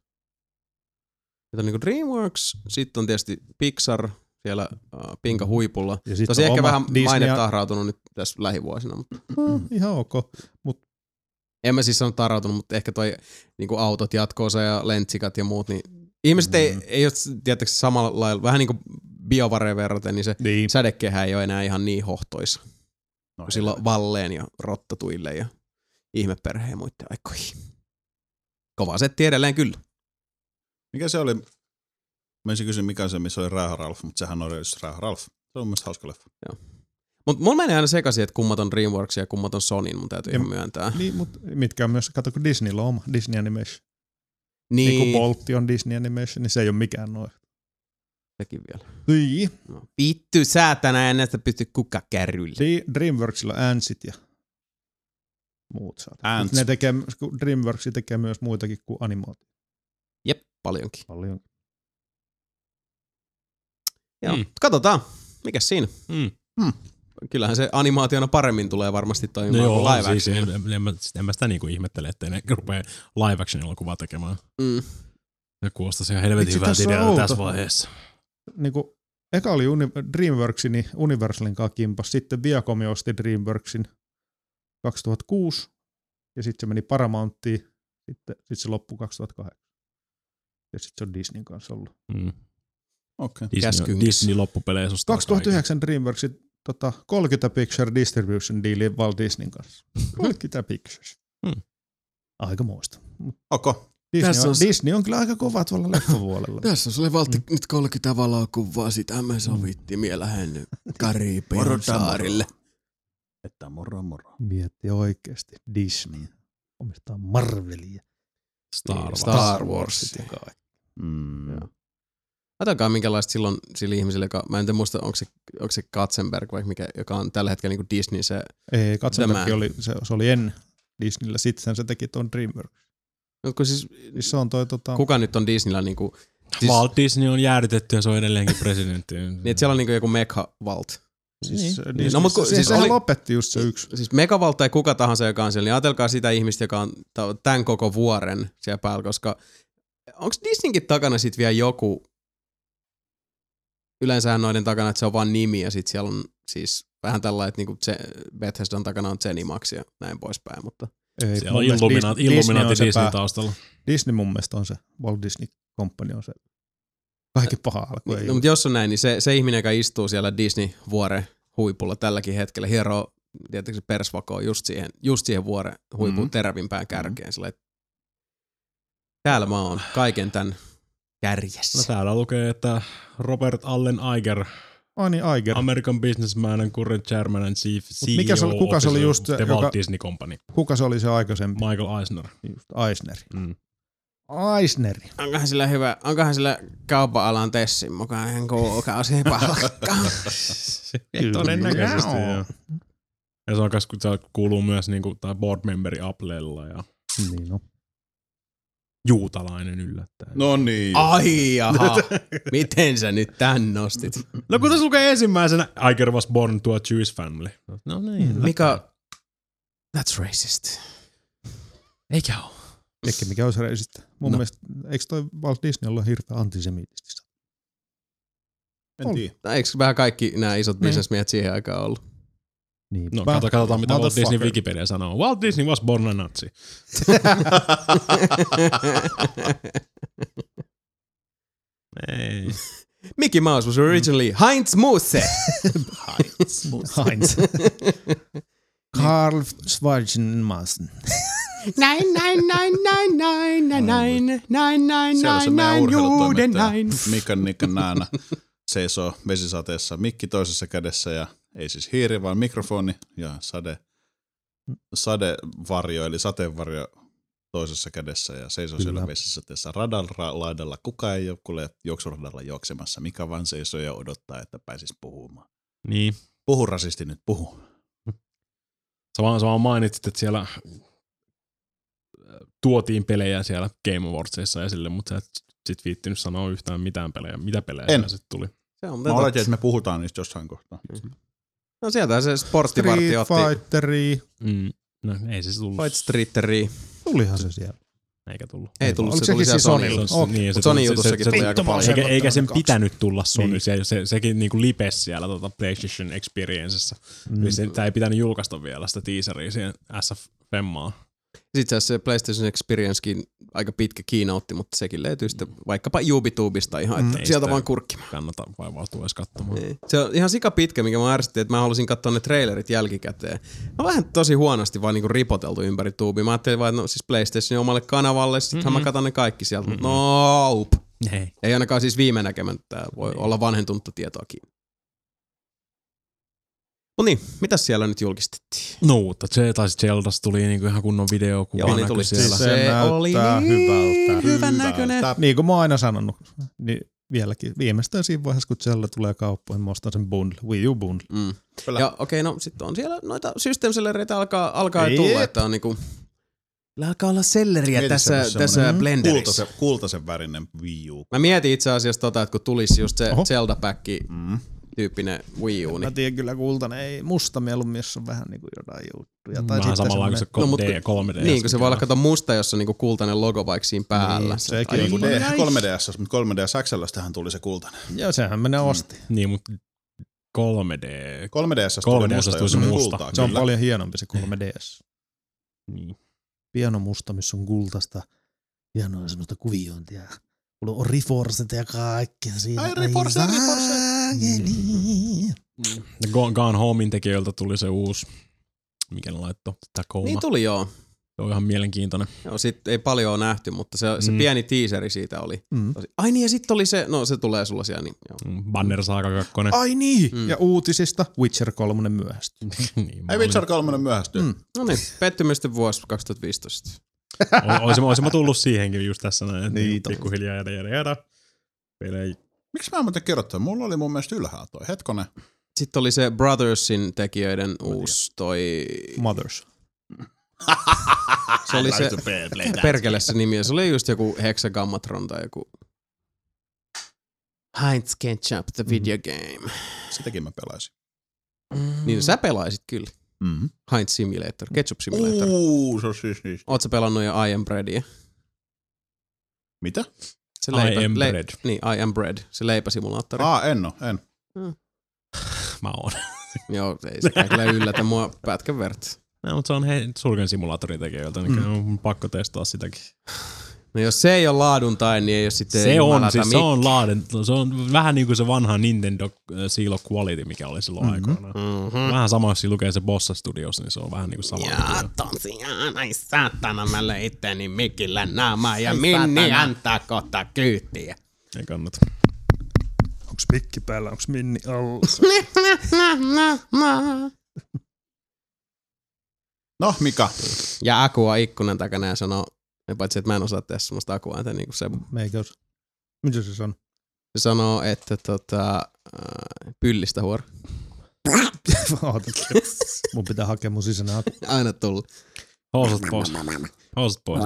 Speaker 3: Nyt on niinku DreamWorks, sitten on tietysti Pixar siellä äh, pinka huipulla.
Speaker 4: Ja sit
Speaker 3: Tosi
Speaker 4: on
Speaker 3: ehkä
Speaker 4: oma
Speaker 3: vähän Hmm.
Speaker 4: Disney-
Speaker 3: maine tahrautunut nyt tässä lähivuosina, mutta
Speaker 4: Mm, ihan ok. Mut
Speaker 3: en mä siis sano tahrautunut, mutta ehkä toi niinku autot jatkoosa ja lentsikat ja muut, niin ihmiset mm. ei, ei ole tietysti samalla lailla, vähän niinku biovareen verraten, niin se niin. sädekehä ei ole enää ihan niin hohtoisa. No, silloin valleen ja rottatuille ja ihmeperheen ja muiden aikoihin. Kova setti edelleen kyllä.
Speaker 1: Mikä se oli? Mä ensin kysyin, mikä se, missä oli Rähä Ralf, mutta sehän oli just Rähä Ralf. Se on mun mielestä hauska leffa.
Speaker 3: Mutta mulla menee aina sekaisin, että kummat on DreamWorks ja kummat on Sonyin, mun täytyy
Speaker 4: Ja-
Speaker 3: ihan myöntää.
Speaker 4: Niin, mutta mitkä on myös, kato kun Disneyllä on oma Disney Animation.
Speaker 3: Niin.
Speaker 4: niin kuin Boltti on Disney Animation, niin se ei ole mikään noin.
Speaker 3: Sekin vielä.
Speaker 4: Niin.
Speaker 3: No, vittu säätänä, en näistä pysty kuka kärrylle.
Speaker 4: Di- Dreamworksilla Antsit ja muut saat.
Speaker 1: Ants.
Speaker 4: Ne tekee, kun Dreamworks tekee myös muitakin kuin animaatio.
Speaker 3: Jep, paljonkin.
Speaker 4: Paljon.
Speaker 3: Joo.
Speaker 4: Mm.
Speaker 3: Mm. Katsotaan, mikä siinä. Hmm.
Speaker 5: Mm.
Speaker 1: Mm.
Speaker 3: Kyllähän se animaationa paremmin tulee varmasti
Speaker 4: Niin
Speaker 3: toimimaan no kuin live
Speaker 5: siis,
Speaker 3: action.
Speaker 5: en, en, en, mä- sitä- en mä sitä niinku ihmettele, ettei ne rupee live action elokuvaa tekemään.
Speaker 3: Mm.
Speaker 5: Se kuulostaisi ihan helvetin
Speaker 4: Miksi
Speaker 5: hyvältä
Speaker 4: tässä on
Speaker 5: idealta
Speaker 4: outo?
Speaker 5: tässä vaiheessa.
Speaker 4: Niin kuin, eka oli Uni- Dreamworksin niin Universalin kanssa kimpas, sitten Viacom osti Dreamworksin 2006 ja sitten se meni Paramounttiin, sitten, sitten se loppui 2008. Ja sitten se on Disneyn kanssa ollut.
Speaker 5: Mm.
Speaker 1: Okei.
Speaker 5: Disney,
Speaker 4: Käskynkissä.
Speaker 5: Disney loppupeleissä ostaa
Speaker 4: 2009 Dreamworksin tota, 30 Picture Distribution deali Walt Disneyn kanssa. 30 Pictures.
Speaker 5: Hmm.
Speaker 4: Aika muista.
Speaker 1: Okay.
Speaker 4: Disney
Speaker 14: Tässä
Speaker 4: on,
Speaker 14: on
Speaker 4: on,
Speaker 14: se-
Speaker 4: Disney on kyllä aika kova tuolla leffapuolella.
Speaker 14: Tässä on sulle valtti mm. nyt 30 valokuvaa sit MS-ovittimia lähennyt Karibian
Speaker 4: Moro, moro.
Speaker 14: saarille.
Speaker 1: Että moro moro.
Speaker 4: Mietti oikeasti Disney. Omistaa Marvelia.
Speaker 5: Star Wars.
Speaker 3: Niin, Star Wars.
Speaker 4: Ja kaikki.
Speaker 1: Mm.
Speaker 3: Ajatelkaa minkälaista silloin sillä ihmisellä, joka, mä en tiedä muista, onko se, onko se Katzenberg vai mikä, joka on tällä hetkellä niin Disney se
Speaker 4: Ei,
Speaker 3: Tämä.
Speaker 4: Katzenberg oli, se, se oli ennen Disneyllä. Sitten se teki tuon Dreamworks.
Speaker 3: Mut kun siis,
Speaker 4: siis se on toi, tota,
Speaker 3: Kuka nyt on Disneyllä niin kuin,
Speaker 5: Siis... Walt Disney on jäädytetty ja se on edelleenkin presidentti.
Speaker 3: niin että siellä on niin kuin joku Mekavalt.
Speaker 4: Siis,
Speaker 3: Niin. No, mut kun, siis
Speaker 4: sehän
Speaker 3: oli,
Speaker 4: lopetti just se yksi.
Speaker 3: siis Megavalt tai kuka tahansa, joka on siellä, niin ajatelkaa sitä ihmistä, joka on ta- tämän koko vuoren siellä päällä, koska onko Disneykin takana sitten vielä joku, yleensähän noiden takana, että se on vaan nimi ja sitten siellä on siis vähän tällainen, että niinku se, Bethesdan takana on Zenimax ja näin poispäin, mutta
Speaker 4: Ei,
Speaker 5: Siellä
Speaker 4: mun
Speaker 5: on
Speaker 4: mielestä
Speaker 5: Illumina-
Speaker 4: Dis-
Speaker 5: Illuminati
Speaker 4: on se
Speaker 5: Disney
Speaker 4: pää.
Speaker 5: taustalla.
Speaker 4: Disney mun mielestä on se. Walt Disney Company on se. Kaikki paha alku. ei
Speaker 3: no,
Speaker 4: ole.
Speaker 3: mutta jos on näin, niin se, se ihminen, joka istuu siellä Disney-vuoren huipulla tälläkin hetkellä, hieroo tietenkin persvakoa just siihen, just siihen vuoren huipun
Speaker 1: Mhm.
Speaker 3: mm-hmm. terävimpään kärkeen. Sillä, että täällä mä oon kaiken tämän kärjessä.
Speaker 5: No täällä lukee, että Robert Allen Iger,
Speaker 4: Ai niin, Iger.
Speaker 5: American businessman and current chairman and chief CEO
Speaker 4: mikä se oli- kuka se oli
Speaker 5: officer
Speaker 4: just
Speaker 5: of
Speaker 4: se,
Speaker 5: the Walt
Speaker 4: joka-
Speaker 5: Disney Company.
Speaker 4: Kuka se oli se aikaisempi?
Speaker 5: Michael Eisner.
Speaker 4: Just Eisner.
Speaker 5: Mm.
Speaker 4: Eisner.
Speaker 3: Onkohan sillä hyvä, onkohan sillä kaupan alan tessin mukaan ihan kuukausi palkkaa.
Speaker 5: Todennäköisesti, joo. Ja se, on, kas- se kuuluu myös niinku, tai board memberi Applella ja
Speaker 4: niin no.
Speaker 5: juutalainen yllättäen.
Speaker 1: No niin.
Speaker 3: Ai jaha, miten sä nyt tän nostit?
Speaker 5: No kun tässä lukee ensimmäisenä, Iger was born to a Jewish family. No niin.
Speaker 3: Mika, that's racist. Eikä oo.
Speaker 4: Eikä mikä olisi reisistä. Mun
Speaker 3: No.
Speaker 4: no. mielestä, eikö toi Walt Disney olla hirveä antisemitististä?
Speaker 1: En tiedä.
Speaker 3: Tai Eikö vähän kaikki nämä isot bisnesmiehet siihen aikaan ollut?
Speaker 4: Niin.
Speaker 5: No katsotaan, katsotaan mitä Walt Disney Wikipedia sanoo. Walt Disney was born a Nazi. Ei.
Speaker 3: Mickey Mouse was originally Heinz Muse. Heinz
Speaker 4: Muse. Heinz. Karl Schwarzenmassen.
Speaker 8: Näin, näin, näin, näin, näin, näin, näin, näin, näin,
Speaker 1: Siellä se
Speaker 8: näin,
Speaker 1: meidän
Speaker 8: näin, juuden
Speaker 1: urheilutoimittaja
Speaker 8: näin.
Speaker 1: Mika Nika Naana seisoo vesisateessa mikki toisessa kädessä ja ei siis hiiri vaan mikrofoni ja sade, sadevarjo eli sateenvarjo toisessa kädessä ja seisoo
Speaker 4: Kyllä.
Speaker 1: siellä vesisateessa radan ra- laidalla. Kuka ei ole kuule juoksuradalla juoksemassa. Mika vaan seisoo ja odottaa, että pääsis puhumaan.
Speaker 5: Niin.
Speaker 1: Puhu rasisti nyt, puhu.
Speaker 5: Sä vaan, sä vaan mainitsit, että siellä äh, tuotiin pelejä siellä Game Awardsissa esille, mutta sä et sit viittinyt sanoa yhtään mitään pelejä. Mitä pelejä
Speaker 1: En.
Speaker 5: siellä sit tuli?
Speaker 3: Se on
Speaker 1: Mä oletin, että me puhutaan niistä jossain kohtaa.
Speaker 3: No sieltä se sporttivartti
Speaker 4: Street
Speaker 3: otti.
Speaker 4: Fighteri.
Speaker 5: Mm. No ei se tullut.
Speaker 3: Fight Streeteri.
Speaker 4: Tulihan se siellä.
Speaker 5: Eikä tullut.
Speaker 3: Ei tullut, se tuli siellä Sonylla.
Speaker 5: Se- Niin,
Speaker 3: Mut
Speaker 5: se
Speaker 3: Sony
Speaker 5: tuli- se-
Speaker 3: jutussakin
Speaker 5: se-
Speaker 3: tuli
Speaker 5: se-
Speaker 3: aika paljon.
Speaker 5: Eikä, eikä sen
Speaker 3: Kaksi.
Speaker 5: pitänyt tulla Sony.
Speaker 3: Niin.
Speaker 5: Se, se, sekin niinku lipes siellä tota PlayStation Experiencessä.
Speaker 3: Mm.
Speaker 5: Mm. Se, tää ei pitänyt julkaista vielä sitä teaseria siihen SF Femmaan.
Speaker 3: Sitten se PlayStation Experiencekin aika pitkä kiinautti, mutta sekin löytyy sitten vaikkapa YouTubeista ihan, että
Speaker 5: Ei
Speaker 3: sieltä
Speaker 5: sitä
Speaker 3: vaan kurkkimaan.
Speaker 5: Kannata vaivautua edes katsomaan.
Speaker 3: Niin. Se on ihan sika pitkä, mikä mä ärsytti, että mä halusin katsoa ne trailerit jälkikäteen. Mä vähän tosi huonosti vaan niinku ripoteltu ympäri tuubia. Mä ajattelin vaan, että no siis PlayStation omalle kanavalle, sittenhän mä katson ne kaikki sieltä, mutta nope.
Speaker 5: Ei.
Speaker 3: Ei ainakaan siis viime näkemän, tää voi olla vanhentunutta tietoakin. No niin, mitäs siellä nyt julkistettiin?
Speaker 5: No, mutta se tai sitten Zeldasta tuli niinku ihan kunnon videokuva.
Speaker 3: Joo, niin
Speaker 5: näkyi
Speaker 3: tuli.
Speaker 5: siellä.
Speaker 3: Se oli niin hyvän näköinen.
Speaker 4: Niin kuin mä oon aina sanonut, niin vieläkin viimeistään siinä vaiheessa, kun Zelda tulee kauppoihin, mä ostan sen bundle, Wii U bundle.
Speaker 3: Mm. Ja okei, okay, no sitten on siellä noita systeemsellereitä alkaa, alkaa
Speaker 4: Jep.
Speaker 3: tulla, että on niinku... Sillä alkaa olla selleriä
Speaker 1: Mieti
Speaker 3: tässä-
Speaker 1: semmonen
Speaker 3: tässä
Speaker 1: semmonen mm,
Speaker 3: blenderissä.
Speaker 1: Kultaisen, kultaisen värinen Wii U.
Speaker 3: Mä mietin itse asiassa tota, että kun tulisi just se zelda pack
Speaker 1: Mm.
Speaker 3: tyyppinen Wii U,
Speaker 4: Mä
Speaker 3: niin...
Speaker 4: tiedän kyllä kultainen, ei musta mieluummin, jos on vähän niin kuin jotain juttuja.
Speaker 5: Vähän samalla kuin se
Speaker 4: semmonen-
Speaker 5: No, mut- 3D,
Speaker 3: Niin, kun
Speaker 5: jos
Speaker 3: se voi olla kato musta, jossa on niinku kultainen logo vaikka siinä päällä.
Speaker 4: Niin,
Speaker 3: Se-
Speaker 1: Sekin
Speaker 3: ai-
Speaker 1: on niinku- kuin
Speaker 3: ai-
Speaker 1: D- 3DS, mutta 3DS XLstähän tuli se kultainen.
Speaker 4: Joo, sehän menee osti.
Speaker 5: Niin, mutta 3D.
Speaker 1: 3DS tuli
Speaker 5: 3D
Speaker 1: musta,
Speaker 5: tuli se
Speaker 1: jos
Speaker 5: musta.
Speaker 1: kultaa,
Speaker 4: Se on
Speaker 1: kyllä.
Speaker 4: paljon hienompi se 3DS.
Speaker 5: Niin.
Speaker 4: Pieno musta, missä on kultaista hienoa semmoista kuviointia. Mulla on Reforcet ja kaikkea siinä.
Speaker 1: Ai, Reforce, Reforce.
Speaker 4: Niin, saakeli.
Speaker 5: Ja Gone, Gone Homein tekijöiltä tuli se uusi, mikä ne laittoi, Tacoma.
Speaker 3: Niin tuli joo.
Speaker 5: Se on ihan mielenkiintoinen.
Speaker 3: Joo, sit ei paljon ole nähty, mutta se, se
Speaker 5: Mm.
Speaker 3: pieni teaseri siitä oli.
Speaker 4: Mm.
Speaker 3: Ai niin, ja sitten oli se, no se tulee sulla siellä, niin joo.
Speaker 5: Mm, Banner Saga 2.
Speaker 3: Ah,
Speaker 4: Ai niin, mm. ja uutisista Witcher 3 myöhästyy.
Speaker 5: niin,
Speaker 1: Ei Witcher 3 myöhästyy.
Speaker 4: Mm.
Speaker 3: No niin, pettymysten vuosi 2015.
Speaker 5: Oisin, oisin mä tullut siihenkin just tässä näin, että niin, pikkuhiljaa jäädä, jäädä, jäädä. Pelejä.
Speaker 1: Miksi mä en muuten kerrottu? Mulla oli mun mielestä ylhäällä toi. Hetkonen.
Speaker 3: Sitten oli se Brothersin tekijöiden uusi toi...
Speaker 4: Mothers.
Speaker 3: se oli se...
Speaker 1: Like to play- play that.
Speaker 3: Perkele se nimi. ja Se oli just joku Hexagammatron tai joku... Heinz Ketchup, the
Speaker 5: Mm.
Speaker 3: video game.
Speaker 1: Sitäkin mä pelaisin.
Speaker 3: Niin sä pelaisit kyllä.
Speaker 1: Mm-hmm.
Speaker 3: Heinz Simulator,
Speaker 5: Mm.
Speaker 3: Ketchup Simulator.
Speaker 1: Uu, se on siis niistä.
Speaker 3: Oot sä pelannut jo I am breadia?
Speaker 1: Mitä?
Speaker 3: Se
Speaker 1: I
Speaker 3: leipä,
Speaker 1: am
Speaker 3: lei-
Speaker 1: bread.
Speaker 3: Niin, I am bread. Se
Speaker 5: Ah.
Speaker 3: leipäsimulaattori.
Speaker 1: Aa, en oo, en.
Speaker 5: Mä oon.
Speaker 3: Joo, ei sekään kyllä yllätä mua pätkän verta.
Speaker 5: No, mutta se on hei, sulken simulaattorin tekijöiltä, niin
Speaker 3: Mm.
Speaker 5: mm. on pakko testaa sitäkin.
Speaker 3: No jos se ei ole laadun tai, niin ei ole sitten
Speaker 5: Se on,
Speaker 3: jumalata
Speaker 5: siis se
Speaker 3: mit-
Speaker 5: on laaden, se on vähän niin kuin se vanha Nintendo äh, Silo Quality, mikä oli silloin
Speaker 3: Mhm.
Speaker 5: mm-hmm. aikoinaan.
Speaker 3: Mhm.
Speaker 5: Vähän sama, jos siinä lukee se Bossa Studios, niin se on vähän niin kuin sama.
Speaker 3: Jaa, tosiaan, ai saatana, mä löin itteeni mikillä naamaa ja Minni
Speaker 10: saatana.
Speaker 3: antaa kohta kyytiä.
Speaker 5: Ei kannata.
Speaker 11: Onks pikki päällä, onks minni alla?
Speaker 1: No, Mika.
Speaker 3: Ja Akua ikkunan takana ja sanoo, ja paitsi että mä en osaa tehdä semmoista Akua, että niin kuin se,
Speaker 4: Meikäs. Mitä se sanoo?
Speaker 3: se sanoo, että tota, äh, pyllistä huora.
Speaker 4: Oota. Mun pitää hakea mun sisäinen aku.
Speaker 3: Aina tullut.
Speaker 5: Housut pois. Housut pois.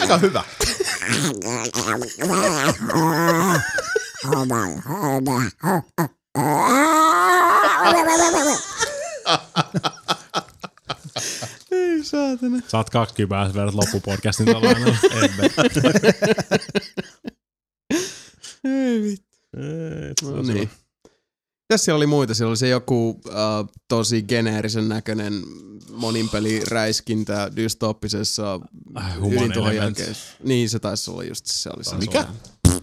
Speaker 1: Aika hyvä.
Speaker 3: Ei saatana.
Speaker 5: Sä oot kaksi kypää, sä vedät loppupodcastin tällainen.
Speaker 4: Emme.
Speaker 3: Ei vittu. No niin. Mitäs siellä oli muita? Siellä oli se joku äh, tosi geneerisen näköinen moninpeliräiskintä dystooppisessa
Speaker 5: Human
Speaker 3: ydintuhon
Speaker 5: Element.
Speaker 3: jälkeen. Niin se taisi olla just se. Oli se
Speaker 5: Mikä? Hu-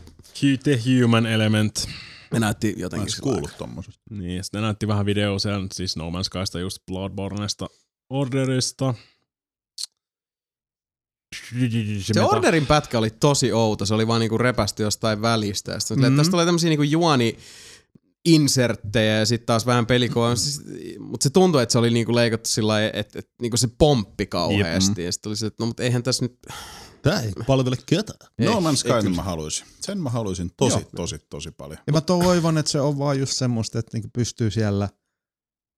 Speaker 5: The Human Element.
Speaker 3: Ne näytti jotenkin
Speaker 1: Olis kuullut tommosesta.
Speaker 5: Niin, ja sitten ne näytti vähän videoa siellä, siis No Man's Skysta, just Bloodborneista, Orderista.
Speaker 3: Se
Speaker 5: Meta-
Speaker 3: Orderin pätkä oli tosi outo. Se oli vaan niinku repästy jostain välistä. Ja sitten mm-hmm.
Speaker 5: Mhm.
Speaker 3: tässä tulee tämmöisiä niinku juoni inserttejä ja sitten taas vähän pelikoa. Siis, mutta se tuntui, että se oli niinku leikattu sillä lailla, että, että niinku se pomppi kauheasti. Ja sitten oli se, että no mutta eihän tässä nyt...
Speaker 4: Tää ei palvele ketään.
Speaker 1: No
Speaker 3: Ei,
Speaker 1: Man's
Speaker 3: ei kyllä.
Speaker 1: Skyn mä haluisin. Sen mä haluisin tosi, tosi, tosi, paljon.
Speaker 4: Ja mä toivon, että se on vaan just semmoista, että niinku pystyy siellä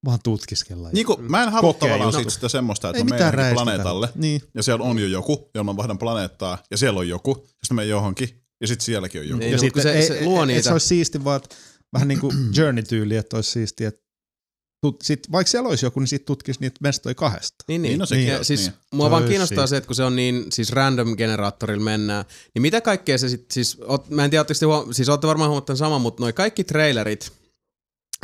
Speaker 4: vaan tutkiskella.
Speaker 1: Niin kuin, mä en halua
Speaker 4: Kokeilu.
Speaker 1: tavallaan siitä sitä semmoista, että
Speaker 4: Ei
Speaker 1: mä
Speaker 4: mitään
Speaker 1: menen johonkin
Speaker 4: räiskintää.
Speaker 1: planeetalle
Speaker 4: Niin.
Speaker 1: ja siellä on jo joku, ja mä vaihdan planeettaa ja siellä on joku, ja sitten menen johonkin Ja sitten sielläkin on joku.
Speaker 4: ja sitten se, ei, se luo niitä. se olisi siisti vaan, että vähän niin kuin journey-tyyli, että olisi siisti, että tut, sit, vaikka siellä olisi joku, niin sitten tutkisi niitä mestoja kahdesta.
Speaker 3: Niin, niin. ja, siis niin. Mua vaan kiinnostaa se, että kun se on niin, siis random generaattorilla mennään, niin mitä kaikkea se sitten, siis, oot, mä en tiedä, ootteko te huom- siis ootte varmaan huomattanut saman, mutta noi kaikki trailerit,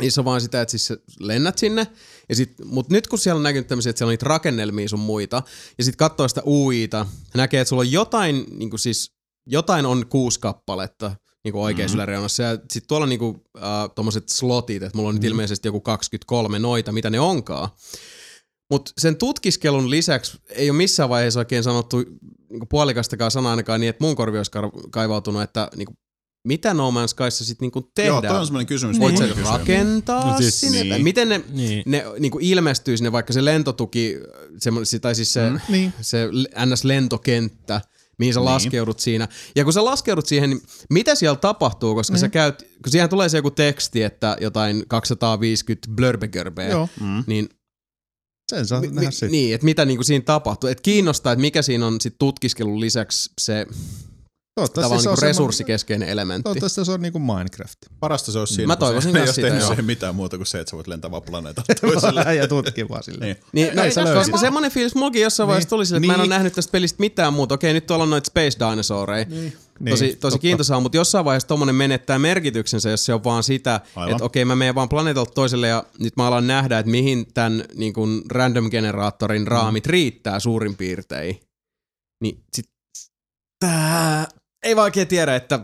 Speaker 3: niissä on vaan sitä, että siis sä lennät sinne, ja sit, mut nyt kun siellä on näkynyt tämmöisiä, että siellä on niitä rakennelmia sun muita, ja sitten katsoo sitä UIta, näkee, että sulla on jotain, niin kuin siis, jotain on kuusi kappaletta, niin
Speaker 1: Mhm.
Speaker 3: oikeassa mm-hmm. yläreunassa. Ja sitten tuolla on niinku, äh, tommoset slotit, että mulla on
Speaker 1: Mhm.
Speaker 3: mm-hmm. nyt ilmeisesti joku 23 noita, mitä ne onkaan. Mutta sen tutkiskelun lisäksi ei ole missään vaiheessa oikein sanottu niinku puolikastakaan sanaa ainakaan niin, että mun korvi olisi kar- kaivautunut, että niinku, mitä No Man's Skyssa sitten niinku tehdään?
Speaker 1: Joo, toi on semmoinen kysymys.
Speaker 3: Voit
Speaker 1: mitä
Speaker 3: sä
Speaker 1: kysyä.
Speaker 3: rakentaa no, siis, sinne? Niin. Miten ne,
Speaker 5: Niin.
Speaker 3: niin. ne niinku ilmestyy sinne, vaikka se lentotuki, semmo- si- tai siis se, mm, niin. se l- NS-lentokenttä, mihin sä niin. laskeudut siinä. Ja kun sä laskeudut siihen, niin mitä siellä tapahtuu, koska niin.
Speaker 4: Mm.
Speaker 3: sä käyt, kun siihen tulee se joku teksti, että jotain 250 blörbegörbeä,
Speaker 4: Joo.
Speaker 3: mm. niin
Speaker 4: Sen saa nähdä sitten.
Speaker 3: niin, että mitä niinku siinä tapahtuu. Et kiinnostaa, että mikä siinä on sit tutkiskelun lisäksi se
Speaker 4: Toivottavasti
Speaker 3: tavallaan
Speaker 4: siis se on
Speaker 3: niinku
Speaker 4: semmo-
Speaker 3: resurssikeskeinen elementti.
Speaker 4: Toivottavasti se on niinku Minecraft.
Speaker 1: Parasta se olisi siinä,
Speaker 3: Mä
Speaker 1: kun se-
Speaker 3: toivoisin
Speaker 1: ne ei
Speaker 3: kans
Speaker 1: olisi
Speaker 3: sitä,
Speaker 1: tehnyt
Speaker 3: joo.
Speaker 1: siihen mitään muuta kuin se, että sä voit lentää vaan planeetalta toiselle.
Speaker 4: ja tutki vaan silleen.
Speaker 3: Niin, näin, sä koska semmonen fiilis mulki jossain
Speaker 4: Niin.
Speaker 3: vaiheessa tuli sille, että mä en
Speaker 4: Niin.
Speaker 3: ole nähnyt tästä pelistä mitään muuta. Okei, nyt tuolla on noita Space Dinosaureja.
Speaker 4: Niin.
Speaker 3: Tosi,
Speaker 4: Niin,
Speaker 3: tosi
Speaker 4: totta.
Speaker 3: kiintosaa, mutta jossain vaiheessa tommonen menettää merkityksensä, jos se on vaan sitä,
Speaker 1: Aivan.
Speaker 3: että okei, mä menen vaan planeetalta toiselle ja nyt mä alan nähdä, että mihin tämän niin kun random generaattorin raamit riittää suurin piirtein. Niin sit tää... Ei vaan oikein tiedä, että...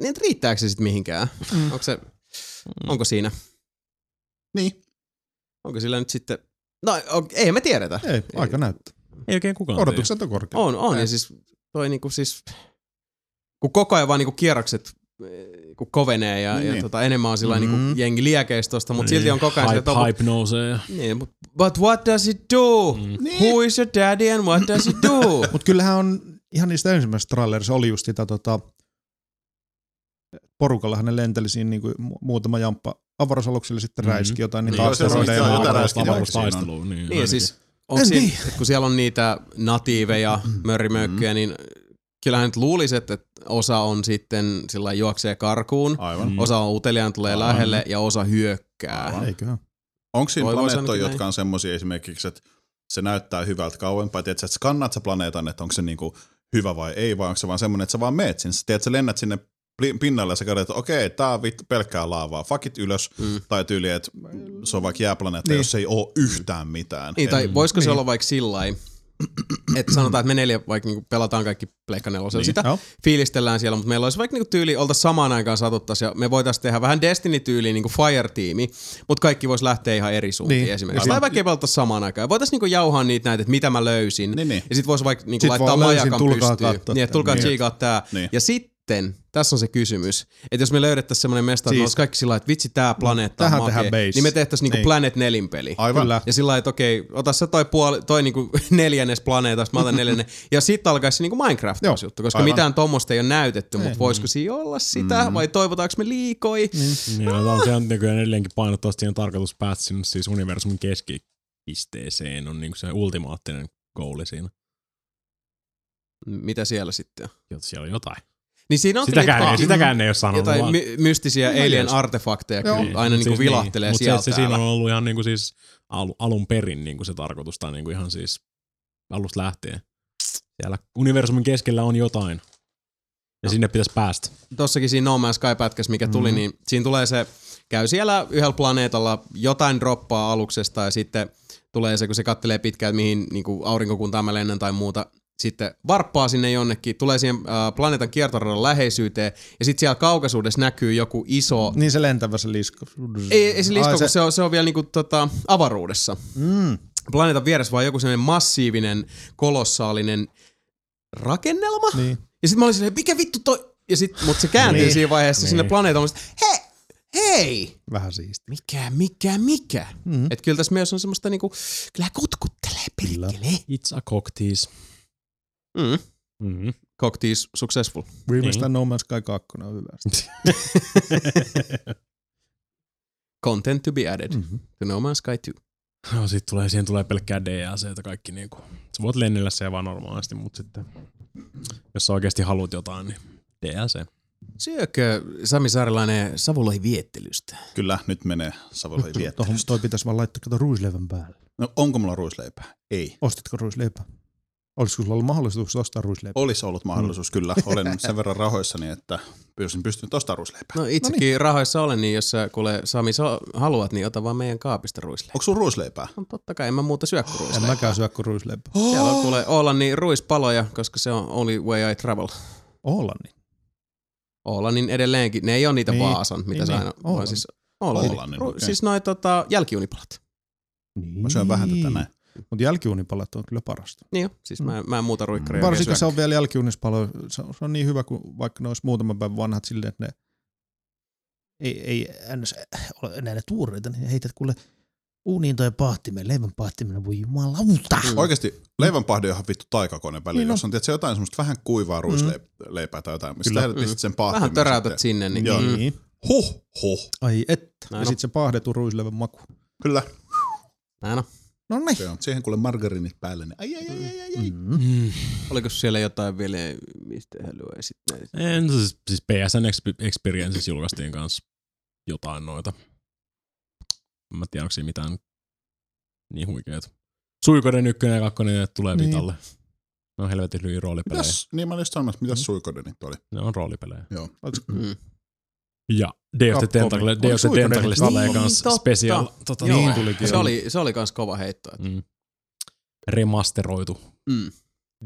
Speaker 3: Niin, että riittääkö se sitten mihinkään? Mm. Onko se... Onko siinä?
Speaker 1: Niin.
Speaker 3: Onko sillä nyt sitten... No, o- ei me tiedetä.
Speaker 4: Ei, aika näyttää.
Speaker 5: Ei oikein kukaan
Speaker 4: Odotukset on korkeat.
Speaker 3: On, on. Ja siis toi niinku siis, kun koko ajan vaan niinku kierrokset eh, kun kovenee ja,
Speaker 5: Niin,
Speaker 3: ja
Speaker 5: niin.
Speaker 3: tota, enemmän on sillä mm.
Speaker 5: Mm. Niin.
Speaker 3: niinku jengi liekeistosta, mutta silti on koko ajan
Speaker 5: hype,
Speaker 3: sillä,
Speaker 5: hype nousee.
Speaker 3: Niin, mut, but what does it do? Mm. Who is your daddy and what does it do?
Speaker 4: Mutta kyllähän on ihan niistä ensimmäisistä trailerissa oli just sitä tota, porukallahan ne lenteli siinä niinku mu- muutama jamppa avaruusalukselle sitten
Speaker 5: Mhm.
Speaker 4: mm-hmm. räiski jotain niitä
Speaker 5: Niin, joo, se on
Speaker 4: asteroideja.
Speaker 5: jotain-
Speaker 4: ja
Speaker 5: jotain
Speaker 4: muuta.
Speaker 5: räiski- avaruustaistelua, niin
Speaker 3: Niin,
Speaker 5: ainakin.
Speaker 3: siis
Speaker 4: En
Speaker 3: on siinä,
Speaker 4: tiedä.
Speaker 3: että kun siellä on niitä natiiveja, mörrimöykkyjä, niin kyllähän nyt luulisi, että että osa on sitten sillä lailla juoksee karkuun,
Speaker 5: Mm.
Speaker 1: Aivan.
Speaker 3: osa on uteliaan tulee
Speaker 1: Aivan.
Speaker 3: lähelle ja osa hyökkää.
Speaker 4: Eiköhän.
Speaker 1: Onko siinä
Speaker 3: Voi voisi
Speaker 1: planeettoja,
Speaker 3: ainakin näin.
Speaker 1: jotka on semmoisia esimerkiksi, että se näyttää hyvältä kauempaa, tiedätkö, että skannaat sä planeetan, että onko se niinku hyvä vai ei, vai onko se vaan semmoinen, että sä vaan meet sinne, sä tiedät, sä lennät sinne pli- pinnalle ja sä katsot, että okei, tää on vittu pelkkää laavaa, fakit ylös, mm. tai tyyli, että se on vaikka jääplaneetta, niin.
Speaker 3: Niin.
Speaker 1: jos ei oo yhtään mitään.
Speaker 3: Niin, tai
Speaker 1: En-
Speaker 3: voisiko se olla vaikka sillä lailla, että sanotaan, että me neljä vaikka niinku pelataan kaikki Pleikka nelosella
Speaker 1: Niin,
Speaker 3: niin, sitä,
Speaker 1: joo.
Speaker 3: fiilistellään siellä, mutta meillä olisi vaikka niinku tyyli, olta samaan aikaan satuttais ja me voitaisiin tehdä vähän Destiny-tyyliin niinku Fire-tiimi, mutta kaikki voisi lähteä ihan eri suuntiin
Speaker 4: Niin,
Speaker 3: niin, esimerkiksi.
Speaker 4: aivan.
Speaker 3: Tai vaikka ei pelattaisi samaan aikaan. Voitaisiin niinku jauhaa niitä näitä, että mitä mä löysin.
Speaker 1: Niin, niin.
Speaker 3: Ja sit voisi vaikka niinku
Speaker 4: Sit
Speaker 3: laittaa
Speaker 4: vaan löysin,
Speaker 3: majakan
Speaker 4: tulkaa
Speaker 3: pystyyn.
Speaker 4: katsoa
Speaker 3: Niin,
Speaker 4: tää.
Speaker 3: että tulkaa
Speaker 4: Niin.
Speaker 3: tsiikaa tää.
Speaker 1: Niin.
Speaker 3: Ja sitten, tässä on se kysymys, että jos me löydettäisiin semmoinen mesta, että
Speaker 4: Siis- Mm.
Speaker 3: me olisi kaikki sillä lailla, että vitsi tää planeetta on
Speaker 4: Tähän
Speaker 3: makea,
Speaker 4: tehdään base.
Speaker 3: niin me tehtäisiin niinku
Speaker 4: Niin.
Speaker 3: Planet Nelin peli.
Speaker 4: Aivan. Kyllä.
Speaker 3: Ja sillä lailla, että okei, ota sä toi, puoli, toi niinku neljännes planeetasta, mä otan neljännen. ja sit alkaisi se niinku Minecraft
Speaker 4: Joo,
Speaker 3: juttu, koska
Speaker 4: aivan.
Speaker 3: mitään tommosta ei ole näytetty,
Speaker 4: Ei. Mm-hmm.
Speaker 3: mutta voisiko siinä olla sitä, vai toivotaanko me liikoi?
Speaker 5: Niin, tämä on, se on nykyään edelleenkin painottavasti on tarkoitus päästä sinne siis universumin keskipisteeseen, on niinku se ultimaattinen goali siinä.
Speaker 3: Mitä siellä sitten on?
Speaker 5: Jotta siellä on jotain.
Speaker 3: Niin siinä on kyllä
Speaker 5: sitäkään, ei,
Speaker 3: jotakin-
Speaker 5: sitäkään ei ole sanonut.
Speaker 3: Jotain
Speaker 5: vaan-
Speaker 3: my- mystisiä
Speaker 5: Niin,
Speaker 3: alien
Speaker 5: just.
Speaker 3: artefakteja
Speaker 5: Joo.
Speaker 3: kyllä aina
Speaker 5: Mut
Speaker 3: niinku vilahtelee
Speaker 5: niin. Mut
Speaker 3: siellä
Speaker 5: se, se siinä
Speaker 3: täällä.
Speaker 5: on ollut ihan niinku siis al- alun perin niinku se tarkoitus, tai niinku ihan siis alusta lähtien. Siellä universumin keskellä on jotain. Ja
Speaker 3: No.
Speaker 5: sinne pitäisi päästä.
Speaker 3: tossakin siinä No Man's Sky-pätkässä, mikä tuli,
Speaker 5: Mhm.
Speaker 3: mm. niin siinä tulee se, käy siellä yhdellä planeetalla, jotain droppaa aluksesta ja sitten tulee se, kun se kattelee pitkään, että mihin niin kuin aurinkokuntaan mä lennän tai muuta, sitten varppaa sinne jonnekin, tulee siihen äh, planeetan kiertoradan läheisyyteen ja sitten siellä kaukaisuudessa näkyy joku iso...
Speaker 4: Niin se lentävä se lisko.
Speaker 3: Ei, ei se lisko,
Speaker 4: Ai,
Speaker 3: kun se on, se on vielä niinku tota, avaruudessa.
Speaker 4: Mm.
Speaker 3: Planeetan vieressä vaan joku sellainen massiivinen, kolossaalinen rakennelma.
Speaker 4: Niin.
Speaker 3: Ja sitten mä olin silleen, mikä vittu toi? Ja sit, mut se kääntyy
Speaker 4: Niin.
Speaker 3: niin. siinä vaiheessa
Speaker 4: Niin.
Speaker 3: niin. sinne planeetalle. Hei, hei!
Speaker 4: Vähän siisti. Mm.
Speaker 3: Mikä, mikä, mikä? Mm-hmm. Et kyllä tässä myös on semmoista niinku, kyllä kutkuttelee perkele.
Speaker 5: It's a cocktease.
Speaker 3: Mm.
Speaker 5: Mm-hmm.
Speaker 3: Cocktease successful.
Speaker 4: Viimeistään No Man's Sky 2 on hyvä.
Speaker 3: Content to be added mm-hmm. to No Man's Sky 2.
Speaker 5: No sit tulee, siihen tulee pelkkää DLCtä kaikki niinku. Sä voit lennellä se vaan normaalisti, mut sitten Jos sä oikeasti haluat jotain, niin DLC.
Speaker 3: Syökö Sami Saarilainen Savolahi viettelystä?
Speaker 1: Kyllä, nyt menee Savolahi
Speaker 4: Tuohon
Speaker 1: viettelystä.
Speaker 4: toi pitäisi vaan laittaa kato ruisleivän päälle.
Speaker 1: No, onko mulla ruisleipää? Ei.
Speaker 4: Ostatko ruisleipää? Olisiko sulla ollut mahdollisuus ostaa ruisleipää?
Speaker 1: Olisi ollut
Speaker 3: Mm.
Speaker 1: mahdollisuus, kyllä. Olen sen verran rahoissani, että pystyn pystynyt ostamaan ruisleipää.
Speaker 3: No itsekin rahoissa olen, niin jos sä kuule Sami so, haluat, niin ota vaan meidän kaapista ruisleipää.
Speaker 1: Onko sun ruisleipää?
Speaker 3: No totta kai, Oh, en mä muuta syö kuin
Speaker 4: En
Speaker 3: ruisleipää.
Speaker 4: mäkään syö kuin ruisleipää.
Speaker 3: Siellä
Speaker 1: Oh.
Speaker 3: on kuule Oolannin ruispaloja, koska se on only way I travel.
Speaker 4: Oolannin?
Speaker 3: Oolannin edelleenkin. Ne ei ole niitä
Speaker 4: Niin.
Speaker 3: niin. Vaasan, mitä
Speaker 4: Niin,
Speaker 3: niin, sä
Speaker 4: niin.
Speaker 3: aina...
Speaker 4: Oolannin.
Speaker 3: Vaan siis Oolannin.
Speaker 4: Oolannin,
Speaker 3: Ru-
Speaker 4: okei.
Speaker 3: Siis noin tota, jälkiunipalat.
Speaker 4: Niin. Mä
Speaker 1: syön vähän tätä näin.
Speaker 4: Mutta jälkiunipalat on kyllä parasta.
Speaker 3: Niin jo, siis mä, mä en muuta ruikkaria oikein
Speaker 4: Varsinkin se
Speaker 3: syökään.
Speaker 4: on vielä jälkiunispalo. Se on, se on niin hyvä, kun vaikka ne olisi muutaman päivän vanhat silleen, että ne ei, ei ns. ole enää ne tuoreita, niin heität kuule uuniin toi pahtimen, leivän pahtimen, voi jumalauta.
Speaker 1: Oikeasti leivänpahde on ihan vittu taikakone välillä,
Speaker 4: Niin on.
Speaker 1: jos on tietysti jotain semmoista vähän kuivaa ruisleipää tai jotain, mistä
Speaker 4: Kyllä.
Speaker 1: heidät pistät sen paahtimen.
Speaker 3: Mm. Vähän töräytät
Speaker 1: sitten.
Speaker 3: sinne, niin
Speaker 1: Joo.
Speaker 4: Niin.
Speaker 1: Huh, huh.
Speaker 4: Ai että.
Speaker 3: Näin
Speaker 4: ja
Speaker 3: on.
Speaker 4: sitten se paahdetun ruisleivän maku.
Speaker 1: Kyllä.
Speaker 3: Näin on.
Speaker 4: No
Speaker 1: Se on. Siihen kuule margarinit päälle, niin ai ai ai ai ai. ai.
Speaker 3: Mm. Oliko siellä jotain vielä, mistä haluaa esittää?
Speaker 5: En, siis, siis PSN Exp- Experiences julkaistiin kanssa jotain noita. En mä tiedä, onko siinä mitään niin huikeet. Suikoden ykkönen ja kakkonen ne tulee
Speaker 1: Niin.
Speaker 5: niin. vitalle. Ne on helvetin hyviä roolipelejä.
Speaker 1: Mitäs, niin mä olin just sanomassa, mitäs suikodenit oli?
Speaker 5: Ne on roolipelejä.
Speaker 1: Joo.
Speaker 3: Mm.
Speaker 5: Ja Day of the
Speaker 1: Capcomin.
Speaker 5: Tentacle,
Speaker 1: Oli
Speaker 5: Day of the
Speaker 1: Suikoden
Speaker 5: Tentacle
Speaker 1: nyt
Speaker 5: tulee
Speaker 1: niin,
Speaker 5: kanssa
Speaker 1: totta.
Speaker 5: special. Tota,
Speaker 1: Niin
Speaker 5: noin.
Speaker 1: tulikin,
Speaker 3: Se oli, se oli kans kova heitto. että-
Speaker 5: Mm. Remasteroitu.
Speaker 3: Mm.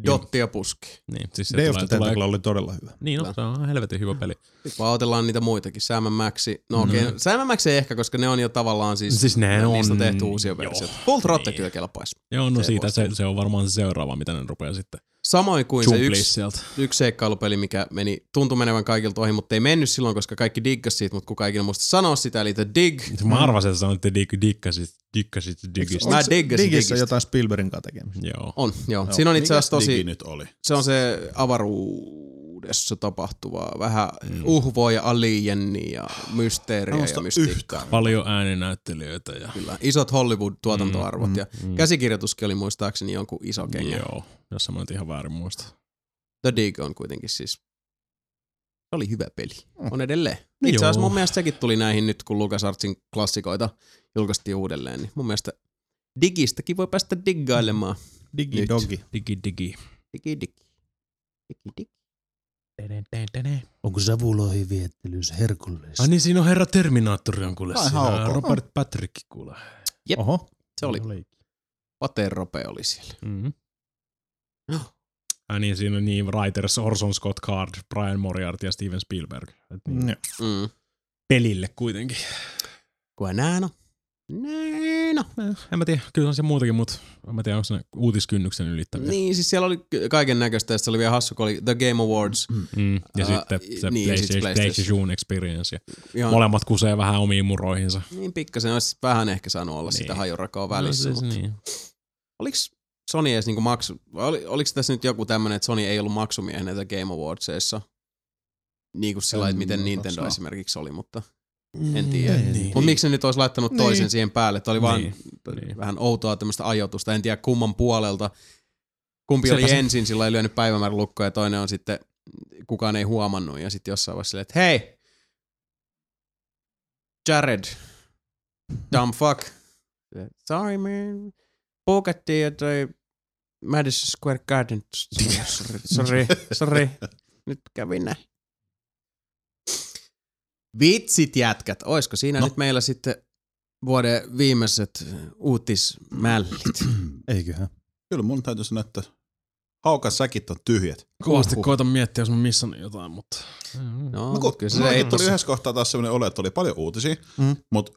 Speaker 3: Dotti ja puski.
Speaker 5: Niin, siis se
Speaker 4: Day of
Speaker 5: tulee-
Speaker 4: the
Speaker 5: tulee-
Speaker 4: Tentacle oli todella hyvä.
Speaker 5: Niin on, se on ihan helvetin hyvä peli.
Speaker 3: Vaan otellaan niitä muitakin. Sam Maxi. No okei,
Speaker 5: Mm.
Speaker 3: okay. Sam Maxi ei ehkä, koska ne on jo tavallaan siis...
Speaker 5: Siis ne
Speaker 3: Niistä
Speaker 5: on-
Speaker 3: on tehty uusia versioita. Full Throttle kyllä kelpaisi.
Speaker 5: Joo, no
Speaker 3: Se
Speaker 5: siitä
Speaker 3: voisi
Speaker 5: se, se, on varmaan se seuraava, mitä ne rupeaa sitten.
Speaker 3: Samoin kuin se
Speaker 5: Jumpliis
Speaker 3: yksi,
Speaker 5: sieltä.
Speaker 3: yksi seikkailupeli, mikä meni, tuntui menevän kaikilta ohi, mutta ei mennyt silloin, koska kaikki diggas siitä, mutta kuka ikinä muista sanoa sitä, eli The Dig.
Speaker 5: Mä arvasin, että sanoit, että dig- dikkasit, dikkasit digistä.
Speaker 3: Mä diggasin
Speaker 4: Digissä
Speaker 3: digistä.
Speaker 4: jotain Spielbergin kanssa tekemistä.
Speaker 5: Joo.
Speaker 3: On, joo.
Speaker 4: Joo.
Speaker 3: Siinä on itse
Speaker 1: Mikäs
Speaker 3: asiassa tosi...
Speaker 1: digi nyt oli?
Speaker 3: Se on se avaruudessa tapahtuvaa, vähän
Speaker 5: Mm.
Speaker 3: uhvoja, alieni ja
Speaker 1: Mä
Speaker 3: mysteeriä
Speaker 1: muista
Speaker 3: ja mystiikkaa.
Speaker 5: Paljon ääninäyttelijöitä ja...
Speaker 3: Kyllä, isot Hollywood-tuotantoarvot
Speaker 5: Mm,
Speaker 3: ja
Speaker 5: mm.
Speaker 3: käsikirjoituskin oli muistaakseni jonkun iso kengä.
Speaker 5: Joo, jos mä nyt ihan väärin muista.
Speaker 3: The Dig on kuitenkin siis, se oli hyvä peli.
Speaker 5: Mm.
Speaker 3: On edelleen.
Speaker 5: No
Speaker 3: Itse asiassa
Speaker 5: joo.
Speaker 3: mun mielestä sekin tuli näihin nyt, kun Lucas Artsin klassikoita julkaistiin uudelleen, niin mun mielestä Digistäkin voi päästä diggailemaan.
Speaker 4: Digi
Speaker 3: Nyt.
Speaker 4: dogi.
Speaker 5: Digi digi.
Speaker 3: Digi digi. Digi digi.
Speaker 7: Onko savuloihin viettelys herkullista?
Speaker 5: Ai niin, siinä on herra Terminaattori on kuule
Speaker 7: Ai
Speaker 5: siinä.
Speaker 7: hauko.
Speaker 5: Robert Patrick kuule.
Speaker 3: Jep.
Speaker 4: Oho.
Speaker 3: Se
Speaker 5: No
Speaker 3: oli.
Speaker 5: niin.
Speaker 3: Paterope oli siellä.
Speaker 5: Mm-hmm.
Speaker 3: Joo.
Speaker 5: Ai niin, siinä on niin writers Orson Scott Card, Brian Moriarty ja Steven Spielberg. Et niin.
Speaker 4: Joo.
Speaker 3: Mm.
Speaker 5: Pelille kuitenkin.
Speaker 3: Kuka nää no? Nää no.
Speaker 5: En mä tiedä, kyllä on se muutakin, mutta en mä tiedä, onko se ne uutiskynnyksen ylittäviä.
Speaker 3: Niin, siis siellä oli kaiken näköistä ja se oli vielä hassu, kun oli The Game Awards.
Speaker 5: Mm. Ja
Speaker 3: Äh,
Speaker 5: sitten se
Speaker 3: niin,
Speaker 5: niin,
Speaker 3: ja
Speaker 5: PlayStation,
Speaker 3: sitten PlayStation.
Speaker 5: PlayStation Experience. Ja
Speaker 3: Ihan-
Speaker 5: molemmat kusee vähän omiin muroihinsa.
Speaker 3: Niin pikkasen olisi vähän ehkä saanut olla niin. sitä hajurakoa välissä.
Speaker 5: No,
Speaker 3: No,
Speaker 5: siis
Speaker 3: mutta...
Speaker 5: niin.
Speaker 3: Oliks Sony edes niinku maksu... vai Oli, oliks tässä nyt joku tämmönen, että Sony ei ollut maksumiehenä näitä Game Awardsissa? Niin kuin sillä, että miten Nintendo
Speaker 5: osaa.
Speaker 3: esimerkiksi oli, mutta
Speaker 5: Mm,
Speaker 3: en tiedä.
Speaker 5: ei,
Speaker 3: Niin,
Speaker 5: niin.
Speaker 3: Mutta miksi ne nyt olisi laittanut
Speaker 5: Niin.
Speaker 3: toisen siihen päälle? Tämä oli vaan
Speaker 5: Niin,
Speaker 3: niin. vähän outoa tämmöistä ajoitusta. En tiedä kumman puolelta. Kumpi
Speaker 5: Sepä
Speaker 3: oli
Speaker 5: se.
Speaker 3: ensin, sillä ei lyönyt päivämäärä lukkoa ja toinen on sitten, kukaan ei huomannut. Ja sitten jossain vaiheessa silleen, että hei, Jared, dumb fuck. Sorry man, buukattiin ja toi Madison Square Garden. Sorry, sorry, sorry. Nyt kävi näin. Vitsit jätkät, oisko siinä no. nyt meillä sitten vuoden viimeiset uutismällit?
Speaker 4: Eiköhän.
Speaker 1: Kyllä mun täytyy sanoa, että haukan säkit on tyhjät.
Speaker 5: Kovasti
Speaker 3: Uhuh.
Speaker 5: koitan miettiä, jos mä missannut jotain, mutta...
Speaker 3: No,
Speaker 1: No, kun, kyllä se ei tuli yhdessä kohtaa taas semmoinen olo, että oli paljon uutisia,
Speaker 4: Mm.
Speaker 1: mutta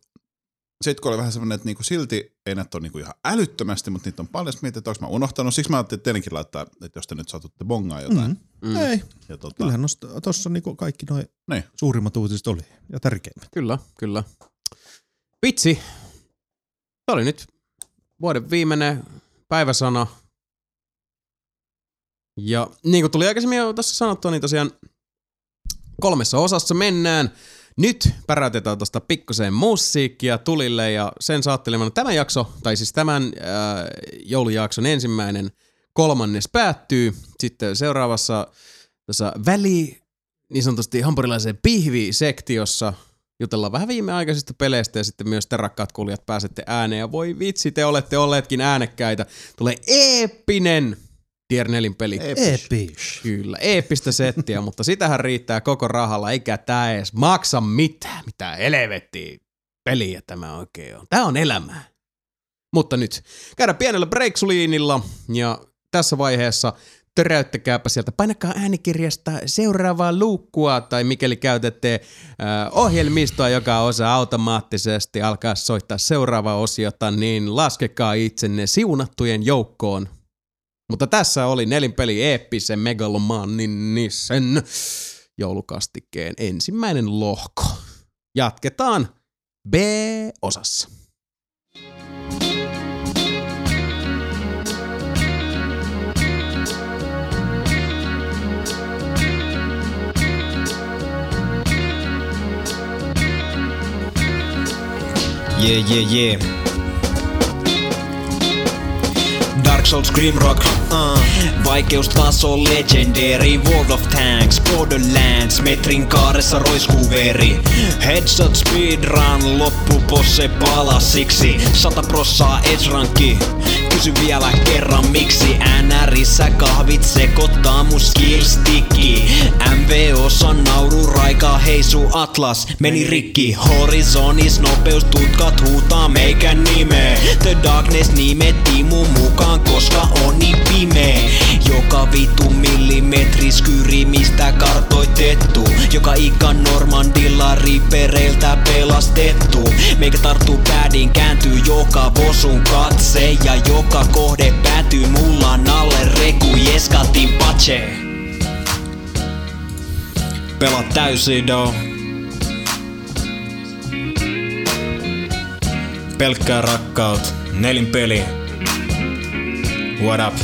Speaker 1: sitten kun oli vähän semmoinen, että niinku silti ei näitä ole niinku ihan älyttömästi, mutta niitä on paljon, sitten mietin, että onko mä unohtanut. Siksi mä ajattelin tietenkin laittaa, että jos te nyt saatatte bongaa jotain.
Speaker 4: Mm.
Speaker 3: Mm.
Speaker 4: Ei.
Speaker 1: Ja tota,
Speaker 4: Kyllähän nosta- tossa niinku kaikki noin
Speaker 1: Niin.
Speaker 4: suurimmat uutiset oli ja tärkeimmät.
Speaker 3: Kyllä, kyllä. Vitsi. Se oli nyt vuoden viimeinen päiväsana. Ja niin kuin tuli aikaisemmin jo tässä sanottua, niin tosiaan kolmessa osassa mennään. Nyt päräytetään tuosta pikkuseen musiikkia tulille ja sen saattelemana tämä jakso, tai siis tämän äh, joulujakson ensimmäinen kolmannes päättyy. Sitten seuraavassa tässä väli, niin sanotusti hampurilaiseen pihvisektiossa jutellaan vähän viimeaikaisista peleistä ja sitten myös te rakkaat kuulijat pääsette ääneen. Ja voi vitsi, te olette olleetkin äänekkäitä. Tulee eeppinen Tier 4 peli.
Speaker 4: Epish.
Speaker 3: Kyllä, eeppistä settiä, mutta sitähän riittää koko rahalla, eikä tää edes maksa mitään. Mitä helvettiä peliä tämä oikein on. Tää on elämää. Mutta nyt käydään pienellä breaksuliinilla ja tässä vaiheessa töräyttäkääpä sieltä, painakaa äänikirjasta seuraavaa luukkua tai mikäli käytätte äh, ohjelmistoa, joka osaa automaattisesti alkaa soittaa seuraavaa osiota, niin laskekaa itsenne siunattujen joukkoon. Mutta tässä oli nelinpeli eeppisen megalomannisen joulukastikkeen ensimmäinen lohko. Jatketaan B-osassa.
Speaker 5: Yeah, yeah, yeah. Dark Souls Grimrock, uh. vaikeustaso legendary World of Tanks, Borderlands, metrin kaaressa roiskuu veri Headshot speedrun, loppuposse palasiksi Sata prossaa edge-rankki, kysy vielä kerran miksi NRissä kahvit sekoittaa mun skillsticki MVOssa nauru raika heisu atlas meni rikki Horizonis nopeus tutkat huutaa meikän nimeä The Darkness nimetti mun mukaan koska on niin pimeä joka vitu millimetris kyri mistä kartoitettu Joka ikka Normandilla ripereiltä pelastettu Meikä tarttuu päädin kääntyy joka vosun katse Ja joka kohde päätyy mulla nalle reku jeskatin patse Pelaa täysido Pelkkää rakkaut, nelin peli What up?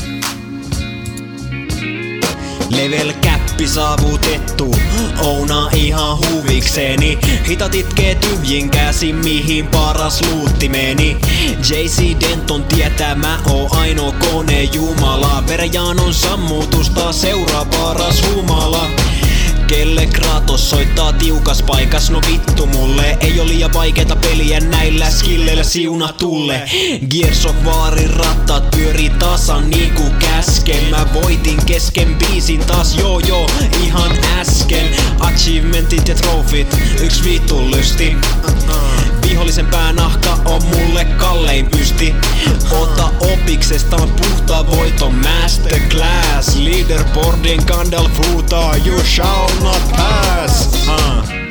Speaker 5: Level käppi saavutettu, ouna ihan huvikseni Hitat itkee tyhjin käsi, mihin paras luutti meni JC Denton tietää, mä oon ainoa kone jumala Verjaan on sammutusta, seuraa paras humala Kelle Kratos soittaa tiukas paikas, no vittu mulle Ei ole liian vaikeeta peliä näillä skilleillä siunatulle Gears of Warin rattaat pyörii tasan niinku käsken Mä voitin kesken biisin taas joo joo ihan äsken Achievementit ja trofit, yks vitun lysti Vihollisen päänahka on mulle kallein pysti Ota opiksesta on puhtaa voiton masterclass Leaderboardin Gandalf huutaa you shall not pass huh.